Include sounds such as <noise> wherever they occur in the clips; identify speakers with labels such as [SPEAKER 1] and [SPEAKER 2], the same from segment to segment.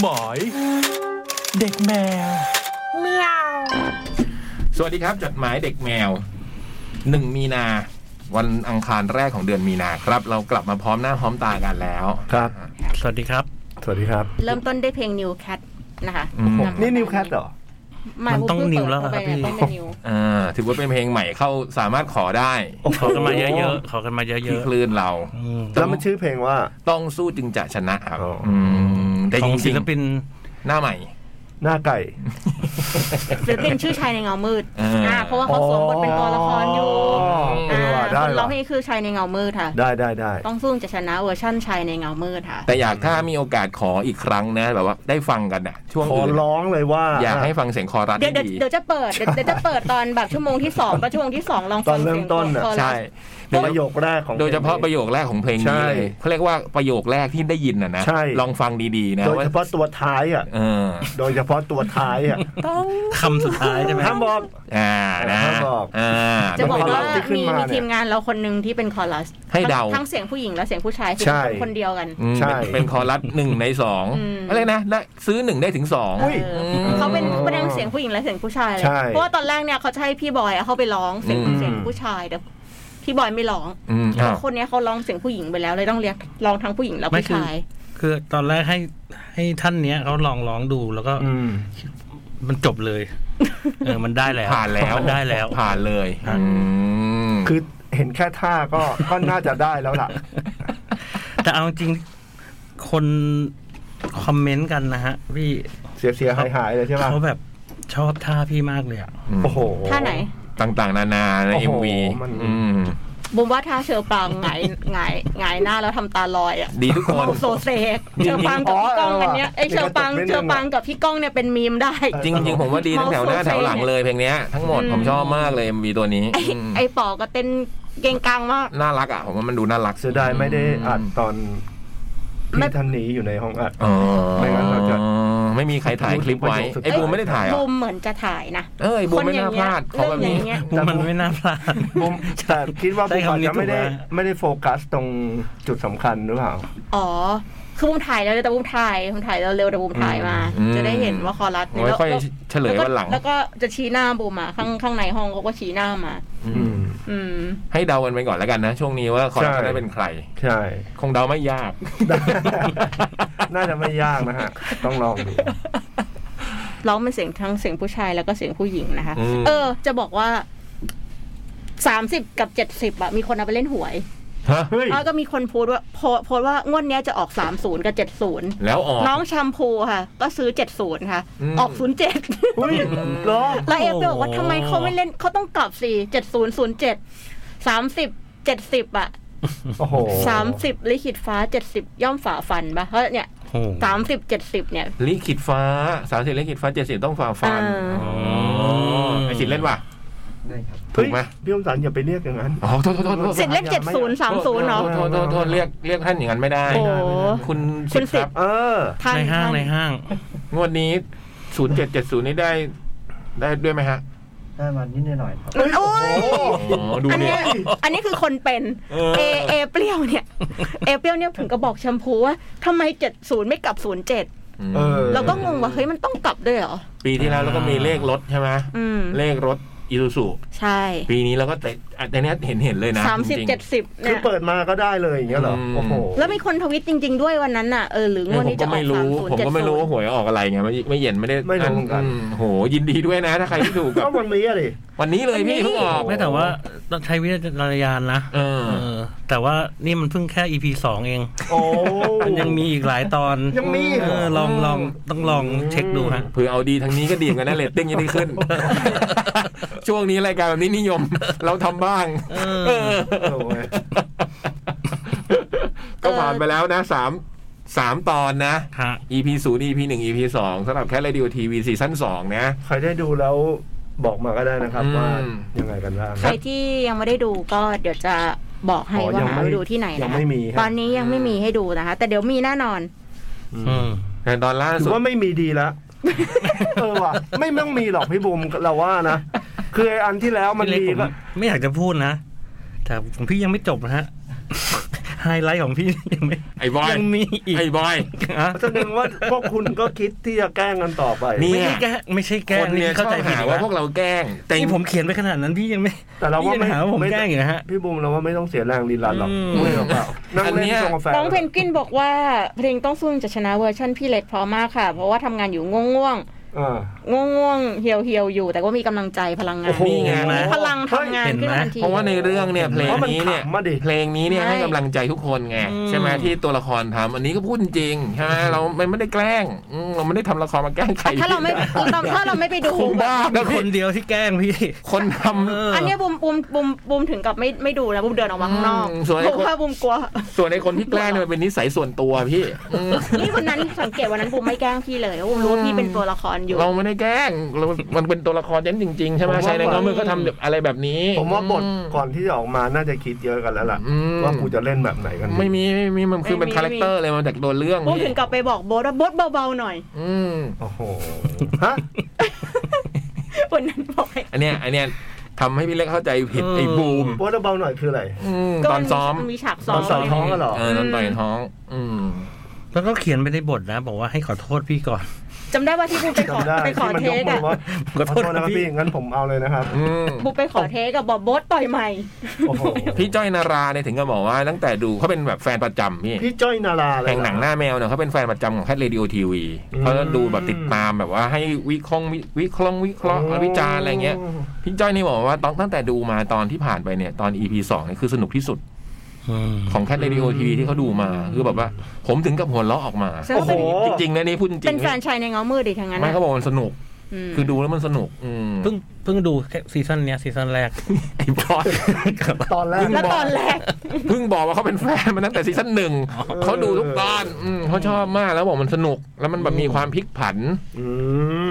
[SPEAKER 1] หมอย เด็กแมว
[SPEAKER 2] สวัสดีครับจดหมายเด็กแมวหนึ่งมีนา วันอังคารแรกของเดือนมีนาครับ เรากลับมาพร้อมหน้าพร้อมตากันแล้ว
[SPEAKER 3] ครับ
[SPEAKER 1] สวัสดีครับ
[SPEAKER 3] สวัสดีครับ
[SPEAKER 4] เริ่มต้นด้วยเพลง New Cat นะคะ
[SPEAKER 2] อืม
[SPEAKER 3] นี่นิวแคทเหรอ
[SPEAKER 4] า
[SPEAKER 1] มันต้อง
[SPEAKER 4] เพิ่เปิด
[SPEAKER 1] New แล้วเหรอครับพี่
[SPEAKER 4] เข้าไปเนี่ยต้องเป็น New
[SPEAKER 2] อ่าถือว่าเป็นเพลงใหม่เข้าสามารถขอได้
[SPEAKER 1] ขอกันมาเยอะๆขอกันมาเย
[SPEAKER 2] ที่
[SPEAKER 1] อะ
[SPEAKER 2] คลื่นเรา
[SPEAKER 1] ๆอืม
[SPEAKER 3] แล้วมันชื่อเพลงว่า
[SPEAKER 2] ต้องสู้จึงจะชนะครับ
[SPEAKER 3] อ๋ออื
[SPEAKER 2] มแต่จ
[SPEAKER 1] ของศิ
[SPEAKER 2] ริง
[SPEAKER 1] ลปิน
[SPEAKER 2] ๆหน้าใหม่
[SPEAKER 3] หน้าไก่
[SPEAKER 4] ศิลปินชื่อชายในเงามืด
[SPEAKER 2] อ่า
[SPEAKER 4] อ่าเพราะว่าเขาสวมบทเป็นตัวละครอยู่
[SPEAKER 3] อ๋อเออว่ะได้
[SPEAKER 4] คนร้อง
[SPEAKER 3] ว่ะ
[SPEAKER 4] เพลงคือชายในเงามืดค่ะ
[SPEAKER 3] ได้ได้ได้
[SPEAKER 4] ต้องสู้จะชนะเวอร์ชั่นชายในเงามืดค่ะ
[SPEAKER 2] แต่อยากถ้ามีโอกาสขออีกครั้งนะแบบว่าได้ฟังกันนะช่วง
[SPEAKER 3] ขอ
[SPEAKER 2] อื่น
[SPEAKER 3] ร้องเลยว่า
[SPEAKER 2] อยากให้ฟังเสียงคอรัส
[SPEAKER 4] เดี๋ยวเดี๋ยว
[SPEAKER 2] ดี
[SPEAKER 4] เดี๋ยวจะเปิดเดี๋ยวเดี๋ยวจะเปิดตอนแบบชั่วโมงที่สองประชั่วโมงที่สองลอง
[SPEAKER 3] ต
[SPEAKER 4] ฟั
[SPEAKER 3] อง นเริ่ม
[SPEAKER 4] สียง
[SPEAKER 3] ต้นน่ะ
[SPEAKER 4] ก่อ
[SPEAKER 2] ใช่
[SPEAKER 3] ในประโยคแรกของ
[SPEAKER 2] โดยเฉพาะประโยคแรกของเพลง
[SPEAKER 3] ใช่
[SPEAKER 2] นี้เลยเขาเรียกว่าประโยคแรกที่ได้ยินนะนะ
[SPEAKER 3] ใช่
[SPEAKER 2] ลองฟังดีๆนะ
[SPEAKER 3] โดย
[SPEAKER 2] ว่า
[SPEAKER 3] เฉพาะตัวท้ายอ่ะ
[SPEAKER 2] เออ
[SPEAKER 3] โดยเฉพาะตัวท้ายอ่ะ
[SPEAKER 1] คำสุดท้ายใช่ไหม
[SPEAKER 3] ห้ามบอก
[SPEAKER 2] อ่านะ
[SPEAKER 3] ห้ามบอก
[SPEAKER 2] อ่า
[SPEAKER 4] จะบอก
[SPEAKER 3] คอ
[SPEAKER 4] ว่า
[SPEAKER 3] รัสที่ขึ้น
[SPEAKER 4] มี
[SPEAKER 3] มาเนี่ย
[SPEAKER 4] มีทีมงานเราคนหนึ่งที่เป็นคอรัส
[SPEAKER 2] ให้เดา
[SPEAKER 4] ทั้งทั้งเสียงผู้หญิงและเสียงผู้ชายคือ
[SPEAKER 3] ใช่
[SPEAKER 4] คนเดียวกัน
[SPEAKER 2] อืม
[SPEAKER 3] ใช่
[SPEAKER 2] เป็นเป็นคอรัสหนึ่งในสอง
[SPEAKER 4] อืม
[SPEAKER 2] อะไรนะได้ซื้อหนึ่งได้ถึงสอง
[SPEAKER 3] อุ้ย
[SPEAKER 4] เออ
[SPEAKER 2] ม
[SPEAKER 4] เขาเป็นเขาเป็นทั้งเสียงผู้หญิงและเสียงผู้ชายเลย
[SPEAKER 3] ใช่
[SPEAKER 4] เพราะว่าตอนแรกเนี่ยเขาจะให้พี่บอยอะเขาไปร้องเสียง
[SPEAKER 2] อืม
[SPEAKER 4] เสียงผู้ชายแต่พี่บอยไม่ร้อง
[SPEAKER 2] มอ้าว
[SPEAKER 4] คนเนี้ยเขาร้องเสียงผู้หญิงไปแล้วเลยต้องเรียกร้องทั้งผู้หญิงและ
[SPEAKER 1] ไม่คือ
[SPEAKER 4] ผู้ชาย
[SPEAKER 1] คือตอนแรกให้ให้ท่านเนี้ยเขาลองร้องดูแล้วก็
[SPEAKER 3] อืม
[SPEAKER 1] มันจบ
[SPEAKER 2] <laughs>
[SPEAKER 1] เลยเออมันได้แล้ว
[SPEAKER 2] ผ่านแล้ว
[SPEAKER 1] มันได้แล้ว
[SPEAKER 2] ผ่านเลย
[SPEAKER 1] ครับ
[SPEAKER 2] อืม
[SPEAKER 3] คือเห็นแค่ท่าก็ก็น่าจะได้แล้วล่ะ
[SPEAKER 1] แต่เอาจริงคนคอมเมนต์กันนะฮะ พี่
[SPEAKER 3] เสียเสียหายหายเลยใช่ป่ะ
[SPEAKER 1] เขาแบบชอบท่าพี่มากเลยอ่ะ
[SPEAKER 3] โอ้โห
[SPEAKER 4] ท่าไหน
[SPEAKER 2] ต่างๆ นานาใน
[SPEAKER 3] โอ้
[SPEAKER 2] เอ็ม
[SPEAKER 3] โห
[SPEAKER 2] วี
[SPEAKER 3] มัน
[SPEAKER 4] บุม <laughs> ว่าท่าเชอปรางหงายหงายหงายหน้าแล้วทำตาลอย
[SPEAKER 2] <laughs>
[SPEAKER 4] อ่ะ
[SPEAKER 2] ดีทุกคน
[SPEAKER 4] โซเซกเชอปรางกับพี่ก้องอันเนี้ยไอยเชอปรางเชอปรางกับพี่ก้องเนี่ยเป็นมีมได้
[SPEAKER 2] จริงๆ ผมว่าดีทั้งแถวหน้า
[SPEAKER 4] เมาส์โซเซ
[SPEAKER 2] แถวหลังเลยเพลงเนี้ยทั้งหมดผมชอบมากเลย MV ตัวนี้
[SPEAKER 4] ไอ
[SPEAKER 2] อืม
[SPEAKER 4] ไอปอก็เต้นเก่งกังมาก
[SPEAKER 2] น่ารักอ่ะ ผมว่ามันดูน่ารัก
[SPEAKER 3] เสียดายไม่ได้อัดตอน
[SPEAKER 4] ไม่
[SPEAKER 3] พี่ท่านนี้อยู่ในห้องอัด
[SPEAKER 2] อ๋อ
[SPEAKER 3] ไม่งั้นเราจะ
[SPEAKER 2] ไม่มีใครถ่ายคลิป
[SPEAKER 3] ป
[SPEAKER 2] ไว้
[SPEAKER 3] ระโยคสุดท้าย
[SPEAKER 2] ไอ้บูมไม่ได้ถ่ายเหร
[SPEAKER 4] บู
[SPEAKER 2] อ่ะ
[SPEAKER 4] มเหมือนจะถ่ายนะ
[SPEAKER 2] เอ้ยบูม
[SPEAKER 4] คน
[SPEAKER 2] ไม่
[SPEAKER 4] อย่า
[SPEAKER 2] น่าง พลาด
[SPEAKER 4] เงี้ย
[SPEAKER 2] เขาแบบ
[SPEAKER 4] เรื่อง
[SPEAKER 2] นี้
[SPEAKER 4] อย่างเงี้ย
[SPEAKER 1] มุมมันไม่น่าพลาด
[SPEAKER 3] บุมแต่คิดว่า
[SPEAKER 1] ใช้
[SPEAKER 3] บุมอาจ
[SPEAKER 1] คำนี้
[SPEAKER 3] จะไม่ได้
[SPEAKER 1] ถูกนะ
[SPEAKER 3] ไม่ได้โฟกัสตรงจุดสำคัญหรือเปล่า
[SPEAKER 4] อ๋อ คือบูมถ่ายแล้วแต่บูมถ่ายบูมถ่ายแล้วเร็วแต่บูมถ่ายมา จะได้เห็นว่าคอรัส
[SPEAKER 2] ไว้ค่อยเฉลยวันหลัง
[SPEAKER 4] แล้วก็จะชี้หน้าบูมมาข้างข้างในห้องเขาก็ชี้หน้ามา
[SPEAKER 3] อืม
[SPEAKER 4] อืม
[SPEAKER 2] ให้เดากันไปก่อนแล้วกันนะ ช่วงนี้ว่าคอร์
[SPEAKER 3] ใช่
[SPEAKER 2] จะได้เป็นใคร
[SPEAKER 3] ใช่
[SPEAKER 2] คงเดาไม่ยาก
[SPEAKER 3] น่าจะไม่ยากนะฮะ ต้องลองดู
[SPEAKER 4] ร้องเป็นเสียงทั้งเสียงผู้ชายแล้วก็เสียงผู้หญิงนะคะ
[SPEAKER 2] อืม
[SPEAKER 4] เออ จะบอกว่าสามสิบกับเจ็ดสิบอะมีคนเอาไปเล่นหวย
[SPEAKER 2] ฮะ
[SPEAKER 3] เฮ้ย
[SPEAKER 4] แล้วก็มีคนโพสต์ว่าโพโพสต์ว่างวดเนี้ยจะออกสามศูนย์กับเจ็ดศูนย์
[SPEAKER 2] แล้วออก
[SPEAKER 4] น้องแชมพูค่ะ ก็ซื้อเจ็ดศูนย์ค่ะ
[SPEAKER 2] อืม
[SPEAKER 4] ออกศูนย์เจ็ด
[SPEAKER 3] เฮ้ยลอง
[SPEAKER 4] แล้วเอฟก็บอกว่า
[SPEAKER 1] โอ้โห
[SPEAKER 4] ทำไมเขาไม่เล่นเขาต้องกลับสี่เจ็ดศูนย์ศูนย์เจ็ดสามสิบเจ็ดสิบอะ
[SPEAKER 3] โอ้โห
[SPEAKER 4] สามสิบลิขิตฟ้าเจ็ดสิบย่อมฝ่าฟันปะเพราะเนี่ย
[SPEAKER 1] โอ้โห
[SPEAKER 4] สามสิบเจ็ดสิบเนี่ย
[SPEAKER 2] ลิขิตฟ้าสามสิบลิขิตฟ้าเจ็ดสิบต้องฝ่าฟัน
[SPEAKER 4] อ่า
[SPEAKER 2] อ๋อไอสิทธิ์เล่นว่ะ ถู
[SPEAKER 3] เฮ้ย
[SPEAKER 2] กไหม
[SPEAKER 3] พี่อมสันอย่าไปเรียกอย่างนั้น
[SPEAKER 2] อ๋อโทษโทษโทษโทษ
[SPEAKER 4] สิทธิ์เลขเจ็ดศูนย์สามศูนย์เนาะ
[SPEAKER 2] โทษโทษโทษเรียกเรียกท่านอย่างนั้นไม่ได้
[SPEAKER 4] โอ้โห
[SPEAKER 2] คุณ
[SPEAKER 4] คุ
[SPEAKER 2] สิ
[SPEAKER 4] ณ
[SPEAKER 2] ท
[SPEAKER 4] สิ
[SPEAKER 2] ธิ์ค
[SPEAKER 4] ทธิ์
[SPEAKER 2] รับ
[SPEAKER 3] เออ
[SPEAKER 4] ท่าน
[SPEAKER 1] ในห้าง
[SPEAKER 4] ท่าน
[SPEAKER 1] ในห้าง
[SPEAKER 2] งวดนี้ 0770 นี่ได้ ได้ด้วยไหมฮะ
[SPEAKER 5] ได้มานิดหน่อยครับ
[SPEAKER 4] โอ้ย
[SPEAKER 2] อ๋อ ดู
[SPEAKER 4] อัน
[SPEAKER 2] เนี่
[SPEAKER 4] เนี้
[SPEAKER 2] ย
[SPEAKER 4] ยอันนี้คือคนเป็น
[SPEAKER 2] เออ
[SPEAKER 4] เอเอเปรี้ยวเนี่ย <laughs> เอเปรี้ยวเนี่ยถึงก็บอกแชมพูว่าทำไมเจ็ดศูนย์ไม่กลับศูนย์เจ็ด
[SPEAKER 3] เออ
[SPEAKER 4] เราก็งงว่าเฮ้ยมันต้องกลับด้วยเหรอ
[SPEAKER 2] ปีที่แล้วเราก็มีเลขรถใช่ไหม
[SPEAKER 4] อืม
[SPEAKER 2] เลขรถอีซูซู
[SPEAKER 4] ใช่
[SPEAKER 2] ปีนี้เราก็แต่ในเนี้ยเห็นเห็นเลยนะ
[SPEAKER 4] สามสิบ
[SPEAKER 2] จริงๆ
[SPEAKER 4] เจ็ดสิบ
[SPEAKER 3] คือ
[SPEAKER 4] เนี่
[SPEAKER 3] ย เปิดมาก็ได้เลยอย่างเงี้ยเหรอ
[SPEAKER 2] อืม
[SPEAKER 3] โอ้โห
[SPEAKER 4] แล้วมีคนทวิตจริง ๆ ด้วยวันนั้นน่ะเออหรือง
[SPEAKER 2] เนี่
[SPEAKER 4] วย ด
[SPEAKER 2] ผม
[SPEAKER 4] นี้
[SPEAKER 2] ก็
[SPEAKER 4] จะออก
[SPEAKER 2] ไม่รู้
[SPEAKER 4] 3070
[SPEAKER 2] ผมก็ไม่รู้ว่าหวยออกอะไรไงไม่ไม่เย็นไม่ได้
[SPEAKER 3] ไม่รู้เหมือนกัน
[SPEAKER 2] มโหยินดีด้วยนะ ถ้าใครที่ถูกกับ
[SPEAKER 3] ก็วันนี้อะดิ
[SPEAKER 2] วันนี้เลยพี่เพิ่งออก
[SPEAKER 1] ไม่แต่ว่าต้องใช้วิจารณญาณนะ
[SPEAKER 2] เออ
[SPEAKER 1] เออ แต่ว่านี่มันเพิ่งแค่ EP สองเอง
[SPEAKER 3] โอ้
[SPEAKER 1] มันยังมีอีกหลายตอน
[SPEAKER 3] ยังมี
[SPEAKER 1] เออลองลองต้องลองเช็คดูฮะ
[SPEAKER 2] เผื่อเอาดีทางนี้ก็ดีเหมือนกันนะเรตติ้งยังได้
[SPEAKER 4] <laughs>
[SPEAKER 2] ขึ้น ช่วงนี้รายการแบบนี้นิยม เราทำบ้าง
[SPEAKER 1] เออ
[SPEAKER 2] เออ
[SPEAKER 3] โอ้ย
[SPEAKER 2] ก็ผ่านไปแล้วนะสามสามตอนนะ
[SPEAKER 1] ฮะ
[SPEAKER 2] EP ศูนย์ EP หนึ่ง EP สองสำหรับแค่เรดิโอทีวีซีซั่นสองนะ
[SPEAKER 3] ใครได้ดูแล้วบอกมาก็ได้นะครับ
[SPEAKER 2] อืม
[SPEAKER 3] ว่ายังไงกันบ้าง
[SPEAKER 4] ใครที่ยังไม่ได้ดูก็เดี๋ยวจะบอกให้
[SPEAKER 3] อ๋อ
[SPEAKER 4] ว่า
[SPEAKER 3] ยัง
[SPEAKER 4] หา
[SPEAKER 3] ไม่
[SPEAKER 4] ดูที่ไหน
[SPEAKER 3] ยั
[SPEAKER 4] นะ
[SPEAKER 3] ง
[SPEAKER 4] คะ
[SPEAKER 3] ไม่มีฮะ
[SPEAKER 4] ตอนนี้ยังไม่มีให้ดูนะคะ แต่เดี๋ยวมีแน่นอน
[SPEAKER 1] อืม
[SPEAKER 2] แต่ตอนล่า
[SPEAKER 3] ถื
[SPEAKER 2] สุ
[SPEAKER 3] อ
[SPEAKER 2] ด
[SPEAKER 3] ว่าไม่มีดีละ เออว่ะ ไม่ต้องมีหรอกพี่บุมเราว่านะ คือไอ้อันที่แล้วมัน
[SPEAKER 1] พี่เล็ก
[SPEAKER 3] มี
[SPEAKER 1] ผม
[SPEAKER 3] ก็
[SPEAKER 2] <laughs>
[SPEAKER 1] ไม่อยากจะพูดนะ แต่ของพี่ยังไม่จบนะฮะ ไฮไลท์ของพี่ <laughs> ยังไม่
[SPEAKER 2] ไอ้บอย
[SPEAKER 1] ยังมีอีก
[SPEAKER 2] ไอ้บอย
[SPEAKER 1] ฮะ
[SPEAKER 3] แสดงว่า <laughs> พวกคุณก็คิดที่จะแกล้งกันต่อไป
[SPEAKER 2] นี่
[SPEAKER 1] ไม่ใช่แกไม่ใช่แก
[SPEAKER 2] คนเนี่ยช
[SPEAKER 1] เข้า
[SPEAKER 2] อบ
[SPEAKER 1] ใจผิด
[SPEAKER 2] หา
[SPEAKER 1] อีก
[SPEAKER 2] ว่า
[SPEAKER 1] แล้
[SPEAKER 2] พวกเราแกล้ง แต่
[SPEAKER 1] นี่ผมเขียนไปขนาดนั้นพี่ยังไม่
[SPEAKER 3] แต่เราว่า
[SPEAKER 1] พี่ยัง
[SPEAKER 3] ไม่
[SPEAKER 1] หาว่าผม
[SPEAKER 3] ไม่
[SPEAKER 1] แกล้งอยู่นะฮะ
[SPEAKER 3] พี่บูมเราว่าไม่ต้องเสียแรงรีรันหรอก
[SPEAKER 1] อืม
[SPEAKER 3] เมื่อยหรอกเปล่านั่งเล่นชงกาแฟ
[SPEAKER 4] น้องเพนกวินบอกว่าเพลงต้องสู้จะชนะเวอร์ชันพี่เล็กเพราะมากค่ะ เพราะว่าทำงานอยู่ง่วงง่วง
[SPEAKER 3] อ่า
[SPEAKER 4] ๆง่วงๆเหี่ยวเหี่ยวๆอยู่ แต่ว่ามีกำลังใจพลังงาน
[SPEAKER 3] โอ้โห
[SPEAKER 2] นี่ไง
[SPEAKER 4] พลังทำงานขึ้นมาทันที
[SPEAKER 2] เพราะว่าในเรื่องเนี่ยเพลง
[SPEAKER 3] เพราะมัน
[SPEAKER 2] นี้เนี่ย
[SPEAKER 3] ขำอะดิ
[SPEAKER 2] เพลงนี้เนี่ย
[SPEAKER 4] ใช่
[SPEAKER 2] ให้กำลังใจทุกคนไง
[SPEAKER 1] อืม
[SPEAKER 2] ใช่ไหมที่ตัวละครทำอันนี้ก็พูดจริงใช่ไหมเราไม่ไม่ได้แกล้งอืมเราไม่ได้ทำละครมาแกล้งใคร
[SPEAKER 4] ถ้าเรา
[SPEAKER 2] <laughs>
[SPEAKER 4] ไม่เราถ้าเราไม่ไปดู
[SPEAKER 2] คงบ้า
[SPEAKER 1] มี
[SPEAKER 2] แล้ว
[SPEAKER 1] ค
[SPEAKER 2] พี่
[SPEAKER 1] นเดียวที่แกล้งพี่
[SPEAKER 2] คน
[SPEAKER 1] เอ
[SPEAKER 2] ทำ
[SPEAKER 1] ออั
[SPEAKER 4] อันเนี้ยบุมบุมบุมบุมถึงกับไม่ไม่ดูนะบุมเดินออกมาข้างนอก
[SPEAKER 2] อืมส่วนไอ้คน
[SPEAKER 4] เพราะว่าบุมกลัว <laughs>
[SPEAKER 2] ส่วนในคนที่แกล้งเนี่ยมันเป็นนิสัยส่วนตัวพี่อืม
[SPEAKER 4] นี่วันนั้นสังเกตวันนั้นบุมไม่แกล้งพี่เลยบุมรู้ว่าพี่เป็นตัวละครอยู่
[SPEAKER 2] เราไม่ได้แกล้งเรามันเป็นตัวละครเน้นจริง ๆ ใช่ไห
[SPEAKER 3] ผ
[SPEAKER 2] ม
[SPEAKER 3] มว่า
[SPEAKER 2] ใช่แล้วก็มือก็ทำแบบอะไรแบบนี้
[SPEAKER 3] ผมว่าบท
[SPEAKER 2] อื
[SPEAKER 3] ก่อนที่จะออกมาน่าจะคิดเยอะกันแล้วล่ะ
[SPEAKER 2] อืม
[SPEAKER 3] ว่ากูจะเล่นแบบไหนกันดี
[SPEAKER 2] ไม่มีไม่มีมันคือ
[SPEAKER 4] ไม่มี
[SPEAKER 2] มันคาแรคเตอร์เลยมาจากตัวเรื่อง
[SPEAKER 4] บุม
[SPEAKER 2] นี่
[SPEAKER 4] ถึงกับไปบอกโบทว่าโบทเบาๆหน่อย <laughs>
[SPEAKER 2] อืม
[SPEAKER 3] โอ้โหฮะ <laughs>
[SPEAKER 4] วันนั้นบอกให้
[SPEAKER 2] อันเนี้ยอันเนี้ยทำให้พี่เล็กเข้าใจผิด
[SPEAKER 1] เออ
[SPEAKER 2] ไอ้บูม
[SPEAKER 3] โพสต์เบาๆหน่อยคืออะไร
[SPEAKER 2] อืม
[SPEAKER 4] ก็
[SPEAKER 2] ตอ
[SPEAKER 4] มันมี
[SPEAKER 2] ซ้อม
[SPEAKER 4] นมีฉาก
[SPEAKER 3] ต
[SPEAKER 4] ซ้อ
[SPEAKER 3] อน
[SPEAKER 4] ม
[SPEAKER 3] สอนท้องกันเหรอ
[SPEAKER 2] เออตอนต่อยท้อง อืม
[SPEAKER 1] แล้วก็เขียนไปในบทนะ บอกว่าให้ขอโทษพี่ก่อน
[SPEAKER 4] จำได้ว่าที่บุมไปขอ
[SPEAKER 3] จำได้
[SPEAKER 4] ไปขอ
[SPEAKER 3] ที่มัน
[SPEAKER 4] เท
[SPEAKER 3] ยก
[SPEAKER 4] ส
[SPEAKER 3] มื
[SPEAKER 4] อะ
[SPEAKER 3] อว่า
[SPEAKER 1] ขอ
[SPEAKER 3] ขอ
[SPEAKER 1] โท
[SPEAKER 3] โท
[SPEAKER 1] ษ
[SPEAKER 3] ษนะ
[SPEAKER 1] นะ
[SPEAKER 3] ครับ
[SPEAKER 1] พี่
[SPEAKER 3] พี่งั้นผมเอาเลยนะครับ
[SPEAKER 2] อืม
[SPEAKER 4] บุกไปขอเทสกับบอกโบทต่อยใหม่
[SPEAKER 3] โอ้โห
[SPEAKER 2] พี่จ้อยนาราเนี่ยถึงก็บอกว่าตั้งแต่ดูเขาเป็นแบบแฟนประจำพี่
[SPEAKER 3] พี่จ้อยนาราเลย
[SPEAKER 2] แห่งหนังหน้าแมวเนี่ยเขาเป็นแฟนประจำของแคทเรดิโอทีวี
[SPEAKER 3] อืม
[SPEAKER 2] เขาดูแบบติดตามแบบว่าให้วิเคราะห์วิเคราะห์วิเคราะห์วิจารณ์อะไรเงี้ย พี่จ้อยนี่บอกว่าตอนตั้งแต่ดูมาตอนที่ผ่านไปเนี่ยตอน EP สองเนี่ยคือสนุกที่สุดของแคทเรดิโอทีวีที่เขาดูมา คือแบบว่า ผมถึงกับหัวเราะออกมา
[SPEAKER 4] โอ้โห
[SPEAKER 2] จริงๆนะนี่พูดจริงๆ
[SPEAKER 4] เป็นแฟนชายในเงามืดดิทางนั้น
[SPEAKER 2] ไม่
[SPEAKER 4] นะ
[SPEAKER 2] เขาบอกมันสนุก
[SPEAKER 4] ม
[SPEAKER 2] คือดูแล้วมันสนุก อืม
[SPEAKER 1] เพิ่งเพิ่งดูแค่ซีซั่นเนี้ยซีซั่นแร
[SPEAKER 2] <laughs>
[SPEAKER 1] ก
[SPEAKER 2] ไอ้บ
[SPEAKER 1] <laughs>
[SPEAKER 2] อส
[SPEAKER 3] ตอนแรก
[SPEAKER 4] แล้วตอนแรก
[SPEAKER 2] เพิ่งบอกว่าเขาเป็นแฟนมาตั้งแต่ซีซั่นหนึ่งเขาดูทุกตอนอืมเขาชอบมากแล้วบอกมันสนุก แล้วมันแบบมีความพลิกผัน
[SPEAKER 3] อื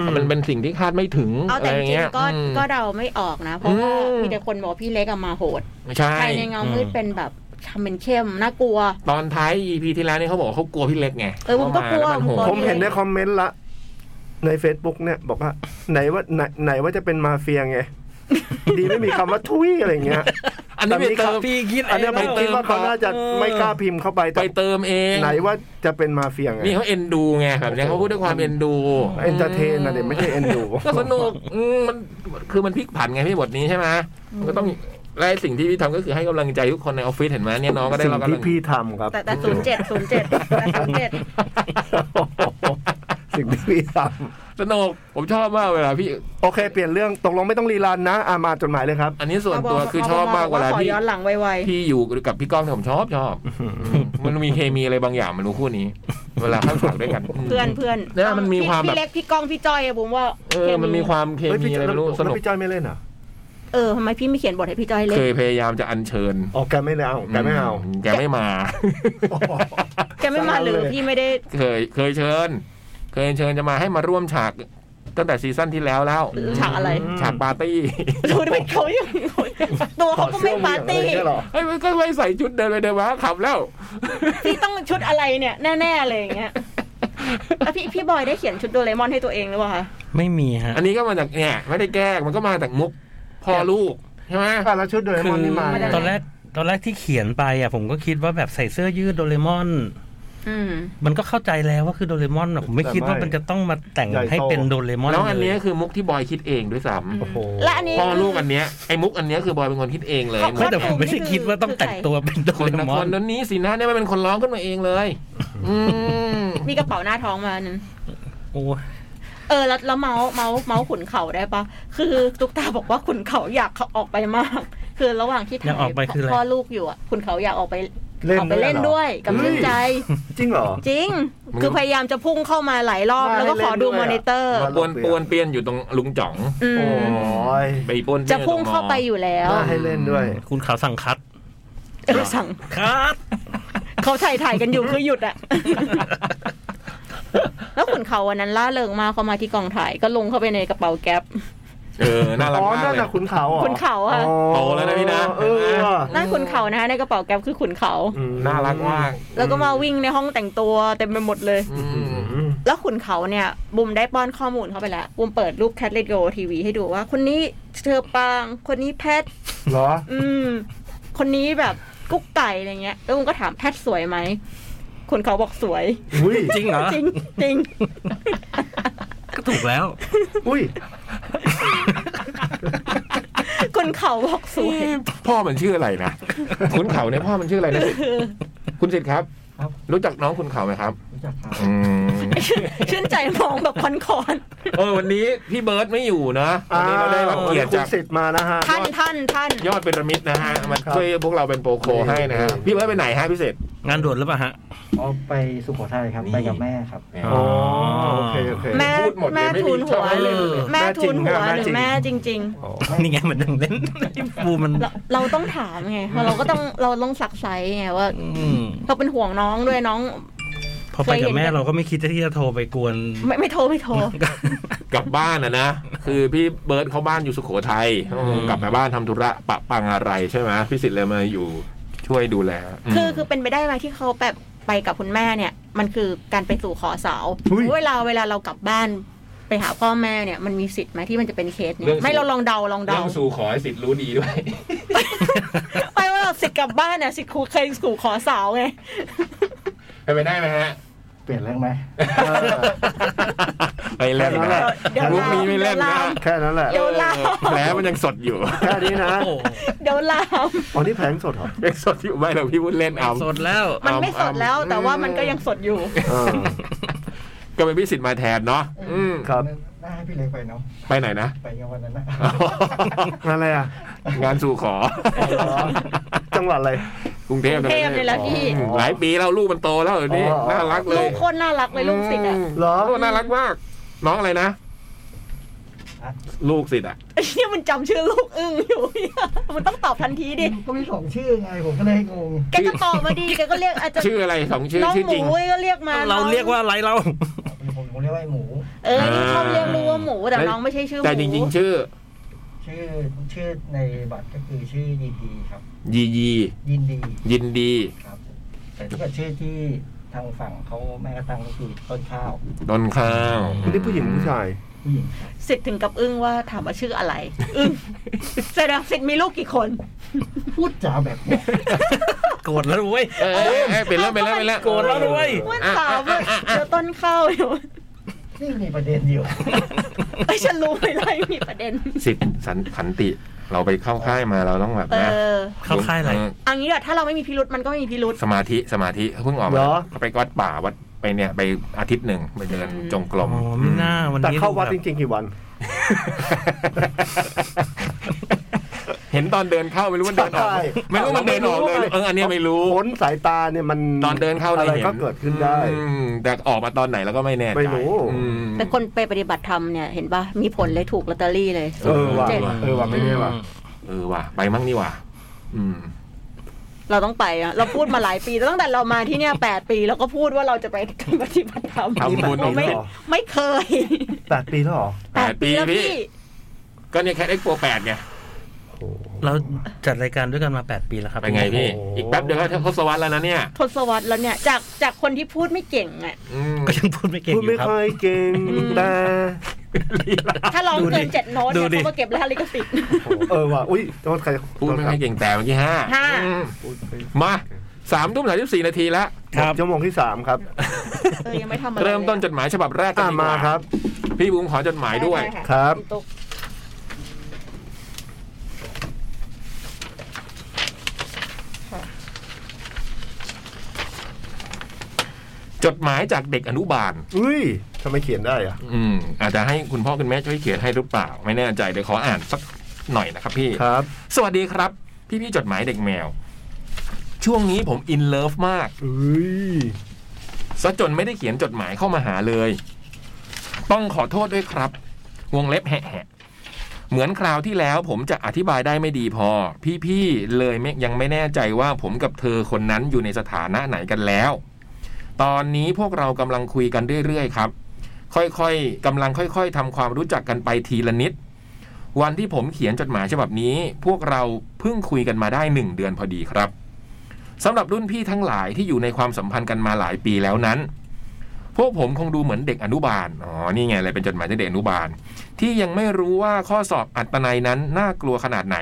[SPEAKER 3] ม
[SPEAKER 2] มันเป็นสิ่งที่คาดไม่ถึง
[SPEAKER 4] เอา
[SPEAKER 2] อะไร
[SPEAKER 4] แต่
[SPEAKER 2] อ
[SPEAKER 4] จ
[SPEAKER 2] ย่าง
[SPEAKER 4] ริง
[SPEAKER 2] เงี้ย
[SPEAKER 4] ๆก็
[SPEAKER 2] อืม
[SPEAKER 4] ก็เดาไม่ออกนะ เพราะว่า
[SPEAKER 2] อืม
[SPEAKER 4] มีแต่คนบอกว่าพี่เล็กอะมาโหด
[SPEAKER 2] ใช่
[SPEAKER 4] ชายในเงามืดเป็นแบบทำเป็นเข้มน่ากลัว
[SPEAKER 2] ตอนท้าย EP ที่แล้วเนี่ยเขาบอกว่าเขากลัวพี่เล็กไง
[SPEAKER 4] เออผมก็กลัว
[SPEAKER 2] เขาาแนโหด
[SPEAKER 3] ผมเห็นในคอมเมนต์ละ ใน Facebook เนี่ย บอกว่า ไหนว่าไหนไหนว่าจะเป็นมาเฟียไง ดีไม่มีคำว่าทุยอะไรเงี้ย
[SPEAKER 2] อันนี้ไปเติม
[SPEAKER 1] พี่คิด
[SPEAKER 3] อันเนี้ย
[SPEAKER 1] ง
[SPEAKER 3] ผม
[SPEAKER 2] ไป
[SPEAKER 3] คิ
[SPEAKER 2] เติ
[SPEAKER 3] ด
[SPEAKER 2] ม
[SPEAKER 3] ว่าเขาน่าจะไม่กล้าพิมพ์เข้าไปแต่
[SPEAKER 2] ไปเติมเอง
[SPEAKER 3] ไหนว่าจะเป็นมาเฟียไง
[SPEAKER 2] นี่เขาเอ็นดูไงแบบเนี้ยเขาพูดด้วยความเอ็นดู
[SPEAKER 3] เอนเตอร์เทนนะเด็กไม่ใช่เอ็นดู
[SPEAKER 2] ก็สนุกอืมมันคือมันพลิกผันไงพี่บทนี้ใช่ไหมมันก็ต้องและสิ่งที่พี่ทำก็คือให้กำลังใจทุกคนในออฟฟิศเห็นไหมเนี่ยน้องก็ได้
[SPEAKER 3] สิ่ง
[SPEAKER 2] รับกำ
[SPEAKER 3] ที่
[SPEAKER 2] ลัง
[SPEAKER 3] พี่ทำครับ
[SPEAKER 4] แต่แต่ศูนย์เจ็ดศูนย์เจ็ดแต่ศูนย์เจ็ด
[SPEAKER 3] <laughs> สิ่งที่พี่ท
[SPEAKER 2] <laughs> สนุกผมชอบมากเวลาพี่
[SPEAKER 3] ำโอเค เปลี่ยนเรื่องตกลงไม่ต้องรีรันนะอามาจดหมายเลยครับ
[SPEAKER 2] อันนี้ส่วนตัวคือชอบมากเวลา
[SPEAKER 4] ขอ
[SPEAKER 2] พี่
[SPEAKER 4] ย้อนหลังไว
[SPEAKER 2] พี่อยู่กับพี่ก้องเนี่ยผมชอบชอบมันมีเคมีอะไรบางอย่างมันรู้คู่นี้ เวลาเข้าฉากด้วยกัน
[SPEAKER 4] ๆ เพื่อนเพื่อน
[SPEAKER 2] เนี่ยมันมีความแบบ
[SPEAKER 4] พี่เล็กพี่ก้องพี่จ้อยอะบุมว่า
[SPEAKER 2] เออมันมีความเค
[SPEAKER 3] เฮ้ย
[SPEAKER 2] มี
[SPEAKER 3] พี่
[SPEAKER 2] อะไร
[SPEAKER 3] แล้ว
[SPEAKER 2] ไม่รู้ส
[SPEAKER 3] แล้ว
[SPEAKER 2] นุก
[SPEAKER 3] พี่จ้อยไม่เล่นเหรอ่ะ
[SPEAKER 4] เออทำไมพี่ไม่เขียนบทให้พี่จ้อยเล่น
[SPEAKER 2] เคยพยายามจะอัญเชิญ
[SPEAKER 3] อ๋อแกไม่เล่นเอาแกไม่เอา
[SPEAKER 2] แกไม่มา <laughs>
[SPEAKER 4] แกไม่มาหรือพี่ไม่ได้
[SPEAKER 2] เคยเคยเชิญ เคยเชิญจะมาให้มาร่วมฉากตั้งแต่ซีซั่นที่แล้วแล้ว
[SPEAKER 4] ฉากอะไร
[SPEAKER 2] ฉากปาร์ตี้ <laughs>
[SPEAKER 4] ดูดิเป็นเขาอย่างตัวเขาก็ไม่ปาร์
[SPEAKER 3] ถ
[SPEAKER 4] ตี้
[SPEAKER 3] อดเสื้อเหวี่ยงอะไรเนี่ยเหรอ
[SPEAKER 2] เฮ้ยมันก็ไม่ใส่ชุดเดินไปเดินมาขับแล้ว
[SPEAKER 4] พี่ต้องชุดอะไรเนี่ย แน่ๆเลยอย่างเงี้ยแล้วพี่พี่บอยได้เขียนชุดโดเรมอนให้ตัวเองหรือเปล่าคะ
[SPEAKER 1] ไม่มีฮะ
[SPEAKER 2] อันนี้ก็มาจากเนี่ยไม่ได้แกล้งมันก็มาจากมุกพ่อลูกใช่ไหม
[SPEAKER 3] อ่ะแล้วชุดโดเรมอนนี่มาไง
[SPEAKER 1] ตอนแรกตอนแรกที่เขียนไปอ่ะผมก็คิดว่าแบบใส่เสื้อยืดโดเรมอน
[SPEAKER 4] อืม
[SPEAKER 1] มันก็เข้าใจแล้วว่าคือโดเรมอนอะผมไม่คิดว่ามันจะต้องมาแต่งให้เป็นโดเรมอน
[SPEAKER 2] แล้วอันเนี้ย
[SPEAKER 1] เลย
[SPEAKER 2] คือมุกที่บอยคิดเองด้วยซ้
[SPEAKER 3] โอ้โห
[SPEAKER 4] และอันนี้
[SPEAKER 2] ำพ่อลูกอันเนี้ยไอ้มุกอันเนี้ยคือบอยเป็นคนคิดเองเลย
[SPEAKER 4] เขา
[SPEAKER 1] ไม่แต่ผมไม่ได้คิดว่าต้องแต่งตัวเป็นโด
[SPEAKER 2] คน
[SPEAKER 1] เร
[SPEAKER 2] นะ
[SPEAKER 1] มอ
[SPEAKER 2] คน นนั้นนี้สินะเนี่ยมันเป็นคนร้องขึ้นมาเองเลยอืม
[SPEAKER 4] มีกระเป๋าหน้าท้องมาอันนั้น
[SPEAKER 1] โอ้
[SPEAKER 4] เออแล้วแล้วเมาส์เมาส์เมาส์ขุนเขาได้ปะคือตุ๊กตาบอกว่าขุนเขาอยากเขาออกไปมาก คือระหว่างที่ถ่พ่อลูกอยู่อ่ะขุนเขาอยากออกไป
[SPEAKER 3] เล่น
[SPEAKER 4] ออกไป
[SPEAKER 3] ด้วย
[SPEAKER 4] เล่น
[SPEAKER 3] เหรอ
[SPEAKER 4] ด้วยกับชื่นใจ
[SPEAKER 3] จริงเหรอ
[SPEAKER 4] จริง คือพยายามจะพุ่งเข้ามาหลายรอบ แล้วก็ขอดูมอนิเตอร์
[SPEAKER 3] มา
[SPEAKER 2] ปวนปวนเปียนอยู่ตรงลุงจ๋อง
[SPEAKER 4] อื
[SPEAKER 3] โอ้
[SPEAKER 4] ม
[SPEAKER 3] ย
[SPEAKER 2] ไปปวนปียน
[SPEAKER 4] จะพุ่ง
[SPEAKER 2] ตรม
[SPEAKER 4] เข้าไปอยู่แล้ว
[SPEAKER 3] น่าให้เล่นด้วย
[SPEAKER 1] คุณขาวสั่งคัด
[SPEAKER 4] เออสั่ง
[SPEAKER 1] คัด
[SPEAKER 4] เขาถ่ายถ่ายกันอยู่คือหยุดอะ แล้วขุนเขาวันนั้นล่าเริงมากเขามาที่กองถ่ายก็ลงเข้าไปในกระเป๋าแก๊ป
[SPEAKER 2] เออ น่ารัก
[SPEAKER 3] อ๋อ
[SPEAKER 2] มาก
[SPEAKER 3] นั่น
[SPEAKER 2] เลย
[SPEAKER 3] น่ะขุนเขาเหรอ
[SPEAKER 4] ขุนเขาอะ
[SPEAKER 3] อ๋อ
[SPEAKER 2] โตแล้วนะพี่นะ
[SPEAKER 3] เออว่ะ
[SPEAKER 4] นั่นขุนเขานะคะในกระเป๋าแก๊ปคือขุนเขา
[SPEAKER 3] อืม
[SPEAKER 2] น่ารักมาก
[SPEAKER 4] แล้วก็มาวิ่งในห้องแต่งตัวเต็มไปหมดเลย
[SPEAKER 2] อื
[SPEAKER 3] อื
[SPEAKER 2] ม
[SPEAKER 3] ม
[SPEAKER 4] แล้วขุนเขาเนี่ยบุมได้ป้อนข้อมูลเข้าไปแล้วบุมเปิดรูปแคทเรดโอทีวีให้ดูว่า คนนี้เธอปาง คนนี้แพท
[SPEAKER 3] เหรอ
[SPEAKER 4] อืม คนนี้แบบ กุ๊กไก่อะไรเงี้ยแล้วลุงก็ถามแพทย์สวยไหมคุณเขาบอกสวย
[SPEAKER 3] อุ้ย
[SPEAKER 1] จริงเหรอ
[SPEAKER 4] จริงจ <laughs> ริง
[SPEAKER 1] ก็ถูกแล้ว
[SPEAKER 3] อุ้ย
[SPEAKER 4] คุณเขาบอกสวย
[SPEAKER 2] พ่อมันชื่ออะไรนะคุณ <laughs> เขาเนี่ยพ่อมันชื่ออะไรนะสิคุณสิทธิ์ครับ
[SPEAKER 5] ครับ
[SPEAKER 2] รู้จักน้องคุณเขาไหมครับ
[SPEAKER 5] รู้จักครับ
[SPEAKER 2] อืม
[SPEAKER 4] <laughs> ชื่นใจมองแบบคอนคอน
[SPEAKER 2] เออวันนี้พี่เบิร์ตไม่อยู่นะวันนี้เราได้รับเกียรติ
[SPEAKER 3] คุณ
[SPEAKER 2] จาก
[SPEAKER 3] สิทธิ์มานะฮะ
[SPEAKER 4] ท่านท่านท่าน
[SPEAKER 2] ยอดเป็นระมิดนะฮะมันช่วยพวกเราเป็นโปรโคให้นะฮะพี่เบิร์ตไปไหนฮะพี่เศษ
[SPEAKER 1] งานด่วนหรือเปล่าฮะ
[SPEAKER 5] ออกไปสุโขทัยครับ
[SPEAKER 2] นี่
[SPEAKER 5] ไปกับแม่ครับ
[SPEAKER 3] อ๋อโอเคโอเค
[SPEAKER 4] แม่
[SPEAKER 2] พูดหมดเลย
[SPEAKER 4] แม่
[SPEAKER 2] ไม่มี
[SPEAKER 4] ทูนหัว
[SPEAKER 2] ช่องให้เล่นเลย
[SPEAKER 4] แม่ทูนหัว
[SPEAKER 3] แม่
[SPEAKER 4] หรื
[SPEAKER 3] จริ
[SPEAKER 4] อง แม่จริง
[SPEAKER 1] นี่ไงเหมือนดังเล่นฟูมัน
[SPEAKER 4] ๆ เราเราต้องถามไงเพราะเราก็ต้องเราต้องสักไซส์ไงว่า
[SPEAKER 1] อืม
[SPEAKER 4] เราเป็นห่วงน้องด้วยน้อง
[SPEAKER 1] พอไปกับแม่เราก็ไม่คิดที่จะโทรไปกวน
[SPEAKER 4] ไม่ไม่โทรไม่โทร
[SPEAKER 2] กลับบ้านนะนะ คือพี่เบิร์ตเขาบ้านอยู่สุโขทัย
[SPEAKER 1] อืม
[SPEAKER 2] กลับมาบ้านทำธุระปะปังอะไรใช่ไหมพี่สิทธิ์เลยมาอยู่ช่วยดูแล
[SPEAKER 4] คือ
[SPEAKER 2] ม
[SPEAKER 4] คือเป็นไปได้ไหมที่เขาแบบไปกับคุณแม่เนี่ย มันคือการไปสู่ขอสาว
[SPEAKER 3] อุ๊ย
[SPEAKER 4] เวลาเวลาเรากลับบ้าน ไปหาพ่อแม่เนี่ยมันมีสิทธิ์ไหมที่มันจะเป็นเคสเนี่ยไม่เราลองเดาลอง
[SPEAKER 2] เรื่
[SPEAKER 4] เดา
[SPEAKER 2] องสู่ขอให้สิทธิ์รู้ดีด้วย <laughs>
[SPEAKER 4] ไปว่าสิทธิ์กลับบ้านเนี่ยสิทธิ์ครูเคยสู่ขอสาวไง
[SPEAKER 2] ไปไปได้ไหมฮะ
[SPEAKER 5] เปลี่ยนเรื่องไหม
[SPEAKER 2] ไปเล่นนะ
[SPEAKER 4] เดี๋ยวลาม
[SPEAKER 2] มุกนี้ไม่เล่นนะ
[SPEAKER 3] แค่นั้นแหละ
[SPEAKER 4] เดี๋ยวลาม
[SPEAKER 2] แผลมันยังสดอยู่
[SPEAKER 3] แค่นี้นะ
[SPEAKER 1] <laughs> โอ้
[SPEAKER 4] เดี๋ยวลาม
[SPEAKER 3] อ๋อนี่แผงสดเหรอ
[SPEAKER 2] ยังสดอยู่ไม่หรอกพี่พูดเล่นเอา
[SPEAKER 1] สดแล้ว
[SPEAKER 4] มันไม่สดแล้ว
[SPEAKER 2] อ้ำๆ
[SPEAKER 4] แต่ว่ามันก็ยังสดอยู่
[SPEAKER 3] เออ
[SPEAKER 2] ก็เป็นพี่สิทธิ์มาแทนเนาะอืม
[SPEAKER 3] ครับ
[SPEAKER 5] น่าให้พี่เล็กไปเนาะ
[SPEAKER 2] ไปไหนนะ
[SPEAKER 5] ไปกันวันนั้นนะ
[SPEAKER 3] งานอะไรอ่ะ
[SPEAKER 2] งานสู่ขอ
[SPEAKER 3] จังหวัดอะไร
[SPEAKER 2] กรุงเทพ
[SPEAKER 4] กรุงเทพเลยล่ะพี่
[SPEAKER 2] อืมหลายปีแล้วลูกมันโตแล้วเดี๋ยวนี้
[SPEAKER 3] อ๋อ
[SPEAKER 2] น่ารักเล
[SPEAKER 4] ลู
[SPEAKER 2] ย
[SPEAKER 4] กโคนน่ารักเลยลูกศิษย์อ่ะ
[SPEAKER 2] ม
[SPEAKER 3] เหรอ
[SPEAKER 2] ลูกน่ารักมาก น้องอะไรนะ
[SPEAKER 5] ฮะ
[SPEAKER 2] ลูกศิษย์อ่ะ
[SPEAKER 4] ไอ้เนี่ยมันจำชื่อลูกอึ้งอยู่เนี่ยมันต้องตอบทันทีดิ
[SPEAKER 5] <laughs> ก็มีสองชื่อไงผมก็เลยงง
[SPEAKER 4] แกก็ตอบมา
[SPEAKER 2] <laughs>
[SPEAKER 4] ดีแกก็เรียกอาจจะ
[SPEAKER 2] ชื่ออะไรสองชื่อ
[SPEAKER 4] น้อง
[SPEAKER 2] ชื่อ
[SPEAKER 4] หมู
[SPEAKER 2] จริง
[SPEAKER 4] เว้ยก็เรียกมา
[SPEAKER 1] เรา
[SPEAKER 4] น้อง
[SPEAKER 1] เรียกว่าอะไรเรา <laughs>
[SPEAKER 5] ผมผมเรียกว่าไอ้หมู
[SPEAKER 4] เออนี่เขาเรียกรู้ว่าหมูแต่
[SPEAKER 2] แล้ว
[SPEAKER 4] น้องไม่ใช่ชื่อหมู
[SPEAKER 2] แต่จริง ๆ ชื่อ
[SPEAKER 5] ชื่อชื่อในบัตรก็คือชื่อยินดีครับ
[SPEAKER 2] ยียี
[SPEAKER 5] ยินดี
[SPEAKER 2] ยินดี
[SPEAKER 5] ครับ แต่ถ้าเกิดชื่อที่ทางฝั่งเขาแม่ก็ตั้งก็คือต้นข้าว
[SPEAKER 2] ต้นข้าว
[SPEAKER 3] นี่ผู้หญิงผู้ชาย
[SPEAKER 5] ผู้หญิง
[SPEAKER 4] สิทธิ์ถึงกับอึ้งว่าถามว่าชื่ออะไร อึ้
[SPEAKER 2] <laughs>
[SPEAKER 4] งแสดงสิทธิ์มีลูกกี่คน
[SPEAKER 5] พูดจาแบบนี้
[SPEAKER 1] โกรธแล้วเว้ย
[SPEAKER 2] เอยเอยเอ้ยเป็นแล้วเป็นแล้วเป็นแล้ว
[SPEAKER 1] โกรธแล้วด้วย
[SPEAKER 4] ว่าถามว่าเดี๋ยวต้นเข้าอยู่ <laughs>
[SPEAKER 5] นี่มีประเด็นอยู่
[SPEAKER 4] ไอ้ยฉันรู้ไปเลยมีประเด็น
[SPEAKER 2] สิทธิ์สันขันติ เราไปเข้าค่ายมาเราต้องแบบ
[SPEAKER 4] เอ
[SPEAKER 2] นะ
[SPEAKER 4] อ
[SPEAKER 1] เข้าค่ายอะไร
[SPEAKER 2] ม
[SPEAKER 4] เอันนี้แหละถ้าเราไม่มีพิรุษมันก็ไม่มีพิรุษ
[SPEAKER 2] สมาธิสมาธิเพิ่งออก
[SPEAKER 3] เหรอ
[SPEAKER 2] มาไปวัดป่าวัดไปเนี่ยไปอาทิตย์หนึ่งไปเดิน
[SPEAKER 4] อืม
[SPEAKER 2] จงกร
[SPEAKER 1] อ๋อ
[SPEAKER 2] ม
[SPEAKER 1] ไม่น่าวัน
[SPEAKER 3] แต่
[SPEAKER 1] นี้
[SPEAKER 3] เข้าวัด
[SPEAKER 1] แบบ
[SPEAKER 3] จริงๆกี่วัน
[SPEAKER 2] เห็นตอนเดินเข้าไม่รู้มันเดินออก
[SPEAKER 3] ใช่
[SPEAKER 2] ไม่รู้มันเดินออกเลย
[SPEAKER 3] ไม่รู้
[SPEAKER 2] เอออันเนี้ยไม่รู้
[SPEAKER 3] พ้นสายตาเนี่ยมัน
[SPEAKER 2] ตอนเดินเข้า
[SPEAKER 3] อะ
[SPEAKER 2] เนี่ย
[SPEAKER 3] ไร
[SPEAKER 2] เห็น
[SPEAKER 3] ก็เกิดขึ้นได้
[SPEAKER 2] อืมแต่ออกมาตอนไหนเราก็ไม่แน่ใจ
[SPEAKER 3] ไม่รู้
[SPEAKER 2] อืม
[SPEAKER 4] แต่คนไปปฏิบัติธรรมเนี่ยเห็นป่ะมีผลเลยถูกลอตเตอรี่เลย
[SPEAKER 3] เออว่ะ
[SPEAKER 4] เจ็ด
[SPEAKER 3] เออว่ะไม่ได้ว่ะ
[SPEAKER 2] เออว่ะไปมั่งนี่ว่ะอืม
[SPEAKER 4] เราต้องไปอะเราพูดมาหลายปีตั้งแต่เรามาที่เนี่ยแปดปีเราก็พูดว่าเราจะไปปฏิบัติธรรม
[SPEAKER 2] ทำบุญ
[SPEAKER 4] เราไม่
[SPEAKER 3] หรอ
[SPEAKER 4] ไม่เคย
[SPEAKER 3] แปดปีแล้วเหรอ
[SPEAKER 2] แปดปี
[SPEAKER 4] แล้ว
[SPEAKER 2] พี่
[SPEAKER 4] พี่
[SPEAKER 2] ก็เนี่ยแคทเอ็กโปแปดไง
[SPEAKER 1] เราจัดรายการด้วยกันมาแปดปีแล้วครับ
[SPEAKER 2] ไปไงพี่ อีกแป๊บเดียวก็ทศวรรษแล้วนะเนี่ย
[SPEAKER 4] ทศวรรษแล้วเนี่ยจากจากคนที่พูดไม่เก่งอ่ะ
[SPEAKER 2] อืม
[SPEAKER 1] ก็ยังพูดไม่เก่ง
[SPEAKER 3] พูด
[SPEAKER 1] อ
[SPEAKER 3] ไม่
[SPEAKER 1] ยู่ครับ
[SPEAKER 3] ค่อยเก่งแต่
[SPEAKER 4] ถ้าร้อง
[SPEAKER 1] ดูดิ
[SPEAKER 4] เกินเจ็ดโน้ตเนี่ย
[SPEAKER 1] ดูดิ
[SPEAKER 4] เขาก็เก็บแล้วลิขสิทธิ์
[SPEAKER 3] เออว่ะอุ้ยโทษใคร
[SPEAKER 2] พูดไม่ค่อยเก่งแต่เมื่อกี้ห้า
[SPEAKER 4] ห้า
[SPEAKER 2] อืม
[SPEAKER 3] พูดไป
[SPEAKER 2] มาสามทุ่มสามสิบสี่นาทีแล้ว
[SPEAKER 1] ครับ
[SPEAKER 3] ชั่วโมงที่สามครับ
[SPEAKER 4] เออยังไม่ทำอะไรลย
[SPEAKER 2] เริ่มต้นจดหมายฉบับแรกกั
[SPEAKER 3] อ่ะ
[SPEAKER 2] นดีก
[SPEAKER 3] มา
[SPEAKER 2] ว่า
[SPEAKER 3] ครับ
[SPEAKER 2] พี่บุ้งขอจดหมายด้วย
[SPEAKER 4] ได้ะ
[SPEAKER 3] ครับ
[SPEAKER 4] พี่ตุ๊ก
[SPEAKER 2] จดหมายจากเด็กอนุบาล
[SPEAKER 3] อุ้ยทำไมเขียนได้อ่ะ
[SPEAKER 2] อืมอาจจะให้คุณพ่อคุณแม่ช่วยเขียนให้หรือเปล่า ไม่แน่ใจเดี๋ยวขออ่านสักหน่อยนะครับพี่
[SPEAKER 3] ครับ
[SPEAKER 2] สวัสดีครับ พี่พี่ๆจดหมายเด็กแมว ช่วงนี้ผมอินเลิฟมาก
[SPEAKER 3] อุ้ย
[SPEAKER 2] ซะจนไม่ได้เขียนจดหมายเข้ามาหาเลย ต้องขอโทษด้วยครับ วงเล็บแหะๆเหมือนคราวที่แล้วผมจะอธิบายได้ไม่ดีพอ พี่ๆเลยไม่ยังไม่แน่ใจว่าผมกับเธอคนนั้นอยู่ในสถานะไหนกันแล้ว ตอนนี้พวกเรากำลังคุยกันเรื่อยๆครับ ค่อยๆกำลังค่อยๆทำความรู้จักกันไปทีละนิด วันที่ผมเขียนจดหมายฉบับนี้ พวกเราเพิ่งคุยกันมาได้หนึ่งเดือนพอดีครับสำหรับรุ่นพี่ทั้งหลายที่อยู่ในความสัมพันธ์กันมาหลายปีแล้วนั้น พวกผมคงดูเหมือนเด็กอนุบาลอ๋อนี่ไงเลยเป็นจดหมายจากเด็กอนุบาล ที่ยังไม่รู้ว่าข้อสอบอัตนัยนั้นน่ากลัวขนาดไหน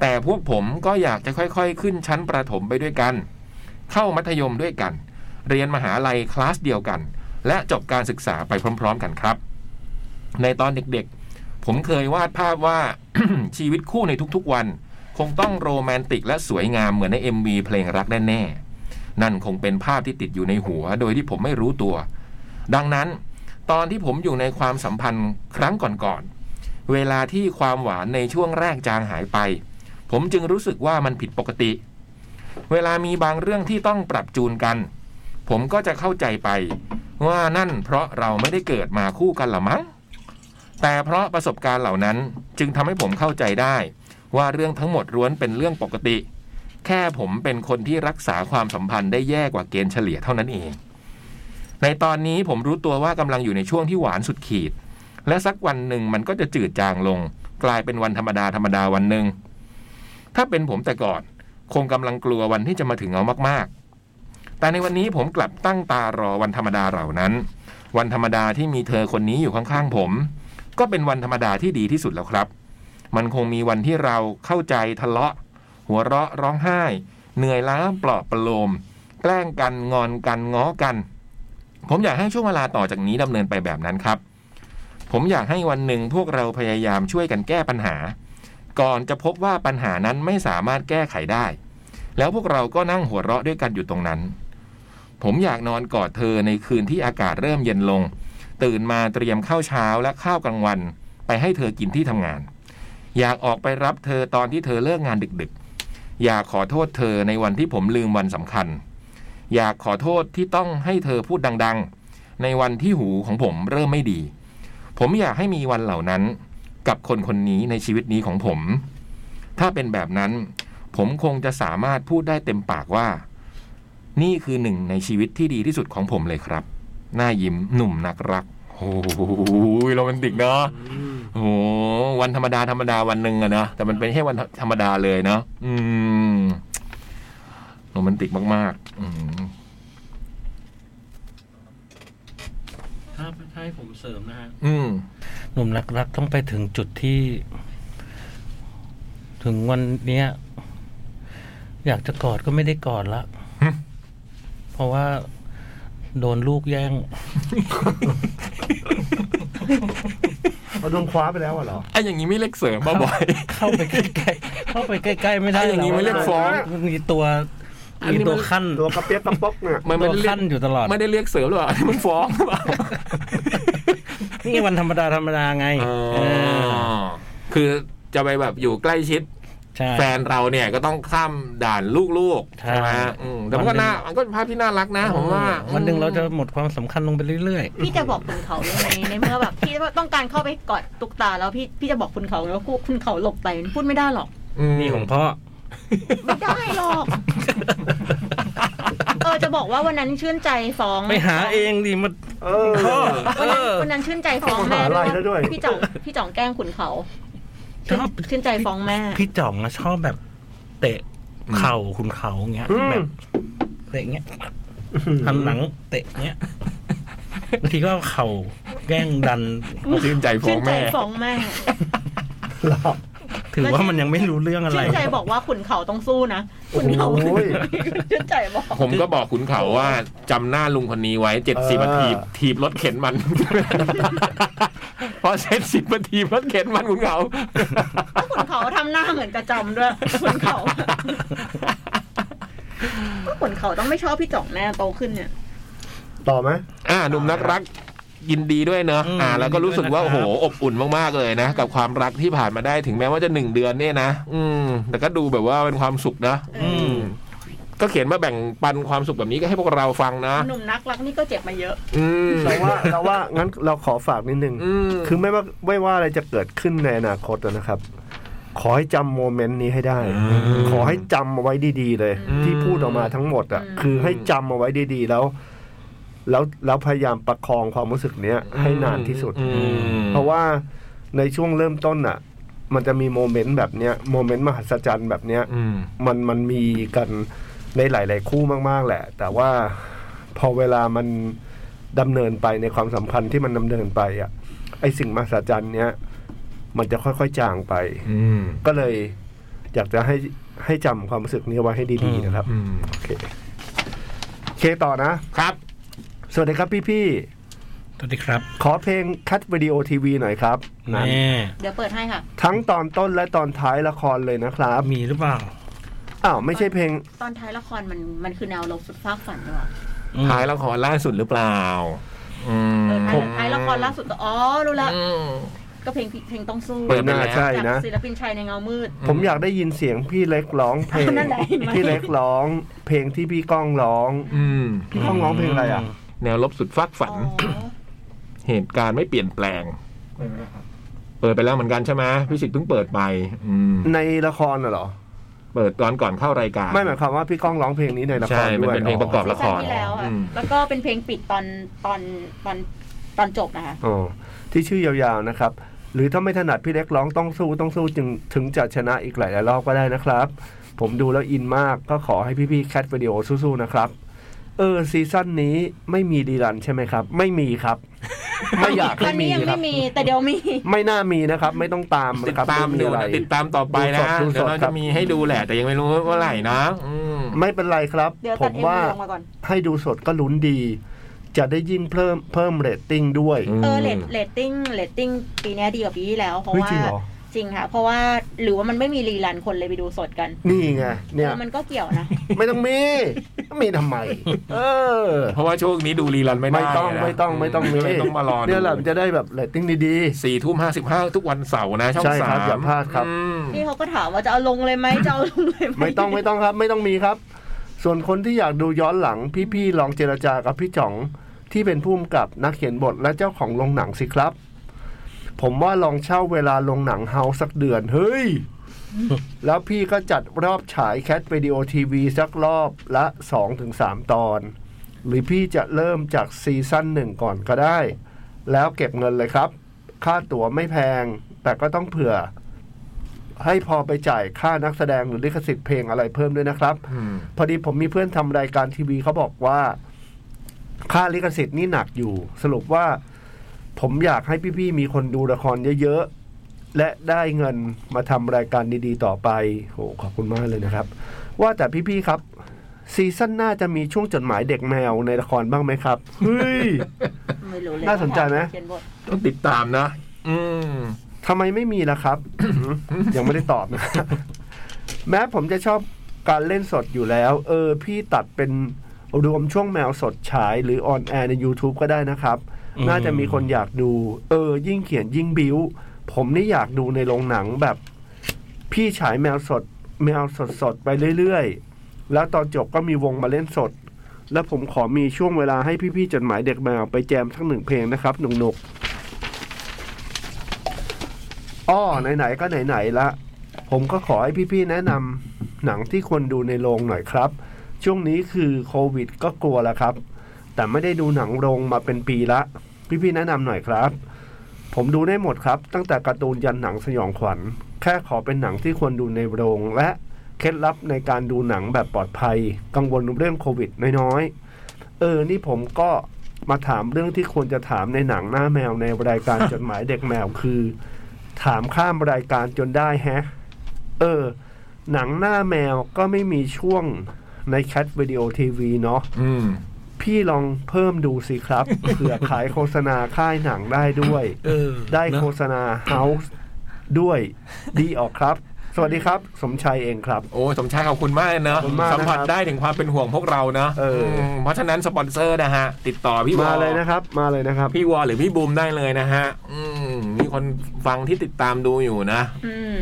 [SPEAKER 2] แต่พวกผมก็อยากจะค่อยๆ ขึ้นชั้นประถมไปด้วยกัน เข้ามัธยมด้วยกัน เรียนมหาลัยคลาสเดียวกัน และจบการศึกษาไปพร้อม ๆ กันครับ ในตอนเด็กๆ ผมเคยวาดภาพว่า <coughs> ชีวิตคู่ในทุกๆวัน คงต้องโรแมนติกและสวยงามเหมือนใน MV เพลงรักแน่ๆนั่นคงเป็นภาพที่ติดอยู่ในหัว โดยที่ผมไม่รู้ตัว ดังนั้น ตอนที่ผมอยู่ในความสัมพันธ์ครั้งก่อนๆ เวลาที่ความหวานในช่วงแรกจางหายไป ผมจึงรู้สึกว่ามันผิดปกติ เวลามีบางเรื่องที่ต้องปรับจูนกัน ผมก็จะเข้าใจไป ว่านั่นเพราะเราไม่ได้เกิดมาคู่กันหรอมั้ง แต่เพราะประสบการณ์เหล่านั้นจึงทำให้ผมเข้าใจได้ ว่าเรื่องทั้งหมดล้วนเป็นเรื่องปกติ แค่ผมเป็นคนที่รักษาความสัมพันธ์ได้แย่กว่าเกณฑ์เฉลี่ยเท่านั้นเอง ในตอนนี้ผมรู้ตัวว่ากำลังอยู่ในช่วงที่หวานสุดขีด และสักวันหนึ่งมันก็จะจืดจางลง กลายเป็นวันธรรมดาธรรมดาวันหนึ่ง ถ้าเป็นผมแต่ก่อน คงกำลังกลัววันที่จะมาถึงเอามากๆ แต่ในวันนี้ผมกลับตั้งตารอวันธรรมดาเหล่านั้น วันธรรมดาที่มีเธอคนนี้อยู่ข้างๆผม ก็เป็นวันธรรมดาที่ดีที่สุดแล้วครับ มันคงมีวันที่เราเข้าใจทะเลาะ หัวเราะร้องไห้ เหนื่อยล้าปลอบประโลม แกล้งกันงอนกันง้อกัน ผมอยากให้ช่วงเวลาต่อจากนี้ดำเนินไปแบบนั้นครับ ผมอยากให้วันหนึ่งพวกเราพยายามช่วยกันแก้ปัญหา ก่อนจะพบว่าปัญหานั้นไม่สามารถแก้ไขได้ แล้วพวกเราก็นั่งหัวเราะด้วยกันอยู่ตรงนั้น ผมอยากนอนกอดเธอในคืนที่อากาศเริ่มเย็นลง ตื่นมาเตรียมข้าวเช้าและข้าวกลางวัน ไปให้เธอกินที่ทำงาน อยากออกไปรับเธอตอนที่เธอเลิกงานดึกๆ อยากขอโทษเธอในวันที่ผมลืมวันสำคัญ อยากขอโทษที่ต้องให้เธอพูดดังๆ ในวันที่หูของผมเริ่มไม่ดี ผมอยากให้มีวันเหล่านั้น กับคนคนนี้ในชีวิตนี้ของผม ถ้าเป็นแบบนั้น ผมคงจะสามารถพูดได้เต็มปากว่า นี่คือหนึ่งในชีวิตที่ดีที่สุดของผมเลยครับ หน้ายิ้มหนุ่มนักรัก โอ้โหโรแมนติกเนาะโอ้โหวันธรรมดาธรรมดาวันหนึ่งอะนะแต่มันเป็นแค่วันธรรมดาเลยเนาะอืมโรแมนติกมากๆ อืม
[SPEAKER 1] ถ้าถ้าให้ผมเสริมนะฮะ
[SPEAKER 2] อืม
[SPEAKER 1] หนุ่มรักๆต้องไปถึงจุดที่ ถึงวันเนี้ย อยากจะกอดก็ไม่ได้กอดละ
[SPEAKER 2] ฮึ
[SPEAKER 1] เพราะว่า โดนลูกแย่ง
[SPEAKER 3] เอาโดนคว้าไปแล้วอะเหรอ
[SPEAKER 2] ไอ้อย่างนี้ไม่เล็กเสริม
[SPEAKER 1] <laughs>
[SPEAKER 2] บ่าบอย
[SPEAKER 1] เข้าไปใกล้ๆเข้าไปใกล้ๆไม่ได้
[SPEAKER 2] ไอ้อย่างนี้
[SPEAKER 1] ห
[SPEAKER 2] ไม่เรียกฟ้อง
[SPEAKER 1] มันมีตัว
[SPEAKER 2] อันนี้
[SPEAKER 1] มี
[SPEAKER 2] มัน
[SPEAKER 1] ตัวขั้น
[SPEAKER 3] ตัวกระเปี๊ยกกระป๊อกเนี่ย
[SPEAKER 2] มันไม่
[SPEAKER 1] ตัว
[SPEAKER 2] ได้เรีย
[SPEAKER 1] ขั้
[SPEAKER 2] ก
[SPEAKER 1] นอยู่ตลอด
[SPEAKER 2] ไม่ได้เรียกเสริมหรอกอันนี้มัน
[SPEAKER 1] <laughs>
[SPEAKER 2] ฟ้องหรือเปล่า
[SPEAKER 1] นี่วันธรรมดาธรรมดาไง
[SPEAKER 2] อ๋อ
[SPEAKER 1] เออ
[SPEAKER 2] คือจะไปแบบอยู่ใกล้ชิด
[SPEAKER 1] ใช่
[SPEAKER 2] แฟนเราเนี่ยก็ต้องข้ามด่านลูกๆ
[SPEAKER 1] ใช่
[SPEAKER 2] ใช่ไหมอืมแต่มันก็
[SPEAKER 1] วันหนึ่ง
[SPEAKER 2] น่ามันก็เป็นภาพที่น่ารักนะ ผมว่า
[SPEAKER 1] วันหนึ่งเราจะหมดความสำคัญลงไปเรื่อย
[SPEAKER 4] พี่จะบอกคุณเขายังไงในเมื่อแบบพี่ต้องการเข้าไปกอดตุกตาแล้วพี่พี่จะบอกคุณเขาแล้วคุณเขาหลบไปพูดไม่ได้หรอก
[SPEAKER 2] อืม
[SPEAKER 1] ๆ นี่ของพ่อ
[SPEAKER 4] ไม่ได้หรอก เออจะบอกว่าวันนั้นชื่นใจฟ้อง
[SPEAKER 1] ไปหาเองดิมัน
[SPEAKER 3] เออ
[SPEAKER 4] วันนั้นวันนั้นชื่นใจฟ้อง
[SPEAKER 3] เอา
[SPEAKER 4] แม่
[SPEAKER 3] หาลัยแล้วด้วย
[SPEAKER 4] พี่จ่องพี่จ่องแกล้งขุนเขา
[SPEAKER 1] ชอบ
[SPEAKER 4] ชื่นใจฟ้องแม่
[SPEAKER 1] พี่จ่องอะชอบแบบ เตะเข่าคุณเขาอย่างเงี้ย
[SPEAKER 3] อืม
[SPEAKER 1] แบบเตะอย่างเงี้ย หันหลังเตะเนี้ย <laughs> บางทีก็เอาเข่าแกล้ง
[SPEAKER 4] <laughs>
[SPEAKER 1] ดัน
[SPEAKER 2] <laughs> ชื่นใจฟ้อ
[SPEAKER 4] ชื่
[SPEAKER 2] ง
[SPEAKER 4] นใจ
[SPEAKER 2] แม่
[SPEAKER 4] ฟ้องแม่
[SPEAKER 3] หรอ
[SPEAKER 1] ถือว่ามันยังไม่รู้เรื่องอะไร
[SPEAKER 4] ชื่นใจบอกว่าขุนเขาต้องสู้นะ
[SPEAKER 3] โอ้
[SPEAKER 4] ขุนเขา
[SPEAKER 3] โหย
[SPEAKER 4] ชื่นใจบอก
[SPEAKER 2] ผมก็บอกขุนเขาว่าจำหน้าลุงคนนี้ไว้เจ็ดสิบ
[SPEAKER 3] เออ
[SPEAKER 2] นาทีทีบรถเข็นมัน <laughs> พอเจ็ดสิบนาทีรถเข็นมันขุนเขา <laughs>
[SPEAKER 4] แล้วขุนเขาทำหน้าเหมือนกระจำด้วยขุนเขาก็ขุนเขาต้องไม่ชอบพี่จ่องแน่โตขึ้นเนี่ย
[SPEAKER 3] ต่อไหม
[SPEAKER 2] อ่าหนุ่มนักรักยินดีด้วยเนอะ
[SPEAKER 1] อืม
[SPEAKER 2] อ่า แล้วก็รู้สึกว่า
[SPEAKER 1] ยิ
[SPEAKER 2] โอ้
[SPEAKER 1] นดี
[SPEAKER 2] โห
[SPEAKER 1] ด้วยนะครับ
[SPEAKER 2] อบอุ่นมากๆเลยนะ กับความรักที่ผ่านมาได้ถึงแม้ว่าจะหนึ่งเดือนเนี่ยนะอืม แต่ก็ดูแบบว่าเป็นความสุขนะ
[SPEAKER 4] อื
[SPEAKER 2] อืม ก็เขียนมาแบ่งปันความสุขแบบนี้ก็ให้พวกเราฟังนะ
[SPEAKER 4] หนุ่มนักรักนี่ก็เจ็บมาเยอะ
[SPEAKER 2] อืม
[SPEAKER 3] เราว่าเราว่างั้นเราขอฝากนิดนึง
[SPEAKER 2] อืม
[SPEAKER 3] คือไม่ว่าไม่ว่าอะไรจะเกิดขึ้นในอนาคตนะครับ ขอให้จำโมเมนต์นี้ให้ได้ ขอให้จำเอาไว้ดีๆเลย
[SPEAKER 2] อืม
[SPEAKER 3] ที่พูดออกมาทั้งหมดอ่ะ
[SPEAKER 4] อืม
[SPEAKER 3] คือให้จำเอาไว้ดีๆแล้ว แล้วแล้วพยายามประคองความรู้สึกเนี้ยให้นานที่สุด
[SPEAKER 2] อืม
[SPEAKER 3] เพราะว่าในช่วงเริ่มต้นอ่ะ มันจะมีโมเมนต์แบบเนี้ยโมเมนต์มหัศจรรย์แบบเนี้ย
[SPEAKER 2] อืม
[SPEAKER 3] มันมันมีกันในหลาย ๆ คู่มาก ๆ แหละ แต่ว่าพอเวลามันดำเนินไปในความสัมพันธ์ที่มันดำเนินไปอ่ะไอสิ่งมหัศจรรย์เนี้ยมันจะค่อย ๆ จางไป
[SPEAKER 2] อืม
[SPEAKER 3] ก็เลย อยากจะให้ให้จำความรู้สึกนี้ไว้ให้ดีๆนะครับ
[SPEAKER 2] อืม
[SPEAKER 3] โอเคโอเคต่อนะ
[SPEAKER 2] ครับ
[SPEAKER 3] สวัสดีครับพี่
[SPEAKER 1] สวัสดีครับ
[SPEAKER 3] ๆขอเพลงคัดวิดีโอทีวีหน่อยครับนั่น
[SPEAKER 1] แม่
[SPEAKER 4] เดี๋ยวเปิดให้ค่ะ
[SPEAKER 3] ทั้งตอนต้นและตอนท้ายละครเลยนะครับ
[SPEAKER 1] มีหรือเปล่า
[SPEAKER 3] อ้าวไม่ใช่เพลง
[SPEAKER 4] ตอนท้ายละครมันมันคือแนวลบสุดฟากฝันด้วย
[SPEAKER 1] อืม
[SPEAKER 2] ท้ายละครล่าสุดหรือเปล่า อืม
[SPEAKER 4] เออท้ายท้ายละครล่าสุดก็อ๋อรู้ละ
[SPEAKER 2] อืม
[SPEAKER 4] ก็เพลงเพลงต้องสู้
[SPEAKER 2] เปิด
[SPEAKER 3] หน้าใช่
[SPEAKER 4] จาก
[SPEAKER 3] นะ
[SPEAKER 4] ศิลปินชายในเงามืด
[SPEAKER 3] ผมอยากได้ยินเสียงพี่เล็กร้องเพลง
[SPEAKER 4] นั่นแหละ
[SPEAKER 3] พี่เล็กร้อง เพลงที่พี่ก้องร้อง
[SPEAKER 2] อืม
[SPEAKER 3] พี่ก้องร้องเพลงอะไรอ่ะ
[SPEAKER 2] แนวลบสุดฟักฝัน
[SPEAKER 4] อ๋อ
[SPEAKER 2] เหตุการณ์ไม่เปลี่ยนแปลง
[SPEAKER 5] เปิดไปแล้วครับ
[SPEAKER 2] เปิดไปแล้วเหมือนกันใช่ไหมพี่สิทธิ์เพิ่งเปิดไป อืม
[SPEAKER 3] ในละครน่ะเหรอ
[SPEAKER 2] เปิดตอนก่อนเข้ารายการ
[SPEAKER 3] ไม่หมายความว่าพี่ก้องร้องเพลงนี้ในละค
[SPEAKER 2] ใช่
[SPEAKER 3] ร
[SPEAKER 2] มัน
[SPEAKER 3] ด้วย
[SPEAKER 2] เป็นเพลงประกอบละคร
[SPEAKER 4] ซีซั่นที่แล้วอะ
[SPEAKER 2] อืม
[SPEAKER 4] แล้วก็เป็นเพลงปิดตอนตอนตอนตอนจบนะคะ
[SPEAKER 3] อ๋อที่ชื่อยาวๆนะครับ หรือถ้าไม่ถนัดพี่เล็กร้องต้องสู้ต้องสู้จึงถึงจะชนะอีกหลายๆรอบก็ได้นะครับ ผมดูแล้วอินมากก็ขอให้พี่ๆแคทวิดีโอสู้ๆนะครับ เออซีซั่นนี้ไม่มีดีรันใช่ไหมครับ ไม่มีครับ ไม่อยาก
[SPEAKER 4] ตอ
[SPEAKER 3] ให้
[SPEAKER 4] น
[SPEAKER 3] มี
[SPEAKER 4] นี้ยัง
[SPEAKER 3] ครั
[SPEAKER 4] ไม่
[SPEAKER 3] บ
[SPEAKER 4] มีแต่เดี๋ยวมี
[SPEAKER 3] ไม่น่ามีนะครับ ไม่ต้องตาม
[SPEAKER 2] ติด
[SPEAKER 3] นะครับ
[SPEAKER 2] ตามดู
[SPEAKER 3] ไอะไร
[SPEAKER 2] นะติดตามต่อไปนะ
[SPEAKER 3] ดูสดดูสด
[SPEAKER 2] เดี๋ยว
[SPEAKER 3] ค
[SPEAKER 2] เรา
[SPEAKER 3] รั
[SPEAKER 2] จะ
[SPEAKER 3] บ
[SPEAKER 2] มีให้ดูแหละ แต่ยังไม่รู้ว่าเมื่อไหร่นะอืม
[SPEAKER 3] ไม่เป็นไรครับ
[SPEAKER 4] เดี๋ยว
[SPEAKER 3] ผ
[SPEAKER 4] ตัด
[SPEAKER 3] ม
[SPEAKER 4] เอ็ม
[SPEAKER 3] ว่า
[SPEAKER 4] วีลงมาก่อน
[SPEAKER 3] ให้ดูสดก็ลุ้นดี จะได้ยิ่งเพิ่มเพิ่มเรตติ้งด้วย
[SPEAKER 4] เออเรตเรตติ้งเรตติ้งปีเนี้ยดีกว่าปีที่แล้ว เพราะ
[SPEAKER 3] เฮ้ย
[SPEAKER 4] ว่า
[SPEAKER 3] จริงเหรอ
[SPEAKER 4] จริงค่ะ เพราะว่าหรือว่ามันไม่มีรีรันคนเลยไปดูสดกัน
[SPEAKER 3] นี่ไงเนี่ย
[SPEAKER 4] เออมันก็เกี่ยวนะ
[SPEAKER 3] ไม่ต้องมี มีทำไม เออ
[SPEAKER 2] เพราะว่าช่วงนี้ดูรีรันไม่ได้
[SPEAKER 3] ไม่ต้อง
[SPEAKER 2] นะ
[SPEAKER 3] ไม่ต้องไม่ต้องมี
[SPEAKER 2] ไม่ต้องมารอดู
[SPEAKER 3] เนี่ยแหละมันจะได้แบบเรตติ้งดี
[SPEAKER 2] สี่ทุ่มห้าสิบห้าทุกวันเสาร์นะช่อง
[SPEAKER 3] ใช่ค
[SPEAKER 2] สา
[SPEAKER 3] รับ
[SPEAKER 2] ม
[SPEAKER 3] อย่าพลาดครับ
[SPEAKER 2] อืม
[SPEAKER 4] พี่เขาก็ถามว่าจะเอาลงเลยไหมจะเอาลงเลยไห
[SPEAKER 3] ๆ
[SPEAKER 4] ม
[SPEAKER 3] ไม่ต้องไม่ต้องครับ ไม่ต้องมีครับ ส่วนคนที่อยากดูย้อนหลัง พี่ๆลองเจรจากับพี่จ๋องที่เป็นผู้กำกับนักเขียนบทและเจ้าของโรงหนังสิครับ ผมว่าลองเช่าเวลาโรงหนังเฮาสักเดือน เฮ้ย แล้วพี่ก็จัดรอบฉายแคทวิดีโอทีวีสักรอบละ2-3ถึง3ตอน หรือพี่จะเริ่มจากซีซั่นหนึ่งก่อนก็ได้ แล้วเก็บเงินเลยครับ ค่าตั๋วไม่แพง แต่ก็ต้องเผื่อ ให้พอไปจ่ายค่านักแสดงหรือลิขสิทธิ์เพลงอะไรเพิ่มด้วยนะครับ
[SPEAKER 2] อืม
[SPEAKER 3] พอดีผมมีเพื่อนทำรายการทีวีเขาบอกว่า ค่าลิขสิทธิ์นี่หนักอยู่ สรุปว่า ผมอยากให้พี่ๆมีคนดูละครเยอะๆ และได้เงินมาทำรายการดีๆ ต่อไปโหขอบคุณมากเลยนะครับ ว่าแต่พี่ๆครับ ซีซั่นหน้าจะมีช่วงจดหมายเด็กแมวในละครบ้างไหมครับเฮ้ย
[SPEAKER 4] ไม่รู้เลย
[SPEAKER 3] น่าสนใจไหม
[SPEAKER 4] เขียนบท
[SPEAKER 2] ต้องติดตามนะ อืม
[SPEAKER 3] ทำไมไม่มีล่ะครับ <coughs> ยังไม่ได้ตอบนะ <laughs> แม้ผมจะชอบการเล่นสดอยู่แล้ว เออ พี่ตัดเป็นรวมช่วงแมวสดฉายหรือออนแอร์ใน YouTube ก็ได้นะครับ น่าจะมีคนอยากดู เออ ยิ่งเขียนยิ่งบิวผมนี่อยากดูในโรงหนังแบบ พี่ฉายแมวสด แมวสดสดๆไปเรื่อยๆ แล้วตอนจบก็มีวงมาเล่นสด แล้วผมขอมีช่วงเวลาให้พี่ๆจดหมายเด็กแมวไปแจมทั้งหนึ่งเพลงนะครับหนุกๆอ้อไหนๆก็ไหนๆละ ผมก็ขอให้พี่ๆแนะนำหนังที่ควรดูในโรงหน่อยครับ ช่วงนี้คือโควิดก็กลัวแล้วครับ แต่ไม่ได้ดูหนังโรงมาเป็นปีละ พี่ๆแนะนำหน่อยครับ ผมดูได้หมดครับ ตั้งแต่การ์ตูนยันหนังสยองขวัญ แค่ขอเป็นหนังที่ควรดูในโรง และเคล็ดลับในการดูหนังแบบปลอดภัย กังวลเรื่องโควิดน้อยๆ เออ นี่ผมก็มาถามเรื่องที่ควรจะถามในหนังหน้าแมวในรายการ จดหมายเด็กแมวคือ ถามข้ามรายการจนได้แฮะ เออ หนังหน้าแมวก็ไม่มีช่วงในแคทวิดีโอทีวีเนาะ
[SPEAKER 2] อืม
[SPEAKER 3] พี่ลองเพิ่มดูสิครับ
[SPEAKER 1] <laughs>
[SPEAKER 3] เผื่อขายโฆษณาค่ายหนังได้ด้วย
[SPEAKER 1] เออ
[SPEAKER 3] ได้
[SPEAKER 1] เนอะ
[SPEAKER 3] โฆษณาเฮาส์ด้วยดีออกครับ สวัสดีครับ สมชัยเองครับ
[SPEAKER 2] โอ้ยสมชายขอบคุณมากเลยเนอะ
[SPEAKER 3] ขอบคุณมาก
[SPEAKER 2] สัมผัส
[SPEAKER 3] นะครับ
[SPEAKER 2] ได้ถึงความเป็นห่วงพวกเราเนอะ
[SPEAKER 3] เอออื
[SPEAKER 2] มเพราะฉะนั้นสปอนเซอร์นะฮะ ติดต่อพี่วอ
[SPEAKER 3] มาเลยนะครับ มาเลยนะครับ
[SPEAKER 2] พี่วอหรือพี่บูมได้เลยนะฮะ อืมมีคนฟังที่ติดตามดูอยู่นะ
[SPEAKER 4] อืม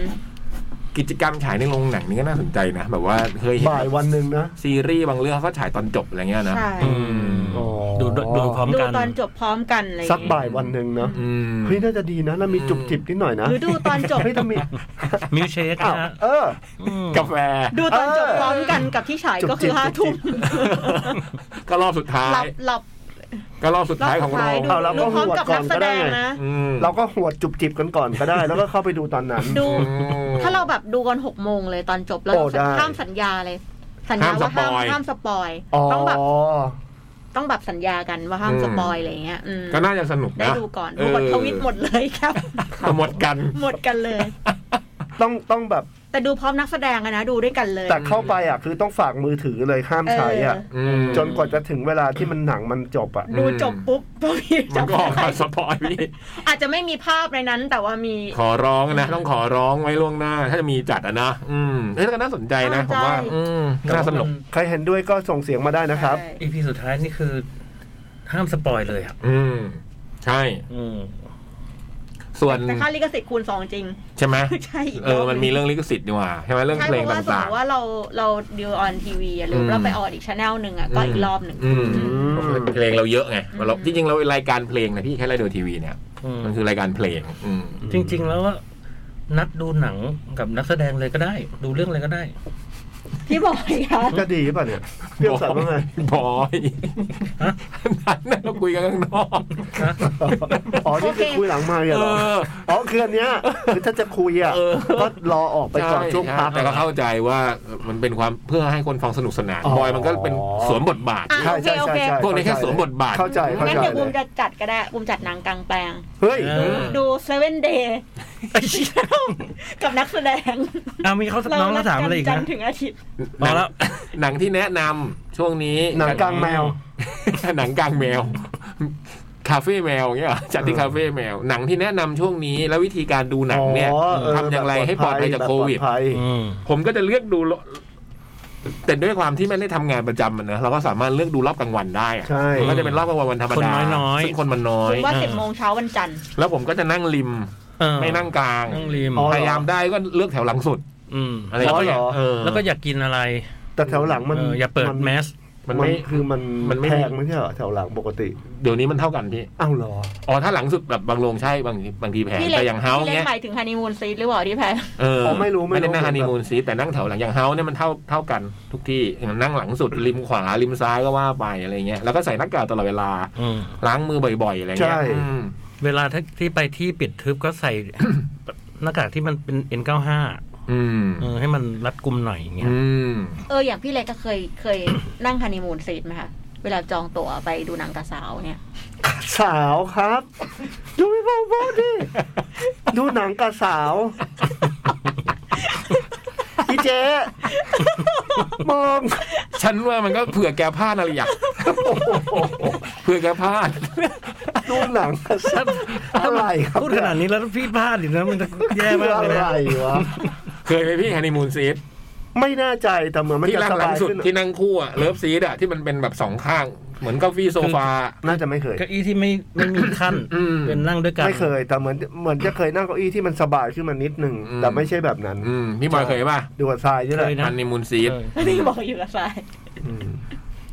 [SPEAKER 2] กิจกรรมฉายในโรงหนังนี่ก็น่าสนใจนะ แบบว่าเคยเห็น
[SPEAKER 3] บ่ายวันหนึ่งนะ
[SPEAKER 2] ซีรีส์บางเรื่องเขาก็ฉายตอนจบอะไรเงี้ยนะ
[SPEAKER 4] ใช่
[SPEAKER 1] อืม
[SPEAKER 3] อ๋อ
[SPEAKER 1] ดูดูพร้อม
[SPEAKER 4] ดู
[SPEAKER 1] กัน
[SPEAKER 4] ตอนจบพร้อมกันอะไรอย่าง
[SPEAKER 3] สัก
[SPEAKER 4] เงี้ย
[SPEAKER 3] บ่ายวันหนึ่งเนาะ
[SPEAKER 2] อืม
[SPEAKER 3] เฮ้ยน่าจะดีนะแล้วมีจุบจิบนิดหน่อยนะ
[SPEAKER 4] หรือดูตอนจบ
[SPEAKER 3] เฮ้ย
[SPEAKER 4] <laughs>
[SPEAKER 3] ถ้ามี
[SPEAKER 1] มิวเชค
[SPEAKER 3] อ้าว
[SPEAKER 1] นะฮะ
[SPEAKER 3] เออ
[SPEAKER 1] อืม
[SPEAKER 3] <laughs>
[SPEAKER 2] กาแฟ
[SPEAKER 4] ดูตอนจบ
[SPEAKER 3] เออ
[SPEAKER 4] พร้อมกันกับที่ฉายก็คื
[SPEAKER 3] จุ
[SPEAKER 4] อก
[SPEAKER 3] จิก
[SPEAKER 4] ห้าทุ่ม
[SPEAKER 3] จุกจิ
[SPEAKER 2] ก็รอบสุดท้า
[SPEAKER 4] หลั
[SPEAKER 2] ย
[SPEAKER 4] บหลับ
[SPEAKER 2] ก็รอบสุด
[SPEAKER 4] รอบ
[SPEAKER 2] ท้ายข
[SPEAKER 4] สุ
[SPEAKER 2] อง
[SPEAKER 4] ด
[SPEAKER 2] โร
[SPEAKER 4] ท้าย
[SPEAKER 2] ง
[SPEAKER 4] ดู
[SPEAKER 3] เอาเราก็
[SPEAKER 4] ดูพร้อมกับ
[SPEAKER 3] หวดก่อ
[SPEAKER 4] นั
[SPEAKER 3] นก็
[SPEAKER 4] กแสด
[SPEAKER 3] ได้
[SPEAKER 4] ง
[SPEAKER 3] ไง
[SPEAKER 4] นะ
[SPEAKER 2] อืม
[SPEAKER 3] เราก็หวดจุบจิบกันก่อนก็ได้ <laughs> แล้วก็เข้าไปดูตอนนั้น
[SPEAKER 4] ดู
[SPEAKER 2] อืม
[SPEAKER 4] ถ้าเราแบบดูกันหกโมงเลยตอนจบแล้ว
[SPEAKER 3] โอ้ได้
[SPEAKER 4] ห้ามสัญญาเลย สัญญา
[SPEAKER 2] ห้าม
[SPEAKER 4] ว่าห้าม
[SPEAKER 2] สปอย
[SPEAKER 3] อ๋อ
[SPEAKER 4] ห้ามสปอยต้องแบบต้องแบบสัญญากันว่าห้ามสปอยอะไรอย่างเงี้ยอืม
[SPEAKER 2] ก็น่าจะสนุก
[SPEAKER 4] ได้
[SPEAKER 2] นะ
[SPEAKER 4] ดูก่อนดูก่อน
[SPEAKER 2] เออ
[SPEAKER 4] <laughs> ทวิตหมดเลยครับ
[SPEAKER 2] หมดกัน
[SPEAKER 4] หมดกันเลย
[SPEAKER 3] ต้องต้องแบบ
[SPEAKER 4] แต่ดูพร้อมนักแสดงอะนะดูด้วยกันเลย
[SPEAKER 3] แต่เข้าไปอ่ะคือต้องฝากมือถือเลยห้ามใช้อ่ะ
[SPEAKER 4] เ
[SPEAKER 2] อืม
[SPEAKER 3] จนกว่าจะถึงเวลาที่มันหนังมันจบอ่ะ
[SPEAKER 4] ออดูจบปุ๊บพอพี่
[SPEAKER 2] มั
[SPEAKER 4] จะ
[SPEAKER 2] นก็ออกมาสปอย
[SPEAKER 4] <laughs>
[SPEAKER 2] พี่
[SPEAKER 4] อาจจะไม่มีภาพในนั้น แต่ว่ามี
[SPEAKER 2] ขอร้องนะ ต้องขอร้องไว้ล่วงหน้า ถ้าจะมีจัดอะนะอืมเอ้ยแล้วก็น่าสนใจนะ
[SPEAKER 4] น่าสน
[SPEAKER 2] ผม
[SPEAKER 4] ใจ
[SPEAKER 2] ว่า อืมน่าสนุก
[SPEAKER 3] ใครเห็นด้วยก็ส่งเสียงมาได้นะครับ
[SPEAKER 4] ใช่
[SPEAKER 1] อีพีสุดท้ายนี่คือ ห้ามสปอยเลยอ่ะ
[SPEAKER 2] อืม ใช่
[SPEAKER 1] อืม
[SPEAKER 2] ส่วน
[SPEAKER 4] แต่ค่าลิขสิทธิ์คูณสองจริง
[SPEAKER 2] ใช่ไหม
[SPEAKER 4] ใช่ก
[SPEAKER 2] เออ มันมีเรื่องลิขสิทธิ์ดีกว่าใช่ไหมเรื่อง
[SPEAKER 4] ใช่
[SPEAKER 2] เพล
[SPEAKER 4] เพ
[SPEAKER 2] ง
[SPEAKER 4] ราะว่าสม
[SPEAKER 2] ต่าม ง
[SPEAKER 4] ติว่าเราเราดิวออนทีวีหรือ
[SPEAKER 2] ม
[SPEAKER 4] เราไปออนอีกชแนลหนึ่งอ่ะก็อีกรอบหนึ่ง
[SPEAKER 2] อืม
[SPEAKER 3] อืม
[SPEAKER 2] เพลงเราเยอะไงเรา
[SPEAKER 4] อืม
[SPEAKER 2] จริงๆเรารายการเพลงนะพี่แค่รายดูทีวีเนี่ย
[SPEAKER 1] อืม
[SPEAKER 2] มันคือรายการเพลง อืม
[SPEAKER 1] จริง ๆ แล้วว่านัดดูหนังกับนักแสดงเลยก็ได้ ดูเรื่องอะไรก็ได้
[SPEAKER 4] พี่บอยคะ
[SPEAKER 3] จะดีป่ะเนี่ยเปรี้ยวสันว่าไง
[SPEAKER 2] บอย
[SPEAKER 1] ฮะ
[SPEAKER 2] นั้นน่ะเราคุยกันข้างนอก
[SPEAKER 1] นะ
[SPEAKER 3] อ๋อนี่คือคุยหลังไมาเหร
[SPEAKER 2] เอ
[SPEAKER 3] อ
[SPEAKER 2] อ
[SPEAKER 3] อ๋อคืออันเนี้ยคือถ้าจะคุยอ่ะ
[SPEAKER 2] เออ
[SPEAKER 3] ก็รอออกไปก่อน
[SPEAKER 2] ใ
[SPEAKER 3] ช่วงพัก
[SPEAKER 2] แต่ก็เข้าใจว่ามันเป็นความเพื่อให้คนฟังสนุกสนาน
[SPEAKER 3] อ๋อ
[SPEAKER 2] บอยมันก็เป็นสวมบทบาท
[SPEAKER 4] อ่ะ
[SPEAKER 3] ใช่
[SPEAKER 4] โอ
[SPEAKER 3] ใช่
[SPEAKER 4] เคโอ
[SPEAKER 3] ใช่
[SPEAKER 4] เค
[SPEAKER 3] ใช่
[SPEAKER 2] พวกนี้แค่สวมบทบาท
[SPEAKER 3] เข้าใจเข้า
[SPEAKER 4] งั้น
[SPEAKER 3] ใจ
[SPEAKER 4] เดี๋ยว
[SPEAKER 3] เล
[SPEAKER 4] บูม
[SPEAKER 3] ย
[SPEAKER 4] จะจัดก็ได้บูมจัดหนังกลางแปลง
[SPEAKER 3] เฮ้ย
[SPEAKER 1] เออ
[SPEAKER 4] ดูเซเว่นเดย์กับนักแสดง
[SPEAKER 1] อ่ะมีเขาน้องเขาถามอะไรอีก
[SPEAKER 4] จั
[SPEAKER 1] นะ
[SPEAKER 4] นทร์ถึงอาทิตย์
[SPEAKER 2] หนัง
[SPEAKER 1] เอาแล้ว
[SPEAKER 2] หนังที่แนะนำช่วงนี้
[SPEAKER 3] หนังกลางแมว
[SPEAKER 2] <laughs> หนังกลางแมว คาเฟ่แมวเงี้ยเหรอจัดที่คาเฟ่แมว หนังที่แนะนำช่วงนี้ แล้ววิธีการดูหนังเนี่ย
[SPEAKER 3] อ๋อเ
[SPEAKER 2] ทำอย่างไรให้ปลอดภัยจาก
[SPEAKER 3] แบบ
[SPEAKER 2] โควิด
[SPEAKER 3] ปลอภัย
[SPEAKER 1] อืม
[SPEAKER 2] ผมก็จะเลือกดูโลแต่ด้วยความที่ไม่ได้ทำงานประจำอะนะเราก็สามารถเลือกดูรอบกลางวันได้อะ
[SPEAKER 3] ใช่
[SPEAKER 2] มันก็จะเป็นรอบกลางวันวันธรรม
[SPEAKER 1] คน
[SPEAKER 2] ดา
[SPEAKER 1] น้อยๆ
[SPEAKER 2] ซึ่งคนมันน้อ
[SPEAKER 4] คุ
[SPEAKER 2] ย
[SPEAKER 4] ณว่า
[SPEAKER 1] เออ
[SPEAKER 4] สิบโมงเช้าวันจันทร์
[SPEAKER 2] แล้วผมก็จะนั่งริม
[SPEAKER 1] เออ
[SPEAKER 2] ไม่นั่งกลาง
[SPEAKER 1] นั่งริม
[SPEAKER 3] อ๋อ
[SPEAKER 2] พยายามได้ก็เลือกแถวหลังสุด
[SPEAKER 1] อืม
[SPEAKER 2] อะไรอย่างเงี้ย
[SPEAKER 3] อ๋อเหรอ
[SPEAKER 2] เออ
[SPEAKER 1] แล้วก็อยากกินอะไร
[SPEAKER 3] แต่แถวหลังมัน
[SPEAKER 1] เอออย่าเปิด
[SPEAKER 3] มัน
[SPEAKER 1] แมส
[SPEAKER 2] มั
[SPEAKER 3] มันน
[SPEAKER 2] ไม่
[SPEAKER 3] คือมัน
[SPEAKER 2] มันไม่
[SPEAKER 3] แพงไม่ใช่เหรอแถวหลังปกติ
[SPEAKER 2] เดี๋ยวนี้มันเท่ากันพี่
[SPEAKER 3] อ้าวเหรอ
[SPEAKER 2] อ๋อถ้าหลังสุดแบบบางโรงใช่บางบางทีแพง
[SPEAKER 4] พี่เล็ก
[SPEAKER 2] แต่อย่างเฮาส์
[SPEAKER 4] พี่เล็ก
[SPEAKER 2] เนี้ย
[SPEAKER 4] หมายถึงฮันนีมูนซีดหรือเปล่าที่แพง
[SPEAKER 2] เออ
[SPEAKER 3] อ๋อไม่รู้ไม่รู้
[SPEAKER 2] ได้นั่งฮันนีมูนซีแต่นั่งแถวหลังอย่างเฮาส์เนี่ยมันเท่าเท่ากันทุกที่อย่างนั่งหลังสุดริมขวาริมซ้ายก็ว่าไปอะไรเงี้ยแล้วก็ใส่หน้ากากตลอดเวลา
[SPEAKER 1] อืม
[SPEAKER 2] ล้างมือบ่อยๆอะไรเงี้ย
[SPEAKER 3] ใช่
[SPEAKER 2] อืม
[SPEAKER 1] เวลาถ้าที่ไปที่ปิดทึบก็ใส่ <coughs> หน้ากากที่มันเป็น N95
[SPEAKER 2] อืม
[SPEAKER 1] เออให้มันรัดกุมหน่อยอย่างเงี้ย
[SPEAKER 2] อืม
[SPEAKER 4] เอออย่างพี่เล็กก็เคยเคยนั่งฮันนีมูนซีดไหมคะเวลาจองตั๋วไปดูหนังกับสาวเนี่ย
[SPEAKER 3] สาวครับ ดูพี่บอลบอลดิดูหนังกับสาวพี่เจ๊มอง
[SPEAKER 2] ฉันว่ามันก็เผื่อแกพลาดอะไร
[SPEAKER 3] <laughs>
[SPEAKER 2] อย่างเผื่อแกพลาด
[SPEAKER 3] ดูหนังกับสาวอะไรครับ
[SPEAKER 1] พูดขนาดนี้แล้วพี่พลาดอีกนะมันจะแย่มากเลย
[SPEAKER 3] คือ
[SPEAKER 1] นะ
[SPEAKER 3] อะไรวะ
[SPEAKER 2] เคยไหมพี่ฮันนีมูนซี
[SPEAKER 3] ไม่แน่ใจแต่เหมือนมัน
[SPEAKER 2] ที่
[SPEAKER 3] จะ
[SPEAKER 2] นั่ง
[SPEAKER 3] ส
[SPEAKER 2] หลั
[SPEAKER 3] บาง ย
[SPEAKER 2] สุด
[SPEAKER 3] ขึ้น
[SPEAKER 2] ที่นั่งคู่อะเลิฟซีดอะที่มันเป็นแบบสองข้าง เหมือนเก้าอี้โซฟา
[SPEAKER 3] น่าจะไม่เคย
[SPEAKER 1] เก้าอี้ที่ไม่ไม่มีขั้น
[SPEAKER 2] อืม
[SPEAKER 1] เป็นนั่งด้วยกัน
[SPEAKER 3] ไม่เคย แต่เหมือนเหมือนจะเคยนั่งเก้าอี้ที่มันสบายขึ้นมานิดหนึ่ง
[SPEAKER 2] อืม
[SPEAKER 3] แต่ไม่ใช่แบบนั้น
[SPEAKER 2] อืมพี่บอยเคยป่ะ
[SPEAKER 3] ดูกับทรายนี่แห
[SPEAKER 1] เค
[SPEAKER 3] ละ
[SPEAKER 1] ยนะ
[SPEAKER 2] อันนีมูนซีด
[SPEAKER 1] เออ
[SPEAKER 4] พี่บอกอยู่กับสาย
[SPEAKER 3] อืม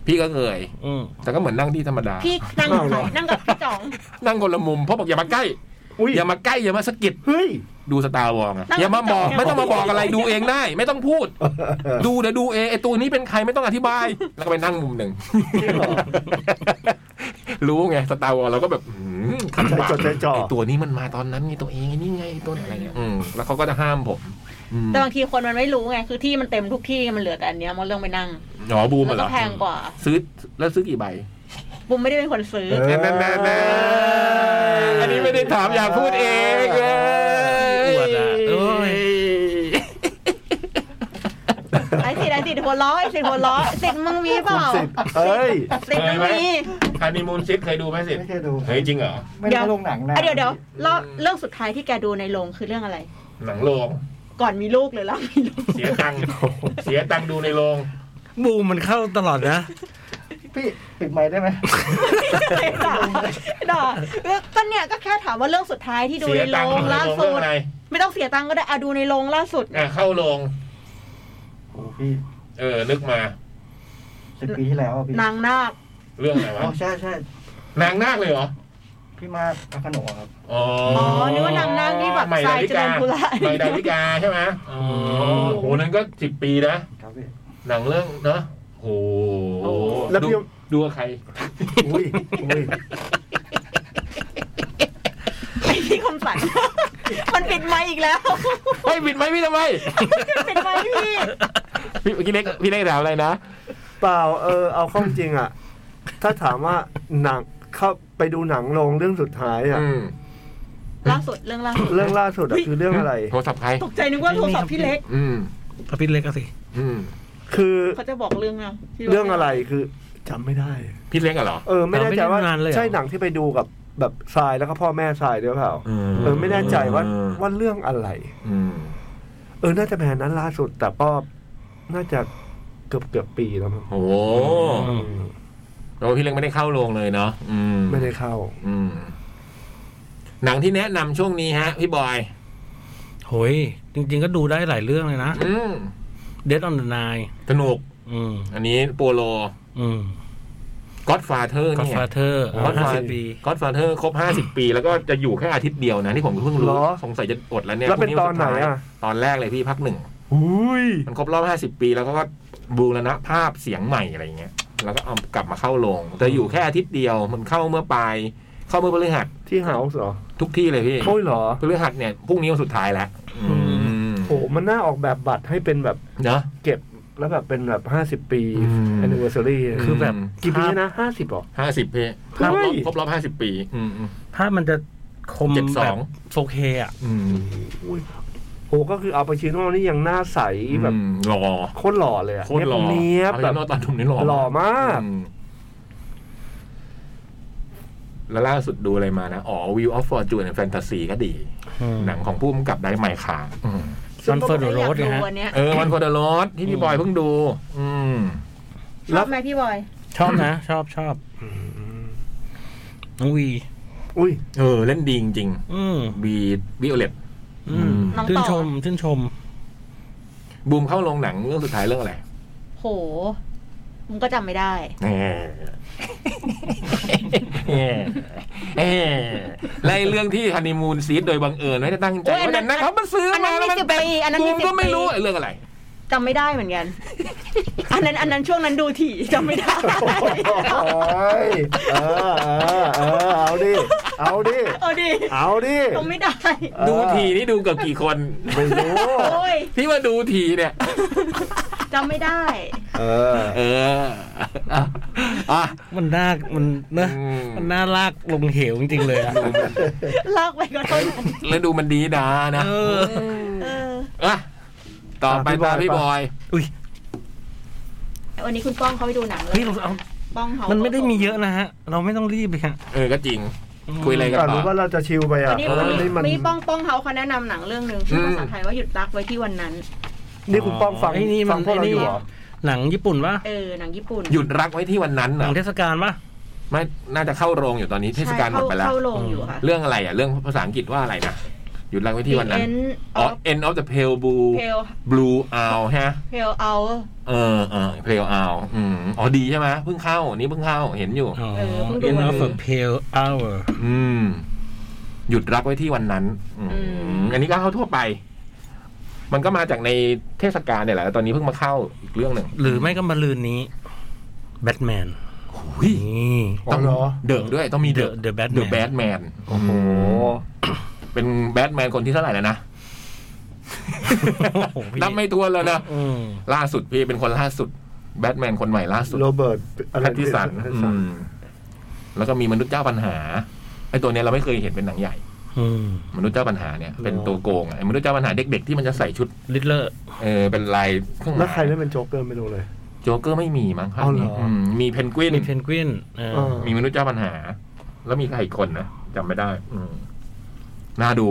[SPEAKER 2] พี่ก็เคย
[SPEAKER 1] อืม
[SPEAKER 2] แต่ก็เหมือนนั่งที่ธรรมดา
[SPEAKER 4] พี่นั่งกับใคร
[SPEAKER 3] อ้าวเหรอ
[SPEAKER 4] นั่งกับพี่จ๋อง
[SPEAKER 2] นั่งคนละมุมเพราะบอกอย่ามาใกล้
[SPEAKER 3] อุ้ย
[SPEAKER 2] อย่ามาใกล้อย่ามาสะกิด
[SPEAKER 3] เฮ้ย
[SPEAKER 2] ดูสตาร์วอง
[SPEAKER 4] นั่ง
[SPEAKER 2] อย่ามาบอก
[SPEAKER 4] จอด
[SPEAKER 2] ไม่ต้องมาบอกอะไรดูเองได้ ไม่ต้องพูด ดูเดี๋ยวดูเองไอตัวนี้เป็นใครไม่ต้องอธิบาย แล้วก็ไปนั่งมุมหนึ่ง <laughs> รู้ไงสตาร์วอลเราก็แบบหืมขัน
[SPEAKER 3] ใจ
[SPEAKER 2] ปาก
[SPEAKER 3] จดใจจ่อ
[SPEAKER 2] ไอตัวนี้มันมาตอนนั้นไงตัวเองไอ้นี่ไงไอ้ตัวอะไรเงี้ยอืมแล้วเขาก็จะห้ามผมอืม
[SPEAKER 4] แต่บางทีคนมันไม่รู้ไงคือที่มันเต็มทุกที่มันเหลือแต่อันเนี้ยมันเรื่องไปนั่ง
[SPEAKER 2] หนอบูม
[SPEAKER 4] แล้ว
[SPEAKER 2] เหร
[SPEAKER 4] ก็
[SPEAKER 2] อ
[SPEAKER 4] แพงกว่า
[SPEAKER 2] ซื้อแล้วซื้อกี่ใบ
[SPEAKER 4] บุมไม่ได้เป็นคนซื้อ
[SPEAKER 2] แน่แน่แน่แน่อันนี้ไม่ได้ถามอยากพูดเองเลย
[SPEAKER 1] อวดอ่ะเอ้ย
[SPEAKER 4] ไอ้สิทธิ์ไอ้สิทธิ์หัวล้อไอ้สิทธิ์หัวล้อสิทธิ์มึงมีเป
[SPEAKER 3] คุ
[SPEAKER 4] ล่า
[SPEAKER 3] ณ <laughs> สิบเอ้ย
[SPEAKER 4] สิทธิ์มึงมี
[SPEAKER 2] ฮันนีมูนซิดเคยดูไหมสิ
[SPEAKER 5] ไม่เคยดู
[SPEAKER 2] เฮ้ยจริงเหรอ
[SPEAKER 5] ไม่ได้ลงหนังนะ
[SPEAKER 4] อ่ะเดี๋ยวเดี๋ยวรอบเรื่องสุดท้ายที่แกดูในโรงคือเรื่องอะไร
[SPEAKER 2] หนังโรง
[SPEAKER 4] ก่อนมีลูกหรือหลังมีลูก
[SPEAKER 2] เสียตังค์เสียตังค์ดูในโรง
[SPEAKER 1] บูมมันเข้าตลอดนะ
[SPEAKER 5] พี่ปิดไมค์ได้ไหม
[SPEAKER 4] ด่าด่าแล้วก็เนี่ยก็แค่ถามว่าเรื่องสุดท้ายที่ดู
[SPEAKER 2] เสี
[SPEAKER 4] ใน
[SPEAKER 2] ย
[SPEAKER 4] โร
[SPEAKER 2] ตังค์
[SPEAKER 4] ง
[SPEAKER 2] ดูใน
[SPEAKER 4] ล่า
[SPEAKER 2] โรง
[SPEAKER 4] สุ
[SPEAKER 2] เรื่อง
[SPEAKER 4] ด
[SPEAKER 2] อะไร
[SPEAKER 4] ไม่ต้องเสียตังค์ก็ได้อะดูในโรงล่าสุด
[SPEAKER 2] อ่ะเข้าโรง
[SPEAKER 5] โอ้พี่
[SPEAKER 2] เออนึกมา
[SPEAKER 5] สิบปีที่แล้วอะพี่
[SPEAKER 4] นางนาค
[SPEAKER 2] เรื่องอะไร
[SPEAKER 5] อ๋
[SPEAKER 2] วะ
[SPEAKER 5] อใช่ใช่
[SPEAKER 2] นางนาคเลยเหรอ
[SPEAKER 5] พี่มากพระโขนงครับ
[SPEAKER 2] อ๋ออ
[SPEAKER 4] อ๋
[SPEAKER 2] ๋
[SPEAKER 4] อนึกว่านางนาคที่แบบ
[SPEAKER 2] ใหม่
[SPEAKER 4] ทรา
[SPEAKER 2] ดาย วิ
[SPEAKER 4] เจริ
[SPEAKER 2] กา
[SPEAKER 4] ญพุระ
[SPEAKER 2] ใหม่ดาวิกาใช่ไหมอ๋อโอ้โหนั้นก็สิบปีนะ
[SPEAKER 5] ครับพี่
[SPEAKER 2] หนังเรื่องเนาะโอ้โห
[SPEAKER 3] แล้วพี่
[SPEAKER 2] ดูดูกับใคร
[SPEAKER 3] อุ้ยอุ้ย
[SPEAKER 4] ไอพี่คมสัน <laughs> มันปิดไมค์อีกแล้ว <laughs>
[SPEAKER 2] เฮ้ยปิดไหมค์พี่ทำไม
[SPEAKER 4] มันปิดไมค์พี่
[SPEAKER 2] พี่พี่เล็กพี่เล็กถามอะไรนะ
[SPEAKER 3] เปล่าเออเอาเข้อจริงอ่ะ ถ้าถามว่าหนังเข้าไปดูหนังโรงเรื่องสุดท้ายอ่ะ
[SPEAKER 4] ล่าสุดเรื่องล่าสุด
[SPEAKER 3] เรื่องล่าสุดอะคือเรื่องอะไร
[SPEAKER 2] โทรศัพท์ใคร
[SPEAKER 4] ตกใจนึกว่าโทรศัพท์พี่เล็ก
[SPEAKER 2] อืม
[SPEAKER 1] เอาพี่เล็กกันสิ
[SPEAKER 2] อืม
[SPEAKER 3] คือ
[SPEAKER 4] เขาจะบอกเรื่องนะที่
[SPEAKER 3] เรื่องอะไรคือจำไม่ได้
[SPEAKER 2] พี่เล็กอะเหรอ
[SPEAKER 3] เออ ไม่แน่ใจว่า
[SPEAKER 1] จำไม่ได้นานเลยเหรอ
[SPEAKER 3] ใช่หนังที่ไปดูกับแบบทรายแล้วก็พ่อแม่ทรายหรือเปล่า
[SPEAKER 2] อืม
[SPEAKER 3] เออไม่แน่ใจว่าว่าเรื่องอะไร
[SPEAKER 2] อืม
[SPEAKER 3] เออน่าจะแพนนั้นล่าสุด แต่ก็น่าจะเกือบเกือบปีแล้วมั้ง
[SPEAKER 2] โอ้โหเราพี่เล็กไม่ได้เข้าโรงเลยเนาะอืม
[SPEAKER 3] ไม่ได้เข้า
[SPEAKER 2] อืม หนังที่แนะนำช่วงนี้ฮะ พี่บอย
[SPEAKER 1] โหยจริง ๆ ก็ดูได้หลายเรื่องเลยนะ
[SPEAKER 2] อืม
[SPEAKER 1] Dead on the Nine
[SPEAKER 2] สนุก
[SPEAKER 1] อืม
[SPEAKER 2] อันนี้โปโล
[SPEAKER 1] อืม
[SPEAKER 2] Godfather เนี่ย
[SPEAKER 1] Godfather
[SPEAKER 3] อ๋อ
[SPEAKER 1] ห้าสิบ
[SPEAKER 2] Godfather
[SPEAKER 1] ปี
[SPEAKER 2] Godfather ครบห้าสิบปี แล้วก็จะอยู่แค่อาทิตย์เดียวนะ ที่ผมเพิ่ง
[SPEAKER 3] เหรอ
[SPEAKER 2] รู้สงสัยจะอดแล้วเนี่ย
[SPEAKER 3] แล้วเป็น
[SPEAKER 2] พรุ่ง
[SPEAKER 3] ตอนไหน
[SPEAKER 2] วัสุดท้าย
[SPEAKER 3] อะ
[SPEAKER 2] ตอนแรกเลยพี่พักหนึ่ง
[SPEAKER 3] อุ้ย
[SPEAKER 2] มันครบรอบห้าสิบ50 ปีแล้วก็บูรณะภาพเสียงใหม่อะไรอย่างเงี้ย แล้วก็เอากลับมาเข้าโรงแต่อยู่แค่อาทิตย์เดียว มันเข้าเมื่อปลายเข้าเมื่อพฤหัส
[SPEAKER 3] ที่เฮาส์เหรอ
[SPEAKER 2] ทุกที่เลยพี่
[SPEAKER 3] โอ้ยเหรอ
[SPEAKER 2] พฤหัสเนี่ยพรุ่งนี้วันสุดท้ายแล้ว
[SPEAKER 1] อื
[SPEAKER 3] โอ้มันน่าออกแบบบัตรให้เป็นแบบ
[SPEAKER 2] เนาะ
[SPEAKER 3] เก็บแล้วแบบเป็นแบบห้าสิบ50 ปี
[SPEAKER 2] อืม
[SPEAKER 3] anniversary
[SPEAKER 1] คือแบบ
[SPEAKER 3] กี่ปีนะห้าสิบหรอ
[SPEAKER 2] ห้าสิบพี่ค
[SPEAKER 3] เฮ้
[SPEAKER 2] รบรอบ
[SPEAKER 3] ย
[SPEAKER 2] ครบรอบห้าสิบ50 ปีอืมอืม
[SPEAKER 1] ภาพมันจะคม
[SPEAKER 2] เจ็ดส
[SPEAKER 1] แบ
[SPEAKER 2] อบ ง
[SPEAKER 1] โฟเคอ่ะ
[SPEAKER 2] อืม
[SPEAKER 3] อุ้ยโอ้ก็คือเอาไปชิโน่นี่ยังหน้าใสแบบ
[SPEAKER 2] อืมหล่อ
[SPEAKER 3] โคตรหล่อเลยอะ
[SPEAKER 2] โคตรหล่อ
[SPEAKER 3] เนี้ยบๆ
[SPEAKER 2] อา
[SPEAKER 3] แบบ
[SPEAKER 2] จารย์โนตอนทุ่มนี่หล่อ
[SPEAKER 3] หล่อมาก
[SPEAKER 2] อืมแล้วล่าสุดดูอะไรมานะ อ๋อ View of Fortune and Fantasy ก็ดี หนังของผู้กำกับได้ไมค์คางอืม
[SPEAKER 4] ซึ่งก็บ
[SPEAKER 1] Stanford
[SPEAKER 4] อก
[SPEAKER 1] Road
[SPEAKER 4] ว่าอยากดู
[SPEAKER 1] นะฮะ
[SPEAKER 4] อันเนี้ย
[SPEAKER 2] เออวันโคดรสที่พี่บอยเพิ่งดู อืม
[SPEAKER 4] ชอบไหมพี่บอย
[SPEAKER 1] ชอบนะ ชอบชอบน้องวี
[SPEAKER 3] อุ้ย
[SPEAKER 2] เออ เล่นดีจริง
[SPEAKER 1] อืม
[SPEAKER 2] ๆบีวิโอเลต
[SPEAKER 1] อืม
[SPEAKER 4] น้อง
[SPEAKER 1] ชื่น
[SPEAKER 4] ต่อ
[SPEAKER 1] ชมชื่นชม
[SPEAKER 2] บูมเข้าโรงหนังเรื่องสุดท้ายเรื่องอะไร
[SPEAKER 4] โหผมก็จำไม่ได้
[SPEAKER 2] แหน่แหน่แหน่และ <laughs> ไอ้เรื่องที่ฮันนีมูนซีดโดยบังเอิญไม่ได้ตั้งใจ
[SPEAKER 4] โอ้ยอันนั้
[SPEAKER 2] นั่น
[SPEAKER 4] น
[SPEAKER 2] นะเขามาซื้ออน
[SPEAKER 4] นั้
[SPEAKER 2] มาน แล้วมัน
[SPEAKER 4] 20ปีอันนั้น
[SPEAKER 2] บูม
[SPEAKER 4] 20
[SPEAKER 2] ก็ไม่รู้
[SPEAKER 4] ปี
[SPEAKER 2] ไอ้เรื่องอะไร
[SPEAKER 4] จำไม่ได้เหมือนกัน อันนั้นอันนั้นช่วงนั้นดูถี่จำไม่ได้
[SPEAKER 3] โอ้ยเออเออเออเอาดิ เอาดิ
[SPEAKER 4] เอาดิ
[SPEAKER 3] เอาดิ
[SPEAKER 4] จำไม่ได้
[SPEAKER 3] เออ
[SPEAKER 2] ดูทีนี่ดูกับกี่คน <laughs>
[SPEAKER 3] ไม่รู้
[SPEAKER 4] โอ้ย
[SPEAKER 2] ที่มาดูทีเนี่ย
[SPEAKER 4] จำไม่ได้
[SPEAKER 3] เออ
[SPEAKER 2] เอออ่ะอ่ะ
[SPEAKER 1] มันน่ามันเนอะ
[SPEAKER 2] อืม
[SPEAKER 1] มันน่าลากลงเหวจริงๆเลยอะ
[SPEAKER 4] ลากไปก็เท่านั้น
[SPEAKER 2] แล้วดูมันดีดานะ
[SPEAKER 1] เออ
[SPEAKER 4] เออ
[SPEAKER 2] อ่ะต่อไปตามพี่บอย
[SPEAKER 1] อุ้ย
[SPEAKER 4] วันนี้คุณป้องเขาไปดูหนังเล
[SPEAKER 1] เฮ้
[SPEAKER 4] ย
[SPEAKER 1] ยเราเอา
[SPEAKER 4] ป้องเขา
[SPEAKER 1] มั
[SPEAKER 4] มัน
[SPEAKER 1] ไม่ได้มีเยอะนะฮะ เราไม่ต้องรีบเลยฮะ
[SPEAKER 2] เออก็จริง คุยอะไรกัน
[SPEAKER 3] แต่
[SPEAKER 2] ต่
[SPEAKER 3] รู้
[SPEAKER 2] อ
[SPEAKER 3] ว่าเราจะชิลไปอ่ะ
[SPEAKER 4] วันนี้
[SPEAKER 3] เพราะ
[SPEAKER 4] วั
[SPEAKER 3] ว่าน
[SPEAKER 4] นี้
[SPEAKER 3] นี่มัน
[SPEAKER 4] มีป้องป้องเขาเขาแนะนำหนังเรื่องหนึ่งชื่อภาษาไทยว่าหยุดรักไว้ที่วันนั้น
[SPEAKER 3] นี่คุณป้องฟัง
[SPEAKER 1] ไอ้นี่มัน
[SPEAKER 3] ฟังพวกเราอยู่
[SPEAKER 1] ไอ้นี่
[SPEAKER 3] เหรอ
[SPEAKER 1] หนังญี่ปุ่นปะ
[SPEAKER 4] เออหนังญี่ปุ่น
[SPEAKER 2] หยุดรักไว้ที่วันนั้น
[SPEAKER 1] หนั
[SPEAKER 2] นะ
[SPEAKER 1] งเทศกาลปะ
[SPEAKER 2] ไม่น่าจะเข้าโรงอยู่ตอนนี้เทศกาลหมดไปแล้ว
[SPEAKER 4] เข้าเข้าโรงอยู่ค่ะ
[SPEAKER 2] เรื่องอะไรอ่ะ เรื่องภาษาอังกฤษว่าอะไรนะ หยุดรักไว้ที่วันนั้น
[SPEAKER 4] The End
[SPEAKER 2] อ๋อ
[SPEAKER 4] of
[SPEAKER 2] end of the pale blue
[SPEAKER 4] Pale
[SPEAKER 2] blue owl ฮะ
[SPEAKER 4] Pale Hour
[SPEAKER 2] เออเออ pale owl อืมอ๋อดีใช่ไหมเพิ่งเข้าอันนี้เพิ่งเข้าเห็นอยู่
[SPEAKER 1] อ๋อ
[SPEAKER 4] เออเพิ่งดู
[SPEAKER 1] In of a Pale Hour
[SPEAKER 2] อืม หยุดรักไว้ที่วันนั้น อืม
[SPEAKER 4] อื
[SPEAKER 2] อันนี้ก็เข้าทั่วไป มันก็มาจากในเทศกาลเนี่ยแหละแล้วตอนนี้เพิ่งมาเข้าอีกเรื่องหนึ่ง
[SPEAKER 1] หรือไม่ก็มาลืนนี้แบทแมน
[SPEAKER 2] หุ้ย
[SPEAKER 1] นี่
[SPEAKER 3] อ๋อเหรอ
[SPEAKER 2] เดอะด้วยต้องมีเดอะ
[SPEAKER 1] The Batman
[SPEAKER 2] เดอะแบทแมน
[SPEAKER 3] โอ้โห
[SPEAKER 2] เป็นแบทแมนคนที่เท่าไหร่แล้วนะ
[SPEAKER 1] โอ้โหพี่
[SPEAKER 2] นับไม่ทวนแล้วนะ
[SPEAKER 1] อืม
[SPEAKER 2] ล่าสุดพี่เป็นคนล่าสุด แบทแมนคนใหม่ล่าสุด
[SPEAKER 3] โรเบิร์ตอะไร
[SPEAKER 2] แพทติสัน
[SPEAKER 3] แพทิ
[SPEAKER 2] อื
[SPEAKER 3] สัน
[SPEAKER 2] มแล้วก็มีมนุษย์เจ้าปัญหา ไอ้ตัวเนี้ยเราไม่เคยเห็นเป็นหนังใหญ่
[SPEAKER 1] อืม
[SPEAKER 2] มนุษย์เจ้าปัญหาเนี่ยเป็นตัวโกงอะไอ้มนุษย์เจ้าปัญหาเด็กๆที่มันจะใส่ชุด
[SPEAKER 1] ลิตเลอร์
[SPEAKER 2] เออเป็นลายเครื่องห
[SPEAKER 3] แล้
[SPEAKER 2] มา
[SPEAKER 3] วย ใครเล่นเป็นโจ๊กเกอร์ไม่รู้เลย
[SPEAKER 2] โจ๊กเกอร์ไม่มีมั้งภาค
[SPEAKER 3] เอาเหร
[SPEAKER 2] นี้
[SPEAKER 3] ออื
[SPEAKER 2] มมีเพนกวิน
[SPEAKER 1] มีเพนกวินเออ
[SPEAKER 3] เออ
[SPEAKER 2] มีมนุษย์เจ้าปัญหา แล้วมีใครอีกคนนะจำไม่ได้ อืมน่าดู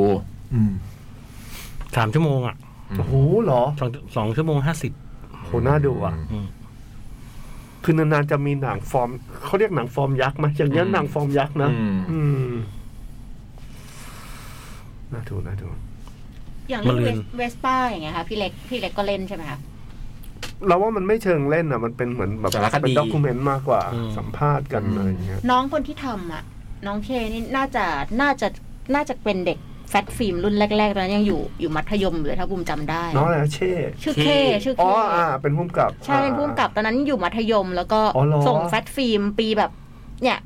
[SPEAKER 2] อืม
[SPEAKER 1] สามชั่วโมงอ่ะ
[SPEAKER 3] โอ้โหเหรอ
[SPEAKER 1] สองสองชั่วโมงห้าสิบ
[SPEAKER 3] โหน่าดูอ่ะ คือนานๆจะมีหนังฟอร์มเขาเรียกหนังฟอร์มยักษ์ไหมอย่างเงี้ยหนังฟอร์มยักษ์นะ
[SPEAKER 2] อืม
[SPEAKER 3] อืมน่าดูน่าดู
[SPEAKER 4] อย่างเรื่อ
[SPEAKER 1] มางลืน
[SPEAKER 4] เวสป้าอย่างเงี้ยค่ะพี่เล็กพี่เล็กก็เล่นใช่ไหมคะ
[SPEAKER 3] เราว่ามันไม่เชิงเล่นอ่ะ มันเป็นเหมือนแบบ
[SPEAKER 2] สารคดี
[SPEAKER 3] เป็นด็อกิเมนต์มากกว่า
[SPEAKER 1] อืม
[SPEAKER 3] สัมภาษณ์กันอะไรอย่างเงี้ย
[SPEAKER 4] น้องคนที่ทำอ่ะ น้องเคนี่น่าจะน่าจะน่าจะเป็นเด็กแฟตฟิล์มรุ่นแรกๆตอนนั้นยังอยู่อยู่มัธยมอยู่เลยถ้าบุมจำได้
[SPEAKER 3] น้องอะไรนะเช่
[SPEAKER 4] ชื่อเคชื่อเค
[SPEAKER 3] อ๋ออ่า เป็นพุ่มกับ
[SPEAKER 4] ใช่เป็นผู้กำกับตอนนั้นอยู่มัธยม แล้วก็
[SPEAKER 3] อ๋อเหรอ
[SPEAKER 4] ส่งแฟตฟิล์มปีแบบ เนี่ย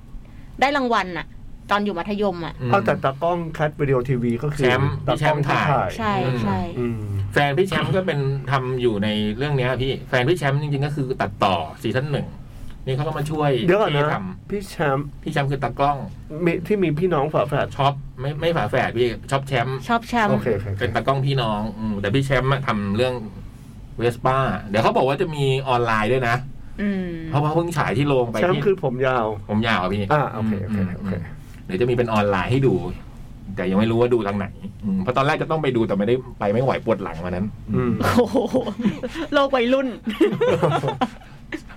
[SPEAKER 4] ได้รางวัลอ่ะ ตอนอยู่มัธยมอ่ะ
[SPEAKER 2] อืม
[SPEAKER 3] เอาแต่ตากล้องคัดวิดีโอทีวีก็คือ
[SPEAKER 2] แชมป์
[SPEAKER 3] ตากล้อง
[SPEAKER 2] แชมป์ถ่าย
[SPEAKER 4] ใช่ใช่
[SPEAKER 3] อืม
[SPEAKER 2] แฟนพี่แชมป์ก็เป็นทำอยู่ในเรื่องเนี้ยพี่ แฟนพี่แชมป์จริงๆก็คือตัดต่อซีซั่นหนึ่ง นี่เขาก็มาช่วย
[SPEAKER 3] เดี๋ยวก่อนนะ
[SPEAKER 2] พี่
[SPEAKER 3] พี่
[SPEAKER 2] ท
[SPEAKER 3] แชมป์
[SPEAKER 2] ำพี่แชมป์คือตากล้อง
[SPEAKER 3] มีที่มีพี่น้องฝาแฝด
[SPEAKER 2] ช็อปไม่ไม่ฝาแฝดพี่ช็อปแชมป์
[SPEAKER 4] ชอบแชม
[SPEAKER 3] โอ
[SPEAKER 4] ป์
[SPEAKER 3] เคโอเคโอเค
[SPEAKER 2] เป็นตากล้องพี่น้องอืมแต่พี่แชมป์อะทำเรื่องเวสป้าเดี๋ยวเขาบอกว่าจะมีออนไลน์ด้วยนะ
[SPEAKER 4] อืม
[SPEAKER 2] เพราะว่าเพิ่งฉายที่โรงไป
[SPEAKER 3] แชมป์
[SPEAKER 2] ที่
[SPEAKER 3] คือผมยาว
[SPEAKER 2] ผมยาวอะพี่
[SPEAKER 3] อ่าโอเคโอเค
[SPEAKER 2] ม
[SPEAKER 3] โอเค
[SPEAKER 2] มเดี๋ยวจะมีเป็นออนไลน์ให้ดู แต่ยังไม่รู้ว่าดูทางไหนอืมเพราะตอนแรกจะต้องไปดูแต่ไม่ได้ไปไม่ไหวปวดหลังวันนั้น
[SPEAKER 3] อืม
[SPEAKER 4] โอ้โหโลกวัยรุ่น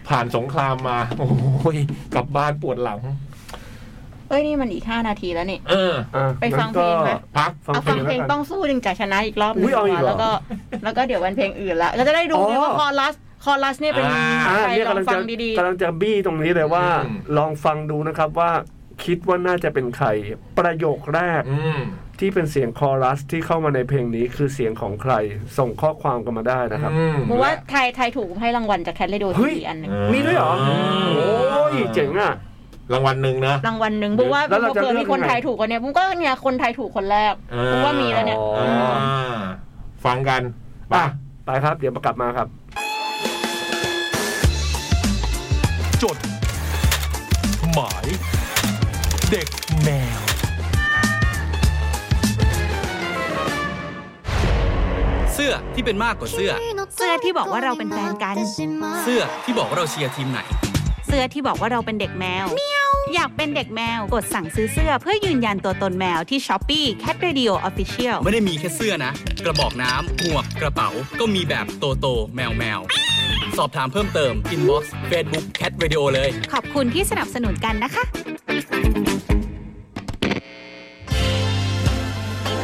[SPEAKER 2] ผ่านสงครามมา โอ้ยกลับบ้านปวดหลัง
[SPEAKER 4] เอ้ยนี่มันอีกห้านาทีแล้วนี่
[SPEAKER 2] เออ
[SPEAKER 3] อ่ะ
[SPEAKER 4] ไปฟังเพลงไหม
[SPEAKER 3] งั้น
[SPEAKER 2] พัก
[SPEAKER 3] ก็
[SPEAKER 4] เอาฟังเพลง
[SPEAKER 3] แล้วกัน
[SPEAKER 4] ต้องสู้จึงจะชนะอีกรอบหนึ
[SPEAKER 3] อุ๊
[SPEAKER 4] ง
[SPEAKER 3] ยเอาอีกเหรอ
[SPEAKER 4] แล้วก็ แล้วก็เดี๋ยววันเพลงอื่นละก็จะได้ดู
[SPEAKER 3] อ๋อ
[SPEAKER 4] ไงว่าคอรัส คอรัสเนี่ยเป็น
[SPEAKER 2] อ่า
[SPEAKER 3] อ่ะ
[SPEAKER 4] ใคร
[SPEAKER 3] เนี่
[SPEAKER 4] ลอ
[SPEAKER 3] ยำ
[SPEAKER 4] กง
[SPEAKER 3] ลัง
[SPEAKER 4] ฟั
[SPEAKER 3] จะ
[SPEAKER 4] งดี
[SPEAKER 3] กำลังจะบี้ตรงนี้เลยว่า
[SPEAKER 2] อืม
[SPEAKER 3] ลองฟังดูนะครับว่าคิดว่าน่าจะเป็นใคร ประโยคแรก
[SPEAKER 2] อืม
[SPEAKER 3] ที่เป็นเสียงคอรัสที่เข้ามาในเพลงนี้คือเสียงของใคร ส่งข้อความกันมาได้นะครับ
[SPEAKER 2] อืม
[SPEAKER 4] ๆผมว่าไทยไทยถูกให้รางวัลจากแคทเลโด
[SPEAKER 3] เฮ้
[SPEAKER 4] ที
[SPEAKER 3] ย
[SPEAKER 4] วีอันหนึ่ง
[SPEAKER 2] เออ
[SPEAKER 3] มีด้วยเหรอ โอ้ยเจ๋งอ่ะ
[SPEAKER 2] รางวัลหนึ่งนะ
[SPEAKER 4] รางวัลหนึ่งผมว่า
[SPEAKER 3] แล้วเราจะ
[SPEAKER 4] เกิด
[SPEAKER 3] เลือก
[SPEAKER 4] มีคน
[SPEAKER 3] ยังไง
[SPEAKER 4] ไทยถูกคนเนี้ยผมก็เนี่ยคนไทยถูกคนแรก
[SPEAKER 2] อ่า
[SPEAKER 4] ผมว่ามีแล้วเนี่ย
[SPEAKER 3] อ๋อ
[SPEAKER 2] อ่าฟังกัน
[SPEAKER 3] อ่ะ
[SPEAKER 2] ป่ะ
[SPEAKER 3] ไปครับ เดี๋ยวมากลับมาครับ
[SPEAKER 6] จด หมาย เด็กแมว
[SPEAKER 7] เสื้อที่เป็นมากกว่าเสื้อ
[SPEAKER 8] เสื้อที่บอกว่าเราเป็นแฟนกัน
[SPEAKER 7] เสื้อที่บอกว่าเราเชียร์ทีมไหน
[SPEAKER 9] เสื้อที่บอกว่าเราเป็นเด็กแมว อยากเป็นเด็กแมว กดสั่งซื้อเสื้อเพื่อยืนยันตัวตนแมวที่ช้อปปี้ Cat Radio Official
[SPEAKER 7] ไม่ได้มีแค่เสื้อนะ กระบอกน้ำหมวกกระเป๋า ก็มีแบบโตโตแมวแมว สอบถามเพิ่มเติม inbox Facebook Cat Radio เลย
[SPEAKER 9] ขอบคุณที่สนับสนุนกันนะคะ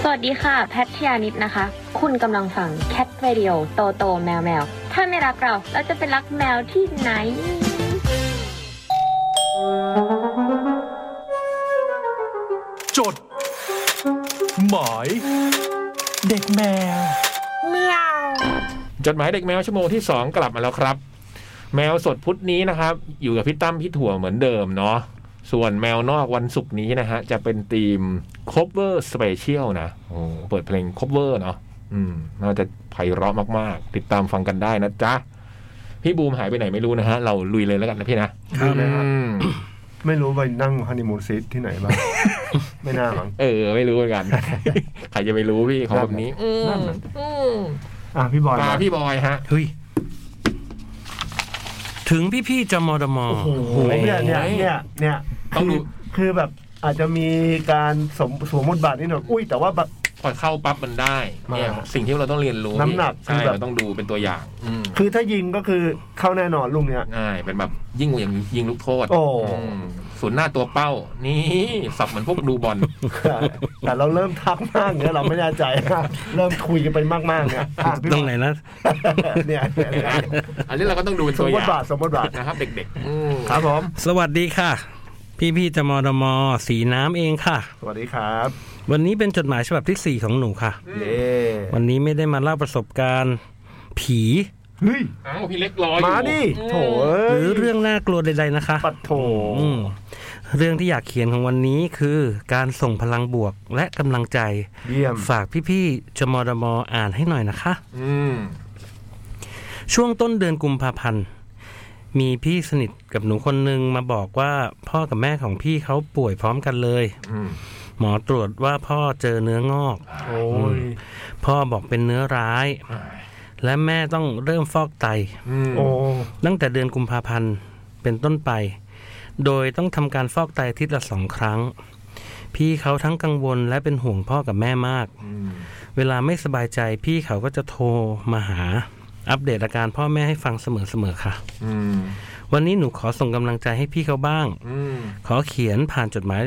[SPEAKER 10] สวัสดีค่ะ แพทยานิดนะคะ คุณกำลังฟัง Cat Radio โตโตแมวแมว ถ้าไม่รักเรา เราจะไปรักแมวที่ไหน
[SPEAKER 6] จด หมาย เด็กแมว
[SPEAKER 2] จดหมายเด็กแมวชั่วโมงที่สองกลับมาแล้วครับ แมวสดพุธนี้นะครับ อยู่กับพี่ตั้มพี่ถั่วเหมือนเดิมเนาะส่วนแมวนอกวันศุกร์นี้นะฮะ จะเป็นทีม cover special นะโอ้เปิดเพลง cover เนาะอืมน่าจะไพเราะมากๆ ติดตามฟังกันได้นะจ๊ะ พี่บูมหายไปไหนไม่รู้นะฮะ เราลุยเลยแล้วกันนะพี่นะครับ อืม
[SPEAKER 3] ไม่รู้ไปนั่งฮันนีมูนซีทที่ไหนบ้าง <laughs> ไม่น่ามั้ง
[SPEAKER 2] เออ ไม่รู้เหมือนกัน <laughs> ใครจะไปรู้พี่ของแบบนี้อืม
[SPEAKER 3] นั่นน่ะอ่ะพี่บอย
[SPEAKER 2] มา
[SPEAKER 3] มา
[SPEAKER 2] พี่บอยฮะ
[SPEAKER 1] เฮ้ย ถึงพี่ๆจมอดมอ
[SPEAKER 3] โอ้โหเนี่ยเนี่ยเนี่ยเนี่ย
[SPEAKER 2] ต้องดู
[SPEAKER 3] คือคือแบบอาจจะมีการสมสวมบทบาทนิดหน่อยอุ้ยแต่ว่าแบบ
[SPEAKER 2] พอเข้าปั๊บมันได้เนี่ย
[SPEAKER 3] มา
[SPEAKER 2] สิ่งที่เราต้องเรียนรู้
[SPEAKER 3] น้ำหนัก
[SPEAKER 2] ใช่
[SPEAKER 3] คือแบบ
[SPEAKER 2] เราต้องดูเป็นตัวอย่าง อืม
[SPEAKER 3] คือถ้ายิงก็คือเข้าแน่นอนลุงเนี่ย
[SPEAKER 2] ง่ายเป็นแบบยิงอย่างยิงลูกโทษ
[SPEAKER 3] โอ้
[SPEAKER 2] มศูนย์หน้าตัวเป้า นี่สับเหมือนพวกดูบอล <laughs>
[SPEAKER 3] แต่เราเริ่มทักมากเนี่ยเราไม่แน่ใจ เริ่มคุยกันไปมากๆเนี่ยอ่ะพี่
[SPEAKER 1] ตรงไหนนะ
[SPEAKER 3] เนี่ยเนี่ยเนี่ย
[SPEAKER 2] อันนี้เราก็ต้องดูเป็น
[SPEAKER 3] สมบ
[SPEAKER 2] ตัวอ
[SPEAKER 3] ท
[SPEAKER 2] ย่าง
[SPEAKER 3] บาทสมบทบาท
[SPEAKER 2] นะครับ เด็กๆอืม
[SPEAKER 3] ครับผม
[SPEAKER 1] สวัสดีค่ะ พี่ๆจมอดมอ สีน้ำเองค่ะ
[SPEAKER 3] สวัสดีครับ
[SPEAKER 1] วันนี้เป็นจดหมายฉบับที่สี่ของหนูค่ะ
[SPEAKER 3] เย่
[SPEAKER 1] วันนี้ไม่ได้มาเล่าประสบการณ์ ผี
[SPEAKER 3] เฮ้ย
[SPEAKER 2] เอ้าวพี่เล็กรออยู่
[SPEAKER 3] มาดิโถเอ้ย
[SPEAKER 1] หรือเรื่องน่ากลัวใดๆนะคะ
[SPEAKER 3] ปัดโถ
[SPEAKER 1] อืมเรื่องที่อยากเขียนของวันนี้คือการส่งพลังบวกและกำลังใจ
[SPEAKER 3] เยี่ยม
[SPEAKER 1] ฝากพี่ๆจมอดมออ่านให้หน่อยนะคะ
[SPEAKER 2] อืม
[SPEAKER 1] ช่วงต้นเดือนกุมภาพันธ์ มีพี่สนิทกับหนูคนหนึ่งมาบอกว่าพ่อกับแม่ของพี่เขาป่วยพร้อมกันเลย
[SPEAKER 2] อืม
[SPEAKER 1] หมอตรวจว่าพ่อเจอเนื้องอก
[SPEAKER 3] โอ้ย
[SPEAKER 1] พ่อบอกเป็นเนื้อร้าย และแม่ต้องเริ่มฟอกไต
[SPEAKER 2] อืม
[SPEAKER 3] โอ้
[SPEAKER 1] ตั้งแต่เดือนกุมภาพันธ์เป็นต้นไป โดยต้องทำการฟอกไตอาทิตย์ละสองครั้ง พี่เขาทั้งกังวลและเป็นห่วงพ่อกับแม่มาก
[SPEAKER 2] อืม
[SPEAKER 1] เวลาไม่สบายใจพี่เขาก็จะโทรมาหา อัปเดตอาการพ่อแม่ให้ฟังเสมอๆค่ะ
[SPEAKER 2] อืม
[SPEAKER 1] วันนี้หนูขอส่งกำลังใจให้พี่เขาบ้าง
[SPEAKER 2] อืม
[SPEAKER 1] ขอเขียนผ่านจดหมาย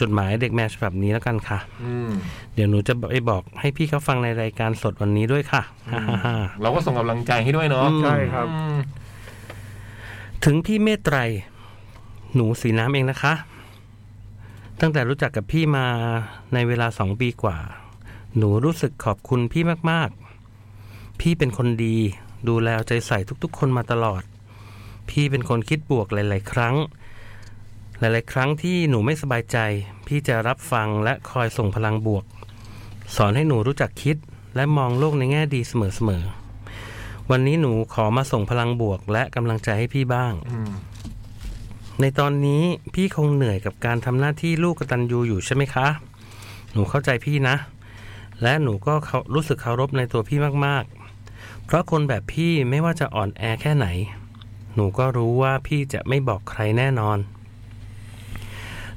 [SPEAKER 1] จดหมายเด็กแมวฉบับนี้แล้วกันค่ะ
[SPEAKER 2] อืม
[SPEAKER 1] เดี๋ยวหนูจะไปบอกให้พี่เขาฟังในรายการสดวันนี้ด้วยค่ะฮ่าฮ่าฮ่า
[SPEAKER 2] เราก็ส่งกำลังใจให้ด้วยเนาะ
[SPEAKER 1] อืม
[SPEAKER 3] ใช่ครับ
[SPEAKER 2] อืม
[SPEAKER 1] ถึงพี่เมตไตรหนูสีน้ำเองนะคะ ตั้งแต่รู้จักกับพี่มาในเวลาสองปีกว่า หนูรู้สึกขอบคุณพี่มากๆ พี่เป็นคนดี ดูแลเอาใจใส่ทุกๆ คนมาตลอด พี่เป็นคนคิดบวกหลาย ๆ ครั้ง หลาย ๆ ครั้งที่หนูไม่สบายใจ พี่จะรับฟังและคอยส่งพลังบวก สอนให้หนูรู้จักคิดและมองโลกในแง่ดีเสมอๆวันนี้หนูขอมาส่งพลังบวกและกำลังใจให้พี่บ้าง
[SPEAKER 2] อืม
[SPEAKER 1] ในตอนนี้พี่คงเหนื่อยกับการทำหน้าที่ลูกกตัญญูอยู่ใช่ไหมคะ หนูเข้าใจพี่นะ และหนูก็เขารู้สึกเคารพในตัวพี่มากๆ เพราะคนแบบพี่ไม่ว่าจะอ่อนแอแค่ไหน หนูก็รู้ว่าพี่จะไม่บอกใครแน่นอน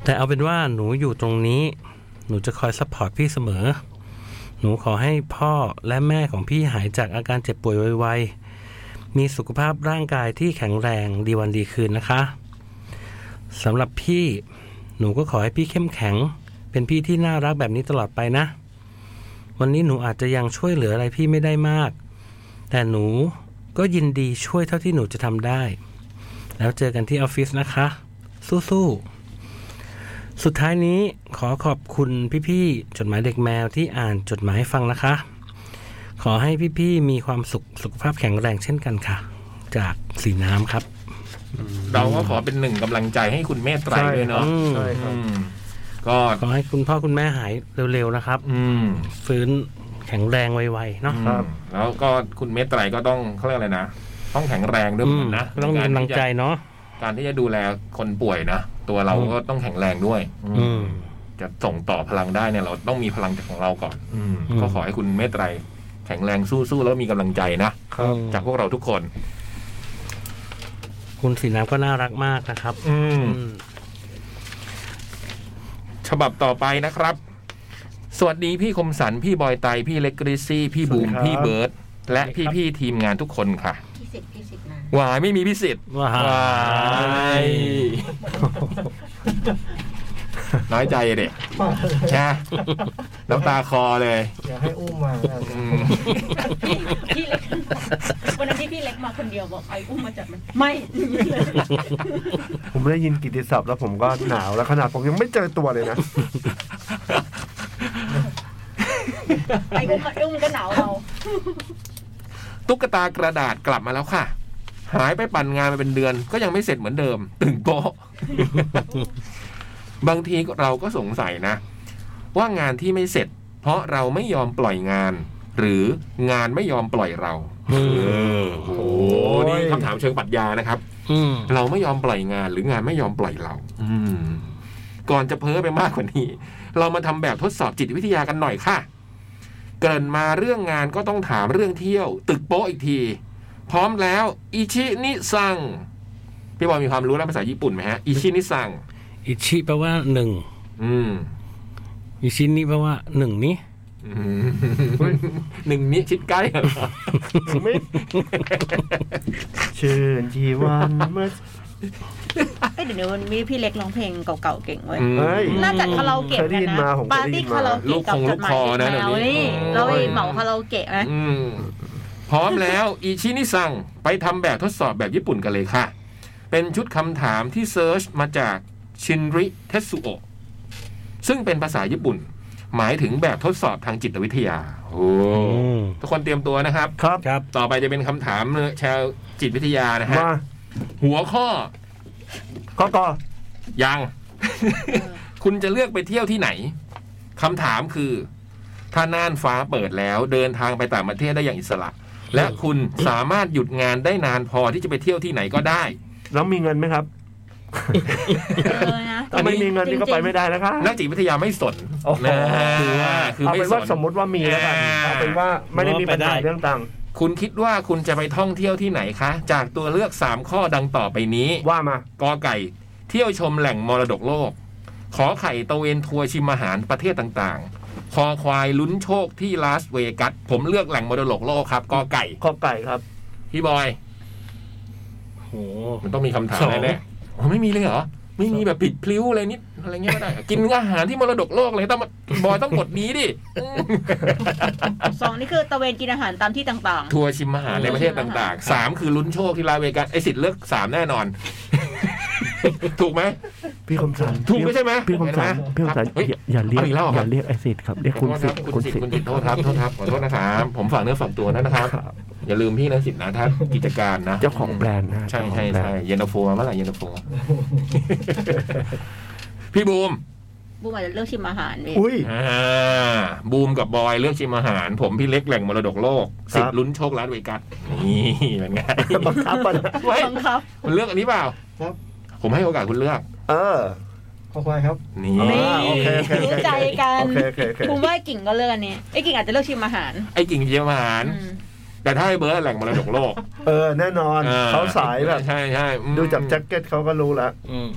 [SPEAKER 1] แต่เอาเป็นว่าหนูอยู่ตรงนี้ หนูจะคอยซัพพอร์ตพี่เสมอ หนูขอให้พ่อและแม่ของพี่หายจากอาการเจ็บป่วยไวๆ มีสุขภาพร่างกายที่แข็งแรงดีวันดีคืนนะคะ สำหรับพี่หนูก็ขอให้พี่เข้มแข็ง เป็นพี่ที่น่ารักแบบนี้ตลอดไปนะ วันนี้หนูอาจจะยังช่วยเหลืออะไรพี่ไม่ได้มาก แต่หนูก็ยินดีช่วยเท่าที่หนูจะทำได้ แล้วเจอกันที่ออฟฟิศนะคะ สู้ๆ สุดท้ายนี้ขอขอบคุณพี่ๆจดหมายเด็กแมวที่อ่านจดหมายให้ฟังนะคะ ขอให้พี่ๆมีความสุขสุขภาพแข็งแรงเช่นกันค่ะ จากสีน้ำครับ
[SPEAKER 2] เราก็ขอเป็นหนึ่งกำลังใจให้คุณเมตไตรด้วยเนาะ
[SPEAKER 3] ใช่ครับ
[SPEAKER 2] อืมก็
[SPEAKER 1] ขอให้คุณพ่อคุณแม่หายเร็วๆนะครับ
[SPEAKER 2] อืม
[SPEAKER 1] ฟื้นแข็งแรงไวๆเนาะ
[SPEAKER 3] ครับ
[SPEAKER 2] แล้วก็คุณเมตไตรก็ต้องเขาเรียกอะไรนะต้องแข็งแรงด้วยเหมือนกันนะ
[SPEAKER 1] อืมต้องมีกำลังใจเนาะ
[SPEAKER 2] การที่จะดูแลคนป่วยนะตัวเราก็ต้องแข็งแรงด้วยอืม
[SPEAKER 1] อืม
[SPEAKER 2] จะส่งต่อพลังได้เนี่ยเราต้องมีพลังจากของเราก่อน อืม
[SPEAKER 1] อืม
[SPEAKER 2] ก็ขอให้คุณเมตไตรแข็งแรงสู้ๆแล้วมีกำลังใจนะ จากพวกเราทุกคน
[SPEAKER 1] คุณสีน้ำก็น่ารักมากนะครับ
[SPEAKER 2] อืม
[SPEAKER 1] อืม
[SPEAKER 2] ฉบับต่อไปนะครับ สวัสดีพี่คมสัน พี่บอยไต พี่เล็กกริซซี่ พี่บูม
[SPEAKER 3] สวัสดีครับ
[SPEAKER 2] พี่เบิร์ตและพี่ๆทีมงานทุกคนค่ะ
[SPEAKER 4] พี่สิทธิ์พี่สิทธิ์มา
[SPEAKER 2] วายไม่มีพิสิทธิ์
[SPEAKER 1] ว้าว
[SPEAKER 2] ายน้อยใจอะเด็กแช่น้ำตาคอเลย
[SPEAKER 5] เดี๋ยวให้อุ้มมาแล้วกัน
[SPEAKER 2] อืม
[SPEAKER 4] พี่เล็ก <laughs> วันนั้นที่พี่เล็กมาคนเดียวบอกไอ้อุ้มมาจัดมัน ไม่มีเลย
[SPEAKER 3] ผมได้ยินกิตติศัพท์แล้วผมก็หนาวแล้วขนาดผมยังไม่เจอตัว
[SPEAKER 2] <laughs>
[SPEAKER 3] เลยนะ
[SPEAKER 4] ไอ้อุ้มกับไอ้อุ้มก็หนาวเรา
[SPEAKER 2] ตุ๊กตากระดาษกลับมาแล้วค่ะ หายไปปั่นงานมาเป็นเดือน ก็ยังไม่เสร็จเหมือนเดิม ตึงโป๊ะ <laughs> บางทีเราก็สงสัยนะ ว่างานที่ไม่เสร็จ เพราะเราไม่ยอมปล่อยงาน หรืองานไม่ยอมปล่อยเรา
[SPEAKER 1] อืม
[SPEAKER 2] เออโอ้โหนี่คำถามเชิงปรัชญานะครับ
[SPEAKER 1] อืม
[SPEAKER 2] เราไม่ยอมปล่อยงานหรืองานไม่ยอมปล่อยเรา อืม ก่อนจะเพ้อไปมากกว่านี้ เรามาทำแบบทดสอบจิตวิทยากันหน่อยค่ะ เกรินมาเรื่องงานก็ต้องถามเรื่องเที่ยว ตึกโป๊ะอีกที พร้อมแล้วอิชินิซัง พี่บอยมีความรู้ด้านภาษาญี่ปุ่นไหมฮะอิชินิซัง
[SPEAKER 1] อิชิแปลว่าหนึ่ง
[SPEAKER 2] อืม
[SPEAKER 1] อิชินี่แปลว่าหนึ่งนี้
[SPEAKER 2] อืมหนึ่งนี้ชิดใกล้เหรอ
[SPEAKER 3] ชื่นชีวันเมื่อ
[SPEAKER 4] เอ้ยเดี๋ยวนี้มันมีพี่เล็กร้องเพลงเก่าๆเก่งเว้ย
[SPEAKER 2] อืม
[SPEAKER 3] เฮ้ย
[SPEAKER 4] น่าจัดคาราโอเกะ
[SPEAKER 3] เคยได้
[SPEAKER 4] กัน
[SPEAKER 3] ยิน
[SPEAKER 4] นะ
[SPEAKER 3] มาผมเค
[SPEAKER 4] ปาย ร์
[SPEAKER 3] ได้ยิน
[SPEAKER 4] ตี้
[SPEAKER 3] มา
[SPEAKER 4] คาราโอ
[SPEAKER 2] ลูก
[SPEAKER 4] เกะกับ
[SPEAKER 2] คง
[SPEAKER 4] จ
[SPEAKER 2] ลู
[SPEAKER 4] ด
[SPEAKER 2] ก
[SPEAKER 4] หมา
[SPEAKER 2] ค
[SPEAKER 4] ย
[SPEAKER 2] อ
[SPEAKER 4] เด็
[SPEAKER 2] นะ
[SPEAKER 4] กแมว
[SPEAKER 2] เดี๋ยวนี้
[SPEAKER 4] นี่
[SPEAKER 2] โอ้ย
[SPEAKER 4] เราไปเหมาคาราโอเกะไหม
[SPEAKER 2] อืมพร้อมแล้วอีชินิซังไปทำแบบทดสอบแบบญี่ปุ่นกันเลยค่ะ เป็นชุดคำถามที่เซิร์ชมาจากชินริเทสุโอะซึ่งเป็นภาษาญี่ปุ่น หมายถึงแบบทดสอบทางจิตวิทยา โอ้
[SPEAKER 1] ม
[SPEAKER 2] ทุกคนเตรียมตัวนะครับ
[SPEAKER 3] ครับ
[SPEAKER 1] ครับ <laughs>
[SPEAKER 2] ต่อไปจะเป็นคำถามแชาวจิตวิทยานะฮะ
[SPEAKER 3] มา
[SPEAKER 2] หัวข้อ
[SPEAKER 3] ก็ก็ <laughs>
[SPEAKER 2] ยัง คุณจะเลือกไปเที่ยวที่ไหนคำถามคือ ถ้าน่านฟ้าเปิดแล้ว เดินทางไปต่างประเทศได้อย่างอิสระ และคุณสามารถหยุดงานได้นานพอที่จะไปเที่ยวที่ไหนก็ได้
[SPEAKER 3] <laughs> แล้วมีเงินไหมครับ
[SPEAKER 4] เลยนะ
[SPEAKER 3] ถ้าไม่มีเงินนี่ก็ไปไม่ได้นะคะ
[SPEAKER 2] นักจิตวิทยาไม่สน
[SPEAKER 3] โอ้โห
[SPEAKER 2] นะฮะคือ
[SPEAKER 3] เอา
[SPEAKER 2] ไม่
[SPEAKER 3] เป็น
[SPEAKER 2] ส
[SPEAKER 3] ว่าน สมมติว่ามีแล้วกัน
[SPEAKER 2] อ่า
[SPEAKER 3] เอาเป็นว่าไม่ได้มีปัญหาเรื่องตังค์
[SPEAKER 2] คุณคิดว่าคุณจะไปท่องเที่ยวที่ไหนคะ จากตัวเลือก 3 ข้อดังต่อไปนี้
[SPEAKER 3] ว่ามา
[SPEAKER 2] กอไก่ เที่ยวชมแหล่งมรดกโลก ขอไข่ตะเวนทัวร์ชิมอาหารประเทศต่างๆ คอควายลุ้นโชคที่ลาสเวกัส ผมเลือกแหล่งมรดกโลกครับ กอไก่
[SPEAKER 3] ข้อไก่ครับ
[SPEAKER 2] พี่บอย
[SPEAKER 1] โห
[SPEAKER 2] มันต้องมีคำถาม
[SPEAKER 1] สอง
[SPEAKER 2] แน่ๆโอ้ไม่มีเลยเหรอ ไม่มีแบบผิดพลิ้วอะไรนิดอะไรเงี้ยไม่ได้ กินอาหารที่มรดกโลกเลยต้องมาบอยต้องกดนี้ดิอืม
[SPEAKER 4] สองนี่คือตะเวนกินอาหารตามที่ต่าง
[SPEAKER 2] ทัวร์ชิมอาหารในประเทศต่างๆสามคือลุ้นโชคที่ลาสเวกัสไอสิทธิ์เลือกสามแน่นอน <laughs> ถูกไหม
[SPEAKER 3] พี่คมสัน
[SPEAKER 2] ถูกด้วยใช่ไหม
[SPEAKER 3] พี่คมสัน
[SPEAKER 2] เห็นไหม
[SPEAKER 3] พี่คมสัน
[SPEAKER 2] เฮ้ย
[SPEAKER 3] อย่าอย่าเรียก
[SPEAKER 2] เอาอีกแล้วเหรอ
[SPEAKER 3] อ
[SPEAKER 2] ครับ
[SPEAKER 3] ย่าเรียกไอซิดครับเรียกคุณสิทธิ์
[SPEAKER 2] ขอโท
[SPEAKER 3] คุ
[SPEAKER 2] ษรับคุ
[SPEAKER 3] ณ ณ
[SPEAKER 2] สิท
[SPEAKER 3] สิ
[SPEAKER 2] ธิ์
[SPEAKER 3] ท
[SPEAKER 2] คุณ
[SPEAKER 3] ธิ์
[SPEAKER 2] สิทธิ์โทษครับโทษครับขอโทษนะครับผมฝากเนื้อฝากตัวนะนะครับ อย่าลืมพี่นะสิทธิ์นะถ้ากิจการนะ
[SPEAKER 3] เจ้าของแบรนด์นะ
[SPEAKER 2] ใช่
[SPEAKER 3] เจ้าของ
[SPEAKER 2] ใช่
[SPEAKER 3] แบรน
[SPEAKER 2] ใช่
[SPEAKER 3] ด์
[SPEAKER 2] เย็นตาโฟมาเมื่อไหร่เย็นตาโฟ พี่บูม
[SPEAKER 4] ๆบูมอาจจะเลือกชิมอาหารเว้ย
[SPEAKER 3] อุ้ย
[SPEAKER 2] อ่าบูมกับบอยเลือกชิมอาหาร ผมพี่เล็กแหล่งมรดกโลก
[SPEAKER 3] ครับ
[SPEAKER 2] สิทธิ์ลุ้นโชคร้านเวกัสนี่เป็นไง
[SPEAKER 3] บังคับมัน
[SPEAKER 2] เว้ย
[SPEAKER 4] บังคับ
[SPEAKER 2] มันเลือกอันนี้เปล่า
[SPEAKER 5] ครับ
[SPEAKER 2] ผมให้โอกาสคุณเลือก
[SPEAKER 3] เออ
[SPEAKER 5] ขอบคุณครับ
[SPEAKER 2] นี่
[SPEAKER 3] อ่าโอเคโอเคโอ
[SPEAKER 4] รู้
[SPEAKER 3] เค
[SPEAKER 4] ใจกัน
[SPEAKER 3] โอเคโอเคโอเค
[SPEAKER 4] บูมว่าไอ้กิ่งก็เลือกอันนี้ไอ้กิ่งอาจจะเลือกชิมอาหาร
[SPEAKER 2] ไอ้กิ่งเยี่ยมอาหาร
[SPEAKER 4] อืม
[SPEAKER 2] แต่ถ้าให้เบิร์ดแหล่งมรดกโลก
[SPEAKER 3] เออแน่นอน
[SPEAKER 2] อ่
[SPEAKER 3] เขาสายแบบ
[SPEAKER 2] ใช่ใช่อืม
[SPEAKER 3] ดูจากแจ็คเก็ตเขาก็รู้แล้ว
[SPEAKER 1] อืม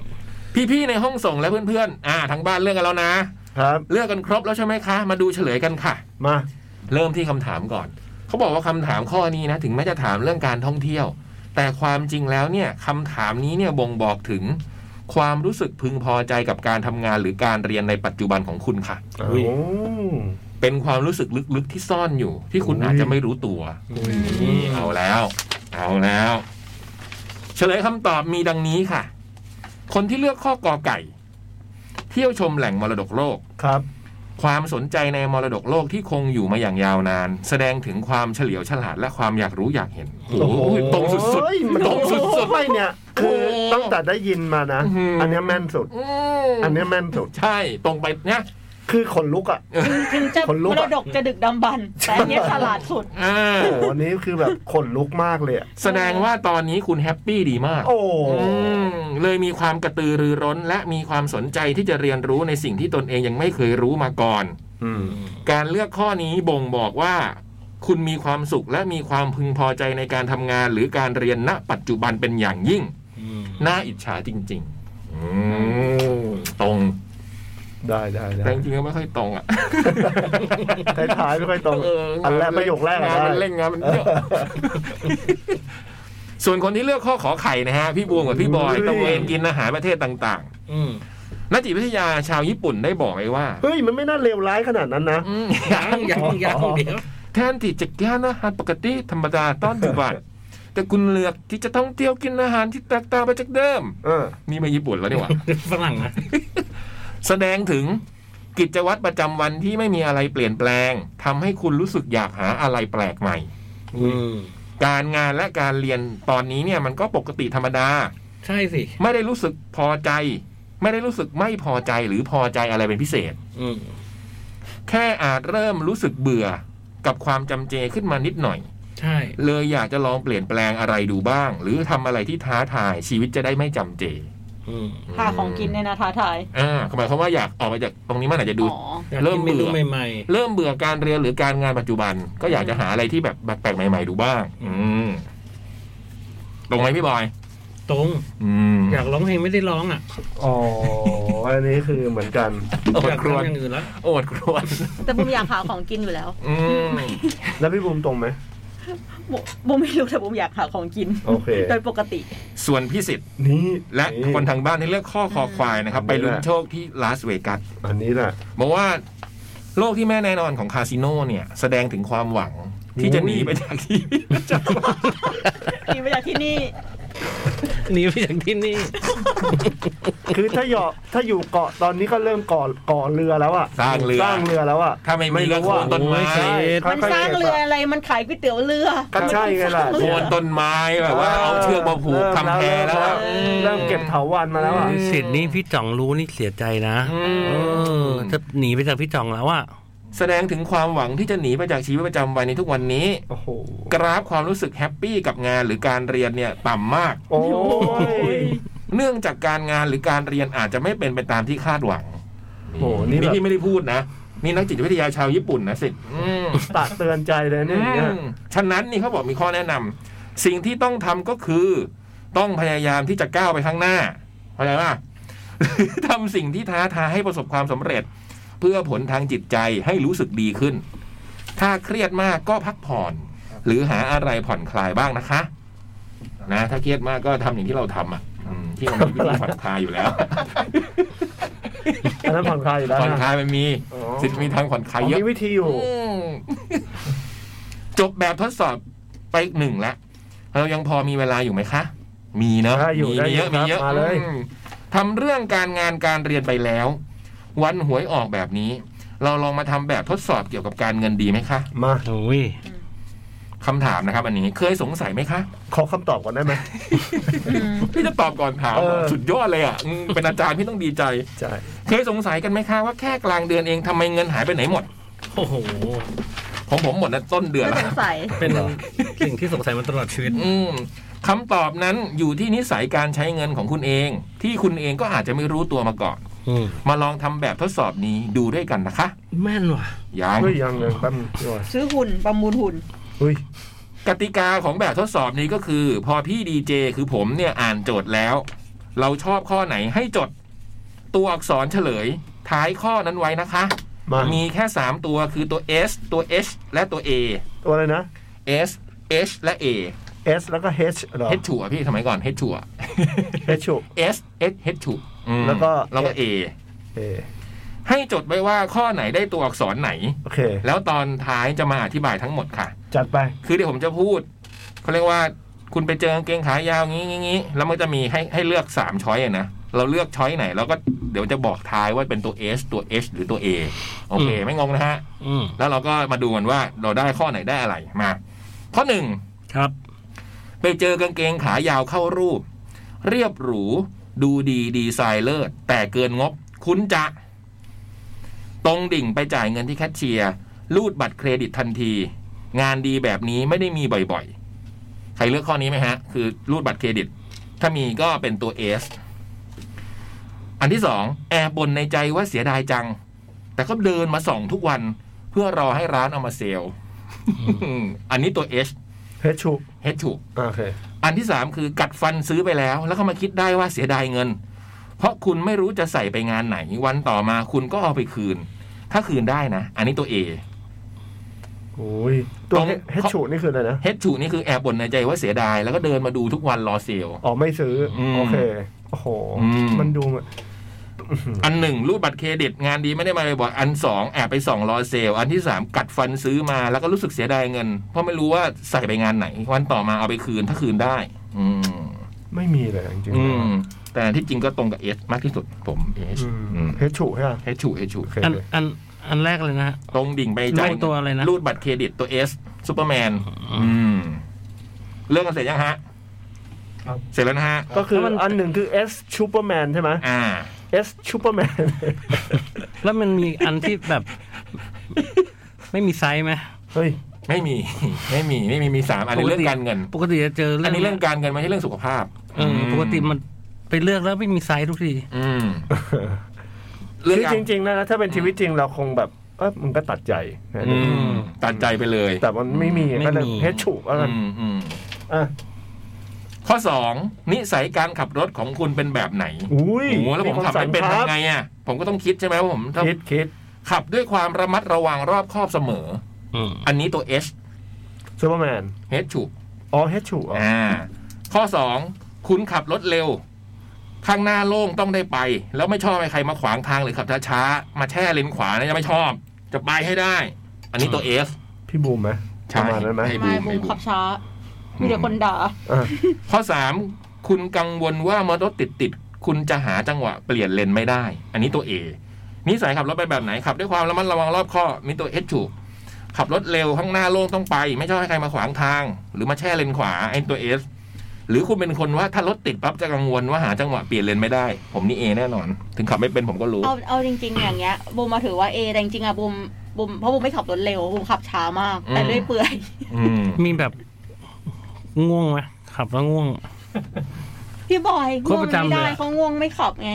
[SPEAKER 2] พี่ๆในห้องส่งและเพื่อนๆอ่าทั้งบ้านเลือกกันแล้วนะ
[SPEAKER 3] ครับ
[SPEAKER 2] เลือกกันครบแล้วใช่ไหมคะ มาดูเฉลยกันค่ะ
[SPEAKER 3] มา
[SPEAKER 2] เริ่มที่คำถามก่อน เขาบอกว่าคำถามข้อนี้นะ ถึงแม้จะถามเรื่องการท่องเที่ยว แต่ความจริงแล้วเนี่ยคำถามนี้เนี่ยบ่งบอกถึง ความรู้สึกพึงพอใจกับการทำงานหรือการเรียนในปัจจุบันของคุณค่ะ
[SPEAKER 1] อุ้ย
[SPEAKER 3] โอ้
[SPEAKER 2] เป็นความรู้สึกลึกๆที่ซ่อนอยู่ ที่คุณ
[SPEAKER 3] อุ้ย
[SPEAKER 2] อาจจะไม่รู้ตัว นี่เอาแล้ว เอาแล้ว เฉลยคำตอบมีดังนี้ค่ะ คนที่เลือกข้อกอไก่ เที่ยวชมแหล่งมรดกโลก
[SPEAKER 3] ครับ
[SPEAKER 2] ความสนใจในมรดกโลกที่คงอยู่มาอย่างยาวนาน แสดงถึงความเฉลียวฉลาดและความอยากรู้อยากเห็นโอ้โหตรงสุด
[SPEAKER 3] โอ้ยมัน
[SPEAKER 2] ตรงสุดๆ
[SPEAKER 3] ไม่เนี่ย คือ
[SPEAKER 2] โอ้
[SPEAKER 3] ตั้งแต่ได้ยินมานะ
[SPEAKER 2] อื้อหืออั
[SPEAKER 3] อันเนี้ยแม่นสุด
[SPEAKER 2] ๆอืม
[SPEAKER 3] อันเนี้ยแม่นสุด
[SPEAKER 2] ใช่ตรงไปเนี่ย
[SPEAKER 3] คือขนลุกอ่ะ
[SPEAKER 4] ถึงจะ
[SPEAKER 3] คนลุก
[SPEAKER 4] ม
[SPEAKER 3] อะ
[SPEAKER 4] รดกจะดึกดำบรรพ์แต่อันเนี้ยฉลาดสุด
[SPEAKER 2] อ่า
[SPEAKER 3] โอ้โหอันนี้คือแบบขนลุกมากเลยอะ
[SPEAKER 2] แสดงว่าตอนนี้คุณแฮปปี้ดีมาก
[SPEAKER 3] โอ้โห
[SPEAKER 2] อืมเลยมีความกระตือรือร้น และมีความสนใจที่จะเรียนรู้ในสิ่งที่ตนเองยังไม่เคยรู้มาก่อน
[SPEAKER 3] อืม
[SPEAKER 2] การเลือกข้อนี้บ่งบอกว่า คุณมีความสุขและมีความพึงพอใจในการทำงาน หรือการเรียนณ ปัจจุบันเป็นอย่างยิ่ง น่าอิจฉาจริงๆอืมตรง
[SPEAKER 3] ได้ได้ได้
[SPEAKER 2] แต่จริงๆก็ไม่ค่อยตรงอ่ะ
[SPEAKER 3] ท้ายๆไม่ค่อยตรง
[SPEAKER 2] เ
[SPEAKER 3] อันแรกประโยคแรกอะ
[SPEAKER 2] งานมัน
[SPEAKER 3] ได้
[SPEAKER 2] เร่งงานมันเยอะ <laughs> ส่วนคนที่เลือกข้อขอไข่นะฮะ พี่บูมกับพี่บอย
[SPEAKER 3] อุ้ย
[SPEAKER 2] ตระเวนกินอาหารประเทศต่าง
[SPEAKER 1] อืม
[SPEAKER 2] ๆ นักจิตวิทยาชาวญี่ปุ่นได้บอกไว้ว่า
[SPEAKER 3] เฮ้ย มันไม่น่าเลวร้ายขนาดนั้นนะ
[SPEAKER 2] อืม
[SPEAKER 1] ยังยังยังเดี๋ยว
[SPEAKER 2] แทนที่จะกินอาหารปกติธรรมดาตอนถึงบ้านแต่คุณเลือกที่จะท่องเที่ยวกินอาหารที่แตกต่างไปจากเดิม
[SPEAKER 3] เออ
[SPEAKER 2] นี่มาญี่ปุ่นแล้วนี่หว่า
[SPEAKER 1] ฝรั่งนะ
[SPEAKER 2] แสดงถึงกิจวัตรประจำวันที่ไม่มีอะไรเปลี่ยนแปลงทำให้คุณรู้สึกอยากหาอะไรแปลกใหม่
[SPEAKER 1] อืม
[SPEAKER 2] การงานและการเรียนตอนนี้เนี่ยมันก็ปกติธรรมดา
[SPEAKER 1] ใช่สิ
[SPEAKER 2] ไม่ได้รู้สึกพอใจ ไม่ได้รู้สึกไม่พอใจหรือพอใจอะไรเป็นพิเศษ
[SPEAKER 1] อืม
[SPEAKER 2] แค่อาจเริ่มรู้สึกเบื่อกับความจำเจขึ้นมานิดหน่อย
[SPEAKER 1] ใช่
[SPEAKER 2] เลยอยากจะลองเปลี่ยนแปลงอะไรดูบ้าง หรือทำอะไรที่ท้าทายชีวิตจะได้ไม่จำเจ
[SPEAKER 1] อืม
[SPEAKER 4] หาของกินเนี่ยนะท้าทาย
[SPEAKER 2] อ่าหมายความว่าอยากออกไปจากตรงนี้มันอาจจะดู
[SPEAKER 4] อ๋อ
[SPEAKER 1] อยาก
[SPEAKER 2] เริ่
[SPEAKER 1] กิ
[SPEAKER 2] ม
[SPEAKER 1] น
[SPEAKER 2] เบื่
[SPEAKER 1] เม
[SPEAKER 2] อ
[SPEAKER 1] นูใหม่
[SPEAKER 2] เริ่มเบื่อการเรียนหรือการงานปัจจุบัน ก็อยากจะหาอะไรที่แบบแปลกๆใหม่ ๆ ดูบ้าง อืมตรงไหมพี่บอย
[SPEAKER 1] ๆ ตรง
[SPEAKER 2] อืม
[SPEAKER 1] อยากร้องเพลงไม่ได้ร้องอ่ะ
[SPEAKER 3] อ๋อ อันนี้คือเหมือนกัน
[SPEAKER 2] โอ
[SPEAKER 1] อ
[SPEAKER 2] ด
[SPEAKER 1] ยาก
[SPEAKER 2] ครว
[SPEAKER 1] ทำ
[SPEAKER 2] ญ
[SPEAKER 1] อย่างอื่นแล้ว
[SPEAKER 2] โอดครวญ
[SPEAKER 4] แต่บูมอยากหาของกินอยู่แล้ว
[SPEAKER 2] อืม
[SPEAKER 3] แล้วพี่บูมตรงไหม
[SPEAKER 4] บูบูมไม่รู้แต่บูมอยากหาของกิน
[SPEAKER 3] โอเค
[SPEAKER 4] โดยปกติ
[SPEAKER 2] ส่วนพี่สิทธิ์
[SPEAKER 3] นี่
[SPEAKER 2] และคนทางบ้านที่เลือกข้อคอควายนะครับ ไปลุ้นโชคที่ลาสเวกัส
[SPEAKER 3] อันนี้แหละ
[SPEAKER 2] บอกว่าโลกที่แม่แน่นอนของคาสิโนเนี่ย แสดงถึงความหวังที่จะหนีไปจากที่ <laughs> จาก
[SPEAKER 4] กินไปจากที่นี่
[SPEAKER 1] หนีไปจากที่นี่
[SPEAKER 3] คือถ้าเหยาะถ้าอยู่เกาะตอนนี้ก็เริ่มก่อก่อเรือแล้วอ่ะ
[SPEAKER 2] สร้างเรือ
[SPEAKER 3] สร้างเรือแล้วอ่ะ
[SPEAKER 2] ถ้าไม่มีก็โค
[SPEAKER 3] ว่าน
[SPEAKER 2] ต้นไม้
[SPEAKER 1] โอ้ยใช่
[SPEAKER 4] มันสร้างเรืออะไร มันขายก๋วยเตี๋ยวเรือ
[SPEAKER 3] ก็ใช่ไงล่ะ
[SPEAKER 2] โคนต้นไม้แบบว่าเอาเชือกมาผูกทำแพแล้วอะ
[SPEAKER 3] เริ่มเริ่มเก็บเถาวันมาแล้วอ่ะ
[SPEAKER 1] สิทธิ์นี้พี่จ่องรู้นี่เสียใจนะ
[SPEAKER 2] อื
[SPEAKER 1] เอ
[SPEAKER 2] ม
[SPEAKER 1] อจะหนีไปจากพี่จ่องแล้วอ่ะ
[SPEAKER 2] แสดงถึงความหวังที่จะหนีไปจากชีวิตประจำวันในทุกวันนี้
[SPEAKER 3] โอ้โห
[SPEAKER 2] กราฟความรู้สึกแฮปปี้กับงานหรือการเรียนเนี่ยต่ำมาก
[SPEAKER 3] โอ้ย
[SPEAKER 2] เนื่องจากการงานหรือการเรียนอาจจะไม่เป็นไปตามที่คาดหวัง
[SPEAKER 3] โอ้โหนี่แบบ
[SPEAKER 2] พี่ไม่ได้พูดนะนี่นักจิตวิทยาชาวญี่ปุ่นนะสิอืม
[SPEAKER 3] ตัดเตือนใจเลยเนี่ยอย่างเงี้ย
[SPEAKER 2] อืมฉะนั้นนี่เขาบอกมีข้อแนะนำสิ่งที่ต้องทำก็คือ ต้องพยายามที่จะก้าวไปข้างหน้าเข้าใจป่ะ <laughs> ทำสิ่งที่ท้าทายให้ประสบความสำเร็จ เพื่อผลทางจิตใจให้รู้สึกดีขึ้น ถ้าเครียดมากก็พักผ่อน หรือหาอะไรผ่อนคลายบ้างนะคะ นะ ถ้าเครียดมากก็ทำอย่างที่เราทำอ่ะอืมที่มันมีวิธีผ่อนคลายอยู่แล้ว
[SPEAKER 3] อันนั้นผ่อนคลายอยู่แล้ว
[SPEAKER 2] ผ่อน
[SPEAKER 3] นะ
[SPEAKER 2] คลายมันมี
[SPEAKER 3] อ๋อ
[SPEAKER 2] สิทธิ์มีทางผ่อนคลายเย
[SPEAKER 3] มี
[SPEAKER 2] อะ
[SPEAKER 3] วิธีอยู่
[SPEAKER 2] อืม <laughs> จบแบบทดสอบไปหนึ่งแล้ว เรายังพอมีเวลาอยู่ไหมคะ มีเนอะ
[SPEAKER 3] ได้อยู่
[SPEAKER 2] มี
[SPEAKER 3] ได้
[SPEAKER 2] มี
[SPEAKER 3] อยู่
[SPEAKER 2] เยอะมีเยอะ
[SPEAKER 3] ครับมาเลย
[SPEAKER 2] อืมทำเรื่องการงานการเรียนไปแล้ว วันหวยออกแบบนี้ เราลองมาทำแบบทดสอบเกี่ยวกับการเงินดีไหมคะ
[SPEAKER 3] มา
[SPEAKER 1] โอ้ย
[SPEAKER 2] คำถามนะครับ อันนี้เคยสงสัยไหมคะ
[SPEAKER 3] ขอคำตอบก่อนได้ไหม
[SPEAKER 2] พี่จะตอบก่อนถาม
[SPEAKER 3] เออ
[SPEAKER 2] สุดยอดเลยอ่ะอืมเป็นอาจารย์พี่ต้องดีใจ
[SPEAKER 3] ใช่
[SPEAKER 2] เคยสงสัยกันไหมคะว่าแค่กลางเดือนเองทำไมเงินหายไปไหนหมด
[SPEAKER 1] โอ้โห
[SPEAKER 2] ของผมหมดนะต้นเดือนแล้
[SPEAKER 4] ไม่
[SPEAKER 2] ว
[SPEAKER 4] สงสัย
[SPEAKER 1] เป็นสิ่งที่สงสัยมาตลอดชีวิต
[SPEAKER 2] อืม คำตอบนั้นอยู่ที่นิสัยการใช้เงินของคุณเอง ที่คุณเองก็อาจจะไม่รู้ตัวมาก่อน
[SPEAKER 1] อืม
[SPEAKER 2] มาลองทำแบบทดสอบนี้ดูด้วยกันนะคะ
[SPEAKER 1] แม่นว่ะ
[SPEAKER 2] ยัง
[SPEAKER 3] ไม่ยังเลยแป๊บนึงด้วย
[SPEAKER 4] ซื้อหุ่นประมูลหุ่น
[SPEAKER 3] อุ้ย
[SPEAKER 2] กติกาของแบบทดสอบนี้ก็คือ พอพี่ดีเจคือผมเนี่ยอ่านโจทย์แล้ว เราชอบข้อไหนให้จด ตัวอักษรเฉลย ท้ายข้อนั้นไว้นะคะ
[SPEAKER 3] มา
[SPEAKER 2] มีแค่ 3 ตัวคือตัว S ตัว H และตัว A
[SPEAKER 3] ตัวอะไรนะ
[SPEAKER 2] S H และ A
[SPEAKER 3] S แล้วก็ H เหรอ
[SPEAKER 2] H ชัวพี่สมัยก่อน H ชัว
[SPEAKER 3] H ชุ
[SPEAKER 2] S H H ชัวอืม
[SPEAKER 3] แล้วก็
[SPEAKER 2] แล้วก็ A
[SPEAKER 3] เอ
[SPEAKER 2] ให้จดไว้ว่าข้อไหนได้ตัวอักษรไหน
[SPEAKER 3] โอเค
[SPEAKER 2] แล้วตอนท้ายจะมาอธิบายทั้งหมดค่ะ
[SPEAKER 3] จัดไป
[SPEAKER 2] คือเดี๋ยวผมจะพูดเขาเรียกว่าคุณไปเจอกางเกงขายาวงี้งี้งี้แล้วมันจะมีให้ให้เลือกสามช้อยอะนะเราเลือกช้อยไหนเราก็เดี๋ยวจะบอกท้ายว่าเป็นตัว S ตัว H หรือตัว A โอเค
[SPEAKER 1] อืม
[SPEAKER 2] ไม่งงนะฮะ
[SPEAKER 1] อืม
[SPEAKER 2] แล้วเราก็มาดูกันว่าเราได้ข้อไหนได้อะไรมา ข้อหนึ่ง
[SPEAKER 1] ครับ
[SPEAKER 2] ไปเจอกางเกงขายาวเข้ารูป เรียบหรู ดูดีดีไซน์เลิศแต่เกินงบ คุณจะ ตรงดิ่งไปจ่ายเงินที่แคชเชียร์รูดบัตรเครดิตทันที งานดีแบบนี้ไม่ได้มีบ่อยๆ ใครเลือกข้อนี้ไหมฮะ คือรูดบัตรเครดิต ถ้ามีก็เป็นตัว S อันที่สองแอบบนในใจว่าเสียดายจัง แต่ก็เดินมาส่องทุกวัน เพื่อรอให้ร้านเอามาเซลล์ <laughs> อันนี้ตัว H
[SPEAKER 3] H ชุ
[SPEAKER 2] H ถูก
[SPEAKER 3] โอเค
[SPEAKER 2] อันที่สามคือกัดฟันซื้อไปแล้ว แล้วก็มาคิดได้ว่าเสียดายเงิน เพราะคุณไม่รู้จะใส่ไปงานไหน วันต่อมาคุณก็เอาไปคืน ถ้าคืนได้นะ อันนี้ตัว A
[SPEAKER 3] โอ้ย ตัว
[SPEAKER 2] ตรง
[SPEAKER 3] H ชุนี่คืออะไรนะ
[SPEAKER 2] เฮดชูนี่คือแอบบ่นในใจว่าเสียดาย แล้วก็เดินมาดูทุกวันรอเซลล์
[SPEAKER 3] อ๋อ ไม่ซื้ออ
[SPEAKER 2] ม
[SPEAKER 3] โอเค โอ้โห
[SPEAKER 2] อืม
[SPEAKER 3] มันดูเหมือน
[SPEAKER 2] อันหนึ่งรูดบัตรเครดิตงานดีไม่ได้มาบ่อยๆอันสองแอบไปส่องรอเซลล์อันที่สามกัดฟันซื้อมาแล้วก็รู้สึกเสียดายเงิน เพราะไม่รู้ว่าใส่ไปงานไหน วันต่อมาเอาไปคืนถ้าคืนได้ อืม
[SPEAKER 3] ไม่มีเลยจริง
[SPEAKER 2] อืม แต่ที่จริงก็ตรงกับเอสมากที่สุด ผมเอส
[SPEAKER 3] เฮชุใช่ไหม
[SPEAKER 2] เฮดชูเฮดชู
[SPEAKER 3] โอเค
[SPEAKER 1] อันอันอันแรกเลยนะฮะ
[SPEAKER 2] ตรงดิ่งไปจ่าย
[SPEAKER 1] รูดตัวอะไรนะ
[SPEAKER 2] รูดบัตรเครดิตตัวเอสซูเปอร์แมนอืม เรื่องกันเสร็จยังฮะ
[SPEAKER 5] ครับ
[SPEAKER 2] เสร็จแล้วนะฮะ
[SPEAKER 3] ก็คือ
[SPEAKER 1] แล้วมัน
[SPEAKER 3] อันหนึ่งคือ S Superman ใช่ไหม
[SPEAKER 2] อ่า
[SPEAKER 3] S Superman <laughs>
[SPEAKER 1] แล้วมันมีอันที่แบบ ไม่มีไซส์ไหม
[SPEAKER 3] เฮ้ย
[SPEAKER 2] ไม่มี <laughs> ไม่มีไม่มีมีสามอันนี้เรื่องการเงิน
[SPEAKER 1] ปกติจะเจอ
[SPEAKER 2] อัน
[SPEAKER 1] เรื่อง
[SPEAKER 2] นี้เรื่องการเงินไม่ใช่เรื่องสุขภาพ
[SPEAKER 1] เออปกติมันไปเลือกแล้วไม่มีไซส์ทุกที
[SPEAKER 2] อืม เรื่อง
[SPEAKER 3] คือ
[SPEAKER 2] การ
[SPEAKER 3] จริง ๆ นะถ้าเป็นชีวิตจริงเราคงแบบเออมึงก็ตัดใจนะ
[SPEAKER 2] อืมตัดใจไปเลย
[SPEAKER 3] แต่มันไม่มีก็เลยเฮชุอะไร
[SPEAKER 2] อืมอืม
[SPEAKER 3] อ่ะ
[SPEAKER 2] ข้อสองนิสัยการขับรถของคุณเป็นแบบไหน
[SPEAKER 3] อุ้ย
[SPEAKER 2] โอ้โหแล้วผมขับไม่เป็น
[SPEAKER 3] ครั
[SPEAKER 2] ทำไงอ่ะผมก็ต้องคิดใช่ไหมว่าผมถ้า
[SPEAKER 3] คิดคิด
[SPEAKER 2] ขับด้วยความระมัดระวังรอบคอบเสมอ
[SPEAKER 1] อืม
[SPEAKER 2] อันนี้ตัว H
[SPEAKER 3] ซูเปอร์แมน
[SPEAKER 2] H ถูก
[SPEAKER 3] อ๋อเฮชุอ๋อ
[SPEAKER 2] อ่าข้อสองคุณขับรถเร็ว ข้างหน้าโล่งต้องได้ไป แล้วไม่ชอบให้ใครมาขวางทางหรือขับช้าๆมาแช่เลนขวานะจะไม่ชอบ จะไปให้ได้ อันนี้ตัวเอส
[SPEAKER 3] พี่บูมไหมประมาณนั้นไหม
[SPEAKER 2] ให้บูม
[SPEAKER 4] ไม่บู
[SPEAKER 2] ให้
[SPEAKER 4] ม
[SPEAKER 2] บู
[SPEAKER 4] ขับ
[SPEAKER 2] ม
[SPEAKER 4] ช้า มีแต่คนด่า
[SPEAKER 3] อ่ะ
[SPEAKER 2] ข้อสามคุณกังวลว่ามอเตอรถติดติดๆคุณจะหาจังหวะเปลี่ยนเลนไม่ได้ อันนี้ตัวเอนิสัยขับรถไปแบบไหนขับด้วยความระมัดระวังรอบข้อบมีตัวเอสถูกขับรถเร็วข้างหน้าโล่งต้องไป ไม่ชอบให้ใครมาขวางทาง หรือมาแช่เลนขวาไอ้ตัวเอส หรือคุณเป็นคนว่าถ้ารถติดปั๊บจะกังวลว่าหาจังหวะเปลี่ยนเลนไม่ได้ ผมนี่เอแน่นอน ถึงขับไม่เป็นผมก็รู้
[SPEAKER 4] เอาเอาจริง ๆ อย่างเงี้ยบูมมาถือว่าเอแต่จริงๆอะบูมบูมเพราะบูมไม่ขับรถเร็วบูมขับช้ามาก
[SPEAKER 2] อืม
[SPEAKER 4] แต่เรื่อยเปื่อย
[SPEAKER 2] อืม
[SPEAKER 1] มีแบบง่วงไหมขับแล้วง่วง
[SPEAKER 4] พี่บอย
[SPEAKER 1] ครบ
[SPEAKER 4] ง่วง
[SPEAKER 1] ประจำเลย
[SPEAKER 4] ไม่
[SPEAKER 1] อะ
[SPEAKER 4] ได้เขาง่วงไม่ขับไง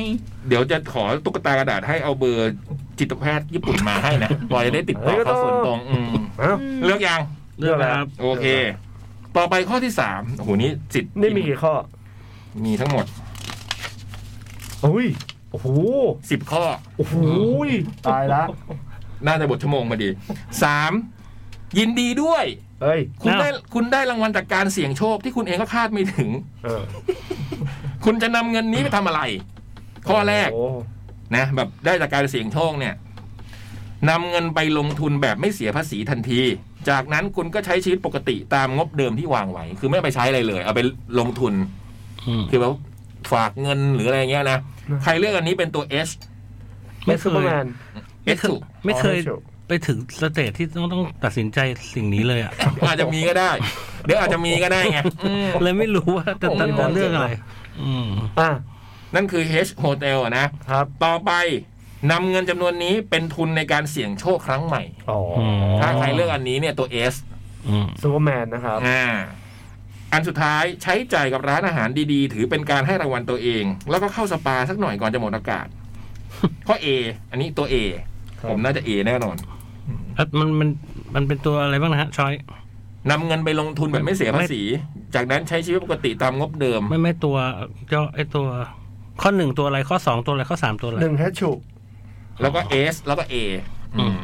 [SPEAKER 2] เดี๋ยวจะขอตุ๊กตากระดาษให้เอาเบอร์จิตแพทย์ญี่ปุ่นมาให้นะบอยจะได้ติดต่อเขาส่วนตรงอืม
[SPEAKER 3] เอ้า
[SPEAKER 2] เลือกยัง
[SPEAKER 3] เลือกแล้ว
[SPEAKER 2] โอเค ต่อไปข้อที่สามโอ้โหนี่สิทธิ์
[SPEAKER 3] นี่มีกี่ข้อ
[SPEAKER 2] มีทั้งหมด
[SPEAKER 3] อุ้ยโอ้โห
[SPEAKER 2] สิบข้อ
[SPEAKER 3] โอ้โหตายละ
[SPEAKER 2] น่าจะบทชั่วโมงมาดีสามยินดีด้วย
[SPEAKER 3] เฮ้ย
[SPEAKER 2] คุณ
[SPEAKER 1] อ้าว
[SPEAKER 2] ได้คุณได้รางวัลจากการเสี่ยงโชคที่คุณเองก็คาดไม่ถึง
[SPEAKER 3] เออ
[SPEAKER 2] คุณจะนำเงินนี้ไปทำอะไร ข้อแรก
[SPEAKER 3] โอ้
[SPEAKER 2] นะแบบได้จากการเสี่ยงโชคเนี่ยนำเงินไปลงทุนแบบไม่เสียภาษีทันที จากนั้นคุณก็ใช้ชีวิตปกติตามงบเดิมที่วางไว้ คือไม่เอาไปใช้อะไรเลย เอาไปลงทุน
[SPEAKER 1] อืม
[SPEAKER 2] คือแบบฝากเงินหรืออะไรเงี้ยนะ ใครเลือกอันนี้เป็นตัว S
[SPEAKER 3] ไม่ซูเปอร์แมน
[SPEAKER 1] ไม่
[SPEAKER 2] S
[SPEAKER 1] เคย
[SPEAKER 2] ถูก
[SPEAKER 1] ไม่เคย
[SPEAKER 3] อ๋อ H2
[SPEAKER 1] ไปถึงสเตจที่ต้องต้องตัดสินใจสิ่งนี้เลยอ่ะ
[SPEAKER 2] อาจจะมีก็ได้ เดี๋ยวอาจจะมีก็ได้ไงอืม
[SPEAKER 1] เลยไม่รู้ว่าจะตัดจะเลือกอะไร อืม
[SPEAKER 3] อ่ะ
[SPEAKER 2] นั่นคือ H Hotel อะนะครับ ต่อไปนำเงินจำนวนนี้เป็นทุนในการเสี่ยงโชคครั้งใหม่
[SPEAKER 3] อ๋อ
[SPEAKER 1] ม
[SPEAKER 2] ถ้าใครเลือกอันนี้เนี่ยตัว S
[SPEAKER 1] อืม
[SPEAKER 3] ซูเปอร์แมนนะครับ
[SPEAKER 2] อ่า อันสุดท้ายใช้จ่ายกับร้านอาหารดีๆ ถือเป็นการให้รางวัลตัวเอง แล้วก็เข้าสปาสักหน่อยก่อนจะหมดอากาศ ข้อ A อันนี้ตัว A ผมน่าจะ A แน่นอน
[SPEAKER 1] แล้วมันมันมันเป็นตัวอะไรบ้างนะฮะชอย
[SPEAKER 2] นำเงินไปลงทุนแบบไม่เสียภาษี จากนั้นใช้ชีวิตปกติตามงบเดิม
[SPEAKER 1] ไม่ไม่ตัวย่อไอตัว ข้อหนึ่งตัวอะไรข้อสองตัวอะไรข้อสามตัวอะไร
[SPEAKER 3] หนึ่งแฮชชู
[SPEAKER 2] แล้วก็ S แล้วก็ A อืม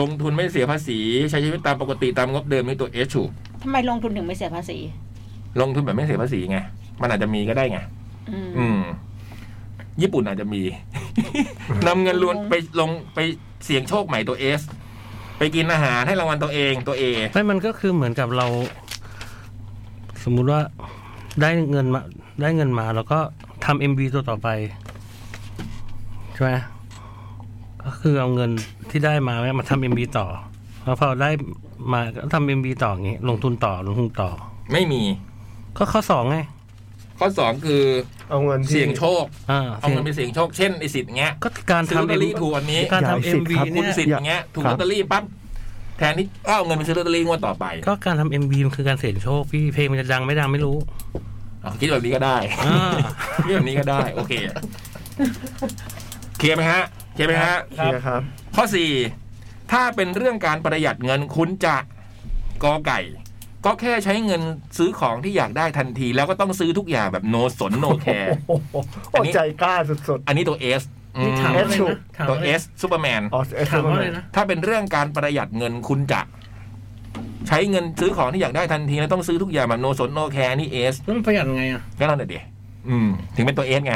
[SPEAKER 2] ลงทุนไม่เสียภาษี ใช้ชีวิตตามปกติตามงบเดิมนี่ตัว S ถูก
[SPEAKER 4] ทำไมลงทุนถึงไม่เสียภาษี
[SPEAKER 2] ลงทุนแบบไม่เสียภาษีไง มันอาจจะมีก็ได้ไง
[SPEAKER 4] อืม
[SPEAKER 2] อืม ญี่ปุ่นอาจจะมี <laughs> นำเงินลวนไปลงไปเสี่ยงโชคใหม่ตัว S ไปกินอาหารให้รางวัลตัวเองตัว A
[SPEAKER 1] ไม่มันก็คือเหมือนกับเรา สมมุติว่าได้เงินมา ได้เงินมา แล้วก็ทำเอ็มวีตัวต่อไป ใช่ไหมก็คือเอาเงินที่ได้มาเนี่ยมาทำเอ็มวีต่อแล้วพอได้มาก็ทำเอ็มวีต่ออย่างงี้ลงทุนต่อลงทุนต่อ
[SPEAKER 2] ไม่มี
[SPEAKER 1] ก็ข้อสองไง
[SPEAKER 2] ข้อสองคือ
[SPEAKER 3] เอาเงินที่
[SPEAKER 2] เสี่ยงโชค
[SPEAKER 1] อ่า
[SPEAKER 2] เอาเงินไปเสี่ยงโชค เช่นไอสิทธิ์เงี้ย
[SPEAKER 1] ก็การ
[SPEAKER 2] ซื้อลอต
[SPEAKER 1] ทำ
[SPEAKER 2] เต
[SPEAKER 1] เอ็
[SPEAKER 2] อ
[SPEAKER 1] ม
[SPEAKER 2] รี่ถูกวันนี้
[SPEAKER 1] การทำเอ็มวี
[SPEAKER 2] คุ
[SPEAKER 1] เนี่
[SPEAKER 2] ณ
[SPEAKER 1] ย
[SPEAKER 2] สิทธิ์เงี้ย ถูกลอตเตอรี่ปั๊บ แทนที่ก็เอาเงินไปซื้อลอตเตอรี่งวดต่อไป
[SPEAKER 1] ก็การทำเอ็มวีมันคือการเสี่ยงโชคพี่เพลงมันจะดังไม่ดังไม่รู้
[SPEAKER 2] เอาคิดแบบนี้ก็ได้
[SPEAKER 1] อ่า
[SPEAKER 2] คิดแบบนี้ก็ได้ โอเค เคลียร์ไหมฮะ เคลียร์ไหมฮะ
[SPEAKER 3] เคลียร์ครับ
[SPEAKER 2] ข้อสี่ถ้าเป็นเรื่องการประหยัดเงินคุณจะกอไก่ ก็แค่ใช้เงินซื้อของที่อยากได้ทันที แล้วก็ต้องซื้อทุกอย่างแบบโนสนโนแคร์
[SPEAKER 3] โอ้โห
[SPEAKER 2] อันนี้
[SPEAKER 3] ใจกล้าสุด
[SPEAKER 2] อันนี้ตัวเอส
[SPEAKER 1] นี่ถามอะไรนะถาม
[SPEAKER 2] ตัว
[SPEAKER 1] อะไร
[SPEAKER 2] เอสซูเปอร์แมน
[SPEAKER 3] ๆ อ๋อเอส
[SPEAKER 1] ถาม
[SPEAKER 3] เอ็ม
[SPEAKER 1] ว่า
[SPEAKER 3] อะ
[SPEAKER 1] อะไร ไร
[SPEAKER 3] นะ
[SPEAKER 1] นะ
[SPEAKER 2] ถ้าเป็นเรื่องการประหยัดเงินคุณจะ ใช้เงินซื้อของที่อยากได้ทันที แล้วต้องซื้อทุกอย่างแบบโนสนโนแคร์นี่เอส
[SPEAKER 1] แล้วมันประหยัดยังไงอ่ะ
[SPEAKER 2] ก็นั่นแหละเดีอืม ถึงเป็นตัวเอสไง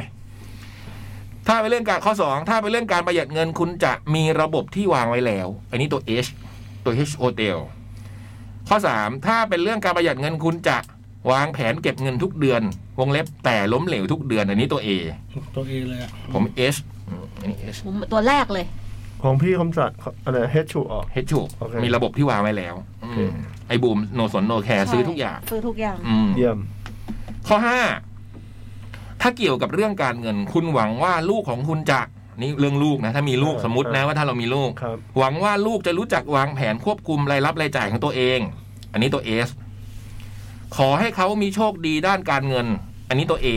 [SPEAKER 2] ถ้าเป็นเรื่องการข้อสองถ้าเป็นเรื่องการประหยัดเงินคุณจะมีระบบที่วางไว้แล้ว อันนี้ตัวเอชตัวเอชโอเดลข้อสามถ้าเป็นเรื่องการประหยัดเงินคุณจะวางแผนเก็บเงินทุกเดือน วงเล็บแต่ล้มเหลวทุกเดือน อันนี้ตัวเอ
[SPEAKER 1] ตัวเอเลยอ่ะ
[SPEAKER 2] ผมเอชอันนี้เอช
[SPEAKER 4] ผมตัวแรกเลย
[SPEAKER 3] ของพี่คมสัตว์อะไรเฮชชูออก
[SPEAKER 2] เฮดชู
[SPEAKER 3] โอเค
[SPEAKER 2] มีระบบที่วางไว้แล้ว
[SPEAKER 3] โอเค
[SPEAKER 2] อืมไอ้บูมโนสนโนแคร์ซื้อทุกอย่าง
[SPEAKER 4] ซื้อทุกอย่าง
[SPEAKER 2] อืม
[SPEAKER 3] เยี่ยม
[SPEAKER 2] ข้อห้าถ้าเกี่ยวกับเรื่องการเงิน คุณหวังว่าลูกของคุณจะนี่เรื่องลูกนะ ถ้ามีลูก
[SPEAKER 3] เออ
[SPEAKER 2] สมมตินะ
[SPEAKER 3] เออ
[SPEAKER 2] ว่าถ้าเรามีลูก
[SPEAKER 3] ครับ
[SPEAKER 2] หวังว่าลูกจะรู้จักวางแผนควบคุมรายรับรายจ่ายของตัวเอง อันนี้ตัวเอสขอให้เขามีโชคดีด้านการเงิน อันนี้ตัวเอ <laughs>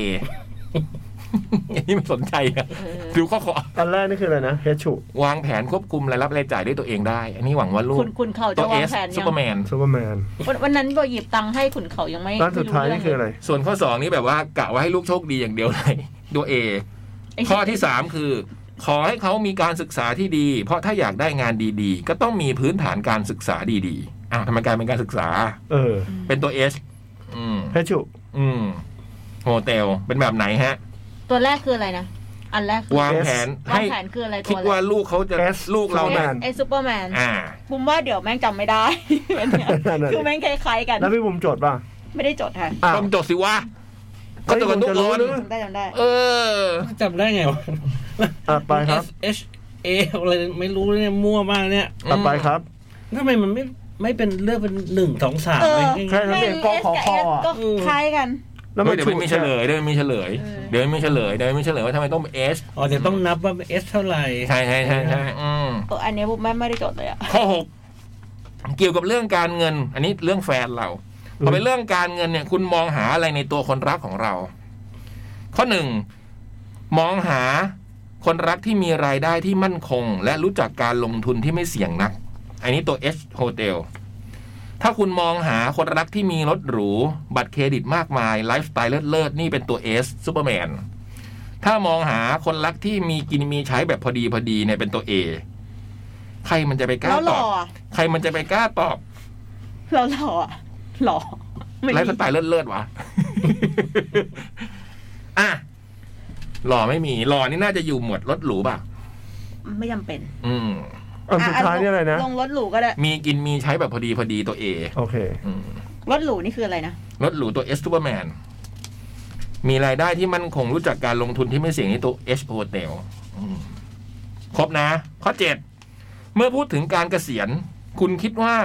[SPEAKER 2] อันนี้ไม่สนใจอะ
[SPEAKER 4] เออ
[SPEAKER 2] ดูข้อขอ
[SPEAKER 3] อันแรกนี่คืออะไรนะเฮชชู
[SPEAKER 2] วางแผนควบคุมรายรับรายจ่ายด้วยตัวเองได้ อันนี้หวังว่าลูก
[SPEAKER 4] คุณคุณเขา
[SPEAKER 2] ตั
[SPEAKER 4] จะ
[SPEAKER 2] วเอ
[SPEAKER 4] วาง
[SPEAKER 2] ส
[SPEAKER 4] แผน
[SPEAKER 2] ซู
[SPEAKER 4] ยัง
[SPEAKER 2] เปอร์แมน
[SPEAKER 3] ซูเปอร์แมน
[SPEAKER 4] วันวันนั้นโบหยิบตังค์ให้คุณเขายังไม่
[SPEAKER 3] ร้านสุดท้าย
[SPEAKER 4] ไม่
[SPEAKER 3] นี่คืออะไร
[SPEAKER 2] ส่วนข้อสองนี่แบบว่ากะว่าให้ลูกโชคดีอย่างเดียวเลย ตัวเอ
[SPEAKER 4] ไอ้
[SPEAKER 2] ข้อที่ 3 คือ ขอให้เขามีการศึกษาที่ดี เพราะถ้าอยากได้งานดีๆ ก็ต้องมีพื้นฐานการศึกษาดีๆอ้าวทำไมกลายเป็นการศึกษา
[SPEAKER 3] เออ
[SPEAKER 2] เป็นตัวเอสอืม
[SPEAKER 3] เฮชชู
[SPEAKER 2] อืมโฮเทลเป็นแบบไหนฮะ
[SPEAKER 4] ตัวแรกคืออะไรนะ อันแรกคือ
[SPEAKER 2] วางแผน
[SPEAKER 4] วาง
[SPEAKER 2] ให้
[SPEAKER 4] แผนคืออะไร
[SPEAKER 2] คิด
[SPEAKER 4] ตัว
[SPEAKER 2] ว่า
[SPEAKER 4] แรก
[SPEAKER 2] ลูกเขาจะลูกเรา
[SPEAKER 4] ไอ้
[SPEAKER 2] เนี่ย
[SPEAKER 4] ไอ้ซูเปอร์แมน
[SPEAKER 2] อ่า
[SPEAKER 4] บุมว่าเดี๋ยวแม่งจำไม่ได้ <laughs> อันเนี้ย
[SPEAKER 3] นั่นน่ะ
[SPEAKER 4] คือ
[SPEAKER 3] ดิ
[SPEAKER 4] แม่งคล้ายๆกัน
[SPEAKER 3] แล้วพี่บุ๋มจดป่ะ
[SPEAKER 4] ไม่ได้จดค่ะ
[SPEAKER 3] อ้าว
[SPEAKER 2] ต้องจดสิวะก็จดกันทุกคน
[SPEAKER 4] จำได้จำได้
[SPEAKER 2] เออ
[SPEAKER 1] จำได้ไงวะ
[SPEAKER 3] อ่ะไปครับ
[SPEAKER 1] S H A อะไรไม่รู้เนี่ยมั่วมากเนี่ย
[SPEAKER 3] ต่อไปครับ
[SPEAKER 1] ทำไมมันไม่ไม่เป็นเลือกเป็นหนึ่งสองสาม
[SPEAKER 4] เออ
[SPEAKER 1] อะไร
[SPEAKER 3] ใช่ครั
[SPEAKER 1] เงี้ย
[SPEAKER 3] บเด็กกขอคออ่ะ
[SPEAKER 4] ก็คล้ายกัน
[SPEAKER 3] แล้ว
[SPEAKER 2] เฮ้
[SPEAKER 3] มัน
[SPEAKER 2] ยเดี๋ยว
[SPEAKER 3] ฉุก
[SPEAKER 2] ไม่มีเฉ
[SPEAKER 3] ใช่ไห
[SPEAKER 2] ล
[SPEAKER 3] ม
[SPEAKER 2] ยเดี๋ยวไม่มีเฉลย
[SPEAKER 4] เออ
[SPEAKER 2] เดี๋ยวไม่มีเฉลยเดี๋ยวไม่มีเฉลยว่าทำไมต้องเป็นเอส
[SPEAKER 1] อ๋อจะต้องนับว่า S เท่าไหร่
[SPEAKER 2] ใช่ใช่ใช่ใช่อืม
[SPEAKER 4] เอออันเนี้ยบุมไม่ไม่ได้จดเลยอ่ะ
[SPEAKER 2] ข้อหกเกี่ยวกับเรื่องการเงิน อันนี้เรื่องแฟนเราพอเป็นเรื่องการเงินเนี่ย คุณมองหาอะไรในตัวคนรักของเรา ข้อหนึ่งมองหาคนรักที่มีรายได้ที่มั่นคง และรู้จักการลงทุนที่ไม่เสี่ยงนัก อันนี้ตัว H Hotel ถ้าคุณมองหาคนรักที่มีรถหรู บัตรเครดิตมากมาย ไลฟ์สไตล์เลิศๆนี่เป็นตัว S Superman ถ้ามองหาคนรักที่มีกินมีใช้แบบพอดีพอดีเนี่ยเป็นตัว A ใครมันจะไปกล้า
[SPEAKER 4] แล้วห
[SPEAKER 2] ต
[SPEAKER 4] ล่
[SPEAKER 2] อ
[SPEAKER 4] อบ อะ
[SPEAKER 2] ใครมันจะไปกล้าตอบ
[SPEAKER 4] แล้วหล่ออะหล่อไม่
[SPEAKER 2] ไลฟ์ส
[SPEAKER 4] มี
[SPEAKER 2] ไตล์เลิศ
[SPEAKER 4] <laughs>
[SPEAKER 2] ๆวะ อ่ะหล่อไม่มี หล่อนี่น่าจะอยู่หมวดรถหรูป่ะ
[SPEAKER 4] ไม่จำเป็น
[SPEAKER 2] อืม
[SPEAKER 3] อันสุดท้ายนี่อะไรนะ
[SPEAKER 4] ลงรถหรูก็ได้
[SPEAKER 2] มีกินมีใช้แบบพอดีพอดีตัวเอ
[SPEAKER 3] โอเค
[SPEAKER 2] ม
[SPEAKER 4] รถหรูนี่คืออะไรนะ
[SPEAKER 2] รถหรูตัวเอสซูเปอร์แมน มีรายได้ที่มั่นคงรู้จักการลงทุนที่ไม่เสี่ยงนี่ตัวเอชโฮเทลครบนะ ข้อเจ็ด เมื่อพูดถึงการเกษียณ คุณคิดว่า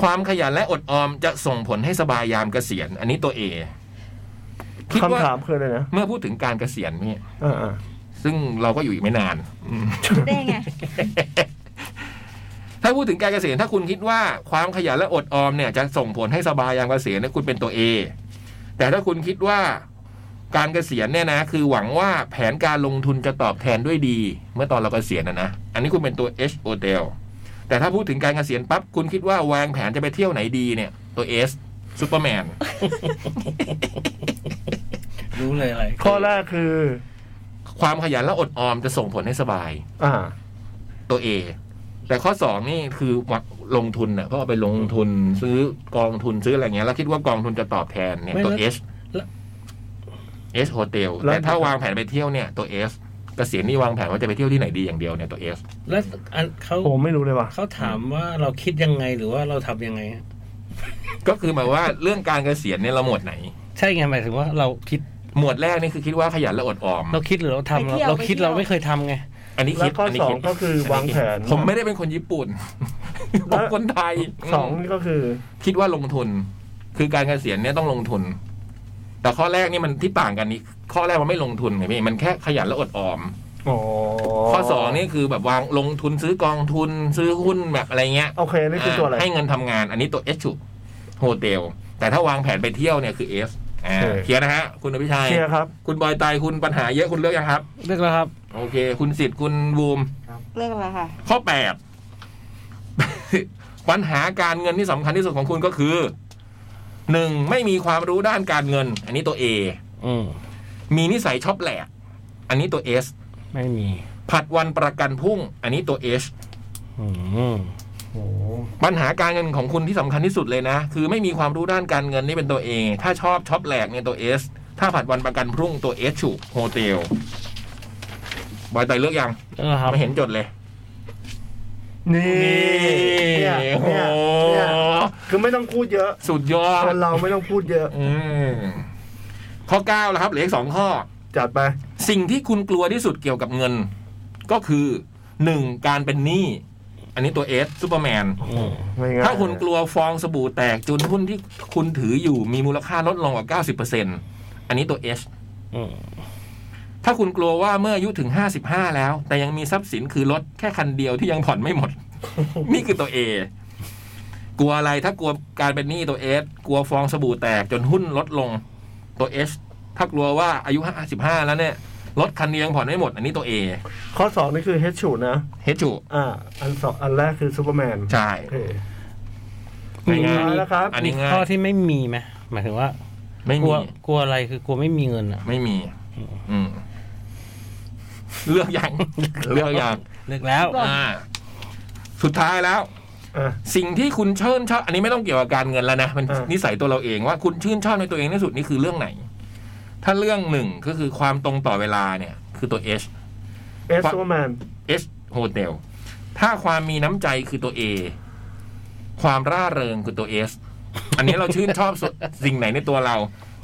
[SPEAKER 2] ความขยันและอดออมจะส่งผลให้สบายยามเกษียณ อันนี้ตัวเอ
[SPEAKER 3] คำถามคืออะไรนะ
[SPEAKER 2] เมื่อพูดถึงการเกษียณเนี่ย
[SPEAKER 3] อ่าอ่า
[SPEAKER 2] ซึ่งเราก็อยู่อีกไม่นาน
[SPEAKER 4] ได้ไง
[SPEAKER 2] ถ้า าพูดถึงการเกษียณถ้าคุณคิดว่าความขยันและอดออมเนี่ยจะส่งผลให้สบายยามเกษียณเนี่ยคุณเป็นตัว A แต่ถ้าคุณคิดว่าการเกษียณเนี่ยนะ คือหวังว่าแผนการลงทุนจะตอบแทนด้วยดี เมื่อตอนเราเกษียณนะนะ อันนี้คุณเป็นตัว H o t e l แต่ถ้าพูดถึงการเกษียณปั๊บคุณคิดว่าวางแผนจะไปเที่ยวไหนดีเนี่ย ตัว S ซูเปอร์แมน
[SPEAKER 1] รู้เลยอะไร
[SPEAKER 3] ข้อแรกคือ
[SPEAKER 2] ความขยันและอดออมจะส่งผลให้สบาย
[SPEAKER 3] อ่า
[SPEAKER 2] ตัว A แต่ข้อ 2 นี่คือลงทุนเนี่ยก็เอาไปลงทุนซื้อกองทุนซื้ออะไรเงี้ยแล้วคิดว่ากองทุนจะตอบแทนเนี่ยตัว
[SPEAKER 1] ไม่แล้ว
[SPEAKER 2] S S Hotel
[SPEAKER 3] แล้ว
[SPEAKER 2] แต่ถ้าวางแผนไปเที่ยวเนี่ยตัว S เกษียณนี่วางแผนว่าจะไปเที่ยวที่ไหนดีอย่างเดียวเนี่ยตัว S
[SPEAKER 1] แล้วอันเขา
[SPEAKER 3] ผมไม่รู้เลยว่ะ
[SPEAKER 1] เขาถามว่าเราคิดยังไงหรือว่าเราทำยังไง
[SPEAKER 2] ก็คือหมายว่าเรื่องการเกษียณเนี่ยเราหมวดไหน
[SPEAKER 1] ใช่ไงหมายถึงว่าเราคิด
[SPEAKER 2] หมวดแรกนี่คือคิดว่าขยันและอดออม
[SPEAKER 1] เราคิดหรือเราทำ
[SPEAKER 4] ไป
[SPEAKER 1] เรา
[SPEAKER 4] เที่ยว
[SPEAKER 1] เราคิด
[SPEAKER 4] ไปเที่ยว
[SPEAKER 1] เราไม่เคยทำไง
[SPEAKER 2] อันนี้
[SPEAKER 3] แล้
[SPEAKER 2] คิ
[SPEAKER 3] ว
[SPEAKER 2] ด
[SPEAKER 3] ข้อ
[SPEAKER 2] อันนี้
[SPEAKER 3] สอง
[SPEAKER 2] คิด
[SPEAKER 3] ก็คือวางแผน
[SPEAKER 2] ผมไม่ได้เป็นคนญี่ปุ่นผ
[SPEAKER 3] แล้ว
[SPEAKER 2] มคนไทย
[SPEAKER 3] สองนี่ก็คือ
[SPEAKER 2] คิดว่าลงทุน คือการเกษียณเนี่ยต้องลงทุน แต่ข้อแรกนี่มันที่ต่างกันนี่ข้อแรกมันไม่ลงทุนไงพี่มันแค่ขยันและอดออม
[SPEAKER 3] อ๋อ
[SPEAKER 2] ข้อสองนี่คือแบบวางลงทุนซื้อกองทุนซื้อหุ้นแบบอะไรเงี้ย
[SPEAKER 3] โอเคนี่คือตัวอะไร
[SPEAKER 2] ให้เงินทำงาน อันนี้ตัว H โฮเทลแต่ถ้าวางแผนไปเที่ยวเนี่ยคือ S อ่า
[SPEAKER 3] โอเค
[SPEAKER 2] เคลียร์นะฮะ คุณอภิชัย
[SPEAKER 3] เคลียร์ครับ
[SPEAKER 2] คุณบอยตายคุณปัญหาเยอะคุณเลือกยังครับ
[SPEAKER 1] เลือกแล้วครับ
[SPEAKER 2] โอเค คุณสิทธิ์คุณบูม
[SPEAKER 4] เรื่องอะไรค่ะ
[SPEAKER 2] ข้อแปด <laughs> ปัญหาการเงินที่สำคัญที่สุดของคุณก็คือหนึ่งไม่มีความรู้ด้านการเงิน อันนี้ตัว A
[SPEAKER 1] อืม
[SPEAKER 2] มีนิสัยชอบแหลก อันนี้ตัว S
[SPEAKER 1] ไม่มี
[SPEAKER 2] ผัดวันประกันพรุ่ง อันนี้ตัว H
[SPEAKER 1] อืม
[SPEAKER 3] โอ้
[SPEAKER 2] ปัญหาการเงินของคุณที่สำคัญที่สุดเลยนะ คือไม่มีความรู้ด้านการเงินนี่เป็นตัว A ถ้าชอบช็อปแหลกเนี่ยตัว S ถ้าผัดวันประกันพรุ่งตัว H ฉุโฮเทลบอยไตเลือกยัง
[SPEAKER 1] เลือกแล้วครับ
[SPEAKER 2] ไม่เห็นจดเลย
[SPEAKER 3] นี่เนี่ย
[SPEAKER 2] โอ้โห
[SPEAKER 3] เนี่ยเนี่ยคือไม่ต้องพูดเยอะ
[SPEAKER 2] สุดยอด
[SPEAKER 3] คนเราไม่ต้องพูดเยอะ
[SPEAKER 2] อืมข้อ9ก้าแล้วครับเหลืออีกสองข้อ
[SPEAKER 3] จัดไป
[SPEAKER 2] สิ่งที่คุณกลัวที่สุดเกี่ยวกับเงิน ก็คือหนึ่งการเป็นหนี้อันนี้ตัว S ซูเปอร์แมน
[SPEAKER 1] อืม
[SPEAKER 3] ไม่ง่าย
[SPEAKER 2] ถ้าคุณกลัวฟองสบู่แตกจนหุ้นที่คุณถืออยู่มีมูลค่าลดลงกว่า 90%อันนี้ตัว H
[SPEAKER 1] อืม
[SPEAKER 2] ถ้าคุณกลัวว่าเมื่ออายุถึง 55 แล้ว แต่ยังมีทรัพย์สินคือรถแค่คันเดียวที่ยังผ่อนไม่หมด นี่คือตัว A กลัวอะไรถ้ากลัวการเป็นหนี้ตัว S กลัวฟองสบู่แตกจนหุ้นลดลงตัว H ถ้ากลัวว่าอายุ 55 แล้วเนี่ยรถคันเดียวยังผ่อนไม่หมด อันนี้ตัว A
[SPEAKER 3] ข้อสองนี่คือเฮดชูนะ
[SPEAKER 2] H จุ
[SPEAKER 3] อ่า อันสองอันแรกคือซูเปอร์แมน
[SPEAKER 2] ใช่
[SPEAKER 3] โอเค
[SPEAKER 2] ไม่ง่าย
[SPEAKER 3] มีแล้วครับ
[SPEAKER 2] อัน
[SPEAKER 1] มี
[SPEAKER 2] นี้ง่าย
[SPEAKER 1] ข้อที่ไม่มีไหมหมายถึงว่า
[SPEAKER 2] ไม่
[SPEAKER 1] กลั
[SPEAKER 2] มี
[SPEAKER 1] วกลัวอะไรคือกลัวไม่มีเงินอ่ะ
[SPEAKER 2] ไม่มี อืม เลือกยัง เลือกยัง
[SPEAKER 1] เลือกแล้ว
[SPEAKER 2] อ่า สุดท้ายแล้ว
[SPEAKER 3] อ่ะ
[SPEAKER 2] สิ่งที่คุณเชิญชอบ อันนี้ไม่ต้องเกี่ยวกับการเงินแล้วนะเป็น
[SPEAKER 3] อ่านิ
[SPEAKER 2] นิสัยตัวเราเองว่าคุณชื่นชอบในตัวเองที่สุดนี่คือเรื่องไหน ถ้าเรื่องหนึ่งก็คือความตรงต่อเวลาเนี่ย คือตัว H
[SPEAKER 3] เอสซูเปอร์แมน
[SPEAKER 2] H Hotel ถ้าความมีน้ำใจคือตัว A ความร่าเริงคือตัว S อันนี้เราชื่นชอบสุด สิ่งไหนในตัวเรา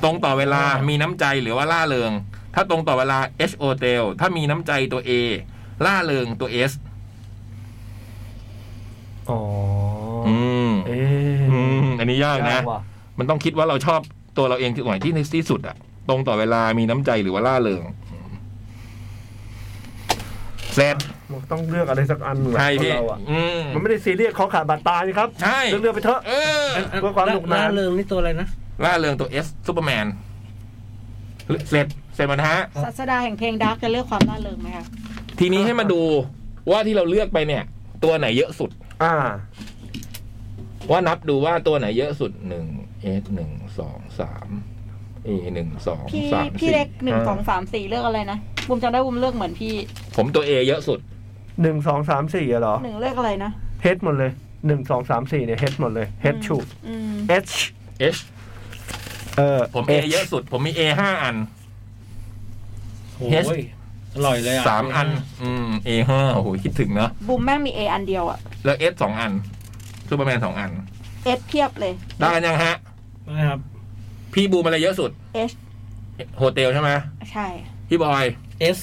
[SPEAKER 2] ตรงต่อเวลามีน้ำใจหรือว่าร่าเริง ถ้าตรงต่อเวลา H Hotel ถ้ามีน้ำใจตัว A ร่าเริงตัว S
[SPEAKER 3] อ๋ออ
[SPEAKER 2] อืม
[SPEAKER 3] เอ๊
[SPEAKER 2] อื
[SPEAKER 3] ะ
[SPEAKER 2] มอันนี้ยากนะ
[SPEAKER 3] ยากว่
[SPEAKER 2] มันต้องคิดว่าเราชอบตัวเราเองที่ไหนที่ในที่สุดอะตรงต่อเวลามีน้ำใจหรือว่าร่าเริงเสร็จ
[SPEAKER 3] มันต้องเลือกอะไรสักอันหนึ่งแหละ
[SPEAKER 2] ใช่
[SPEAKER 3] คน
[SPEAKER 2] พี่
[SPEAKER 3] เราอ่ะ
[SPEAKER 2] อืม
[SPEAKER 3] มันไม่ได้ซีเรียสขอขาดบาดตายนี่ครับ
[SPEAKER 2] ใช่
[SPEAKER 3] เลือกเลือกไปเถอะ
[SPEAKER 2] เออ
[SPEAKER 3] เพื่อความสนุกสนาน
[SPEAKER 1] เรื่องนี่ตัวอะไรนะ
[SPEAKER 2] ล่าเริงตัวเอสซูเปอร์แมนเสร็จเสร็จมันฮะ
[SPEAKER 4] ศาสดาแห่งเพลงดาร์กจะเลือกความร่าเริงไหมคะ
[SPEAKER 2] ทีนี้ให้มาดูว่าที่เราเลือกไปเนี่ย ตัวไหนเยอะสุด
[SPEAKER 3] อ่า
[SPEAKER 2] ว่านับดูว่าตัวไหนเยอะสุดหนึ่งเอสหนึ่งสองสามเอหนึ่งสอง
[SPEAKER 4] พี่
[SPEAKER 2] สาม
[SPEAKER 4] พี่
[SPEAKER 2] สี่
[SPEAKER 4] เล็กหนึ่ง
[SPEAKER 2] ห้า
[SPEAKER 4] สองสามสี่เลือกอะไรนะบุมจำได้บุมเลือกเหมือนพี่
[SPEAKER 2] ผมตัวเอเยอะสุด
[SPEAKER 3] หนึ่งสองสามสี่อะเหรอ
[SPEAKER 4] หนึ่งเลือกอะไรนะ
[SPEAKER 3] เฮดหมดเลย หนึ่งสองสามสี่เนี่ยเฮดหมดเลย เฮดชู
[SPEAKER 4] อืม
[SPEAKER 3] เอช
[SPEAKER 2] H
[SPEAKER 3] เออ
[SPEAKER 2] ผมเอ
[SPEAKER 3] H
[SPEAKER 2] เยอะสุด ผมมีเอห้าอัน
[SPEAKER 1] โอ้
[SPEAKER 2] เฮส
[SPEAKER 1] ยอร่อยเลยอ่ะ
[SPEAKER 2] สามอัน อืมเอห้าโอ้โหคิดถึงเนาะ
[SPEAKER 4] บุมแม่งมีเออันเดียวอะ
[SPEAKER 2] แล้วเอสสองอันซูเปอร์แมนสองอัน
[SPEAKER 4] เอสเพียบเลย
[SPEAKER 2] ได้กันยังฮะ
[SPEAKER 1] นะครับ
[SPEAKER 2] พี่บูมอะไรเยอะสุด
[SPEAKER 4] เอส
[SPEAKER 2] โฮเทลใช่ไหม
[SPEAKER 4] ใช่
[SPEAKER 2] พี่บอย
[SPEAKER 1] เอส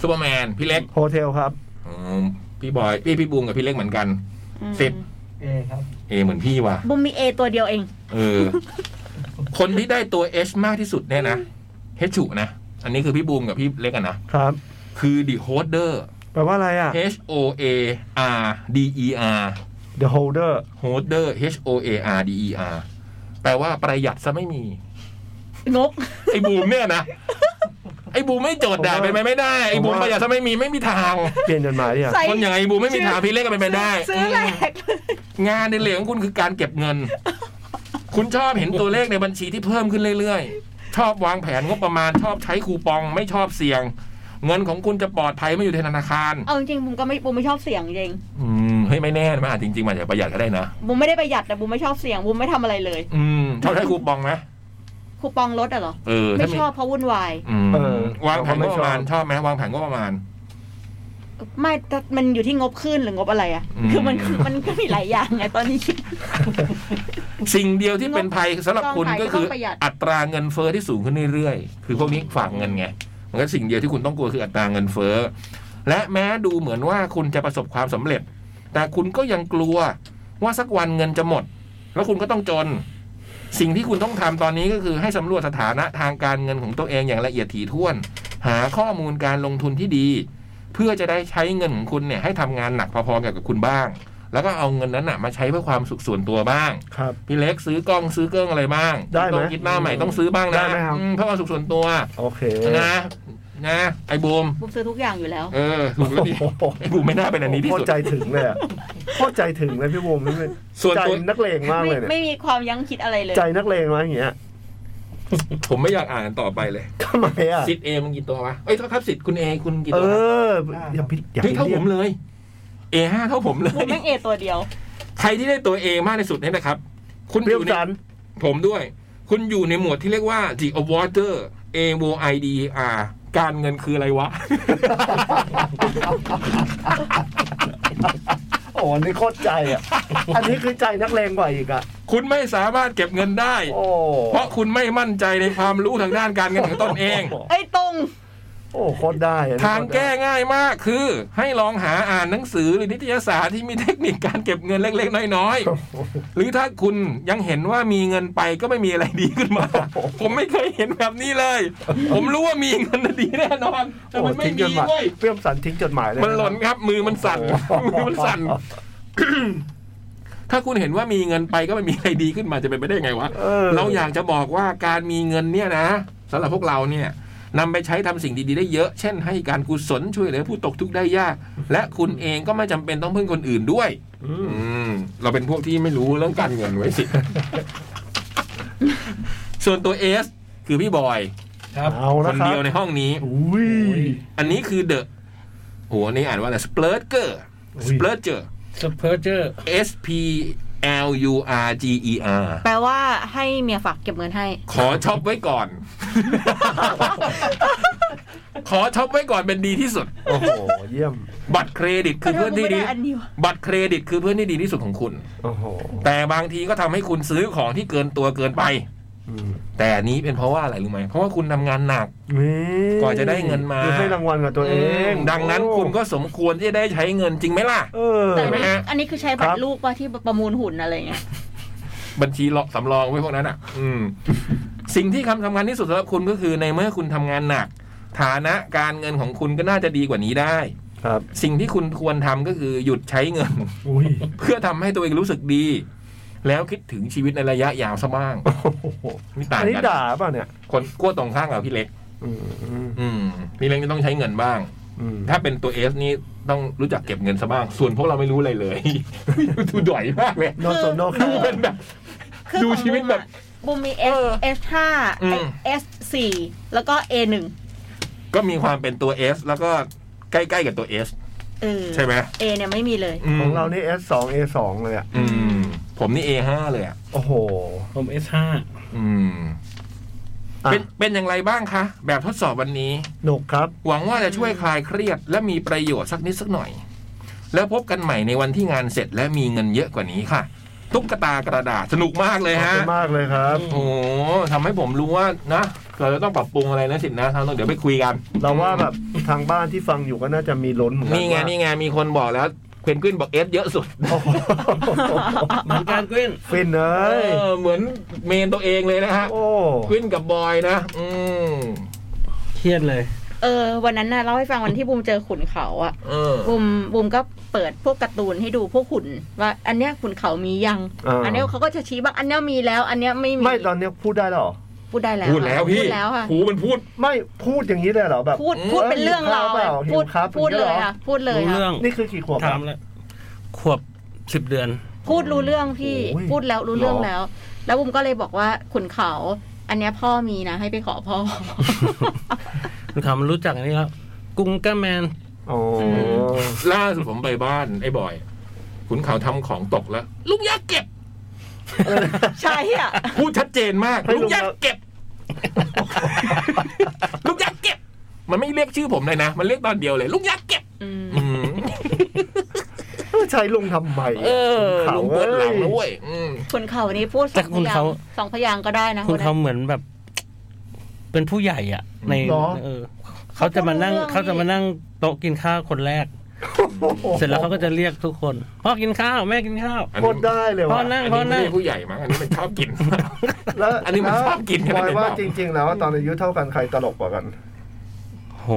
[SPEAKER 2] ซูเปอร์แมนพี่เล็ก
[SPEAKER 3] โฮเทลครับ
[SPEAKER 2] อืมพี่บอยพี่พี่บูมกับพี่เล็กเหมือนกัน
[SPEAKER 4] อืม
[SPEAKER 2] สิบ
[SPEAKER 5] เอครับ
[SPEAKER 2] เอเหมือนพี่ว่ะ
[SPEAKER 4] บุมมีเอตัวเดียวเอง
[SPEAKER 2] เออ คนที่ได้ตัว H มากที่สุดเนี่ยนะเฮชุนะ อันนี้คือพี่บูมกับพี่เล็กอะนะครับ คือ the holder
[SPEAKER 3] แปลว่าอะไรอ่ะ
[SPEAKER 2] H O A R D E R
[SPEAKER 3] The Holder
[SPEAKER 2] holder H O A R D E R แปลว่าประหยัดซะไม่มี
[SPEAKER 4] งก
[SPEAKER 2] ไอ้บูมเนี่ยนะ ไอ้บูมไม่จดอะเป็นไปไม่ได้ ไอ้บูมประหยัดซะไม่มีไม่มีทาง
[SPEAKER 3] เปลี่ยนจดหมายเนี่ย
[SPEAKER 4] ใส่
[SPEAKER 2] คนอย่างไอ้บูมไม่มีทางพี่เล่นกันเป็นไปได้
[SPEAKER 4] ซื้อแหลก
[SPEAKER 2] งานในเหลืองคุณคือการเก็บเงิน คุณชอบเห็นตัวเลขในบัญชีที่เพิ่มขึ้นเรื่อยๆ ชอบวางแผนงบประมาณชอบใช้คูปองไม่ชอบเสี่ยง เงินของคุณจะปลอดภัยไม่อยู่ในธนาคาร
[SPEAKER 4] เอาจริงๆบุมก็ไม่บุมไม่ชอบเสียงจริง
[SPEAKER 2] อืมเฮ้ยไม่แน่นะมันอาจจริงๆมันอาจจะประหยัดก็ได้นะ
[SPEAKER 4] บุมไม่ได้ประหยัดแต่บุมไม่ชอบเสียงบุมไม่ทำอะไรเลย
[SPEAKER 2] อืมชอบใช้คูปองไหม
[SPEAKER 4] คูปองลดอะเหรอ
[SPEAKER 2] เออ
[SPEAKER 4] ไม่
[SPEAKER 2] ถ้ามี
[SPEAKER 4] ชอบเพราะวุ่นวาย
[SPEAKER 2] อืมวางแผนงบประมาณชอบไหมวางแผนงบประมาณ
[SPEAKER 4] ไม่แต่มันอยู่ที่งบขึ้นหรืองบอะไรอะ
[SPEAKER 2] อืม
[SPEAKER 4] คือมันมันก็มีหลายอย่างไงตอนนี้
[SPEAKER 2] สิ่งเดียวที่เป็นภัยสำหรับคุณก็คือ
[SPEAKER 4] ต้องประหยัด
[SPEAKER 2] อัตราเงินเฟ้อที่สูงขึ้นเรื่อยๆ คือพวกนี้ฝากเงินไง มันก็สิ่งเดียวที่คุณต้องกลัวคืออัตราเงินเฟ้อ และแม้ดูเหมือนว่าคุณจะประสบความสำเร็จ แต่คุณก็ยังกลัวว่าสักวันเงินจะหมด แล้วคุณก็ต้องจน สิ่งที่คุณต้องทำตอนนี้ก็คือให้สำรวจสถานะทางการเงินของตัวเองอย่างละเอียดถี่ถ้วน หาข้อมูลการลงทุนที่ดี เพื่อจะได้ใช้เงินของคุณเนี่ยให้ทำงานหนักพอๆกับคุณบ้าง แล้วก็เอาเงินนั้นน่ะมาใช้เพื่อความสุขส่วนตัวบ้าง
[SPEAKER 3] ครับ
[SPEAKER 2] พี่เล็กซื้อกล้องซื้อเครื่องอะไรบ้าง
[SPEAKER 3] ได้ไหม
[SPEAKER 2] ต้องคิดหน้าใหม่ต้องซื้อบ้าง
[SPEAKER 3] ได้
[SPEAKER 2] นะ
[SPEAKER 3] ไหมครับ
[SPEAKER 2] อืมเพื่อความสุขส่วนตัว
[SPEAKER 3] โอเค
[SPEAKER 2] นะนะไอ้บูม
[SPEAKER 4] บุมซื้อทุกอย่างอยู่แล้ว
[SPEAKER 2] เออถูกแล้วดิ
[SPEAKER 3] โอ้โห
[SPEAKER 2] ไอ้บูมไม่น่าเป็นอันนี้ที่
[SPEAKER 3] โคต
[SPEAKER 2] สุ
[SPEAKER 3] ร
[SPEAKER 2] ด
[SPEAKER 3] ใจถึงเลยอะโคตรใจถึงเลยพี่วงนี่เป็น
[SPEAKER 2] ส่วน
[SPEAKER 3] ใจ
[SPEAKER 2] ตัว
[SPEAKER 3] นักเลงมากเลย
[SPEAKER 4] ไม่
[SPEAKER 3] เนี่ย
[SPEAKER 4] ไม่มีความยั้งคิดอะไรเลย
[SPEAKER 3] ใจนักเลงมากอย่างเงี้ย
[SPEAKER 2] ผมไม่อยากอ่านต่อไปเลย
[SPEAKER 3] ทำไมอะ
[SPEAKER 2] สิทธิ์เอมึงกี่ตัววะเอ้ยเท่าทับสิทธิ์คุณเอคุณกี่
[SPEAKER 3] เอ
[SPEAKER 2] ตัวครับ
[SPEAKER 3] ออย่าพิดอย่า
[SPEAKER 2] เฮ้ย
[SPEAKER 3] พิด
[SPEAKER 2] เท่า
[SPEAKER 3] เรี
[SPEAKER 2] ผ
[SPEAKER 3] ยก
[SPEAKER 2] มเลยเอห้าเท่าผมเล
[SPEAKER 4] บุ
[SPEAKER 2] ย
[SPEAKER 4] มแม่งเอตัวเดียว
[SPEAKER 2] ใครที่ได้ตัวเอมากที่สุดเนี่ยนะครับ คุณ
[SPEAKER 3] เปรี้ยว
[SPEAKER 2] อยู่ใน
[SPEAKER 3] จัน
[SPEAKER 2] ผมด้วย คุณอยู่ในหมวดที่เรียกว่า the awarder A O I D R การเงินคืออะไร
[SPEAKER 3] <laughs>
[SPEAKER 2] วะ
[SPEAKER 3] โอ้อันนี้โคตรใจอ่ะ อันนี้คือใจนักเลงกว่าอีกอ่ะ
[SPEAKER 2] คุณไม่สามารถเก็บเงินได้
[SPEAKER 3] โอ้
[SPEAKER 2] เพราะคุณไม่มั่นใจในความรู้ทางด้านการเงินของตนเอง
[SPEAKER 4] ไอ้ยตรง
[SPEAKER 3] โอ้โคตรได้อะ
[SPEAKER 2] ทางแก้ง่ายมากคือ ให้ลองหาอ่านหนังสือหรือนิตยสารที่มีเทคนิคการเก็บเงินเล็กๆ น้อย
[SPEAKER 3] โอ้โห
[SPEAKER 2] ๆ หรือถ้าคุณยังเห็นว่ามีเงินไปก็ไม่มีอะไรดีขึ้นมา ผมไม่เคยเห็นแบบนี้เลย ผมรู้ว่ามีเงินดีแน่นอนแต่มันไม่
[SPEAKER 3] โอ้ทิ้งจด
[SPEAKER 2] มี
[SPEAKER 3] หมาย
[SPEAKER 2] เว้ย
[SPEAKER 3] เปรี้ยวสันทิ้งจดหมายเลย
[SPEAKER 2] มันหล่นครับ มือมันสั่นมือมันสั่น <coughs> ถ้าคุณเห็นว่ามีเงินไปก็ไม่มีอะไรดีขึ้นมาจะเป็นไปได้ไงวะ
[SPEAKER 3] เออ
[SPEAKER 2] เราอยากจะบอกว่าการมีเงินเนี่ยนะสำหรับพวกเราเนี่ยนำไปใช้ทำสิ่งดีๆได้เยอะ เช่นให้การกุศลช่วยเหลือผู้ตกทุกข์ได้ยาก และคุณเองก็ไม่จำเป็นต้องพึ่งคนอื่นด้วย
[SPEAKER 3] อืม
[SPEAKER 2] อืม เราเป็นพวกที่ไม่รู้เรื่องการเงินไว้สิ <laughs> ส่วนตัวเอสคือพี่บอย
[SPEAKER 5] ครับ
[SPEAKER 3] เอา
[SPEAKER 2] ค
[SPEAKER 3] ละ
[SPEAKER 2] น
[SPEAKER 3] ครั
[SPEAKER 2] เดียว
[SPEAKER 3] บ
[SPEAKER 2] ในห้องนี้
[SPEAKER 3] อุ้ย
[SPEAKER 2] อันนี้คือเดอะโหอันนี้อ่านว่าอะไรสเปร์เกอร์
[SPEAKER 3] อุ้ย
[SPEAKER 2] สเปร์เจอร์
[SPEAKER 1] สเปอร์เจอร์
[SPEAKER 2] S P L U R G E R
[SPEAKER 4] แปลว่าให้เมียฝากเก็บเงินให้
[SPEAKER 2] ขอช็อปไว้ก่อน <laughs> ขอช็อปไว้ก่อนเป็นดีที่สุด
[SPEAKER 3] โอ้โหเยี่ยม
[SPEAKER 2] บัตรเครดิตคือเพื่อนที่ดี
[SPEAKER 4] ก็ทำไม่ได้อันเดียว
[SPEAKER 2] บัตรเครดิตคือเพื่อนที่ดีที่สุดของคุณ
[SPEAKER 3] โอ้โห
[SPEAKER 2] แต่บางทีก็ทำให้คุณซื้อของที่เกินตัวเกินไป
[SPEAKER 3] อืม
[SPEAKER 2] แต่อันนี้เป็นเพราะว่าอะไรรู้ไหม เพราะว่าคุณทำงานหนัก
[SPEAKER 3] นี่
[SPEAKER 2] กว่าจะได้เงินมา
[SPEAKER 3] ให้รางวัลกับตัวเอง
[SPEAKER 2] ดังนั้นคุณก็สมควรที่จะได้ใช้เงินจริงไหมล่ะ
[SPEAKER 3] เออ
[SPEAKER 4] แต่อัน
[SPEAKER 2] ไหม
[SPEAKER 4] นี้
[SPEAKER 2] ฮะ
[SPEAKER 4] อันนี้คือใช้บัต
[SPEAKER 3] ครั
[SPEAKER 4] ร
[SPEAKER 3] บ
[SPEAKER 4] ลูกว่าที่ประมูลหุ่นอะไรเงี้ย
[SPEAKER 2] บัญชีหลอกสำรองไว้พวกนั้นอ่ะ อืม สิ่งที่คำทำงานที่สุดสำหรับคุณก็คือในเมื่อคุณทำงานหนัก ฐานะการเงินของคุณก็น่าจะดีกว่านี้ได้
[SPEAKER 3] ครับ
[SPEAKER 2] สิ่งที่คุณควรทำก็คือหยุดใช้เงิน
[SPEAKER 3] อุ้ย
[SPEAKER 2] เพื่อทำให้ตัวเองรู้สึกดี แล้วคิดถึงชีวิตในระยะยาวซะบ้าง
[SPEAKER 3] โอ้โห
[SPEAKER 2] นี่ต่าง
[SPEAKER 3] อันนี้
[SPEAKER 2] กัน
[SPEAKER 3] ด่าป่ะเนี่ย
[SPEAKER 2] คนกั้วตรงข้างกับพี่เล็ก
[SPEAKER 3] อืมอืม
[SPEAKER 2] อืมพี่เล็กจะต้องใช้เงินบ้าง
[SPEAKER 3] อืม
[SPEAKER 2] ถ้าเป็นตัวเอสนี่ต้องรู้จักเก็บเงินซะบ้าง ส่วนพวกเราไม่รู้อะไรเลย <laughs> ดูด่อยมากเลย
[SPEAKER 3] โนโซโนครั
[SPEAKER 2] ดูเป็นแบบ
[SPEAKER 4] คือ
[SPEAKER 2] ดูชีวิตแบบ
[SPEAKER 4] ของบุมอะบุมมี S S ห้า
[SPEAKER 2] อืม
[SPEAKER 4] S สี่แล้วก็ A หนึ่ง
[SPEAKER 2] ก็มีความเป็นตัวเอสแล้วก็ใกล้ๆกับตัวเอส
[SPEAKER 4] เออ
[SPEAKER 2] ใช่ไหม
[SPEAKER 4] A เนี่ยไม่มีเลย
[SPEAKER 2] ม
[SPEAKER 3] ของเรานี่ S2 A2 เลยอ่ะ
[SPEAKER 2] อืม ผมนี่ A5 เลยอ่ะ
[SPEAKER 3] โอ้โห
[SPEAKER 1] ผมเอสห้า
[SPEAKER 2] อืม
[SPEAKER 3] อ่ะ
[SPEAKER 2] เป็นเป็นอย่างไรบ้างคะ แบบทดสอบวันนี้
[SPEAKER 3] หนุกครับ
[SPEAKER 2] หวังว่าจะช่วยคลายเครียดและมีประโยชน์สักนิดสักหน่อย แล้วพบกันใหม่ในวันที่งานเสร็จและมีเงินเยอะกว่านี้ค่ะ ตุ๊กตากระดาษสนุกมากเลย
[SPEAKER 3] ขอบ
[SPEAKER 2] ฮะ
[SPEAKER 3] คุณมากเลยครับ
[SPEAKER 2] โอ้โหทำให้ผมรู้ว่านะ เราจะต้องปรับปรุงอะไรนะสินะทางนู้นเดี๋ยวไปคุยกัน
[SPEAKER 3] เราว่าแบบทางบ้านที่ฟังอยู่ก็น่าจะมีล้นเหมือนกั
[SPEAKER 2] นี่ไง
[SPEAKER 3] ว่า
[SPEAKER 2] นี่ไงมีคนบอกแล้วเพนกวินบอกเอสเยอะสุด
[SPEAKER 3] โอ้โห
[SPEAKER 1] เหมือนการกวิน
[SPEAKER 3] ฟินเล
[SPEAKER 2] เอยอเหมือนเมนตัวเองเลยนะฮะ
[SPEAKER 3] โอ้
[SPEAKER 2] กวินกับบอยนะ อืม
[SPEAKER 1] เครียดเลย
[SPEAKER 4] เออวันนั้นน่ะเล่าให้ฟังวันที่บุมเจอขุนเขาอะ
[SPEAKER 2] เออ
[SPEAKER 4] บุมบุมก็ เปิดพวกการ์ตูนให้ดูพวกหุ่นว่าอันเนี้ยขุนเขามียัง
[SPEAKER 3] อ่า
[SPEAKER 4] นเนี้ยเขาก็จะชี้ว่าอันเนี้ยมีแล้ว อันเนี้ยไม่มี
[SPEAKER 3] ไม่ตอนเนี้ยพูดได้แล้วเหรอ
[SPEAKER 4] พูดได้แล้ว
[SPEAKER 2] พูดแล้วพี่
[SPEAKER 4] พูดแล้วค่ะ
[SPEAKER 2] หูมันพูด
[SPEAKER 3] ไม่พูดอย่างนี้เลยเหรอแบบ
[SPEAKER 4] พูดพูดเป็นเรื่องเราว
[SPEAKER 3] เปล่าหิ
[SPEAKER 4] พู
[SPEAKER 3] ว
[SPEAKER 4] ด
[SPEAKER 3] ครับ
[SPEAKER 4] พูดเลย
[SPEAKER 3] อ
[SPEAKER 4] ค่ะพูดเลย
[SPEAKER 1] รู้
[SPEAKER 4] ค่ะ
[SPEAKER 1] เรื่อง
[SPEAKER 3] ย่างนี้หรอนี่คือกี่ขวบ
[SPEAKER 1] ถาม
[SPEAKER 3] อะ
[SPEAKER 1] เลยขวบสิบเดื <laughs> อน
[SPEAKER 4] พูดรู้เรื่องพี่
[SPEAKER 3] โอ้ย
[SPEAKER 4] พูดแล้วรู้เรื่อง
[SPEAKER 3] หรอ
[SPEAKER 4] แล้ว แล้วบุมก็เลยบอกว่าขุนเขา อันเนี้ยพ่อมีนะ ให้ไปขอ
[SPEAKER 3] <laughs>
[SPEAKER 4] พ่อ
[SPEAKER 1] คุณขาวมันรู้จักอันนี้แล้วกุ้งกะแมน
[SPEAKER 3] อ๋อ
[SPEAKER 2] ล่าสุดผมไปบ้านไอ้บอย ขุนเขาทำของตกแล้ว ลุงยักษ์เก็บ
[SPEAKER 4] ใช่อ่ะ
[SPEAKER 2] พูดชัดเจนมาก ลุงยักษ์เก็บ <laughs> ลุงยักษ์เก็บ มันไม่เรียกชื่อผมเลยนะ มันเรียกตอนเดียวเลย ลุงยักษ์เก็บ
[SPEAKER 4] อืม
[SPEAKER 2] อืม
[SPEAKER 3] ใช้ลงทำไม
[SPEAKER 2] เออ
[SPEAKER 3] เขา
[SPEAKER 2] ลุงปวดหลัง
[SPEAKER 3] เอ้
[SPEAKER 2] นะ
[SPEAKER 3] ย
[SPEAKER 2] เว้ยอืม
[SPEAKER 4] ขุนเขานี้พูดส
[SPEAKER 1] แต่
[SPEAKER 4] อง
[SPEAKER 1] ขุ
[SPEAKER 4] พ
[SPEAKER 1] น
[SPEAKER 4] ยา
[SPEAKER 1] เขา
[SPEAKER 4] งค์สองพยางค์ก็ได้นะ
[SPEAKER 1] คุณเขา
[SPEAKER 4] น
[SPEAKER 1] เหมือนแบบ เป็นผู้ใหญ่อ่ะ ใน
[SPEAKER 3] เหรอ
[SPEAKER 1] เออเขาจะมานั่ง
[SPEAKER 4] เขา
[SPEAKER 1] เขา
[SPEAKER 4] พูดเรื่อง
[SPEAKER 1] จะมานั่งโต๊ะกินข้าวคนแรก เสร็จแล้วเขาก็จะเรียกทุกคนพ่อกินข้าวแม่กินข้าว
[SPEAKER 2] อัน
[SPEAKER 3] พูด
[SPEAKER 2] นี้
[SPEAKER 3] ได้เลย
[SPEAKER 1] พ่อ
[SPEAKER 3] ว่ะ
[SPEAKER 1] นั่ง
[SPEAKER 2] อัน
[SPEAKER 1] พ่อ
[SPEAKER 2] นี้ไม่
[SPEAKER 1] นั่ง
[SPEAKER 2] ใช่ผู้ใหญ่มั้งอันนี้มันชอบกิน <laughs>
[SPEAKER 3] แล้ว
[SPEAKER 2] อันนี้มันชอบกินกัน
[SPEAKER 3] บอย
[SPEAKER 2] เลย
[SPEAKER 3] ว่า
[SPEAKER 2] เปล่า
[SPEAKER 3] จริง ๆ แล้วตอนอายุเท่ากันใครตลกกว่ากัน
[SPEAKER 1] โห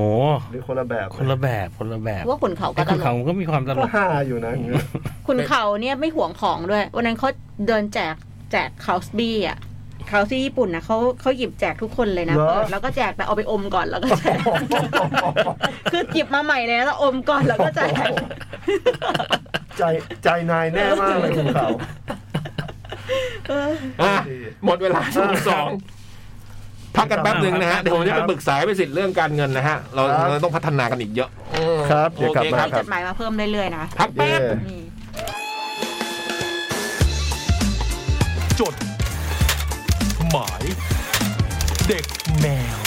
[SPEAKER 3] หรือคนละแบบ
[SPEAKER 1] คนละแบบคนละแบบ
[SPEAKER 4] ว่าขุนเขาก็
[SPEAKER 1] ไอ้
[SPEAKER 4] ต
[SPEAKER 1] คุณ
[SPEAKER 4] ล
[SPEAKER 1] เขา
[SPEAKER 4] ก
[SPEAKER 1] ก็มีความตล
[SPEAKER 3] ก็
[SPEAKER 1] ก
[SPEAKER 3] ฮาอยู่นะอย่างเงี้ย
[SPEAKER 4] ขุนเขาเนี่ยไม่ห่วงของด้วย วันนั้นเขาเดินแจกแจกคาวสบี้อ่ะคาวที่ญี่ปุ่นนะเขาเขาหยิบแจกทุกคนเลยนะเปิดแล้วก็แจกแต่เอาไปอมก่อนแล้วก็แจก <laughs> คือหยิบมาใหม่เลยแล้วอมก่อนแล้วก็แจก
[SPEAKER 3] ใจใจนายแน่มากเลยคุณเขา
[SPEAKER 2] อ่ะหมดเวลาช่วงสองพักกันแป๊บหนึ่งนะฮะ เดี๋ยวผมจะไปปรึกษาไปสิทธิ์เรื่องการเงินนะฮะ เรา
[SPEAKER 3] ครับ
[SPEAKER 2] เราต้องพัฒนากันอีกเยอะอืม
[SPEAKER 3] ครับเดี๋ยวกลับ
[SPEAKER 2] โอ
[SPEAKER 3] มา
[SPEAKER 2] ครั
[SPEAKER 4] มี
[SPEAKER 2] บ
[SPEAKER 3] ค
[SPEAKER 4] จ
[SPEAKER 3] รับ
[SPEAKER 4] ดหมายมาเพิ่มเรื่อยๆนะ
[SPEAKER 2] พักแป๊
[SPEAKER 3] เย่
[SPEAKER 2] บ
[SPEAKER 4] นี่
[SPEAKER 6] จด หมาย เด็กแมว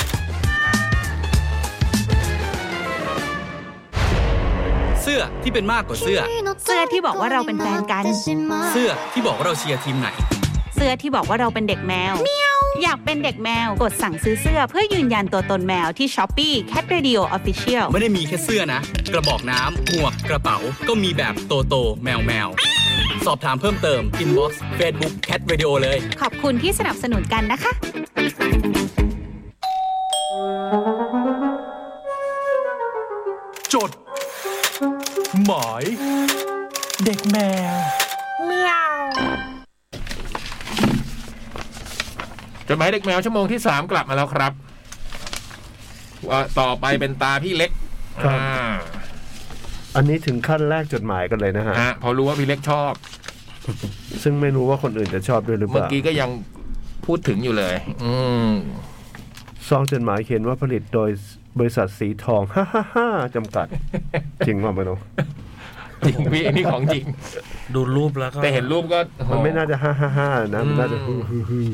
[SPEAKER 7] เสื้อที่เป็นมากกว่าเสื้อ
[SPEAKER 8] เสื้อที่บอกว่าเราเป็นแฟนกัน
[SPEAKER 7] เสื้อที่บอกว่าเราเชียร์ทีมไหน
[SPEAKER 9] เสื้อที่บอกว่าเราเป็นเด็กแมว อยากเป็นเด็กแมว กดสั่งซื้อเสื้อเพื่อยืนยันตัวตนแมวที่ช้อปปี้แคทเรดิโอออฟฟิเชียล
[SPEAKER 7] ไม่ได้มีแค่เสื้อนะ กระบอกน้ำหมวกกระเป๋า ก็มีแบบโตโตแมวแมว สอบถามเพิ่มเติม inbox Facebook Cat Radio เลย
[SPEAKER 9] ขอบคุณที่สนับสนุนกันนะคะ
[SPEAKER 6] จด หมาย เด็กแมว
[SPEAKER 2] จดหมายเด็กแมวชั่วโมงที่สามกลับมาแล้วครับว่าต่อไปเป็นตาพี่เล็ก
[SPEAKER 3] ครับ
[SPEAKER 2] อ่า
[SPEAKER 3] อันนี้ถึงขั้นแรกจดหมายกันเลยนะฮะ
[SPEAKER 2] ฮะพอรู้ว่าพี่เล็กชอบ
[SPEAKER 3] ซึ่งไม่รู้ว่าคนอื่นจะชอบด้วยหรือเป
[SPEAKER 2] เมื่อ
[SPEAKER 3] ล่า
[SPEAKER 2] กี้ก็ยังพูดถึงอยู่เลย อืม
[SPEAKER 3] ซองจดหมายเขียนว่าผลิตโดยบริษัทสีทอง ฮ่าฮ่าฮ่าจำกัด
[SPEAKER 2] <laughs>
[SPEAKER 3] จริงว่าไม่รู้
[SPEAKER 2] จริงพี่อันนี้ของจริง
[SPEAKER 1] ดูรูปแล้วก็
[SPEAKER 2] แต่เห็นรูปก็โอ้โห
[SPEAKER 3] มันไม่น่าจะฮ่าฮ่าฮ่านะ มันน่าจะ
[SPEAKER 2] อื
[SPEAKER 3] ฮื
[SPEAKER 2] ม
[SPEAKER 3] อฮือฮือ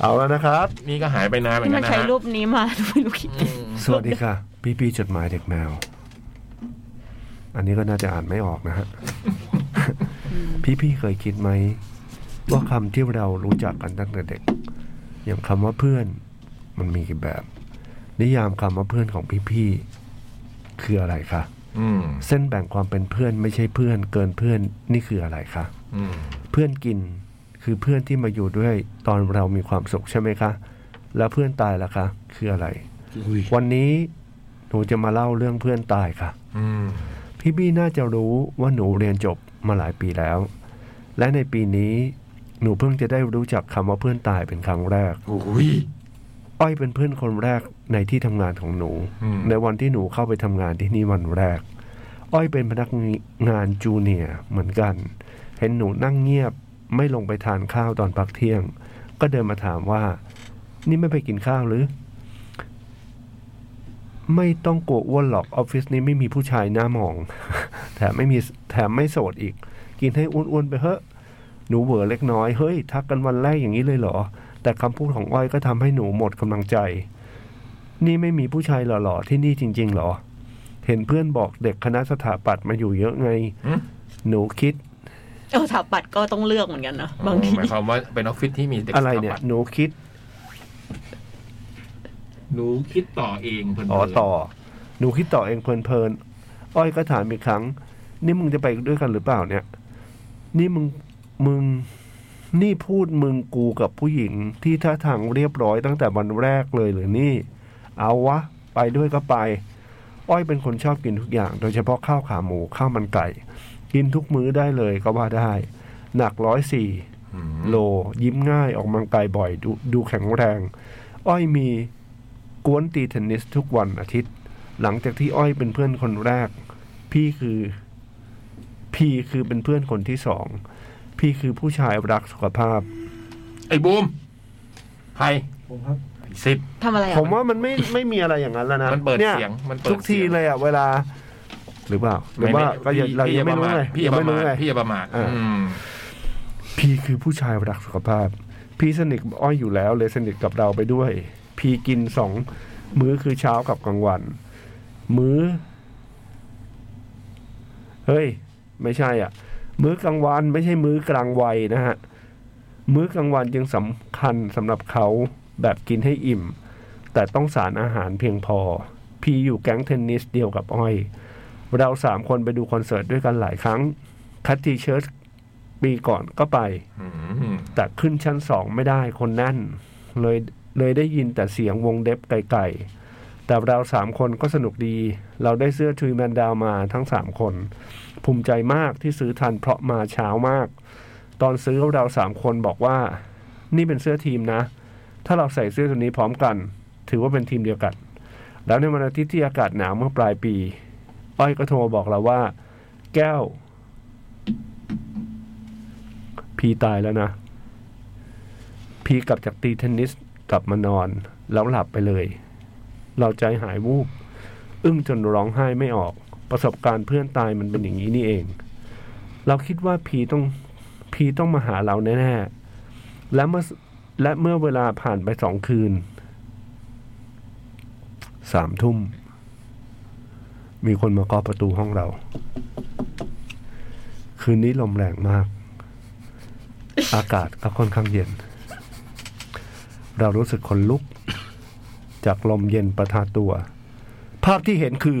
[SPEAKER 3] เอาแล้วนะครับ
[SPEAKER 2] นี่ก็หายไปนานเหมือน
[SPEAKER 4] ที่
[SPEAKER 2] กั
[SPEAKER 4] มัน น
[SPEAKER 2] นะ
[SPEAKER 4] ใช้
[SPEAKER 2] ฮะ
[SPEAKER 4] รูปนี้มา <laughs> ไม่รู้คิด
[SPEAKER 2] อืม
[SPEAKER 3] สวัสดีค่ะ พี่พี่จดหมายเด็กแมว อันนี้ก็น่าจะอ่านไม่ออกนะ
[SPEAKER 2] <laughs>
[SPEAKER 3] ฮะ พี่พี่เคยคิดไหม ว่าคำที่เรารู้จักกันตั้งแต่เด็ก อย่างคำว่าเพื่อน มันมีกี่แบบ นิยามคำว่าเพื่อนของพี่พี่คืออะไรคะ
[SPEAKER 2] อืม
[SPEAKER 3] เส้นแบ่งความเป็นเพื่อนไม่ใช่เพื่อนเกินเพื่อนนี่คืออะไรคะ
[SPEAKER 2] อืม
[SPEAKER 3] เพื่อนกินคือเพื่อนที่มาอยู่ด้วยตอนเรามีความสุขใช่ไหมคะ แล้วเพื่อนตายล่ะคะ คืออะไร
[SPEAKER 1] อุ๊ย
[SPEAKER 3] วันนี้หนูจะมาเล่าเรื่องเพื่อนตายค่ะ
[SPEAKER 2] อืม
[SPEAKER 3] พี่บี้น่าจะรู้ว่าหนูเรียนจบมาหลายปีแล้ว และในปีนี้หนูเพิ่งจะได้รู้จักคำว่าเพื่อนตายเป็นครั้งแรก
[SPEAKER 2] โอ้ย
[SPEAKER 3] อ้อยเป็นเพื่อนคนแรกในที่ทำงานของหนู
[SPEAKER 2] อืม
[SPEAKER 3] ในวันที่หนูเข้าไปทำงานที่นี่วันแรก อ้อยเป็นพนักงานจูเนียร์เหมือนกัน เห็นหนูนั่งเงียบไม่ลงไปทานข้าวตอนพักเที่ยง ก็เดินมาถามว่า นี่ไม่ไปกินข้าวหรือ ไม่ต้องกลัวอ้วนหรอกออฟฟิศนี้ไม่มีผู้ชายหน้าหมอง <laughs> แถมไม่มีแถมไม่โสดอีก กินให้อ้วนๆไปเถอะ หนูเหวอเล็กน้อยเฮ้ยทักกันวันแรกอย่างนี้เลยเหรอ แต่คำพูดของอ้อยก็ทำให้หนูหมดกำลังใจ นี่ไม่มีผู้ชายหล่อๆที่นี่จริง ๆ หรอ เห็นเพื่อนบอกเด็กคณะสถาปัตย์มาอยู่เยอะไง
[SPEAKER 2] หึ
[SPEAKER 3] หนูคิด
[SPEAKER 4] เอาถาปัดก็ต้องเลือกเหมือนกันนะบางที
[SPEAKER 2] หมายความว่าเป็นออฟฟิศที่มีเด็ก
[SPEAKER 3] อะไรเนี่ย
[SPEAKER 2] สถาปัต
[SPEAKER 3] หนูคิด
[SPEAKER 2] หนูคิดต่อเองเพิ่นๆ
[SPEAKER 3] อ๋อต่อ หนูคิดต่อเองเพลินๆอ้อยก็ถามอีกครั้ง นี่มึงจะไปด้วยกันหรือเปล่าเนี่ย นี่มึงมึงนี่พูดมึงกูกับผู้หญิงที่ท่าทางเรียบร้อยตั้งแต่วันแรกเลยหรือนี่ เอาวะ ไปด้วยก็ไป อ้อยเป็นคนชอบกินทุกอย่าง โดยเฉพาะข้าวขาหมูข้าวมันไก่ กินทุกมื้อได้เลยก็ว่าได้ หนักร้อยสี่โลยิ้มง่ายออกกำลังกายบ่อยดดูแข็งแรง อ้อยมีกวนตีเทนนิสทุกวันอาทิตย์ หลังจากที่อ้อยเป็นเพื่อนคนแรก พี่คือพีคือเป็นเพื่อนคนที่สองพี่คือผู้ชายรักสุขภาพ
[SPEAKER 2] ไอ้บูมใคร
[SPEAKER 5] ผมครับ
[SPEAKER 2] สิบ
[SPEAKER 4] ทำอะไรอ่ะ
[SPEAKER 3] ผมว่ามันไม่ไม่มีอะไรอย่างนั้นแล้วนะ
[SPEAKER 2] มันเปิด
[SPEAKER 3] ย
[SPEAKER 2] เสียงมันเปิด
[SPEAKER 3] ทุกที
[SPEAKER 2] เสียง
[SPEAKER 3] เลยอ่ะเวลา หรือเปล่าหรือว่าก็ยังเรายังไม่รู้เลย
[SPEAKER 2] พี่อย่า
[SPEAKER 3] ยัง
[SPEAKER 2] ประ
[SPEAKER 3] ไม่
[SPEAKER 2] มา
[SPEAKER 3] รู้
[SPEAKER 2] ท
[SPEAKER 3] เลย
[SPEAKER 2] พี่อย่าประมาท
[SPEAKER 3] อ่า
[SPEAKER 2] อืม
[SPEAKER 3] พี่คือผู้ชายรักสุขภาพ พี่สนิทกับอ้อยอยู่แล้วเลยสนิทกับเราไปด้วย พี่กินสองมื้อคือเช้ากับกลางวัน มื้อ เฮ้ย ไม่ใช่อ่ะ มื้อกลางวันไม่ใช่มื้อกลางวัยนะฮะ มื้อกลางวันจึงสำคัญสำหรับเขาแบบกินให้อิ่ม แต่ต้องสารอาหารเพียงพอ พี่อยู่แก๊งเทนนิสเดียวกับอ้อย เราสามคนไปดูคอนเสิร์ตด้วยกันหลายครั้ง คัตทีเชิร์ตปีก่อนก็ไป
[SPEAKER 2] อืม
[SPEAKER 3] แต่ขึ้นชั้นสองไม่ได้คนแน่น เลยเลยได้ยินแต่เสียงวงเด็บไกลๆ แต่เราสามคนก็สนุกดี เราได้เสื้อทรีแมนดาวมาทั้งสามคน ภูมิใจมากที่ซื้อทันเพราะมาเช้ามาก ตอนซื้อเราสามคนบอกว่า นี่เป็นเสื้อทีมนะ ถ้าเราใส่เสื้อตัวนี้พร้อมกัน ถือว่าเป็นทีมเดียวกัน แล้วในวันอาทิตย์ที่อากาศหนาวเมื่อปลายปี อ้อยก็โทรมาบอกเราว่า แก้ว พีตายแล้วนะ พีกลับจากตีเทนนิสกลับมานอน แล้วหลับไปเลย เราใจหายวูบ อึ้งจนร้องไห้ไม่ออก ประสบการณ์เพื่อนตายมันเป็นอย่างนี้นี่เอง เราคิดว่าพีต้องพีต้องมาหาเราแน่ๆ และเมื่อและเมื่อเวลาผ่านไปสองคืน สามทุ่ม มีคนมาเคาะประตูห้องเรา คืนนี้ลมแรงมาก อากาศก็ค่อนข้างเย็น เรารู้สึกขนลุก <coughs> จากลมเย็นประทาตัว ภาพที่เห็นคือ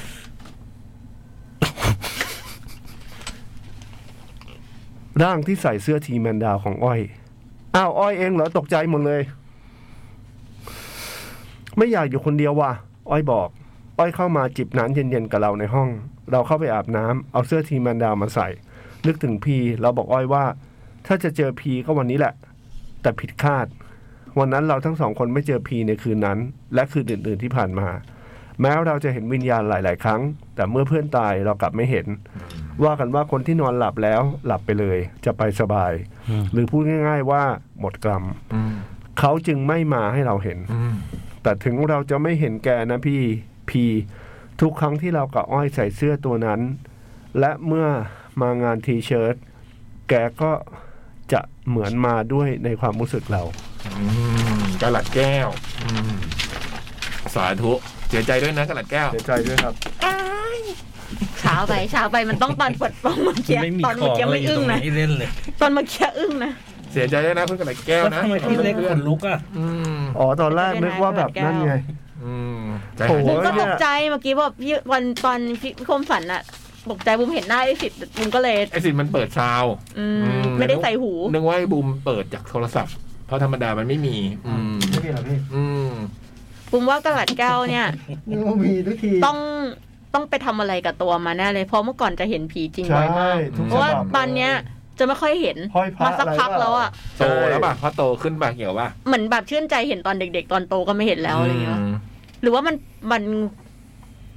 [SPEAKER 3] <coughs> ร่างที่ใส่เสื้อทีแมนดาวของอ้อย อ้าวอ้อยเองเหรอตกใจหมดเลย ไม่อยากอยู่คนเดียวว่ะ อ้อยบอก อ้อยเข้ามาจิบน้ำเย็นๆกับเราในห้อง เราเข้าไปอาบน้ำเอาเสื้อทีมแมนดาวมาใส่ นึกถึงพี เราบอกอ้อยว่า ถ้าจะเจอพีก็วันนี้แหละ แต่ผิดคาด วันนั้นเราทั้งสองคนไม่เจอพีในคืนนั้น และคืนอื่นๆที่ผ่านมา แม้เราจะเห็นวิญญาณหลาย ๆ ครั้ง แต่เมื่อเพื่อนตายเรากลับไม่เห็น ว่ากันว่าคนที่นอนหลับแล้วหลับไปเลย จะไปสบาย หรือพูดง่าย ๆ ว่าหมดกรรม
[SPEAKER 2] อืม
[SPEAKER 3] เขาจึงไม่มาให้เราเห็น
[SPEAKER 2] อืม
[SPEAKER 3] แต่ถึงเราจะไม่เห็นแกนะพี่พีทุกครั้งที่เรากับอ้อยใส่เสื้อตัวนั้น และเมื่อมางานทีเชิ้ตแกก็จะเหมือนมาด้วยในความรู้สึกเรา
[SPEAKER 2] อืมกระหลัดแก้วอืมสาธุเสียใจด้วยนะกระหลัดแก้ว
[SPEAKER 3] เสียใจด้วยครับ
[SPEAKER 4] ช้าไปช้าไปมัน <laughs> ต้องตอนเปิดปองเมื่อกี้
[SPEAKER 1] ไม่มี
[SPEAKER 4] ตอน
[SPEAKER 1] ข
[SPEAKER 4] เมื่อ
[SPEAKER 1] อง
[SPEAKER 4] กี้
[SPEAKER 1] อะไร
[SPEAKER 4] ไม่
[SPEAKER 1] อยู่
[SPEAKER 4] อึ้
[SPEAKER 1] ต
[SPEAKER 4] ง
[SPEAKER 1] รงไหน
[SPEAKER 4] นะ
[SPEAKER 1] เล่นเลย
[SPEAKER 4] ตอนเมื่อกี้อึ้งนะ
[SPEAKER 2] เสียใจด้วยนะคุณกระหลัดแก้ว
[SPEAKER 1] แล้ว
[SPEAKER 2] นะ
[SPEAKER 1] ทำไมพี่เล็กขนลุกอ่ะ
[SPEAKER 2] อืม
[SPEAKER 3] อ๋อตอนแรกนึกว่าแบบนั่นไง
[SPEAKER 2] อืมใจ
[SPEAKER 3] โอ้
[SPEAKER 2] หาย
[SPEAKER 3] โห
[SPEAKER 4] บุมก็ตกใจเมื่อกี้บอกพี่วันตอนพี่คมสันอะตกใจบุมเห็นหน้าไอ้สิทธิ์บุมก็เลย
[SPEAKER 2] ไอ้สิมันเปิดซาวด์
[SPEAKER 4] อืมไม่ได้ใส่หู
[SPEAKER 2] นึกว่าไอ้บูมเปิดจากโทรศัพท์ เพราะธรรมดามันไม่มี อืม
[SPEAKER 5] ไม่มีหรอพี่
[SPEAKER 2] อืม
[SPEAKER 4] บุมว่ากระหลัดแก้วเนี่ย
[SPEAKER 5] นี่มันมีทุกที
[SPEAKER 4] ต้องต้องไปทำอะไรกับตัวมาแน่เลย เพราะเมื่อก่อนจะเห็นผีจริงบ่
[SPEAKER 3] ใช่
[SPEAKER 4] อยมาก
[SPEAKER 3] ทุกฉ
[SPEAKER 4] เพราะว่า
[SPEAKER 3] บับ
[SPEAKER 4] ตอนเนี้ยจะไม่ค่อยเห็น
[SPEAKER 3] ห้อยพระ
[SPEAKER 4] มาสัก
[SPEAKER 3] อะไร
[SPEAKER 4] พัก
[SPEAKER 3] เปล่า
[SPEAKER 4] แล้วอะ
[SPEAKER 2] โตแล้วป่ะพอโตขึ้นป่ะเกี่ยวป่ะ
[SPEAKER 4] เหมือนแบบชื่นใจเห็นตอนเด็ก ๆ ตอนโตก็ไม่เห็นแล้วอะไรอย่างเงี้ย
[SPEAKER 2] ม
[SPEAKER 4] หรือว่ามันมัน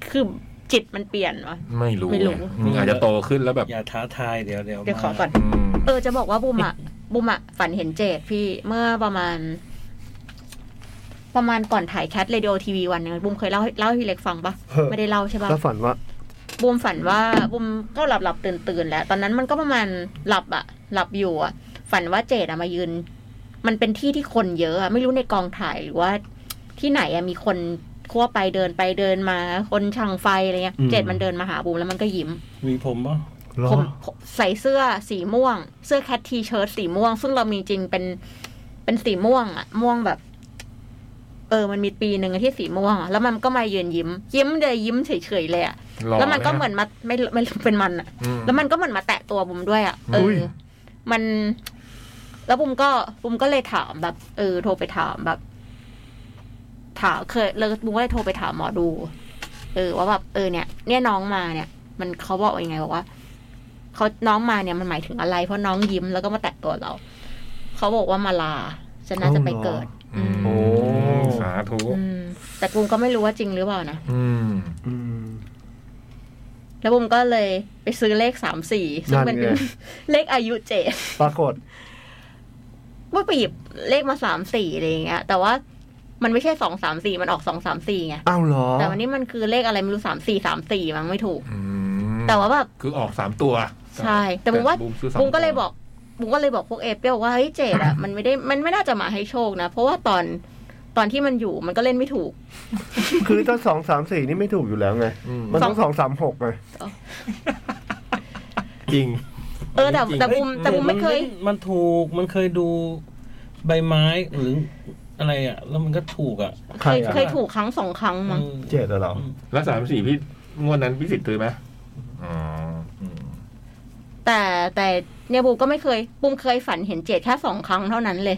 [SPEAKER 4] คือจิตมันเปลี่ยนวะ
[SPEAKER 2] ไม่รู้
[SPEAKER 4] ไม่รู้
[SPEAKER 2] อืมอาจจะโตขึ้นแล้วแบบ
[SPEAKER 1] อย่าท้าทายเดี๋ยวเดี๋ยว
[SPEAKER 4] เดี๋ยวขอก่อน
[SPEAKER 2] อืม
[SPEAKER 4] เออจะบอกว่าบุมอะ <laughs> บุมอะฝันเห็นเจดพี่เมื่อประมาณ ประมาณก่อนถ่ายแคทเรดิโอทีวีวันหนึงบุมเคยเล่าให้เล่าให้พี่เล็กฟังปะ
[SPEAKER 3] เออ
[SPEAKER 4] ไม่ได้เล่าใช่ปะ
[SPEAKER 3] ก็ฝันว่า
[SPEAKER 4] บูมฝันว่าบูมก็หลับหลับตื่นตื่นๆแหล้วตอนนั้นมันก็ประมาณหลับอะหลับอยู่อะฝันว่าเจดอะมายืน มันเป็นที่ที่คนเยอะอะไม่รู้ในกองถ่ายหรือว่า ที่ไหนอะมีคนทั่วไปเดินไปเดินมา คนช่างไฟอะไรเงี้ย
[SPEAKER 3] อืม
[SPEAKER 4] เจดมันเดินมาหาบูมแล้วมันก็ยิ้ม
[SPEAKER 1] มีผมป่ะ
[SPEAKER 3] เหรอ
[SPEAKER 4] ผมผมใส่เสื้อสีม่วง เสื้อแคททีเชิ้ตสีม่วง ซึ่งเรามีจริงเป็นเป็นสีม่วงอะม่วงแบบ เออ มันมีปีหนึ่งอะที่สีม่วงอะแล้วมันก็มายืนยิ้ม ยิ้มเดยยิ้มเฉยๆเลยอะ
[SPEAKER 2] หล่
[SPEAKER 4] แล้วมันก็
[SPEAKER 2] ะ
[SPEAKER 4] เหมือนมาไม่ไม่เป็นมันอะ
[SPEAKER 2] อืม
[SPEAKER 4] แล้วมันก็เหมือนมาแตะตัวบุมด้วยอะเอ
[SPEAKER 2] อุ้
[SPEAKER 4] อย มัน แล้วบุมก็บุมก็เลยถามแบบ เออ โทรไปถามแบบ ถามเคยเลยบุ้งก็เลยโทรไปถามหมอดู เออว่าแบบเออเนี่ยเนี่ยน้องมาเนี่ย มันเขาบอกยังไงบอกว่าเขาน้องมาเนี่ยมันหมายถึงอะไร เพราะน้องยิ้มแล้วก็มาแตะตัวเรา เขาบอกว่ามาลาจะน่าจะไปเกิด
[SPEAKER 2] โอ้สาธุ
[SPEAKER 4] อืมแต่บุ้งก็ไม่รู้ว่าจริงหรือเปล่านะ
[SPEAKER 2] อืม
[SPEAKER 3] อืม
[SPEAKER 4] แล้วบุ้มก็เลยไปซื้อเลขสามสี่ซึ่งมันเป็น
[SPEAKER 3] นั่นไง
[SPEAKER 4] เลขอายุเจ
[SPEAKER 3] ปรากฏ
[SPEAKER 4] ว่าไปหยิบเลขมาสามสี่อะไรอย่างเงี้ย แต่ว่ามันไม่ใช่สองสามสี่มันออกสองสามสี่ไง
[SPEAKER 3] อ้าวเหรอ
[SPEAKER 4] แต่วันนี้มันคือเลขอะไรไม่รู้สามสี่สามสี่มั้งไม่ถูก
[SPEAKER 2] อืม
[SPEAKER 4] แต่ว่าแบบ
[SPEAKER 2] คือออกสามตัว
[SPEAKER 4] ใช่ แต่บุ้งว่า
[SPEAKER 2] ซื้อสอง
[SPEAKER 4] บุ้งก็เลย
[SPEAKER 2] ตัว
[SPEAKER 4] บอกบุ้งก็เลยบอกพวกเอเปียวว่าเฮ้ยเจดอะ มันไม่ได้มันไม่น่าจะมาให้โชคนะ เพราะว่าตอนตอนที่มันอยู่มันก็เล่นไม่ถูก
[SPEAKER 3] คือถ้าสองสามสี่นี่ไม่ถูกอยู่แล้วไง
[SPEAKER 2] อืม
[SPEAKER 3] มันต้องสองสามหกไง
[SPEAKER 2] จริง
[SPEAKER 4] เออแต่
[SPEAKER 2] จริง
[SPEAKER 4] แต่บุ้มแต่บุ้มไม่เคย
[SPEAKER 1] มันถูกมันเคยดูใบไม้หรืออะไรอ่ะ แล้วมันก็ถูกอ่ะ
[SPEAKER 3] ใค
[SPEAKER 4] เค
[SPEAKER 3] ร
[SPEAKER 4] ย
[SPEAKER 3] อะ
[SPEAKER 4] เคยถูกครั้งสองครั้งมั้ง
[SPEAKER 1] เออ
[SPEAKER 3] เจ็ดเหรอ
[SPEAKER 2] แล้วสามสี่พี่งวดนั้นพี่สิทธิ์ซื้อไหมอ๋ออืม
[SPEAKER 4] แต่แต่เนี่ยบุ้มก็ไม่เคยบุ้มเคยฝันเห็นเจดแค่สองครั้งเท่านั้นเลย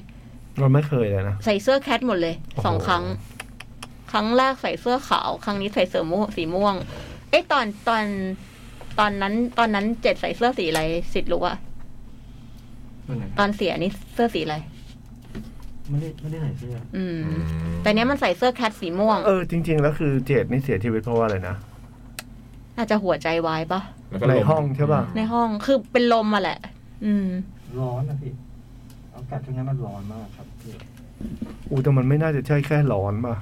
[SPEAKER 3] เราไม่เคยเลยนะ
[SPEAKER 4] ใส่เสื้อแคทหมดเลย
[SPEAKER 3] โอ้โห
[SPEAKER 4] สองครั้ง ครั้งแรกใส่เสื้อขาว ครั้งนี้ใส่เสื้อม่วงสีม่วง เอ้ยตอนตอนตอนนั้น ตอนนั้นเจ็ดใส่เสื้อสีอะไรสิทธิ์รู้อะตอนเสียนี่เสื้อสีอะไร
[SPEAKER 5] ไม่ได้ไม่ได้ใส่เสื้อ
[SPEAKER 4] อืม แต่เนี้ยมันใส่เสื้อแคทสีม่วง
[SPEAKER 3] เออ จริง ๆ แล้วคือเจ็ดนี่เสียชีวิตเพราะว่าอะไรนะ
[SPEAKER 4] น่าจะหัวใจวายปะ
[SPEAKER 2] แล้วก็ล
[SPEAKER 3] ในห้องใช่ป่ะ
[SPEAKER 4] ในห้องคือเป็นลมมาแหละ อืม
[SPEAKER 5] ร้อนนะพี่อากาศช่วงนั้นมันร้อนมากครับพี่
[SPEAKER 3] อูแต่มันไม่น่าจะใช่แค่ร้อนป่ะ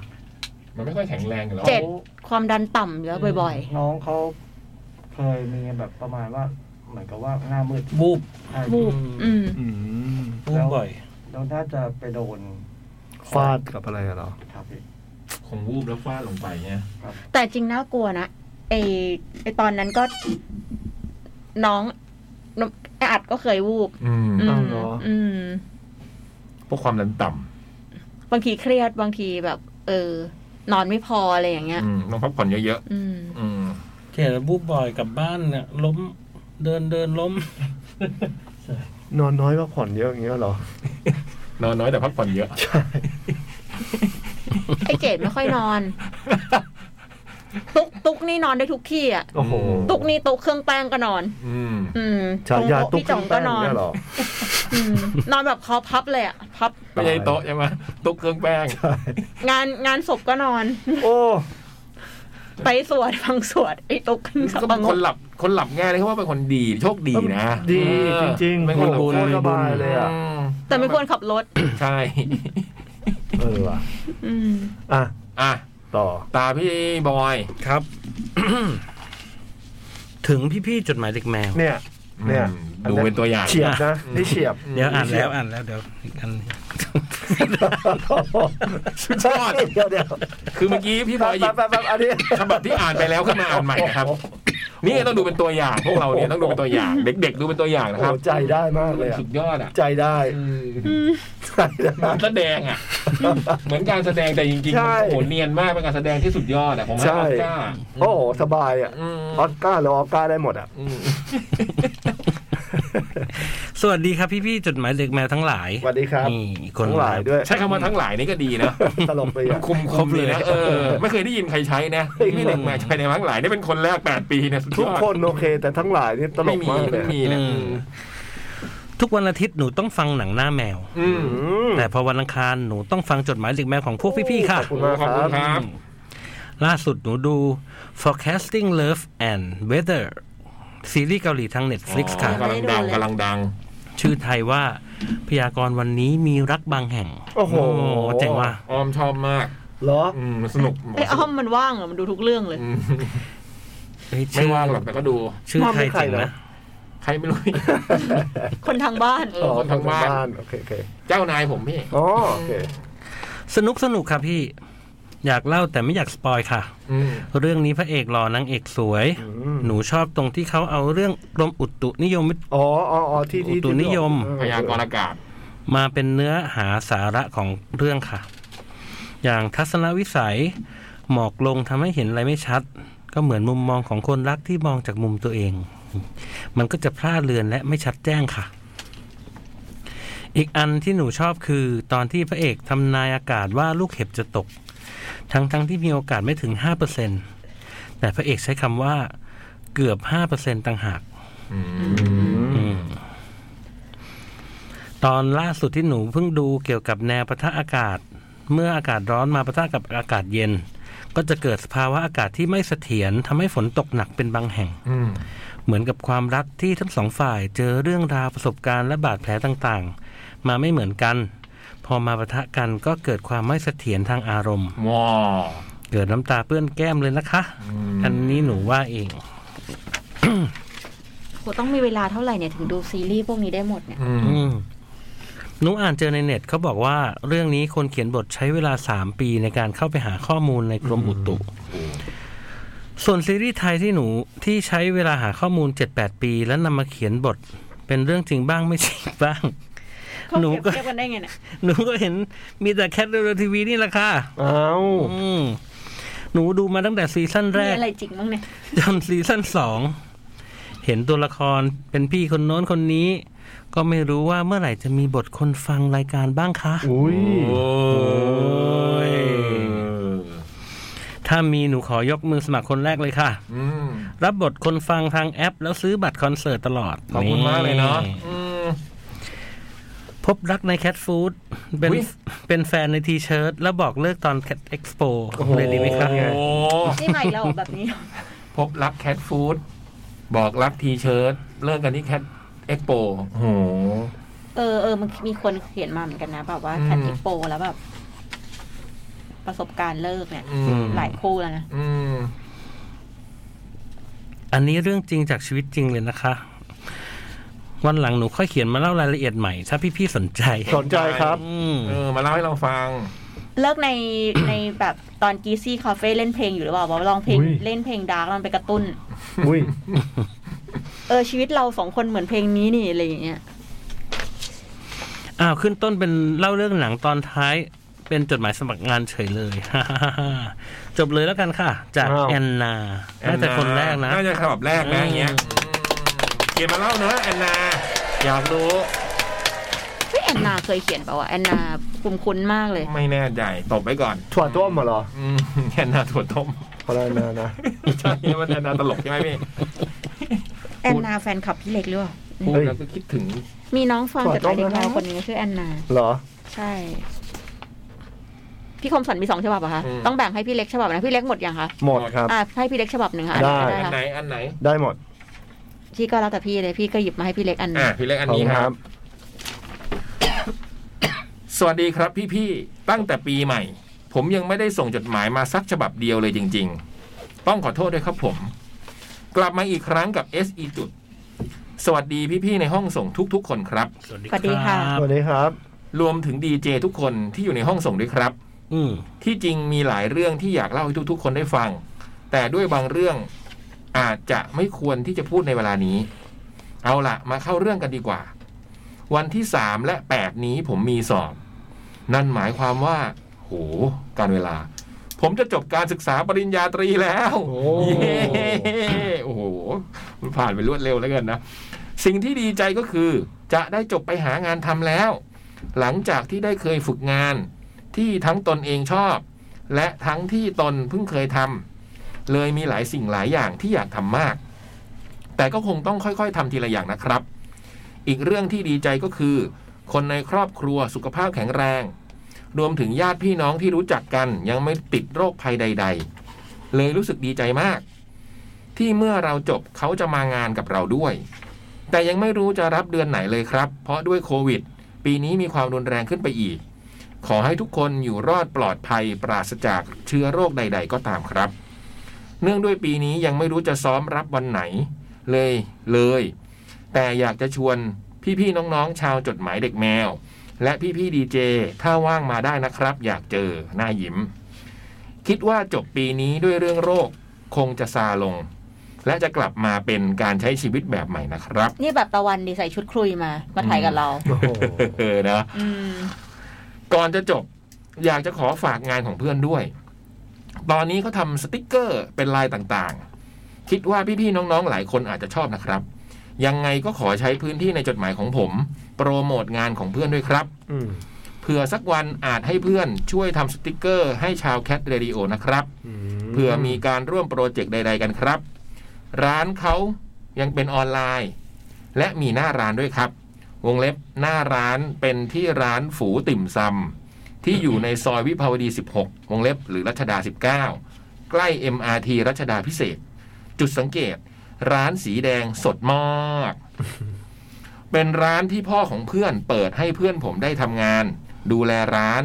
[SPEAKER 2] มันไม่ค่อยแข็งแรงอยู่แล้ว
[SPEAKER 4] เจ็ด ความดันต่ำเยอะบ่อย
[SPEAKER 5] น้องเขาเคยมีแบบประมาณว่า เหมือนกับว่าหน้ามืด
[SPEAKER 1] บูบ
[SPEAKER 5] ใช่
[SPEAKER 4] ๆบูบอืม
[SPEAKER 3] อืม
[SPEAKER 1] บูบบ่อย
[SPEAKER 5] เราน่าจะไปโดน
[SPEAKER 3] ฟาดกับอะไรอะเหรอ
[SPEAKER 5] ครับพี่
[SPEAKER 2] คงวูบแล้วฟาดลงไปเนี่ย
[SPEAKER 4] แต่จริงน่ากลัวนะไอไอตอนนั้นก็ น้องน้องไอ้อัดก็เคยวูบ
[SPEAKER 2] อืม
[SPEAKER 4] อื
[SPEAKER 3] เอา
[SPEAKER 4] ม
[SPEAKER 3] เหรออื
[SPEAKER 4] อืม
[SPEAKER 2] เพราะความดันต่
[SPEAKER 4] บางทีเครียดบางทีแบบ เออ นอนไม่พออะไรอย่างเงี้ย
[SPEAKER 2] ำอืมต้องพักผ่อนเยอะ
[SPEAKER 4] อืม
[SPEAKER 2] ๆอืม
[SPEAKER 1] เขียนบูบบ่อยกลับบ้านเนี่ยล้มเดินเดินล้ม
[SPEAKER 3] นอนน้อยพักผ่อนเยอะอย่างเงี้ยเหรอ
[SPEAKER 2] นอนน้อยแต่พักผ่อนเยอะ
[SPEAKER 4] ไอเจดไม่ค่อยนอน ตุกตุกนี่นอนได้ทุกที่อ่ะ
[SPEAKER 3] โอ้โห
[SPEAKER 2] ตุ๊
[SPEAKER 4] ตุกนี่ตุกเครื่องแป้งก็นอน
[SPEAKER 2] อืม
[SPEAKER 4] อืม
[SPEAKER 3] ฉายา
[SPEAKER 4] โะ
[SPEAKER 3] ตุ๊ก
[SPEAKER 4] พี่จ่องก็นอน
[SPEAKER 3] แป้งเนี่ย
[SPEAKER 4] <laughs>
[SPEAKER 3] เหรอ
[SPEAKER 4] อืมนอนแบบคอพับเลยอ่ะพับ
[SPEAKER 2] ไม่ใช่โต๊ะใช่ไหมตุ๊กเครื่องแป้ง
[SPEAKER 4] งานงานศพก็นอน
[SPEAKER 3] โอ้
[SPEAKER 4] ไปสวดฟังสวดไอตุกขึ้นส
[SPEAKER 2] ก็
[SPEAKER 4] ว
[SPEAKER 2] เป็
[SPEAKER 4] ด
[SPEAKER 2] นคนหลับคนหลับง่ายเลยเขาว่าเป็นคนดีโชคดีนะ
[SPEAKER 3] ดี
[SPEAKER 2] เออ
[SPEAKER 3] จริงๆ
[SPEAKER 2] เป็นคนหลับ
[SPEAKER 3] โอ้โหส
[SPEAKER 2] ง่
[SPEAKER 3] บายเลยอะ
[SPEAKER 2] ม
[SPEAKER 4] แต่ไม่ควรขับรถ
[SPEAKER 2] ใช่
[SPEAKER 3] เออว่ะ
[SPEAKER 4] อืม
[SPEAKER 3] อ่ะ
[SPEAKER 2] อ่ะ
[SPEAKER 3] ต่อ
[SPEAKER 2] ตาพี่บอย
[SPEAKER 1] <laughs> ครับ <coughs> ถึงพี่ๆจดหมายเด็กแมว
[SPEAKER 3] เนี่ย เนี่ย
[SPEAKER 2] อืมดูเป็นตัวอย่าง
[SPEAKER 3] เฉียบนะนี่เฉียบ
[SPEAKER 1] เดี๋ยวอ่านแล้วอ่านแล้วเดี๋ยวอีกอัน
[SPEAKER 2] <laughs>
[SPEAKER 1] <laughs>
[SPEAKER 2] สุดยอด
[SPEAKER 3] เดี๋ยวเดี๋ยว
[SPEAKER 2] คือเมื่อกี้พี่บอยหยิ
[SPEAKER 3] แป๊บบแป๊บแป๊บอันนี้
[SPEAKER 2] ฉบับที่อ่านไปแล้วขึ้นมาอ่านใหม่นะครับ นี่ต้องดูเป็นตัวอย่างพวกเราเนี่ยต้องดูเป็นตัวอย่าง เด็ก ๆ ดูเป็นตัวอย่างนะครับ
[SPEAKER 3] โอ้ใจได้มากเลยอะ
[SPEAKER 2] สุดยอดอ่ะ
[SPEAKER 3] ใจได้ใจได้
[SPEAKER 2] การแสดงอ่ะ เหมือนการแสดงแต่จริงๆ
[SPEAKER 3] ใช่
[SPEAKER 2] มันโอ้โหเนียนมากเป็นการแสดงที่สุดยอดอ่ะของ
[SPEAKER 3] ใช่
[SPEAKER 2] ออสการ์
[SPEAKER 3] โอ้โหสบายอ่ะ
[SPEAKER 2] อืม
[SPEAKER 3] ออสการ์เราออสการ์ได้หมดอ่ะ
[SPEAKER 2] อืม
[SPEAKER 1] สวัสดีครับพี่ๆจดหมายเด็กแมวทั้งหลาย
[SPEAKER 3] สวัสดีครับ
[SPEAKER 1] นี่อีกคน
[SPEAKER 3] ทั้งหลายด้วย
[SPEAKER 2] ใช้คำว่าทั้งหลายนี่ก็ดีนะ
[SPEAKER 3] ตลกไป
[SPEAKER 2] มัน
[SPEAKER 3] อ่ะ
[SPEAKER 2] คุมคุมเลยนะเออไม่เคยได้ยินใครใช้นะไม่เด็กมาใช้ในทั้งหลายนี่เป็นคนแรกแปดปีเนี่ยสุด
[SPEAKER 3] ทุ
[SPEAKER 2] ย
[SPEAKER 3] ก
[SPEAKER 2] อด
[SPEAKER 3] คนโอเค แต่ทั้งหลายนี่ตล
[SPEAKER 2] ไม่
[SPEAKER 3] ก
[SPEAKER 2] มี
[SPEAKER 3] มากเลย
[SPEAKER 2] ไม่มีนะอืม
[SPEAKER 1] ทุกวันอาทิตย์หนูต้องฟังหนังหน้าแมว
[SPEAKER 2] อืม
[SPEAKER 3] อืม
[SPEAKER 1] แต่พอวันอังคารหนูต้องฟังจดหมายเด็กแมวของพวกพี่ๆค่ะ
[SPEAKER 3] ขอบคุณมากครับ
[SPEAKER 2] ขอบคุณครับ
[SPEAKER 1] ล่าสุดหนูดู forecasting love and weather ซีรีส์เกาหลีทาง Netflix ค่ะ
[SPEAKER 2] อ๋อกำลังดังกำลังดัง
[SPEAKER 1] ชื่อไทยว่าพยากรณ์วันนี้มีรักบางแห่ง
[SPEAKER 3] โอ้โห
[SPEAKER 1] เจ๋งว่ะ
[SPEAKER 2] ออมชอบมาก
[SPEAKER 3] เหรอ
[SPEAKER 2] อืมสนุก
[SPEAKER 4] ไออ้อมมันว่างเหรอมันดูทุกเรื่องเลย
[SPEAKER 2] อืม
[SPEAKER 1] เฮ้ย
[SPEAKER 2] ไม่
[SPEAKER 1] ชื่อ
[SPEAKER 2] ว่างหรอกแต่ก็ดู
[SPEAKER 1] ชื่อ
[SPEAKER 3] ว่า
[SPEAKER 1] ไทย
[SPEAKER 3] ไม่ใคร
[SPEAKER 1] เจ๋ง
[SPEAKER 3] เหรอ
[SPEAKER 1] นะ
[SPEAKER 2] ใครไม่รู้
[SPEAKER 4] คนทางบ้าน
[SPEAKER 2] เออคนทางบ้าน
[SPEAKER 3] โอเคโอเค
[SPEAKER 2] เจ้านายผมพี่
[SPEAKER 3] อ๋อโอเค
[SPEAKER 1] สนุกสนุกค่ะพี่ อยากเล่าแต่ไม่อยากสปอยค่ะ
[SPEAKER 2] อืม
[SPEAKER 1] เรื่องนี้พระเอกหล่อนางเอกสวย
[SPEAKER 3] อืม
[SPEAKER 1] หนูชอบตรงที่เขาเอาเรื่องกรมอุตุนิยมวิท
[SPEAKER 3] อ๋ออ๋ออ๋อที่ที่
[SPEAKER 1] อุตุนิยม
[SPEAKER 3] เออ
[SPEAKER 2] พยากรณ์อากาศ
[SPEAKER 1] มาเป็นเนื้อหาสาระของเรื่องค่ะ อย่างทัศนวิสัย หมอกลงทำให้เห็นอะไรไม่ชัด ก็เหมือนมุมมองของคนรักที่มองจากมุมตัวเอง มันก็จะพลาดเลือนและไม่ชัดแจ้งค่ะ อีกอันที่หนูชอบคือ ตอนที่พระเอกทำนายอากาศว่าลูกเห็บจะตก ทั้งทั้งที่มีโอกาสไม่ถึงห้าเปอร์เซ็นแต่พระเอกใช้คำว่าเกือบห้าเปอร์เซ็นต่างหาก
[SPEAKER 2] อืม
[SPEAKER 1] อืม ตอนล่าสุดที่หนูเพิ่งดูเกี่ยวกับแนวปะทะอากาศ เมื่ออากาศร้อนมาปะทะกับอากาศเย็น ก็จะเกิดสภาวะอากาศที่ไม่เสถียรทำให้ฝนตกหนักเป็นบางแห่ง
[SPEAKER 2] อืม
[SPEAKER 1] เหมือนกับความรักที่ทั้งสองฝ่ายเจอเรื่องราวประสบการณ์และบาดแผลต่างๆ มาไม่เหมือนกัน พอมาปะทะกันก็เกิดความไม่เสถียรทางอารมณ์
[SPEAKER 2] ว้า
[SPEAKER 1] เกิดน้ำตาเปื้อนแก้มเลยนะคะ
[SPEAKER 2] ม
[SPEAKER 1] อันนี้หนูว่าเอง
[SPEAKER 4] โหต้องมีเวลาเท่าไหร่เนี่ยถึงดูซีรีส์พวกนี้ได้หมดเนี่ย
[SPEAKER 2] อืม
[SPEAKER 1] อืมหนูอ่านเจอในเน็ตเขาบอกว่าเรื่องนี้คนเขียนบทใช้เวลาสามปีในการเข้าไปหาข้อมูลในกรมอุตุ ส่วนซีรีส์ไทยที่หนูที่ใช้เวลาหาข้อมูลเจ็ดแปดปี แล้วนำมาเขียนบท เป็นเรื่องจริงบ้างไม่จริงบ้าง
[SPEAKER 4] เขา
[SPEAKER 1] หนู
[SPEAKER 4] เปรียบ
[SPEAKER 1] ก็
[SPEAKER 4] เทียบกันได้ไงเนี่ย
[SPEAKER 1] หนูก็เห็นมีแต่แคทเรทีวีนี่แหละค่ะ
[SPEAKER 3] เอา
[SPEAKER 1] อืมหนูดูมาตั้งแต่ซีซั่นแร
[SPEAKER 4] มี
[SPEAKER 1] ก
[SPEAKER 4] อะไรจริงบ้างเนี่ย
[SPEAKER 1] จนซีซั่นสอง เห็นตัวละครเป็นพี่คนโน้นคนนี้ ก็ไม่รู้ว่าเมื่อไหร่จะมีบทคนฟังรายการบ้างคะ
[SPEAKER 3] อุ้ย
[SPEAKER 2] โอ้ย
[SPEAKER 1] ถ้ามีหนูขอยกมือสมัครคนแรกเลยค่ะ
[SPEAKER 2] อืม
[SPEAKER 1] รับบทคนฟังทางแอป แล้วซื้อบัตรคอนเสิร์ตตลอด
[SPEAKER 2] ขอบคุณมากเลยเนาะอืม
[SPEAKER 1] พบรักในแคทฟู้ดเป็น
[SPEAKER 2] อุ๊ย
[SPEAKER 1] เป็นแฟนในทีเชิ t แล้วบอกเลิกตอนแคทเอ็กซ์โปเลยดีไหมครับ
[SPEAKER 2] โอ้โห
[SPEAKER 4] นี่ใหม่เราแบบนี้
[SPEAKER 2] พบรักแคทฟู้ดบอกรักทีเชิร์ตเลิกกันที่แคทเอ็กโปโอ้โห
[SPEAKER 4] เออเออมันมีคนเขียนมาเหมือนกันนะแบบว่า
[SPEAKER 2] อืม
[SPEAKER 4] แคทเอ็กโปแล้วแบบ ประสบการณ์เลิกเนี่ย
[SPEAKER 2] อืม
[SPEAKER 4] หลายคู่แล้วนะ
[SPEAKER 2] อืม
[SPEAKER 1] อันนี้เรื่องจริงจากชีวิตจริงเลยนะคะ วันหลังหนูค่อยเขียนมาเล่ารายละเอียดใหม่ ถ้าพี่ๆสนใจ
[SPEAKER 3] สนใจครับ
[SPEAKER 1] อืม
[SPEAKER 2] เออมาเล่าให้เราฟัง
[SPEAKER 4] เลิกใน ในแบบตอนกีซี่คาเฟ่เล่นเพลงอยู่หรือเปล่าบอกว่าลองเพลง
[SPEAKER 3] อุ๊ย
[SPEAKER 4] เล่นเพลงดาร์กลองไปกระตุ้น
[SPEAKER 3] อุ้ย
[SPEAKER 4] เออชีวิตเราสองคนเหมือนเพลงนี้นี่อะไรอย่างเงี้ย
[SPEAKER 1] อ้าวขึ้นต้นเป็นเล่าเรื่องหนังตอนท้าย เป็นจดหมายสมัครงานเฉยเลย <laughs> จบเลยแล้วกันค่ะ จาก
[SPEAKER 3] อ้าว
[SPEAKER 1] แอนนาน่าจะคนแรกนะ
[SPEAKER 2] น่าจะฉบับแรกนะอย่างเงี้ย
[SPEAKER 1] อืม
[SPEAKER 2] เขียนมาเล่าเนอะแอนนา อยากรู้
[SPEAKER 4] เฮ้ยแอนนาเคยเขียนเปล่าวะแอนนาคุ้มคุ้นมากเลย
[SPEAKER 2] ไม่แน่ใจตบไว้ก่อน
[SPEAKER 3] ถั่วต้มมาเหรอ
[SPEAKER 2] อืมแอนนาถั่วต้ม
[SPEAKER 3] พอแล้วนะนะ
[SPEAKER 2] ใช่มันแอนนาตลกใช่ไหมพี่
[SPEAKER 4] แอนนาแฟนคลับพี่เล็กหรือเปล่า
[SPEAKER 2] พูดแล้วก็คิดถึง
[SPEAKER 4] มีน้องฟังจากรายการคนหนึงชื่อแอนนา
[SPEAKER 3] เหรอ
[SPEAKER 4] ใช่ พี่คมสันมีสองฉบับเหรอะคะ
[SPEAKER 2] อืม
[SPEAKER 4] ต้องแบ่งให้พี่เล็กฉบับนะพี่เล็กหมดยังคะ
[SPEAKER 3] หมดครับ
[SPEAKER 4] อ่ะให้พี่เล็กฉบับหนึ่งค่ะ
[SPEAKER 3] ได้
[SPEAKER 4] อัน
[SPEAKER 2] อัน
[SPEAKER 4] นี้ก็
[SPEAKER 2] ไหน
[SPEAKER 4] ค่ะ
[SPEAKER 2] อันไหน
[SPEAKER 3] ได้หมด
[SPEAKER 4] พี่ก็แล้วแต่พี่เลยพี่ก็หยิบมาให้พี่เล็กอันหนึ
[SPEAKER 2] อ่ะ
[SPEAKER 4] ง
[SPEAKER 2] พี่เล็กอัน
[SPEAKER 3] ขอบ
[SPEAKER 2] นี้
[SPEAKER 3] คุณ
[SPEAKER 2] ค
[SPEAKER 3] ค
[SPEAKER 2] รั
[SPEAKER 3] รับ บ
[SPEAKER 2] สวัสดีครับพี่ๆตั้งแต่ปีใหม่ ผมยังไม่ได้ส่งจดหมายมาสักฉบับเดียวเลยจริง ๆ ต้องขอโทษด้วยครับผม กลับมาอีกครั้งกับ SE จุดสวัสดีพี่ๆในห้องส่งทุก ๆ คนครับ
[SPEAKER 4] สวัสดีค่ะ
[SPEAKER 1] รับ
[SPEAKER 3] สวัสดีครับ
[SPEAKER 2] รวมถึงดีเจทุกคนที่อยู่ในห้องส่งด้วยครับ
[SPEAKER 1] อืม
[SPEAKER 2] ที่จริงมีหลายเรื่องที่อยากเล่าให้ทุก ๆ คนได้ฟัง แต่ด้วยบางเรื่องอาจจะไม่ควรที่จะพูดในเวลานี้ เอาละมาเข้าเรื่องกันดีกว่า วันที่สามและแปดนี้ผมมีสอบ นั่นหมายความว่า โห การเวลา ผมจะจบการศึกษาปริญญาตรีแล้ว
[SPEAKER 3] โอ้
[SPEAKER 2] เย้โอ้โห มันผ่านไปรวดเร็วแล้วกันนะ สิ่งที่ดีใจก็คือ จะได้จบไปหางานทำแล้ว หลังจากที่ได้เคยฝึกงาน ที่ทั้งตนเองชอบ และทั้งที่ตนเพิ่งเคยทำเลยมีหลายสิ่งหลายอย่างที่อยากทำมาก แต่ก็คงต้องค่อยๆทำทีละอย่างนะครับ อีกเรื่องที่ดีใจก็คือ คนในครอบครัวสุขภาพแข็งแรง รวมถึงญาติพี่น้องที่รู้จักกันยังไม่ติดโรคภัยใด ๆ เลยรู้สึกดีใจมาก ที่เมื่อเราจบเขาจะมางานกับเราด้วย แต่ยังไม่รู้จะรับเดือนไหนเลยครับ เพราะด้วยโควิด ปีนี้มีความรุนแรงขึ้นไปอีก ขอให้ทุกคนอยู่รอดปลอดภัยปราศจากเชื้อโรคใด ๆ ก็ตามครับ เนื่องด้วยปีนี้ยังไม่รู้จะซ้อมรับวันไหน เลยเลย แต่อยากจะชวนพี่ๆน้องๆ ชาวจดหมายเด็กแมว และพี่ๆดีเจถ้าว่างมาได้นะครับ อยากเจอหน้ายิ้ม คิดว่าจบปีนี้ด้วยเรื่องโรคคงจะซาลง และจะกลับมาเป็นการใช้ชีวิตแบบใหม่นะครับ <laughs>
[SPEAKER 4] นี่แบบตะวันดีใส่ชุดครุยมา มาถ่ายกับเรา
[SPEAKER 3] โอ้โห
[SPEAKER 2] เออนะ
[SPEAKER 4] อืม
[SPEAKER 2] ก่อนจะจบ อยากจะขอฝากงานของเพื่อนด้วย ตอนนี้เขาทำสติกเกอร์เป็นลายต่างๆ คิดว่าพี่ๆน้องๆ หลายคนอาจจะชอบนะครับ ยังไงก็ขอใช้พื้นที่ในจดหมายของผม โปรโมทงานของเพื่อนด้วยครับ
[SPEAKER 3] อืม
[SPEAKER 2] เผื่อสักวันอาจให้เพื่อนช่วยทำสติกเกอร์ให้ชาวแคทเรดิโอนะครับ เผื่อมีการร่วมโปรเจกต์ใด ๆ กันครับ ร้านเขายังเป็นออนไลน์ และมีหน้าร้านด้วยครับ วงเล็บหน้าร้านเป็นที่ร้านฝูติ่มซำที่อยู่ในซอยวิภาวดี 16 วงเล็บหรือรัชดา 19 ใกล้ MRT รัชดาพิเศษกจุดสังเกต ร้านสีแดงสดมาก เป็นร้านที่พ่อของเพื่อนเปิดให้เพื่อนผมได้ทำงาน ดูแลร้าน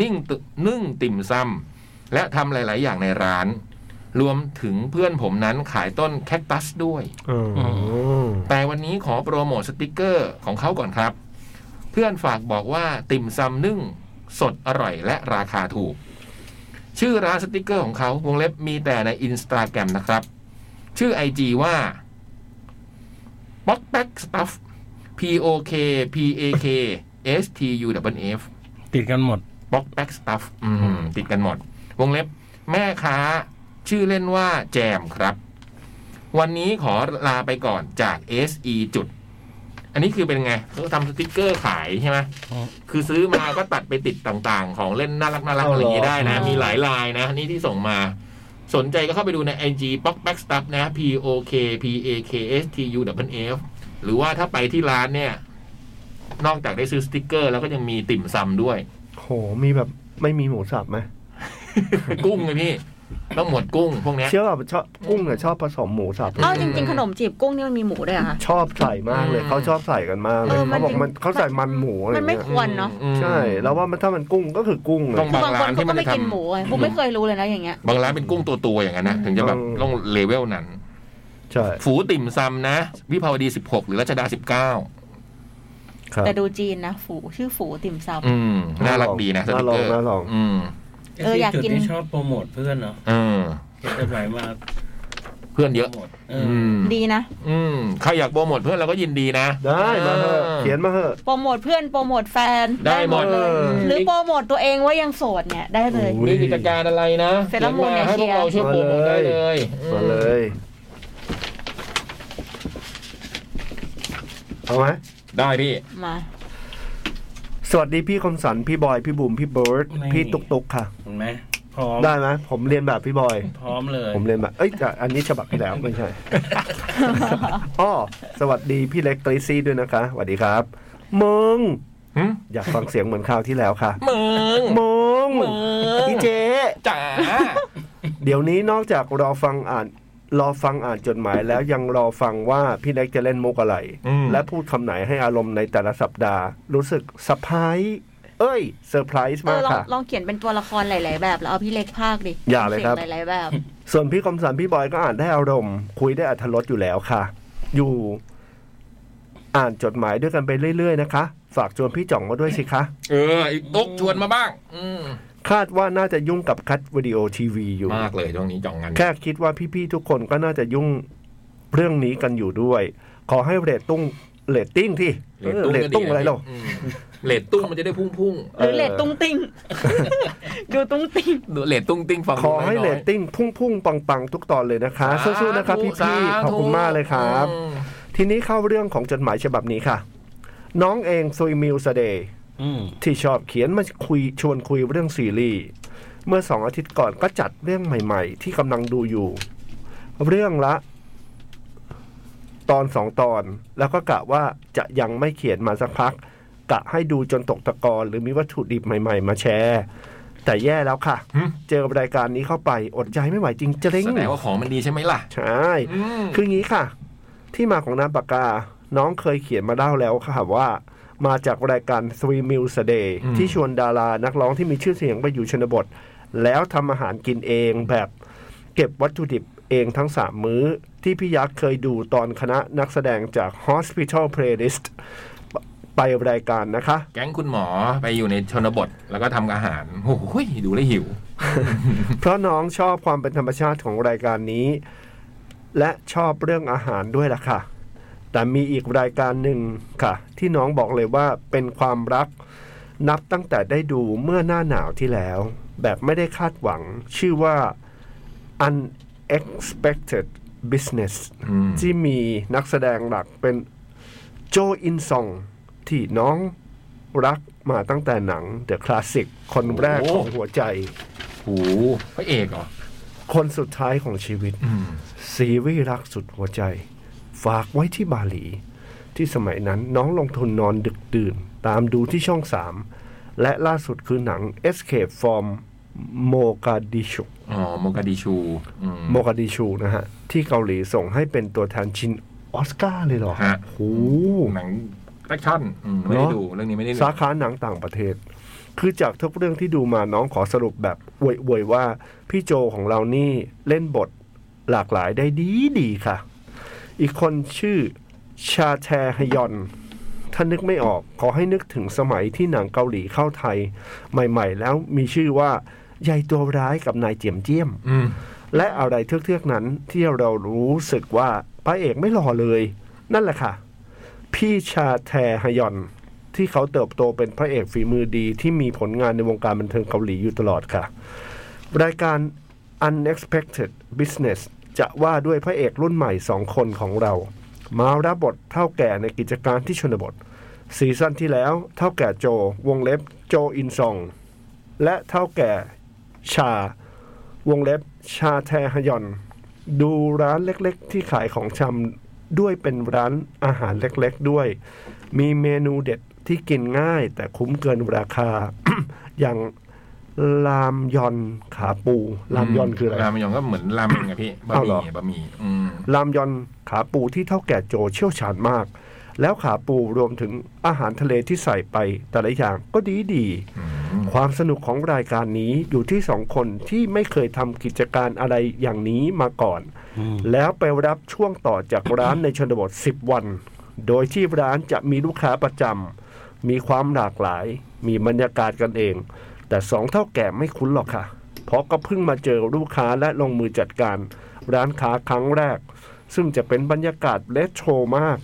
[SPEAKER 2] นิ่งตึนึ่งติ่มซำและทำหลาย ๆ อย่างในร้าน รวมถึงเพื่อนผมนั้นขายต้นแคคตัสด้วย
[SPEAKER 3] อ๋อ
[SPEAKER 2] แต่วันนี้ขอโปรโมทสติกเกอร์ของเขาก่อนครับ เพื่อนฝากบอกว่าติ่มซำนึ่ง สดอร่อยและราคาถูก ชื่อร้านสติกเกอร์ของเขาวงเล็บมีแต่ในอินสตาแกรมนะครับ ชื่อไอจีว่าป๊อกแป๊กสตัฟ P O K P A K S T U W F
[SPEAKER 1] ติดกันหมด
[SPEAKER 2] บ็อกแบ็กสตัฟติดกันหมด วงเล็บ แม่ค้า ชื่อเล่นว่าแจมครับ วันนี้ขอลาไปก่อนจาก SE จุด อันนี้คือเป็นไงเขาทำสติกเกอร์ขายใช่ไหม
[SPEAKER 1] อืม
[SPEAKER 2] คือซื้อมาก็ตัดไปติดต่างๆ ของเล่นน่ารักน่ารักอะไรอย่างนี้ได้นะ มีหลายลายนะ นี่ที่ส่งมา สนใจก็เข้าไปดูใน IG p o k b a c k Stuff นะ P O K P A K S T U W F หรือว่าถ้าไปที่ร้านเนี่ย นอกจากได้ซื้อสติกเกอร์ แล้วก็ยังมีติ่มซำด้วย
[SPEAKER 3] โหมีแบบไม่มีหมูสับไหม
[SPEAKER 2] กุ้งเลยพี่ ต้องหมวดกุ้งพวกเนี้ย
[SPEAKER 3] เชื่อว่าชอบกุ้งเนี่ยชอบผสมหมูสับ
[SPEAKER 4] เอ้าจริง ๆ ขนมจีบกุ้งนี่มันมีหมูด้วยเหรอคะ
[SPEAKER 3] ชอบใส่มากเลย
[SPEAKER 2] อืม
[SPEAKER 3] เขาชอบใส่กันมากเลย
[SPEAKER 4] เออมั
[SPEAKER 3] เขา
[SPEAKER 4] น
[SPEAKER 3] บอก
[SPEAKER 4] จริง
[SPEAKER 3] มันเขาใส่มันหมูอะไร
[SPEAKER 4] มันไม่
[SPEAKER 3] เงี้ย
[SPEAKER 4] ควรเนาะ
[SPEAKER 2] อืม
[SPEAKER 3] ใช่ แล้วว่ามันถ้ามันกุ้งก็คือกุ้งเลย
[SPEAKER 2] ต้อง
[SPEAKER 4] คือบางคนเขา
[SPEAKER 2] บางร้านที่
[SPEAKER 4] ก็ไม่
[SPEAKER 2] มันจะทำ
[SPEAKER 4] กินหมูไงผมไม่เคยรู้เลยนะอย่างเงี้ย
[SPEAKER 2] บางร้านเป็นกุ้งตัว ๆ อย่างนั้นนะ ถึงจะแบบ
[SPEAKER 3] เออ
[SPEAKER 2] ต้องเลเวลนั้น
[SPEAKER 3] ใช่
[SPEAKER 2] ฝูติ่มซำนะ วิภาวดี 16 หรือรัชดา 19
[SPEAKER 3] ครับ
[SPEAKER 4] แต่ดูจีนนะ ฝูชื่อฝูติ่มซำ
[SPEAKER 2] อืม น่ารักดีนะสติกเกอร์
[SPEAKER 3] น่าลองน่าลอง
[SPEAKER 2] อืม
[SPEAKER 4] เอออยากกิน
[SPEAKER 1] จุดที่ชอบโปรโมทเพื่อนเนาะ
[SPEAKER 2] เออ
[SPEAKER 1] เขียนจดหมายมา
[SPEAKER 2] เพื่อนเยอะ
[SPEAKER 1] โปรโมทเออ
[SPEAKER 2] อืม
[SPEAKER 4] ดีนะ
[SPEAKER 2] อืมใครอยากโปรโมทเพื่อนเราก็ยินดีนะ
[SPEAKER 3] ได้มาเถอะเขียนมาเถอะ
[SPEAKER 4] โปรโมทเพื่อนโปรโมทแฟน
[SPEAKER 2] ได้หมด
[SPEAKER 3] เออ
[SPEAKER 4] หรือโปรโมทตัวเองว่ายังโสดเนี่ยได้เลย
[SPEAKER 3] โอ้ย
[SPEAKER 2] มีกิจการอะไรนะ
[SPEAKER 4] เซรามูน
[SPEAKER 2] ขียาให้พวก
[SPEAKER 4] เนี่ย
[SPEAKER 2] เราช่วยโปรโมทได้เลย
[SPEAKER 3] มาเลยเอาไหม
[SPEAKER 2] ได้พี่
[SPEAKER 4] มา
[SPEAKER 3] สวัสดีพี่คมสันพี่บอยพี่บุ๋มพี่เบิร์ดพี่ตุกตุกค่ะ
[SPEAKER 1] เห็นไหมพร้อม
[SPEAKER 3] ได้ไหมผมเรียนแบบพี่บอย
[SPEAKER 1] พร้อมเลย
[SPEAKER 3] ผมเรียนแบบเอ้ยแต่อันนี้ฉบับที่ <laughs> แล้วไม่ใช่ อ้อสวัสดีพี่เล็กกริซซี่ด้วยนะคะสวัสดีครับมึง
[SPEAKER 2] หึ
[SPEAKER 3] อยากฟังเสียงเหมือนคราวที่แล้วค่ะ
[SPEAKER 2] มึง
[SPEAKER 3] มึงพี่เจ
[SPEAKER 2] จ๋า
[SPEAKER 3] เดี๋ยวนี้นอกจากรอฟังอ่าน รอฟังอ่านจดหมายแล้วยังรอฟังว่าพี่เล็กจะเล่นมุกอะไร
[SPEAKER 2] อืม
[SPEAKER 3] และพูดคำไหนให้อารมณ์ในแต่ละสัปดาห์ รู้สึกสะพายเอ้ยเซอร์ไพรส์
[SPEAKER 4] เอ
[SPEAKER 3] มาก
[SPEAKER 4] อลอง
[SPEAKER 3] ค่ะ
[SPEAKER 4] ลองเขียนเป็นตัวละครหลาย ๆ แบบแล้วเอาพี่เล็กภาคดิ
[SPEAKER 3] อย่าเลยครับ
[SPEAKER 4] สีงหลาย ๆ แบบ
[SPEAKER 3] ส่วนพี่คมสันพี่บอยก็อ่านได้อารมณ์ คุยได้อัธรสอยู่แล้วค่ะ อยู่ อ่านจดหมายด้วยกันไปเรื่อย ๆ นะคะ ฝากชวนพี่จ่องมาด้วยสิคะ
[SPEAKER 2] เออไอ้ตุ๊กชวนมาบ้าง อืม
[SPEAKER 3] คาดว่าน่าจะยุ่งกับคัดวิดีโอทีวีอยู่
[SPEAKER 2] มากเลยตรงนี้จ่องงาน
[SPEAKER 3] แค่คิดว่าพี่ๆทุกคนก็น่าจะยุ่งเรื่องนี้กันอยู่ด้วย ขอให้เรตตุ้งเรตติ้งที่
[SPEAKER 2] เลตตุ้ง
[SPEAKER 3] เรต
[SPEAKER 2] ก็
[SPEAKER 3] ตุ้ง
[SPEAKER 2] ดี
[SPEAKER 3] อะไรหรอ
[SPEAKER 2] มเลตตุ้งมันจะได้พุ่ง
[SPEAKER 4] หรือเลตตุ้งติ้ง ดูตุ้งติ้ง
[SPEAKER 2] ๆดูเลตตุ้งติ้งฟัง
[SPEAKER 3] ขอให้
[SPEAKER 2] น้ยๆ
[SPEAKER 3] เรตติ้งพุ่งๆปังๆ ทุกตอนเลยนะคะ สู้ๆนะครับ
[SPEAKER 2] สา
[SPEAKER 3] พี่ๆข
[SPEAKER 2] ธุ
[SPEAKER 3] อบคุณมากเลยครับ
[SPEAKER 2] อืม
[SPEAKER 3] ทีนี้เข้าเรื่องของจดหมายฉบับนี้ค่ะ น้องเองซุยมิลสเดย์
[SPEAKER 1] อืม
[SPEAKER 3] ที่ชอบเขียนมาคุยชวนคุยเรื่องซีรีส์เมื่อสองอาทิตย์ก่อนก็จัดเรื่องใหม่ ๆ ที่กำลังดูอยู่ เรื่องละ ตอนสองตอน แล้วก็กะว่าจะยังไม่เขียนมาสักพัก กะให้ดูจนตกตะกอนหรือมีวัตถุดิบใหม่ ๆ มาแชร์ แต่แย่แล้วค่ะ เจอรายการนี้เข้าไปอดใจไม่ไหวจริงจริง
[SPEAKER 2] แสดงว่าของมันดีใช่ไหมล่ะ
[SPEAKER 3] ใช่ คืองี้ค่ะ ที่มาของนามปากกา น้องเคยเขียนมาเล่าแล้วค่ะว่า มาจากรายการ Three Meals a Day ที่ชวนดารานักร้องที่มีชื่อเสียงไปอยู่ชนบท แล้วทำอาหารกินเองแบบ เก็บวัตถุดิบเองทั้งสามมื้อ ที่พี่ยักษ์เคยดูตอนคณะนักแสดงจาก Hospital Playlist ไปไปรายการนะคะ
[SPEAKER 2] แก๊งคุณหมอไปอยู่ในชนบทแล้วก็ทำอาหารโอ้โหดูแล้วหิว
[SPEAKER 3] เพราะน้องชอบความเป็นธรรมชาติของรายการนี้ และชอบเรื่องอาหารด้วยล่ะค่ะ แต่มีอีกรายการหนึ่งค่ะ ที่น้องบอกเลยว่าเป็นความรัก นับตั้งแต่ได้ดูเมื่อหน้าหนาวที่แล้ว แบบไม่ได้คาดหวัง ชื่อว่า unexpected business
[SPEAKER 2] อืม
[SPEAKER 3] ที่มีนักแสดงหลักเป็นโจอินซอง ที่น้องรัก มาตั้งแต่หนังเดอะคลาสสิกคนแรกของหัวใจ
[SPEAKER 2] โอ้โหพระเอกเหรอ
[SPEAKER 3] คนสุดท้ายของชีวิต
[SPEAKER 2] อืม
[SPEAKER 3] ซีรีส์รักสุดหัวใจ ฝากไว้ที่บาหลี ที่สมัยนั้นน้องลงทุนนอนดึกดื่น ตามดูที่ช่องสามและล่าสุดคือหนัง Escape from Mogadishu
[SPEAKER 2] อ๋อโมกาดิชูอืม
[SPEAKER 3] โมกาดิชูนะฮะ ที่เกาหลีส่งให้เป็นตัวแทนชินออสการ์เลยเหรอ
[SPEAKER 2] ฮะ
[SPEAKER 3] โห
[SPEAKER 2] หนังแอคชั่นอืมไม่ได้ดูเรื่องนี้ไม่ได้ดู
[SPEAKER 3] สาขาหนังต่างประเทศ คือจากทุกเรื่องที่ดูมาน้องขอสรุปแบบอวยๆว่า พี่โจของเรานี่เล่นบทหลากหลายได้ดีดีๆค่ะ อีกคนชื่อชาแทฮยอน ถ้านึกไม่ออกขอให้นึกถึงสมัยที่หนังเกาหลีเข้าไทย ใหม่ๆ แล้วมีชื่อว่า ยายตัวร้ายกับนายเจียมเจียม
[SPEAKER 2] อืม
[SPEAKER 3] และอะไรเทือกๆนั้นที่เรารู้สึกว่าพระเอกไม่หล่อเลย นั่นแหละค่ะ พี่ชาแทฮยอน ที่เขาเติบโตเป็นพระเอกฝีมือดีที่มีผลงานในวงการบันเทิงเกาหลีอยู่ตลอดค่ะ รายการ Unexpected Business จะว่าด้วยพระเอกรุ่นใหม่สองคนของเรา มารับบทเท่าแก่ในกิจการที่ชนบท ซีซั่นที่แล้วเท่าแก่โจวงเล็บโจอินซอง และเท่าแก่ชา วงเล็บชาแทฮยอน ดูร้านเล็กๆ ที่ขายของชำด้วยเป็นร้านอาหารเล็กๆด้วย มีเมนูเด็ดที่กินง่ายแต่คุ้มเกินราคา <coughs> อย่างลามยอนขาปูลามยอนคืออะไร
[SPEAKER 2] รามยอนก็เหมือนรามเมงอะพี่บะ
[SPEAKER 3] อ้าว
[SPEAKER 2] ห
[SPEAKER 3] เหรอ
[SPEAKER 2] มี่บะหมี่อืม
[SPEAKER 3] ลามยอนขาปูที่เท่าแก่โจเชี่ยวชาญมาก แล้วขาปูรวมถึงอาหารทะเลที่ใส่ไปแต่ละอย่างก็ดีดีๆความสนุกของรายการนี้อยู่ที่สองคนที่ไม่เคยทำกิจการอะไรอย่างนี้มาก่อน แล้วไปรับช่วงต่อจากร้านในชนบท 10 วัน โดยที่ร้านจะมีลูกค้าประจำ มีความหลากหลาย มีบรรยากาศกันเอง แต่สองเท่าแก่ไม่คุ้นหรอกค่ะ เพราะก็เพิ่งมาเจอลูกค้าและลงมือจัดการ ร้านค้าครั้งแรก ซึ่งจะเป็นบรรยากาศเลทโชมาก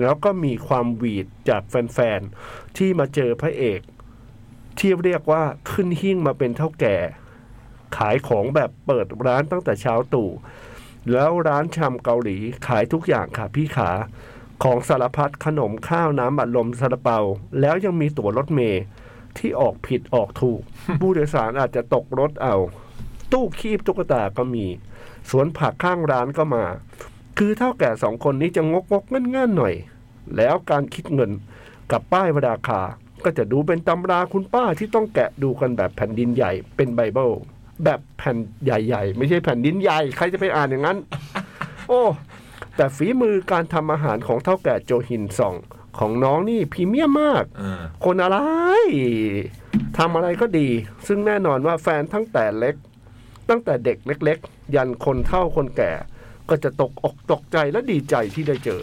[SPEAKER 3] แล้วก็มีความหวีดจากแฟนๆ ที่มาเจอพระเอก ที่เรียกว่าขึ้นหิ้งมาเป็นเท่าแก่ ขายของแบบเปิดร้านตั้งแต่เช้าตู่ แล้วร้านชำเกาหลีขายทุกอย่างค่ะพี่ขา ของสารพัดขนมข้าวน้ำอัดลมซาลาเปา แล้วยังมีตั๋วรถเมล์ที่ออกผิดออกถูก ผู้โดยสารอาจจะตกรถเอา ตู้คีบตุ๊กตาก็มี สวนผักข้างร้านก็มา คือเท่าแก่สองคนนี้จะงกงกๆงั่นๆหน่อย แล้วการคิดเงินกับป้ายราคา ก็จะดูเป็นตำราคุณป้าที่ต้องแกะดูกันแบบแผ่นดินใหญ่เป็นไบเบิลแบบแผ่นใหญ่ๆ ไม่ใช่แผ่นดินใหญ่ ใครจะไปอ่านอย่างนั้น <laughs> โอ้ แต่ฝีมือการทำอาหารของเท่าแก่โจหินซอง ของน้องนี่พรีเมียมมาก
[SPEAKER 2] เออ
[SPEAKER 3] คนอะไรทำอะไรก็ดี ซึ่งแน่นอนว่าแฟนทั้งแต่เล็ก ตั้งแต่เด็กเล็ก ๆ ยันคนเฒ่าคนแก่ ก็จะตกอกตกใจและดีใจที่ได้เจอ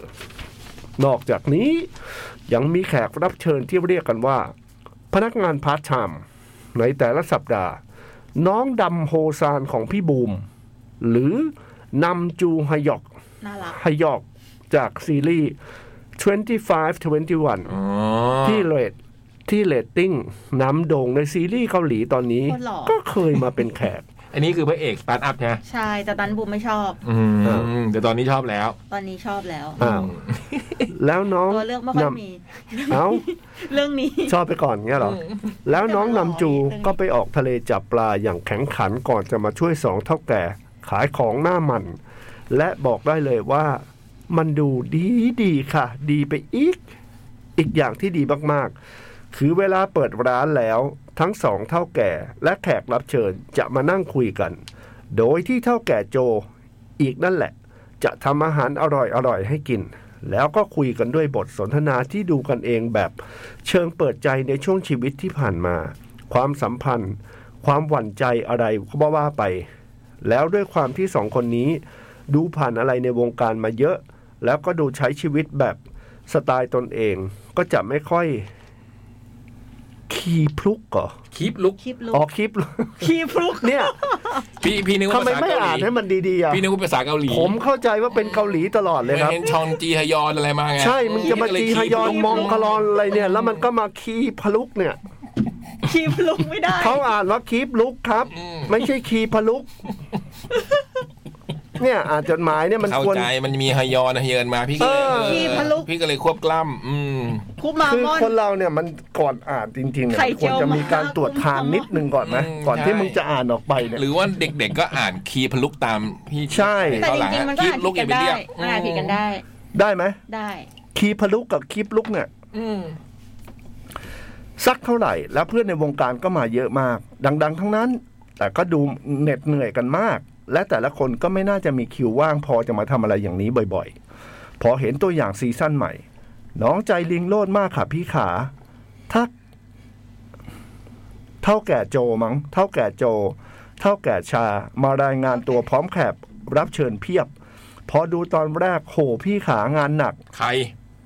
[SPEAKER 3] นอกจากนี้ยังมีแขกรับเชิญที่เรียกกันว่า พนักงานพาร์ทไทม์ในแต่ละสัปดาห์ น้องดำโฮซานของพี่บูม หรือนำจูฮยอก
[SPEAKER 4] น่ารัก
[SPEAKER 3] ฮยอกจากซีรีส์ 2521
[SPEAKER 2] อ๋อ
[SPEAKER 3] ที่เรตที่เรตติ้งน้ำโด่งในซีรีส์เกาหลีตอนนี้
[SPEAKER 4] คนหล่อ
[SPEAKER 3] ก็เคยมาเป็นแขก
[SPEAKER 2] อันนี้คือพระเอกสตาร์ทอัพใช่ไหม
[SPEAKER 4] ใช่แต่ตอนนนบูมไม่ชอบ
[SPEAKER 2] อืมแต่ตอนนี้ชอบแล้ว
[SPEAKER 4] ตอนนี้ชอบแล้ว
[SPEAKER 3] อ้าว แล้วน้อง
[SPEAKER 4] ตัวเลือกไม่ค่อย
[SPEAKER 3] นำ
[SPEAKER 4] มี
[SPEAKER 3] เอ้า
[SPEAKER 4] เรื่องนี้ <laughs>
[SPEAKER 3] ชอบไปก่อนเงี้ยเหรอ แล้วน้องนำจู
[SPEAKER 4] แต่มันหล่อ
[SPEAKER 3] ก็ไปออกทะเลจับปลาอย่างแข็งขันก่อนจะมาช่วยสองเท่าแก่ ขายของหน้ามัน และบอกได้เลยว่ามันดูดีดีค่ะ ดีไปอีก อีกอย่างที่ดีมากๆ คือเวลาเปิดร้านแล้วทั้งสองเท่าแก่ และแขกรับเชิญจะมานั่งคุยกัน โดยที่เท่าแก่โจอีกนั่นแหละ จะทำอาหารอร่อยๆ ให้กิน แล้วก็คุยกันด้วยบทสนทนาที่ดูกันเองแบบ เชิงเปิดใจในช่วงชีวิตที่ผ่านมา ความสัมพันธ์ ความหวั่นใจอะไรก็ว่าว่าไป แล้วด้วยความที่สองคนนี้ ดูผ่านอะไรในวงการมาเยอะ แล้วก็ดูใช้ชีวิตแบบสไตล์ตนเอง ก็จะไม่ค่อย คีพลุกก่อ
[SPEAKER 2] คลิปลุก
[SPEAKER 4] คลิปลุก
[SPEAKER 3] <laughs> อ๋อคีพลุก
[SPEAKER 4] คีพลุก
[SPEAKER 3] เนี่ย
[SPEAKER 2] พี่พี่นึกว่า
[SPEAKER 3] ทำไม
[SPEAKER 2] ภาษา
[SPEAKER 3] ไม่
[SPEAKER 2] เกาห
[SPEAKER 3] อ่าน
[SPEAKER 2] ลี
[SPEAKER 3] ให้มันดีๆอ่ะ
[SPEAKER 2] <laughs> พี่นึกว่าภาษาเกาหลี
[SPEAKER 3] ผมเข้าใจว่าเป็นเกาหลีตลอดเลยครับ
[SPEAKER 2] เห็นชองจีฮยอนอะไรมาไง
[SPEAKER 3] ใช่มึงจะมาจีฮยอนมองคล
[SPEAKER 2] อ
[SPEAKER 3] อนอะไรเนี่ย แล้วมันก็มาคีพลุกเนี่ย
[SPEAKER 4] คีพลุกไม่ได้
[SPEAKER 3] เขาอ่านว่าคีปลุกครับ ไม่ใช่คีพลุก เนี่ยอ่านจดหมายเนี่ยมัน
[SPEAKER 2] เข้า
[SPEAKER 3] ควร
[SPEAKER 2] ใจมันมีฮยอนฮยอนมาพี่ก็เลย
[SPEAKER 3] เออ
[SPEAKER 2] เออ
[SPEAKER 4] คีพลุก
[SPEAKER 2] พี่ก็เลยควบกล้ำอืม
[SPEAKER 4] คุปมา
[SPEAKER 3] คือ
[SPEAKER 4] มอน
[SPEAKER 3] คนเราเนี่ยมันก่อนอ่านจริงๆเนี่ย
[SPEAKER 4] ไข่
[SPEAKER 3] มันค
[SPEAKER 4] เจี
[SPEAKER 3] วร
[SPEAKER 4] ยว
[SPEAKER 3] จะมีการ
[SPEAKER 4] มะนาว
[SPEAKER 3] ตรวจทานนิดนึงก่อนนะ ก่อนที่มึงจะอ่านออกไปเนี่ย
[SPEAKER 2] หรือว่าเด็กๆก็อ่านคีย์พลุกตามพี่
[SPEAKER 3] ใช่
[SPEAKER 4] แต่จริงๆมันก็อ่านผิดกันได้มันอ่านผิดกันได้
[SPEAKER 3] ได้ไหม
[SPEAKER 4] ได้
[SPEAKER 3] คีย์พลุกกับคีย์พลุกเนี่ย
[SPEAKER 4] อืม
[SPEAKER 3] สักเท่าไหร่ แล้วเพื่อนในวงการก็มาเยอะมาก ดัง ๆ ทั้งนั้น แต่ก็ดูเหน็ดเหนื่อยกันมาก และแต่ละคนก็ไม่น่าจะมีคิวว่างพอจะมาทำอะไรอย่างนี้บ่อยๆ พอเห็นตัวอย่างซีซั่นใหม่ น้องใจลิงโลดมากค่ะพี่ขาถ้าเท่าแก่โจมั้งเท่าแก่โจ เท่าแก่ชามารายงานตัวพร้อมแขบรับเชิญเพียบ พอดูตอนแรกโหพี่ขางานหนัก
[SPEAKER 2] ใคร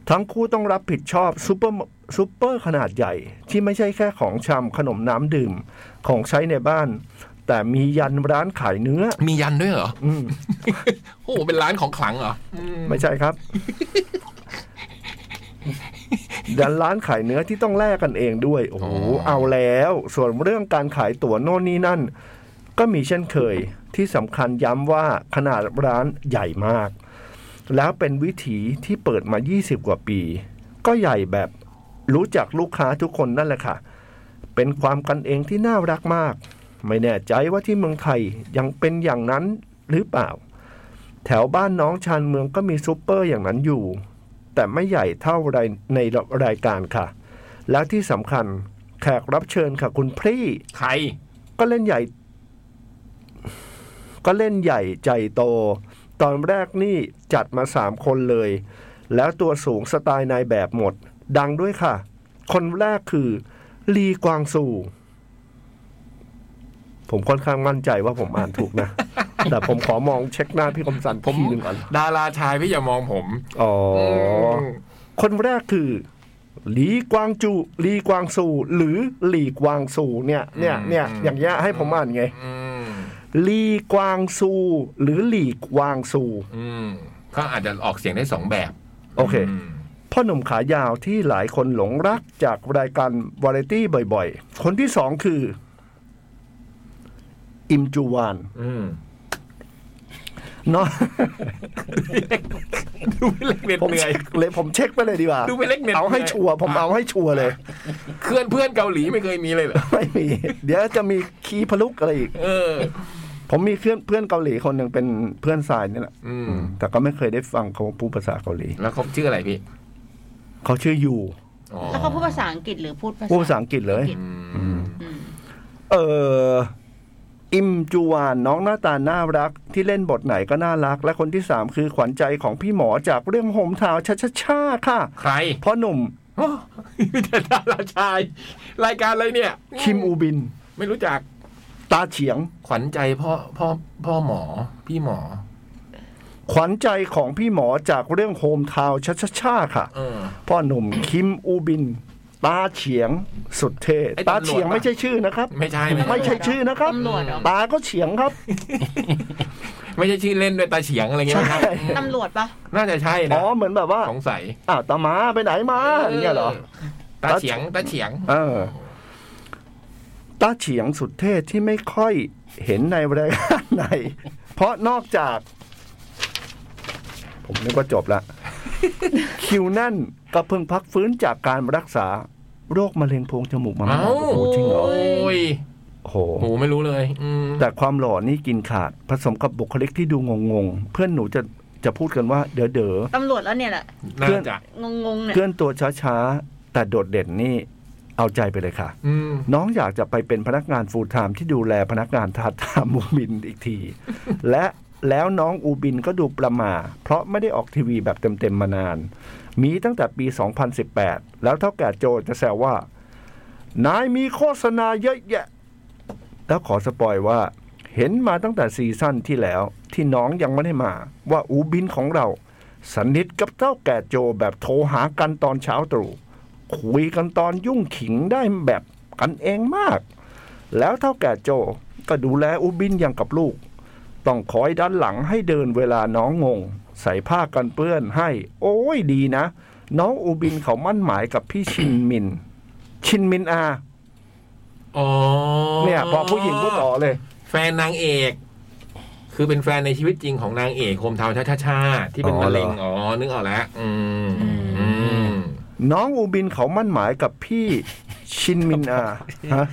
[SPEAKER 3] ทั้งคู่ต้องรับผิดชอบซูเปอร์ซูเปอร์ขนาดใหญ่ ที่ไม่ใช่แค่ของชำขนมน้ำดื่มของใช้ในบ้าน แต่มียันร้านขายเนื้อ
[SPEAKER 2] มียันด้วยเหรอ
[SPEAKER 3] อืม
[SPEAKER 2] โอ้โหเป็นร้านของขลังเหรออื
[SPEAKER 3] ไม่ใช่ครับ ดันร้านขายเนื้อที่ต้องแลกกันเองด้วย โอ้โห เอาแล้ว ส่วนเรื่องการขายตั๋วโน่นนี่นั่น ก็มีเช่นเคย ที่สำคัญย้ำว่าขนาดร้านใหญ่มาก แล้วเป็นวิถีที่เปิดมา 20 กว่าปี ก็ใหญ่แบบรู้จักลูกค้าทุกคนนั่นแหละค่ะ เป็นความกันเองที่น่ารักมาก ไม่แน่ใจว่าที่เมืองไทยยังเป็นอย่างนั้นหรือเปล่า แถวบ้านน้องชานเมืองก็มีซูเปอร์อย่างนั้นอยู่ แต่ไม่ใหญ่เท่าไรในรายการค่ะ แล้วที่สำคัญแขกรับเชิญค่ะคุณพรี่
[SPEAKER 2] ใคร
[SPEAKER 3] ก็เล่นใหญ่ ก็เล่นใหญ่ใจโต ตอนแรกนี่จัดมาสามคนเลย แล้วตัวสูงสไตล์นายแบบหมด ดังด้วยค่ะ คนแรกคือลีกวางซูผมค่อนข้างมั่นใจว่าผมอ่านถูกนะ แต่ผมขอมองเช็คหน้าพี่คมสันทีหนึ่งก่อน
[SPEAKER 2] ดาราชายพี่อย่ามองผม
[SPEAKER 3] อ๋ออ
[SPEAKER 2] ม
[SPEAKER 3] คนแรกคือหลีกวางจูหลีกวางซู หรือหลีกวางซูเนี่ยเนี่ยเนี่ยอย่างเงี้ยให้ผมอ่านไงหลีกวางซู หรือหลีกวางซู
[SPEAKER 2] อืมก็อาจจะออกเสียงได้สองแบบ
[SPEAKER 3] โอเค พ่อหนุ่มขายาวที่หลายคนหลงรักจากรายการวาไรตี้บ่อยๆ คนที่สองคือ อิมจูวาน
[SPEAKER 2] อืม
[SPEAKER 3] เนาะ
[SPEAKER 2] ดูเป็นเล็กเหน็ด
[SPEAKER 3] ผม
[SPEAKER 2] เหนื่อย
[SPEAKER 3] เช็คเลยผมเช็คไปเลยดีกว่า
[SPEAKER 2] ดูไปเล็กเหน็ด
[SPEAKER 3] เอาให้
[SPEAKER 2] เหนื่อย
[SPEAKER 3] ชัวร์ผมเอาให้ชัวร์เลย
[SPEAKER 2] เพื่อนเพื่อนเกาหลีไม่เคยมีเลยเหรอ
[SPEAKER 3] ไม่มี เดี๋ยวจะมีคีพลุกอะไรอีก
[SPEAKER 2] เออ
[SPEAKER 3] ผมมีเพื่อนเพื่อนเกาหลีคนหนึ่งเป็นเพื่อนสายนี่แหละ
[SPEAKER 2] อืม
[SPEAKER 3] แต่ก็ไม่เคยได้ฟังเขาพูดภาษาเกาหลี
[SPEAKER 2] แล้วเขาชื่ออะไรพี่
[SPEAKER 3] เขาชื่อยู
[SPEAKER 2] อ๋อ
[SPEAKER 4] แล้วเขาพูดภาษาอังกฤษหรือพูดภา
[SPEAKER 3] พูด
[SPEAKER 4] ษา
[SPEAKER 3] ภาษาอังกฤษเลย
[SPEAKER 4] อื
[SPEAKER 3] อืมเอออิมจูวานน้องหน้าตาน่ารัก ที่เล่นบทไหนก็น่ารัก และคนที่สามคือขวัญใจของพี่หมอจากเรื่องโฮมทาวชาชาชาค่ะ
[SPEAKER 2] ใคร
[SPEAKER 3] พ่อหนุ่ม
[SPEAKER 2] โอ้ <laughs> มีแต่ดาราชาย รายการอะไรเนี่ย
[SPEAKER 3] คิมอูบิน
[SPEAKER 2] ไม่รู้จัก
[SPEAKER 3] ตาเฉียง
[SPEAKER 2] ขวัญใจพ่อพ่อพ่อหมอ พี่หมอ
[SPEAKER 3] ขวัญใจของพี่หมอจากเรื่องโฮมทาวชาชาชาค่ะ
[SPEAKER 2] เออ
[SPEAKER 3] พ่อหนุ่มคิมอูบิน ตาเฉียงสุดเท่
[SPEAKER 2] ไอ้
[SPEAKER 3] ตา
[SPEAKER 2] ตำรวจ
[SPEAKER 3] เฉียง
[SPEAKER 2] ปะ
[SPEAKER 3] ไม่ใช่ชื่อนะครับ
[SPEAKER 2] ไม่ใช่ไม่ใช่
[SPEAKER 3] ไม่ใช่ชื่อนะครับ
[SPEAKER 4] ตำรวจเหรอ
[SPEAKER 3] ตาก็เฉียงครับ
[SPEAKER 2] ไม่ใช่ชื่อเล่นด้วยตาเฉียงอะไรเงี้ย
[SPEAKER 3] ใช่
[SPEAKER 2] ไม่ใช่
[SPEAKER 4] ตำรวจปะ
[SPEAKER 2] น่าจะใช่
[SPEAKER 3] อ๋
[SPEAKER 2] นะ
[SPEAKER 3] อเหมือนแบบว่า
[SPEAKER 2] สงสัย
[SPEAKER 3] อ้าวตามาไปไหนมาอย่างเงี้ยเหรอ
[SPEAKER 2] ตาเฉียงตาเฉียง
[SPEAKER 3] เออตาเฉียงสุดเท่ที่ไม่ค่อยเห็นในรายการไหน <laughs> เพราะนอกจาก ผมนึกว่าจบละ <laughs> คิวนั่นก็เพิ่งพักฟื้นจากการรักษา โรคมะเร็งโพรงจมูกมาไม่นาน
[SPEAKER 2] เอ้า
[SPEAKER 3] โอ้โหจริงเหรอ
[SPEAKER 2] โอ้ย
[SPEAKER 3] โอ้โห
[SPEAKER 2] โหไม่รู้เลย อืม
[SPEAKER 3] แต่ความหล่อนี่กินขาด ผสมกับบุคลิกที่ดูงงๆ เพื่อนหนูจะจะพูดกันว่า เด๋อเด๋อ
[SPEAKER 4] ตำรวจแล้วเนี่ยแหละ
[SPEAKER 2] น่าจะ
[SPEAKER 4] งงๆเนี่ย
[SPEAKER 3] เคลื่อนตัวช้าๆ แต่โดดเด่นนี่เอาใจไปเลยค่ะ
[SPEAKER 2] อืม
[SPEAKER 3] น้องอยากจะไปเป็นพนักงานฟูลไทม์ที่ดูแลพนักงานทาร์ทไทม์อูบินอีกที <laughs> และแล้วน้องอูบินก็ดูประหมา เพราะไม่ได้ออกทีวีแบบเต็มๆมานาน มีตั้งแต่ปี 2018 แล้วเท่าแก่โจจะแซวว่า นายมีโฆษณาเยอะแยะ แล้วขอสปอยว่า เห็นมาตั้งแต่ซีซั่นที่แล้ว ที่น้องยังไม่ได้มา ว่าอูบินของเรา สนิทกับเท่าแก่โจแบบโทรหากันตอนเช้าตรู่ คุยกันตอนยุ่งขิงได้แบบกันเองมาก แล้วเท่าแก่โจก็ดูแลอูบินอย่างกับลูก ต้องคอยด้านหลังให้เดินเวลาน้องงง ใส่ผ้ากันเปื้อนให้ โอ้ยดีนะ น้องอูบินเขามั่นหมายกับพี่ชินมิน ชินมินอา
[SPEAKER 2] อ๋อ
[SPEAKER 3] เนี่ยพอผู้หญิงพูดต่อเลย
[SPEAKER 2] แฟนนางเอก คือเป็นแฟนในชีวิตจริงของนางเอกโฮมทาวน์ชาชาชาที่เป็น
[SPEAKER 3] อ๋อ
[SPEAKER 2] มะเร็ง
[SPEAKER 3] เหรออ๋
[SPEAKER 2] อ๋อนึกออกแล้ว อืมอืม
[SPEAKER 3] น้องอูบินเขามั่นหมายกับพี่ชินมินอาฮะ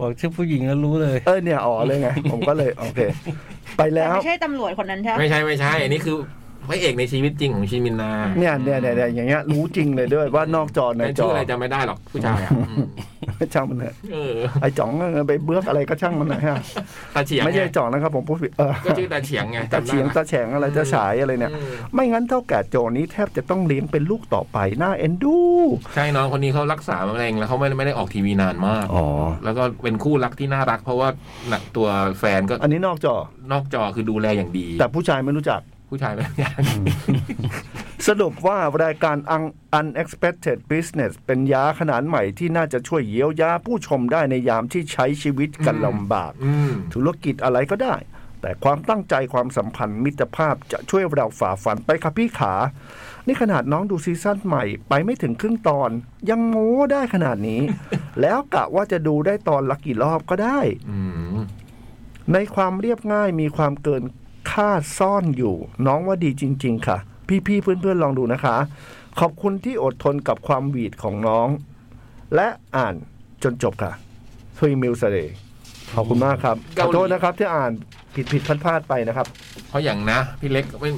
[SPEAKER 1] บอกชื่อผู้หญิงแล้วรู้เลย
[SPEAKER 3] เออเนี่ยอ๋อเลยไง ผมก็เลย โอเค ไป
[SPEAKER 4] แต่
[SPEAKER 3] แล้ว
[SPEAKER 4] ไม่ใช่ตำรวจคนนั้นใช่ไหม
[SPEAKER 2] ไม่ใช่ไม่ใช่อันนี้คือพระเอกในชีวิตจริงของชินมินนา
[SPEAKER 3] เนี่ยเนี่ยเนี่ยเนี่ยอย่างเงี้ยรู้จริงเลยด้วยว่านอกจอใน
[SPEAKER 2] เป็น
[SPEAKER 3] จอ
[SPEAKER 2] ชื่ออะไรจำไม่ได้หรอกผู้ชายอ่ะอืม
[SPEAKER 3] ช่างมันเถอะ
[SPEAKER 2] เออ
[SPEAKER 3] ไอ้จ่องเออไปเบื้อกอะไรก็ช่างมันนะฮะ
[SPEAKER 2] ตาเฉียง
[SPEAKER 3] ไม่ใช่
[SPEAKER 2] ง
[SPEAKER 3] จ่องนะครับ ผมพูดผิดเออ
[SPEAKER 2] ก็ชื่อตาเฉียงไง
[SPEAKER 3] ตา
[SPEAKER 2] จำได้
[SPEAKER 3] เฉียง
[SPEAKER 2] นะ
[SPEAKER 3] ตาแฉงอะไรจะฉายอะไรเนี่ย
[SPEAKER 2] อืม
[SPEAKER 3] ไม่งั้นเท่าแก่โจนี้แทบจะต้องเลี้ยงเป็นลูกต่อไปน่าเอ็นดู
[SPEAKER 2] ใช่น้องคนนี้เขารักษามะเร็งแล้วเขาไม่ได้ไม่ได้ออกทีวีนานมาก
[SPEAKER 3] อ๋อ
[SPEAKER 2] แล้วก็เป็นคู่รักที่น่ารัก เพราะว่าหนักตัวแฟนก็
[SPEAKER 3] อันนี้นอกจอ
[SPEAKER 2] นอกจอคือดูแลอย่างดี
[SPEAKER 3] แต่ผู้ชายไม่รู้จัก
[SPEAKER 2] ผู้ชายเป็นอย่าง
[SPEAKER 3] สรุปว่ารายการ Un- Unexpected Business เป็นยาขนาดใหม่ที่น่าจะช่วยเยียวยาผู้ชมได้ในยามที่ใช้ชีวิตกันลำบาก
[SPEAKER 2] อืม
[SPEAKER 3] ธุรกิจอะไรก็ได้ แต่ความตั้งใจความสัมพันธ์มิตรภาพจะช่วยเราฝ่าฟันไปครับพี่ขา นี่ขนาดน้องดูซีซั่นใหม่ไปไม่ถึงครึ่งตอน ยังโม้ได้ขนาด
[SPEAKER 2] <laughs>
[SPEAKER 3] นี้ แล้วกะว่าจะดูได้ตอนละกี่รอบก็ได้
[SPEAKER 2] อืม
[SPEAKER 3] ในความเรียบง่ายมีความเกินค่าซ่อนอยู่ น้องว่าดีจริง ๆ ค่ะ พี่ ๆ เพื่อน ๆ ลองดูนะคะ ขอบคุณที่อดทนกับความหวีดของน้อง และอ่านจนจบค่ะทุยมิลเสเดขอบคุณมากครับ ขอโทษนะครับที่อ่านผิดผิดๆพลาดๆไปนะครับ
[SPEAKER 2] เพราะอย่างนะ พี่เล็กไม่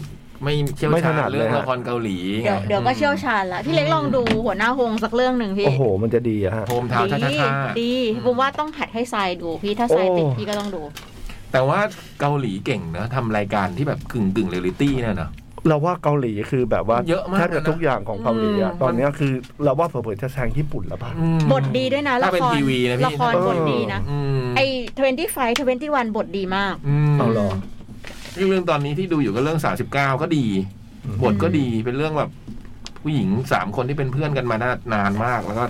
[SPEAKER 2] ไม่เชี่ยว
[SPEAKER 3] ไม่ถ
[SPEAKER 2] ชาญ
[SPEAKER 3] นัดเลย
[SPEAKER 2] เรื่อง
[SPEAKER 3] ฮะ
[SPEAKER 2] ละครเกาหลีไง
[SPEAKER 4] เดี๋ยวเดี๋ยวก็เชี่ยวชาญละพี่เล็กลองดูหัวหน้าฮงสักเรื่องหนึ่งพี่
[SPEAKER 3] โอ้โห มันจะดีอะฮะ
[SPEAKER 2] โฮมทาวน์ชา
[SPEAKER 4] ดี
[SPEAKER 2] ชาชา
[SPEAKER 4] ดีผมว่าต้องหัดให้ทรายดูพี่ถ้าทรายติด
[SPEAKER 3] โอ้
[SPEAKER 4] พี่ก็ต้องดู
[SPEAKER 2] แต่ว่าเกาหลีเก่งนะทำรายการที่แบบกึ่งกึ่งเรียลลิตี้เนี่ยนะ
[SPEAKER 3] เราว่าเกาหลีคือแบบว่า
[SPEAKER 2] เยอะมาก
[SPEAKER 3] แทบจะ
[SPEAKER 2] เลยนะ
[SPEAKER 3] ทุกอย่างของเกาหลีอะตอนเนี้ยคือเราว่าเผลอๆจะแซงญี่ปุ่นแล้วป่ะ
[SPEAKER 2] อืม
[SPEAKER 4] บทดีด้วยนะละ
[SPEAKER 2] ถ้าเป็น
[SPEAKER 4] คร
[SPEAKER 2] ทีวีนะพี่
[SPEAKER 4] ละคร
[SPEAKER 3] เออ
[SPEAKER 4] บทดีนะ
[SPEAKER 2] อืม
[SPEAKER 4] ไอ้25 21 บทดีมาก
[SPEAKER 2] ม
[SPEAKER 3] เอาเหรอ
[SPEAKER 2] เรื่องตอนนี้ที่ดูอยู่ก็เรื่อง 39 ก็ดี
[SPEAKER 3] อืม
[SPEAKER 2] บทก็ดีเป็นเรื่องแบบ ผู้หญิงสามคนที่เป็นเพื่อนกันมานานนานมาก แล้วก็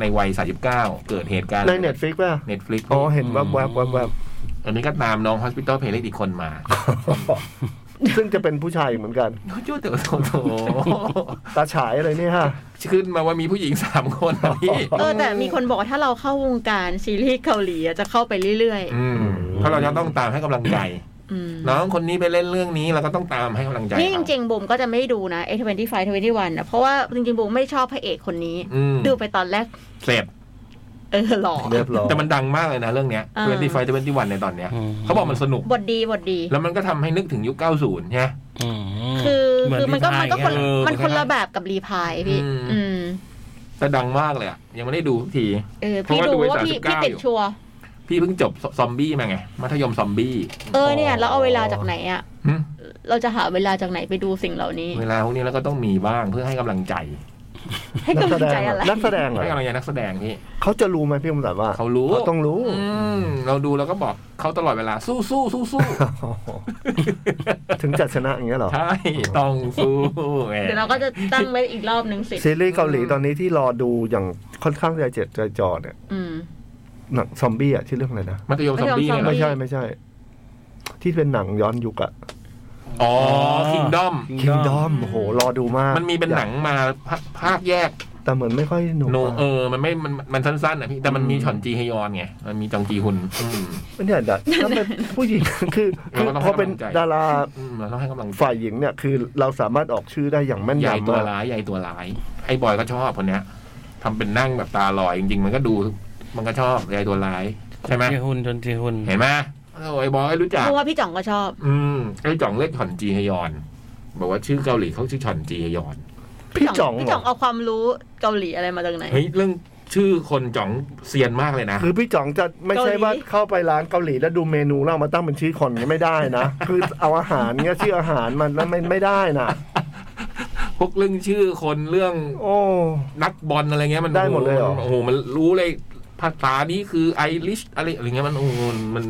[SPEAKER 2] ในวัย 39 เกิดเหตุการณ์
[SPEAKER 3] ในเน็ตฟลิกป่ะ
[SPEAKER 2] เน็ตฟลิก
[SPEAKER 3] อ๋อเห็นแวบๆแวบ
[SPEAKER 2] ตอนนี้ก็ตามน้อง Hospital p l a y อีกคนมา
[SPEAKER 3] ๆซึ่งจะเป็นผู้ชายเหมือนกัน
[SPEAKER 2] จุ๊ดเต๋อโถโถ
[SPEAKER 3] ตาฉายอะไรเนี่ยฮะ
[SPEAKER 2] ขึ้นมาว่ามีผู้หญิงสามคนนะพี่
[SPEAKER 4] เออแต่มีคนบอกว่าถ้าเราเข้าวงการซีรีส์เกาหลีอะจะเข้าไปเรื่อย
[SPEAKER 2] อืมเพราะเราจะต้องตามให้กำลังใจ
[SPEAKER 4] ๆอืม
[SPEAKER 2] น้องคนนี้ไปเล่นเรื่องนี้เราก็ต้องตามให้กำลังใจ
[SPEAKER 4] นี่จริงๆบุ๋มก็จะไม่ดูนะไอ้25 21นะเพราะว่าจริงๆบุ๋มไม่ชอบพระเอกคนนี้
[SPEAKER 2] ๆอืม
[SPEAKER 4] ดูไปตอนแรก
[SPEAKER 2] เสร็จ
[SPEAKER 4] เออหล่อ
[SPEAKER 3] เรียบร้อย
[SPEAKER 2] แต่มันดังมากเลยนะเรื่องเนี้ย
[SPEAKER 4] อ่า
[SPEAKER 2] เวนตี้ไฟเวนตี้วันในตอนเนี้ย
[SPEAKER 1] อืม
[SPEAKER 2] เขาบอกมันสนุก
[SPEAKER 4] บทดีบทดี
[SPEAKER 2] แล้วมันก็ทำให้นึกถึงยุค 90ใช่ไหม
[SPEAKER 1] อืม
[SPEAKER 4] คือ
[SPEAKER 1] เหมือน
[SPEAKER 4] คือมันก็
[SPEAKER 1] รี
[SPEAKER 4] มั
[SPEAKER 1] พาย
[SPEAKER 4] นก็คน
[SPEAKER 1] เงี้ย
[SPEAKER 2] เออ
[SPEAKER 4] มัน
[SPEAKER 2] ค
[SPEAKER 4] คนละ
[SPEAKER 2] ล้ายๆ
[SPEAKER 4] แบบกับรีพายพี่
[SPEAKER 2] อืม
[SPEAKER 4] อืม
[SPEAKER 2] แต่ดังมากเลยอะยังไม่ได้ดูสักที
[SPEAKER 4] เออ
[SPEAKER 2] เพราะ
[SPEAKER 4] พี่
[SPEAKER 2] ว่า
[SPEAKER 4] ดู
[SPEAKER 2] ดูไว้
[SPEAKER 4] ว่าพี่
[SPEAKER 2] 39
[SPEAKER 4] พี่ติด
[SPEAKER 2] อยู่
[SPEAKER 4] ชัวร์
[SPEAKER 2] พี่เพิ่งจบซอมบี้มาไง มัธยมซอมบี้
[SPEAKER 4] เออเนี่ยแล้วเอาเวลาจากไหนอ่ะ
[SPEAKER 2] หึ
[SPEAKER 4] เราจะหาเวลาจากไหนไปดูสิ่งเหล่านี้
[SPEAKER 2] เวลาพวกนี้เราก็ต้องมีบ้างเพื่อให้กำลังใจ
[SPEAKER 4] ให้
[SPEAKER 3] นักแส
[SPEAKER 4] กำ
[SPEAKER 3] ด
[SPEAKER 4] ลังใจ
[SPEAKER 3] งเหรอ
[SPEAKER 4] อะไร
[SPEAKER 3] นักแสดงเหรอ
[SPEAKER 2] ให้กำลังใจนักแสดงพี่
[SPEAKER 3] เขาจะรู้ไหมพี่คมสันว่า
[SPEAKER 2] เขารู้
[SPEAKER 3] ต้องรู้
[SPEAKER 2] อืมเราดูแล้วก็บอกเขาตลอดเวลาสู้สู้สู้สู้
[SPEAKER 3] ถึงจัดชนะอย่างเงี้ยเหรอ
[SPEAKER 2] ใช่ต้องสู้แหม
[SPEAKER 4] เดี๋ยวเราก็จะตั้งไว้อีกรอบหนึ่งสิ
[SPEAKER 3] ซีรีส์เกาหลีตอนนี้ที่รอดูอย่างค่อนข้างใจเจ็ดใจจอเนี่ย
[SPEAKER 4] อืม
[SPEAKER 3] หนังซอมบี้อ่ะชื่อเรื่องอะไรนะ
[SPEAKER 2] มัธยมซอมบี้เนี่ยเหร
[SPEAKER 3] ไม่
[SPEAKER 2] อ
[SPEAKER 3] ใช่ไม่ใช่ ที่เป็นหนังย้อนยุคอะ
[SPEAKER 2] อ๋อคิงดอม
[SPEAKER 3] คิงดอมโหรอดูมาก
[SPEAKER 2] มันมีเป็นหนังมาภาภาคแยก
[SPEAKER 3] แต่เหมือนไม่ค่อยหนุก
[SPEAKER 2] โน
[SPEAKER 3] อะ
[SPEAKER 2] เออ มันไม่มันมันสั้นๆนะพี่ แต่มันมีฉอนจีฮยอนไง มันมีจองจีฮุนอืม
[SPEAKER 3] เนี่ยแต่ถ้าเป็นผู้หญิง <laughs>
[SPEAKER 2] <laughs>
[SPEAKER 3] คือคือ
[SPEAKER 2] เราก็ต้อง
[SPEAKER 3] พอเป็น
[SPEAKER 2] ให้กำลังใจ
[SPEAKER 3] ดารา
[SPEAKER 2] อืมเราต้องให้กำลังใจ
[SPEAKER 3] ฝ่ายหญิงเนี่ยคือเราสามารถออกชื่อได้อย่างแม่น
[SPEAKER 2] ใหญ่
[SPEAKER 3] ยำ
[SPEAKER 2] ตัว
[SPEAKER 3] มาก
[SPEAKER 2] ร้ายใหญ่ตัวร้าย ไอ้บอยก็ชอบคนเนี้ยทำเป็นนั่งแบบตาลอยจริงๆ มันก็ดู มันก็ชอบใหญ่ตัวร้าย ใช่ไหม
[SPEAKER 1] จีฮุนจนจีฮุน
[SPEAKER 2] เห็นไหมเออไอ้บอยรู้จัก
[SPEAKER 4] เพราะว่าพี่จ่องก็ชอบ
[SPEAKER 2] อืมไอ้จ่องเล็กฉอนจีฮยอน บอกว่าชื่อเกาหลีเขาชื่อฉอนจีฮยอน
[SPEAKER 3] พี่จ่อง
[SPEAKER 4] พี่
[SPEAKER 3] เหร
[SPEAKER 4] จ่อ
[SPEAKER 3] อง
[SPEAKER 4] เอาความรู้เกาหลีอะไรมาจากไหน
[SPEAKER 2] เฮ้ยเรื่องชื่อคนจ่องเซียนมากเลยนะ
[SPEAKER 3] <coughs> คือพี่จ่องจะไม่ใช่
[SPEAKER 4] เกาหลี
[SPEAKER 3] ว่าเข้าไปร้านเกาหลีแล้วดูเมนูแล้วเอามาตั้งเป็นชื่อคนไม่ได้นะ <coughs> คือเอาอาหารเนี่ยชื่ออาหารมันมันไม่ไม่ได้นะ
[SPEAKER 2] พวกเรื่องชื่อคนเรื่อง
[SPEAKER 3] โอ้
[SPEAKER 2] นักบอลอะไรเงี้ยมัน
[SPEAKER 3] ได้หมดเลยเหรอ
[SPEAKER 2] โอ้โหมันรู้เลยภาษานี้คือไอริชอะไรอะไรเงี้ยมันโอ้โหมันมัน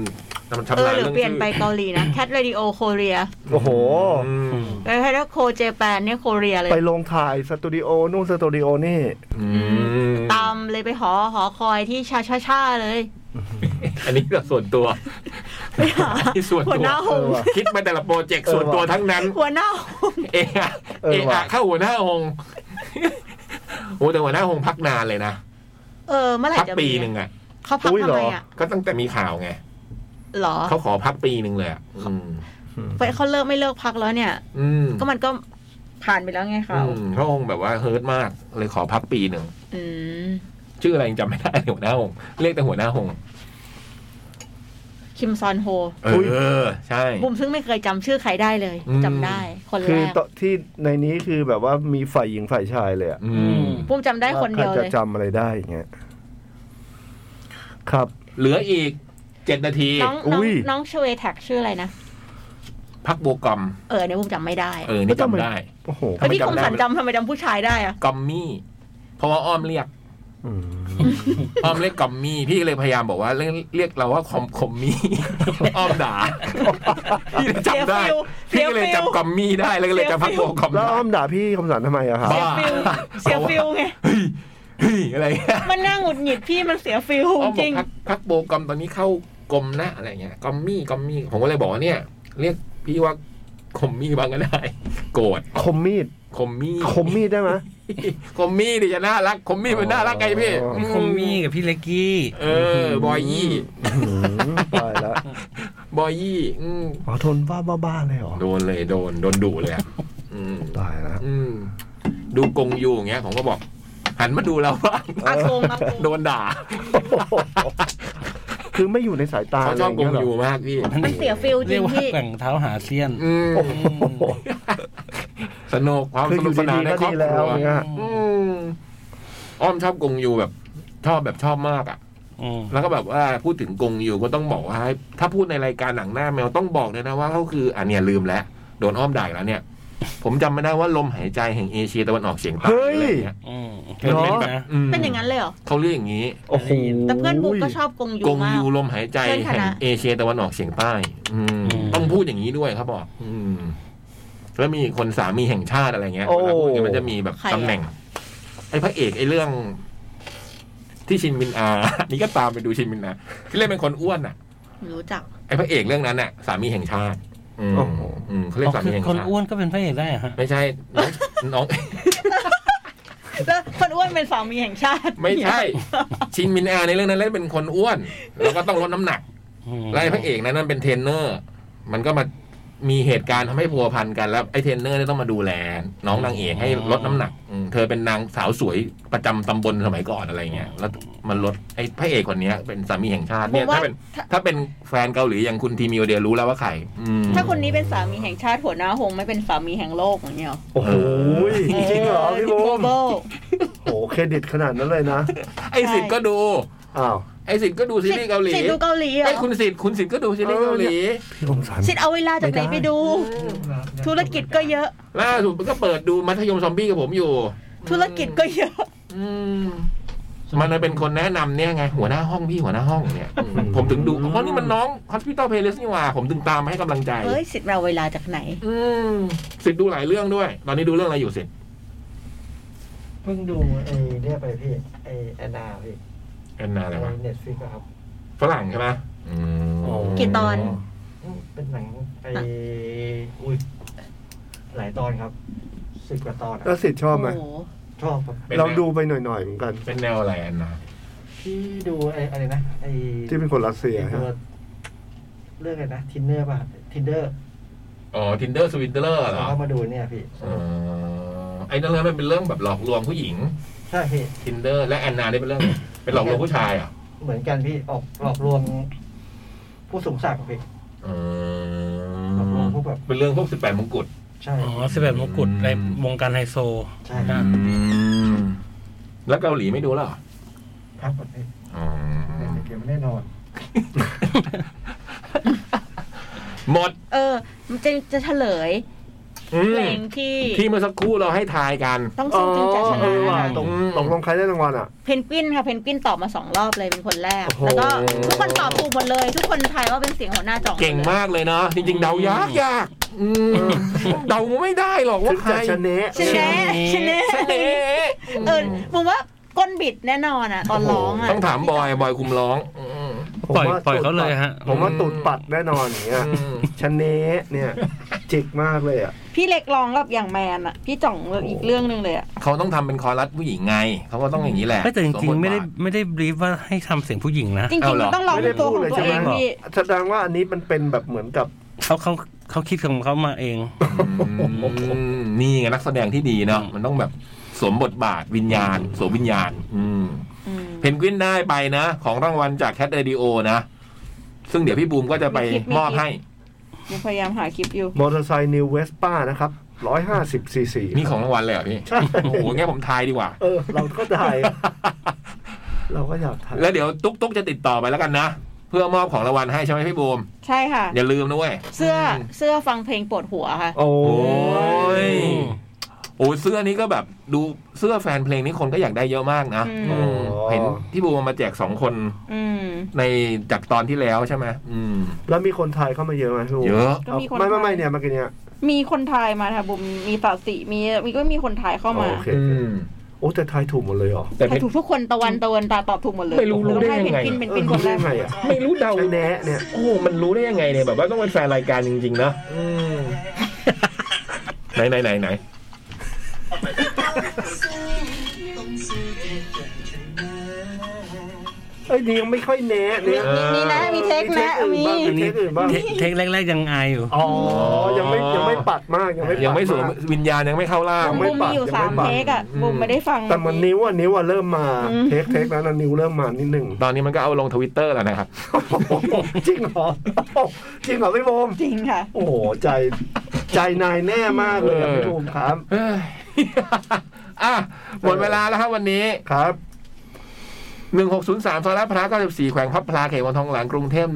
[SPEAKER 2] มัน
[SPEAKER 4] เอ
[SPEAKER 2] ชำ
[SPEAKER 4] อ
[SPEAKER 2] นาญ
[SPEAKER 4] หรือ
[SPEAKER 2] เรื่อง
[SPEAKER 4] เปลี่ยน
[SPEAKER 2] ชื่
[SPEAKER 4] ไปเกาหลีนะ แคทเรดิโอโคเรีย
[SPEAKER 3] โอ้โห
[SPEAKER 2] อืม
[SPEAKER 4] แล้วถ้าโคเจแปนเนี่ยโคเรียเลย
[SPEAKER 3] ไปลงถ่ายสตูดิโอนู่นสตูดิโอนี่
[SPEAKER 2] อืม
[SPEAKER 4] ตามเลยไปหอหอคอยที่ชาชาชาเลย
[SPEAKER 2] อันนี้เราส่วนตัว
[SPEAKER 4] ไปหา
[SPEAKER 2] ที่ส่วน
[SPEAKER 4] หัว
[SPEAKER 2] ตัว
[SPEAKER 4] หน้าหง
[SPEAKER 3] เออว่ะ
[SPEAKER 2] คิดมาแต่ละโปรเจกต์ส่วนตัวทั้งนั้น
[SPEAKER 4] หัวหน้าหง
[SPEAKER 2] เอะอะ
[SPEAKER 3] เออ
[SPEAKER 2] เอะ
[SPEAKER 3] ว่ะ
[SPEAKER 2] อะเข้าหัวหน้าหงโอ้แต่หัวหน้าหงพักนานเลยนะ
[SPEAKER 4] เออเมื่อไหร่
[SPEAKER 2] พัก
[SPEAKER 4] จะ
[SPEAKER 2] ปี
[SPEAKER 4] มี
[SPEAKER 2] หนึ่งอะ
[SPEAKER 4] เขาพัก
[SPEAKER 3] อุ๊ย
[SPEAKER 4] ทำ
[SPEAKER 3] เหรอ
[SPEAKER 4] ไมอ่ะ
[SPEAKER 2] ก็ตั้งแต่มีข่าวไง
[SPEAKER 4] หรอ
[SPEAKER 2] เขาขอพักปีหนึ่งเลยอะอืม
[SPEAKER 4] ไปเขาเลิกไม่เลิกพักแล้วเนี่ย
[SPEAKER 2] อืม
[SPEAKER 4] ก็มันก็ ผ่านไปแล้วไงเขา
[SPEAKER 2] อืมพระองค์แบบว่าเฮิร์ตมาก เลยขอพักปีหนึ่ง
[SPEAKER 4] อืม
[SPEAKER 2] ชื่ออะไรยังจำไม่ได้ หัวหน้าองค์เรียกแต่หัวหน้าองค์
[SPEAKER 4] คิมซอนโฮ
[SPEAKER 2] เออ ใช่
[SPEAKER 4] บุมซึ่งไม่เคยจำชื่อใครได้เลย
[SPEAKER 2] อืม
[SPEAKER 4] จำได้คน
[SPEAKER 11] คื
[SPEAKER 4] แร
[SPEAKER 11] อก ตอนที่ในนี้คือแบบว่ามีฝ่ายหญิงฝ่ายชายเลยอะ
[SPEAKER 2] อืม
[SPEAKER 4] บุมจำได้คนเดียว
[SPEAKER 11] ใครจะ
[SPEAKER 4] เลย
[SPEAKER 11] จำอะไรได้อย่างเงี้ยครับ
[SPEAKER 2] เหลืออีกเจ็ดนาที
[SPEAKER 4] น้องน้อง
[SPEAKER 11] อุ้ย
[SPEAKER 4] น้องชเวแท็กชื่ออะไรนะ
[SPEAKER 2] พักโบวกอม
[SPEAKER 4] เออเนี่ยบุมจำไม่ได้
[SPEAKER 2] เออ นี่จำได้
[SPEAKER 11] โอ้โห
[SPEAKER 2] ทำ
[SPEAKER 4] แล้
[SPEAKER 2] ไม
[SPEAKER 4] วพี่ค
[SPEAKER 2] จำ
[SPEAKER 4] ม
[SPEAKER 2] ได้
[SPEAKER 4] สันจำทำไมจำผู้ชายได้อะ
[SPEAKER 2] กอมมี่ เพราะว่าอ้อมเรียก
[SPEAKER 11] อืม
[SPEAKER 2] <laughs> อ้อมเรียกกอมมี่ พี่เลยพยายามบอกว่าเรียกเรียกเราว่าคอมคอมมี่ <laughs> อ้อมด่า <laughs> พี่เลยจำได้
[SPEAKER 4] เสี
[SPEAKER 2] พี่
[SPEAKER 4] ย
[SPEAKER 2] ก็เลย
[SPEAKER 4] ฟิล
[SPEAKER 2] จำกอมมี่ได้ แล้วก็เลยจำพักโบวกอม
[SPEAKER 11] แล้ว
[SPEAKER 2] ได้
[SPEAKER 11] อ้อมด่าพี่คำสันทำไมอะครับ
[SPEAKER 2] บ้า
[SPEAKER 4] เสียฟิลไง
[SPEAKER 2] เฮ้ยอะไรเงี้ย
[SPEAKER 4] มันน่าหงุดหงิดพี่มันเสียฟิล
[SPEAKER 2] อ้อมบ
[SPEAKER 4] จ
[SPEAKER 2] อ
[SPEAKER 4] ริ
[SPEAKER 2] ก
[SPEAKER 4] ง
[SPEAKER 2] พักพักโบกอมตอนนี้เข้ากรมนะอะไรเงี้ยกอมมี่กอมมี่ผมก็เลยบอกว่าเนี่ย เรียกพี่ว่าคอมมี่บ้างก็ได้ <laughs> โกรธ
[SPEAKER 11] คมมีด
[SPEAKER 2] คอมมี่
[SPEAKER 11] คมมีดได้ไหม
[SPEAKER 2] คอมมี่ดิจะน่ารักคอมมี่มันน่ารักไงพี่
[SPEAKER 11] อ๋อ
[SPEAKER 2] อื
[SPEAKER 1] คมมี่กับพี่เล็กกี้
[SPEAKER 2] เออบอยยี่
[SPEAKER 11] อื้อหือตายแล้ว
[SPEAKER 2] บอยยี่อืม
[SPEAKER 11] อ๋อทนบ้าบ้าบ้าเลยเหรอ
[SPEAKER 2] โดนเลยโดนโดนดุเลยอะอืม
[SPEAKER 11] ตายแล้ว
[SPEAKER 2] อืมดูกงยูอย่างเงี้ยผมก็บอก หันมาดูเราบ้าง
[SPEAKER 4] อากงอากง
[SPEAKER 2] <laughs> โดนด่า
[SPEAKER 11] <laughs> คือไม่อยู่ในสายตา
[SPEAKER 2] เขาชอบ
[SPEAKER 11] ะไรย่าง
[SPEAKER 2] ก
[SPEAKER 11] เงี้ยหร
[SPEAKER 2] ยูมากพี่
[SPEAKER 4] มันเสียฟิลจ
[SPEAKER 1] เรี
[SPEAKER 4] ริ
[SPEAKER 1] ย
[SPEAKER 4] ง
[SPEAKER 1] กว่า
[SPEAKER 4] พี่
[SPEAKER 1] แกว่งเท้าหาเซียน
[SPEAKER 2] อืม
[SPEAKER 11] โอ้โห
[SPEAKER 2] สนุกความ
[SPEAKER 11] คือ
[SPEAKER 2] ส
[SPEAKER 11] อ
[SPEAKER 2] นุก
[SPEAKER 11] ยู่
[SPEAKER 2] สนาน
[SPEAKER 11] ดีๆ
[SPEAKER 2] ใน
[SPEAKER 11] ก็
[SPEAKER 2] ครอ
[SPEAKER 11] ดี
[SPEAKER 2] บ
[SPEAKER 11] แล้
[SPEAKER 2] คว รัว
[SPEAKER 11] เนี่ย
[SPEAKER 2] อืมอ้อมชอบกงยูแบบชอบแบบชอบมากอะ่ะ
[SPEAKER 1] อืม
[SPEAKER 2] แล้วก็แบบว่าพูดถึงกงยูก็ต้องบอกว่าให้ถ้าพูดในรายการหนังหน้าแมวต้องบอกเลยนะว่าเขาคืออ่ะเนี่ยลืมแล้วโดนอ้อมด่าอีกแล้วเนี่ย ผมจำไม่ได้ว่าลมหายใจแห่งเอเชียตะวันออกเฉียงใต้
[SPEAKER 11] เฮ้ย
[SPEAKER 2] อะไรเงี้ย
[SPEAKER 1] อืม
[SPEAKER 2] มันเป็นแบบ
[SPEAKER 1] นะ
[SPEAKER 2] ม
[SPEAKER 4] เป็นอย่างนั้นเลยเหรอ
[SPEAKER 2] เขาเรียกอย่างนี้
[SPEAKER 11] โอ้โห
[SPEAKER 4] แต่เพื่อนบุกก็ชอบกงยู
[SPEAKER 2] กง
[SPEAKER 4] มาก
[SPEAKER 2] ยูลมหายใจ
[SPEAKER 4] เพื่อนค
[SPEAKER 2] แห่ง
[SPEAKER 4] ณะ
[SPEAKER 2] เอเชียตะวันออกเฉียงใต้ อืม
[SPEAKER 1] อืม
[SPEAKER 2] ต้องพูดอย่างนี้ด้วยครับบอกอืมแล้วมีคนสามีแห่งชาติอะไรเงี้ย
[SPEAKER 11] โอ้
[SPEAKER 2] เวลาพูดอย่างเงี้ยมันจะมีแบบตำแหน่ง ไอ้พระเอกไอ้เรื่อง ที่ชินมินอา <laughs> นี่ก็ตามไปดูชินมินอาที่เล่นเป็นคนอ้วนอ่ะ
[SPEAKER 4] รู้จัก
[SPEAKER 2] ไอ้พระเอกเรื่องนั้นอ่ะ สามีแห่งชาติ อืม
[SPEAKER 11] โอ้โห
[SPEAKER 2] อืมเขาเรียกสา
[SPEAKER 1] คื
[SPEAKER 2] มี
[SPEAKER 1] อ
[SPEAKER 2] แห่ง
[SPEAKER 1] คน
[SPEAKER 2] ชาติ
[SPEAKER 1] อ้วนก็เป็นพระเอกได้อะฮะ
[SPEAKER 2] ไม่ใช่น้องน้อง <laughs>
[SPEAKER 4] แล้วคนอ้วนเป็นสามีแห่งชาติ
[SPEAKER 2] ไม่ใช่ ชินมินอาในเรื่องนั้นเล่นเป็นคนอ้วน แล้วก็ต้องลดน้ำหนัก ไล่พระเอกนั้นนั่นเป็นเทรนเนอร์ มันก็มามีเหตุการณ์ทำให้พัวพันกันแล้วไอ้เทรนเนอร์เนี่ยต้องมาดูแล น้องนางเอกให้ลดน้ำหนักอืมเธอเป็นนางสาวสวยประจำตำบลสมัยก่อนอะไรเงี้ยแล้วมันลดไอ้พระเอกคนเนี้ยเป็นสามีแห่งชาติเนี่ย
[SPEAKER 4] ผมว่า
[SPEAKER 2] ถ้าเป็น
[SPEAKER 4] ถ้า
[SPEAKER 2] ถ้าเป็นแฟนเกาหลีอย่างคุณทีมิวเดียรู้แล้วว่าใครอืม
[SPEAKER 4] ถ้าคนนี้เป็นสามีแห่งชาติหัวหน้าหงไม่เป็นสามีแห่งโลกอย่างเงี้ยหรอ
[SPEAKER 11] โอ้โหจริงเหรอพี่บูม
[SPEAKER 4] โบ
[SPEAKER 11] โอ้โหเครดิตขนาดนั้นเลยนะ
[SPEAKER 2] ไอ้สิทธิ์ก็ดู
[SPEAKER 11] อ้าว
[SPEAKER 2] ไอ้สิทธิ์ก็ดูซีรีส์เกาหลี
[SPEAKER 4] สิทธิ์ดูเกาหลีเหร
[SPEAKER 2] ไอ้
[SPEAKER 4] อ
[SPEAKER 2] คุณสิทธิ์คุณสิทธิ์ก็ดูซีรีส์เกาหลี
[SPEAKER 11] พี่คมสัน
[SPEAKER 4] สิทธิ์เอาเวลาจากไหน
[SPEAKER 11] ไม่ได้
[SPEAKER 4] ไปดู ธุรกิจก็เยอะ
[SPEAKER 2] ล่าสุดมันก็เปิดดูมัธยมซอมบี้กับผมอยู่
[SPEAKER 4] ธุรกิจก็เยอะ
[SPEAKER 2] อืมมันเป็นคนแนะนำเนี่ยไง หัวหน้าห้องพี่หัวหน้าห้องเนี่ยอืมผมถึงดูเพราะนี่มันน้อง Hospital Playlist นี่หว่า ผมถึงตามมาให้กำลังใจ
[SPEAKER 4] เฮ้ยสิทธิ์เราเวลาจากไหน
[SPEAKER 2] อืมสิทธิ์ดูหลายเรื่องด้วย ตอนนี้ดูเรื่องอะไรอยู่สิทธิ์
[SPEAKER 5] เพิ่งดูไอ้เนี่ยไปพี่ไอ้แอนนาพี่
[SPEAKER 2] แอนนาอะไรวะ
[SPEAKER 5] เน็ตฟิกครับ
[SPEAKER 2] ฝรั่งใช่ไหมอืม
[SPEAKER 11] อ๋อ
[SPEAKER 4] กี่ตอน
[SPEAKER 5] อืมเป็นหนังไอ้อุ้ยหลายตอนครับสิบกว่าตอนอะ
[SPEAKER 11] แล้วสิทธิ์ชอบไหม
[SPEAKER 4] โโ
[SPEAKER 5] ชอบครับ
[SPEAKER 2] ป็นแนว
[SPEAKER 11] เราดูไปหน่อยๆเหมือนกัน
[SPEAKER 2] เป็นแนวอะไรแอนนา
[SPEAKER 5] พี่ดูไอ้อะไรนะไอ้
[SPEAKER 11] ที่เป็นคนรัสเซีย
[SPEAKER 5] ไอ้
[SPEAKER 11] ฮะ
[SPEAKER 5] ตัวเรื่องอะไรนะทินเนอร์ป่ะทินเดอร์
[SPEAKER 2] อ๋อ Tinder Swindler เหร
[SPEAKER 5] แล้ว
[SPEAKER 2] อ
[SPEAKER 5] ก็มาดูเนี่ยพี่
[SPEAKER 2] อ๋อไอ้นั่นเรื่องมันเป็นเรื่องแบบหลอกลวงผู้หญิง
[SPEAKER 5] ใช่พี่
[SPEAKER 2] Tinder และแอนนาได้เป็นเรื่อง เป็นหลอกลวงผู้ชายเหรอ่ะ
[SPEAKER 5] เหมือนกันพี่ออกหลอกลวง ผู้สูงศักดิ์พี่
[SPEAKER 2] อื
[SPEAKER 5] หลอกลวง
[SPEAKER 2] ม
[SPEAKER 5] พวกแบบ
[SPEAKER 2] เป็นเรื่องพวกสิบแปดมงกุฎ
[SPEAKER 5] ใช่
[SPEAKER 1] อ๋อสิบแปดมงกุฎในวงการไฮ
[SPEAKER 2] <laughs>
[SPEAKER 1] โซ
[SPEAKER 5] ใช่
[SPEAKER 1] อื
[SPEAKER 2] แล้วเกาหลีไม่ดูแล้วเหรอ
[SPEAKER 5] พักก่อนพี่
[SPEAKER 2] อ๋อ
[SPEAKER 5] เดี๋ยวไม่ได้นอน
[SPEAKER 2] หมด
[SPEAKER 4] เออจะจะเฉลย
[SPEAKER 2] อื
[SPEAKER 4] เพล
[SPEAKER 2] ม
[SPEAKER 4] งที่
[SPEAKER 2] ที่เมื่อสักครู่เราให้ทายกัน
[SPEAKER 4] ต้องสู้จึงจะช
[SPEAKER 11] เอ
[SPEAKER 4] นะ
[SPEAKER 11] อว่ะ
[SPEAKER 4] นะ
[SPEAKER 11] ตกตกลงใครได้รางวัลอ่ะ
[SPEAKER 4] เพนกวินค่ะเพนกวินตอบมาสองรอบเลยเป็นคนแรก
[SPEAKER 11] โอ้โห
[SPEAKER 4] แล้วก็ทุกคนตอบถูกหมดเลย ทุกคนทายว่าเป็นเสียงหัวหน้าจ่อง
[SPEAKER 2] เก่งมากเลยเนาะจริงๆเดายากยากอืมเดาไม่ได้หรอก
[SPEAKER 11] ถึ
[SPEAKER 2] ว่าง ใคร
[SPEAKER 11] จะชนะ
[SPEAKER 4] ชนะชนะ
[SPEAKER 2] ชนะ
[SPEAKER 4] เออผมว่าก้นบิดแน่นอนอ่ะ ตอนร้องอ่ะ
[SPEAKER 2] ต้องถามบอยบอยคุมร้องอืม
[SPEAKER 11] ผม
[SPEAKER 1] ปล่อย
[SPEAKER 11] ว่า
[SPEAKER 1] ปล่อยเขาเลยฮะ
[SPEAKER 11] ผมว่าตูดปัดแน่นอนอย่างเงี้ยชนะเนี่ยจิกมากเลยอ่ะ
[SPEAKER 4] พี่เล็กร้องกับอย่างแมนอ่ะ พี่จ่องอีกเรื่องหนึงเลยอ่ะ
[SPEAKER 2] เขาต้องทำเป็นคอรัสผู้หญิงไง เขาก็ต้องอย่างนี้แหละ
[SPEAKER 1] ไม่แต่จริง
[SPEAKER 2] สวบท
[SPEAKER 1] ๆไม่ได้
[SPEAKER 2] บาท
[SPEAKER 1] ไม่ได้บรีฟว่าให้ทำเสียงผู้หญิงนะ
[SPEAKER 4] จริง
[SPEAKER 2] เอา
[SPEAKER 4] ๆ
[SPEAKER 2] เหรอ
[SPEAKER 4] มันต้องร้อง
[SPEAKER 11] ไม่ได้
[SPEAKER 4] เป็นตัว
[SPEAKER 11] พูด
[SPEAKER 4] ของ
[SPEAKER 11] เลย
[SPEAKER 4] ตัว
[SPEAKER 11] ใช่
[SPEAKER 4] เอ
[SPEAKER 11] ไหม
[SPEAKER 4] งพี่
[SPEAKER 11] แสดงว่าอันนี้มันเป็นแบบเหมือนกับ
[SPEAKER 1] เขาเขาเขาคิดของเขามาเอง
[SPEAKER 2] อืมนี่ไงนักแสดงที่ดีเนาะมันต้องแบบสวมบทบาทวิญญาณสวมวิญญาณ อืมเพนกวินได้ไปนะ ของรางวัลจากแคทเรดิโอนะ ซึ่งเดี๋ยวพี่บูมก็จะไป
[SPEAKER 4] มีคลิปมีคลิป
[SPEAKER 2] มอบให้
[SPEAKER 4] ยังพยายามหาคลิปอยู่
[SPEAKER 3] มอเตอร์ไซค์นิวเวสป้านะครับร้อยห้าสิบซีซี
[SPEAKER 2] มีของรางวัลเลยเหรอพี่
[SPEAKER 3] ใช่
[SPEAKER 2] โอ้โหงั้นผมทายดีกว่า
[SPEAKER 3] เออ เราก็ได้
[SPEAKER 2] <laughs>
[SPEAKER 3] เราก็อยากถ่าย
[SPEAKER 2] แล้วเดี๋ยวตุ๊กตุ๊กจะติดต่อไปแล้วกันนะ เพื่อมอบของรางวัลให้ใช่ไหมพี่บูม
[SPEAKER 4] ใช่ค่ะ
[SPEAKER 2] อย่าลืมนะเว้ย
[SPEAKER 4] เสื้อเสื้อฟังเพลงปวดหัวค่ะ
[SPEAKER 3] โอ้
[SPEAKER 2] โอ้ย โอ้ยเสื้อนี้ก็แบบดูเสื้อแฟนเพลงนี้คนก็อยากได้เยอะมากนะ
[SPEAKER 4] อืม
[SPEAKER 2] อืมเห็นพี่บูมเอามาแจกสองคน
[SPEAKER 4] อืม
[SPEAKER 2] ในจากตอนที่แล้วใช่ไหมอืม
[SPEAKER 3] แล้วมีคนถ่ายเข้ามาเยอะไหมพี่บูม
[SPEAKER 2] เยอะ
[SPEAKER 4] ก็มีคน
[SPEAKER 3] ไม่ไม่ไม่
[SPEAKER 4] ถ่าย
[SPEAKER 3] เนี่ยเมื่อกี้เนี่ย
[SPEAKER 4] มีคนไทยมาค่ะบุมมีตัดสิมีมีก็มีคนไทยเข้ามา
[SPEAKER 3] โอเค
[SPEAKER 2] อืม
[SPEAKER 3] โอ้แต่ถ่ายถูกหมดเลยเหรอ
[SPEAKER 2] แต่
[SPEAKER 4] ถ่า
[SPEAKER 2] เป็
[SPEAKER 4] ย
[SPEAKER 2] น
[SPEAKER 4] ถูกทุกคนตะวันตะวันตาตอบถูกหมดเลย
[SPEAKER 2] ไม่รู้รู้ได้
[SPEAKER 4] ต้องให้
[SPEAKER 2] ยังไง
[SPEAKER 4] เป็นปินเป็น
[SPEAKER 3] เออ
[SPEAKER 4] ปินคน
[SPEAKER 3] รู้
[SPEAKER 4] แร
[SPEAKER 3] ได้
[SPEAKER 4] ก
[SPEAKER 3] ไงอ่ะ
[SPEAKER 2] ไม่รู้เดา
[SPEAKER 3] ไอ้แนะเนี่ย
[SPEAKER 2] โอ้ มันรู้ได้ยังไงเนี่ยแบบว่าต้องเป็นแฟนรายการจริงๆนะอืมไหนไหนไหนไหน
[SPEAKER 3] เอ้ยนี่ยังไม่ค่อยแนะเนี่ย
[SPEAKER 4] มีมีนะมีเทคนะ มี
[SPEAKER 3] มีเทคอื่นบ้างมีเทคอื่นบ้าง
[SPEAKER 1] เทคแรกๆยังอายอยู่
[SPEAKER 3] อ๋อยังไม่ยังไม่ปัดมากยังไม่ปัด
[SPEAKER 2] ยังไม่สวม
[SPEAKER 3] าก
[SPEAKER 2] วิญญาณยังไม่เข้าร่าง
[SPEAKER 4] บุม
[SPEAKER 3] ไม่
[SPEAKER 4] บุม
[SPEAKER 3] ปั
[SPEAKER 4] มี
[SPEAKER 3] ด
[SPEAKER 4] อยู่
[SPEAKER 3] ยัง
[SPEAKER 4] สาม
[SPEAKER 3] ไม่ปัด
[SPEAKER 4] เทคอ่ะบุมไม่ได้ฟัง
[SPEAKER 3] แต่มันนิ้วอ่ะนิ้วอ่ะเริ่มมา
[SPEAKER 4] อืม
[SPEAKER 3] เทคเทคแล้วนะนิ้วเริ่มมานิดห
[SPEAKER 2] <laughs>
[SPEAKER 3] นึ่ง
[SPEAKER 2] ตอนนี้มันก็เอาลงทวิตเตอร์แล้วนะครับ
[SPEAKER 3] จริงเหรอจริงเหรอพี่บูม
[SPEAKER 4] จริงค่ะ
[SPEAKER 3] โอ้โหใจใจนายแน่มากเลยอะพี่บูมครับ
[SPEAKER 2] เอ้ย <laughs> อ่ะหมดเวลาแล้วครับวันนี้
[SPEAKER 3] ครับ
[SPEAKER 2] 1603ซอยลาดพร้าว94 แขวงพระพลาเขตวังทองหลางกรุงเทพ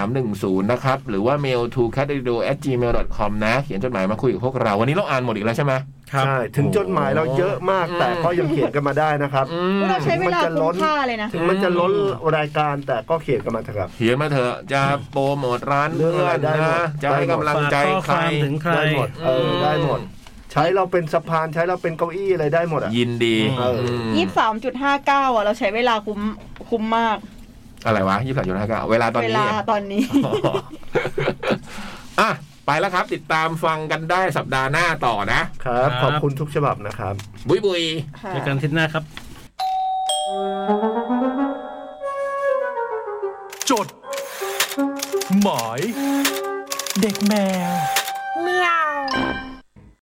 [SPEAKER 2] 10310 นะครับ หรือว่า mail to c a t d o at gmail com นะ เขียนจดหมายมาคุยกับพวกเรา วันนี้เราอ่านหมดอีกแล้วใช่ไหม
[SPEAKER 1] ครับ
[SPEAKER 3] ใช่ ถึงจดหมายเราเยอะมาก
[SPEAKER 2] อืม
[SPEAKER 3] แต่ก็ยังเขียนกันมาได้นะครับ
[SPEAKER 2] อืม
[SPEAKER 4] เราใช้เว
[SPEAKER 3] มั
[SPEAKER 4] ลา
[SPEAKER 3] นจะล้
[SPEAKER 4] คุ้ม
[SPEAKER 3] น
[SPEAKER 4] ค่าเลยนะ
[SPEAKER 3] ถึงมันจะล้นรายการแต่ก็เขียนกันมาเถอะครับ
[SPEAKER 2] เขียนมาเถอะจะโปรโมทร้าน
[SPEAKER 3] เรื่อง
[SPEAKER 2] เพื่
[SPEAKER 3] อะ
[SPEAKER 2] อ
[SPEAKER 3] ไร
[SPEAKER 2] น
[SPEAKER 3] ได้หมด
[SPEAKER 2] นะจะให้กำลังใจ
[SPEAKER 1] ฝากข้อ
[SPEAKER 2] ใค
[SPEAKER 1] ค
[SPEAKER 2] ร
[SPEAKER 1] วามถึงใคร
[SPEAKER 3] ได้หมดเออ
[SPEAKER 2] ม
[SPEAKER 3] ได้หมด ใช้เราเป็นสะพานใช้เราเป็นเก้าอี้อะไรได้หมดอ่ะ
[SPEAKER 2] ยินดี
[SPEAKER 3] เอออื
[SPEAKER 2] ม
[SPEAKER 4] ยี่สามจุดห้าเก้าอ่ะ เราใช้เวลาคุ้มคุ้มมาก
[SPEAKER 2] อะไรวะยี่สิบสามจุดห้าเก้าเวลาตอน
[SPEAKER 4] เว
[SPEAKER 2] นี้
[SPEAKER 4] ลา
[SPEAKER 2] อะ
[SPEAKER 4] ตอนนี้
[SPEAKER 2] อ๋อ <laughs> อ่ะ ไปแล้วครับ ติดตามฟังกันได้สัปดาห์หน้าต่อนะ
[SPEAKER 3] ครับ
[SPEAKER 1] ครับ
[SPEAKER 3] ขอบคุณทุกฉบับนะครับ
[SPEAKER 2] บุยบุย
[SPEAKER 4] ค่ะ
[SPEAKER 1] ในการอาทิตย์หน้าครับ
[SPEAKER 6] จด หมาย เด็กแมว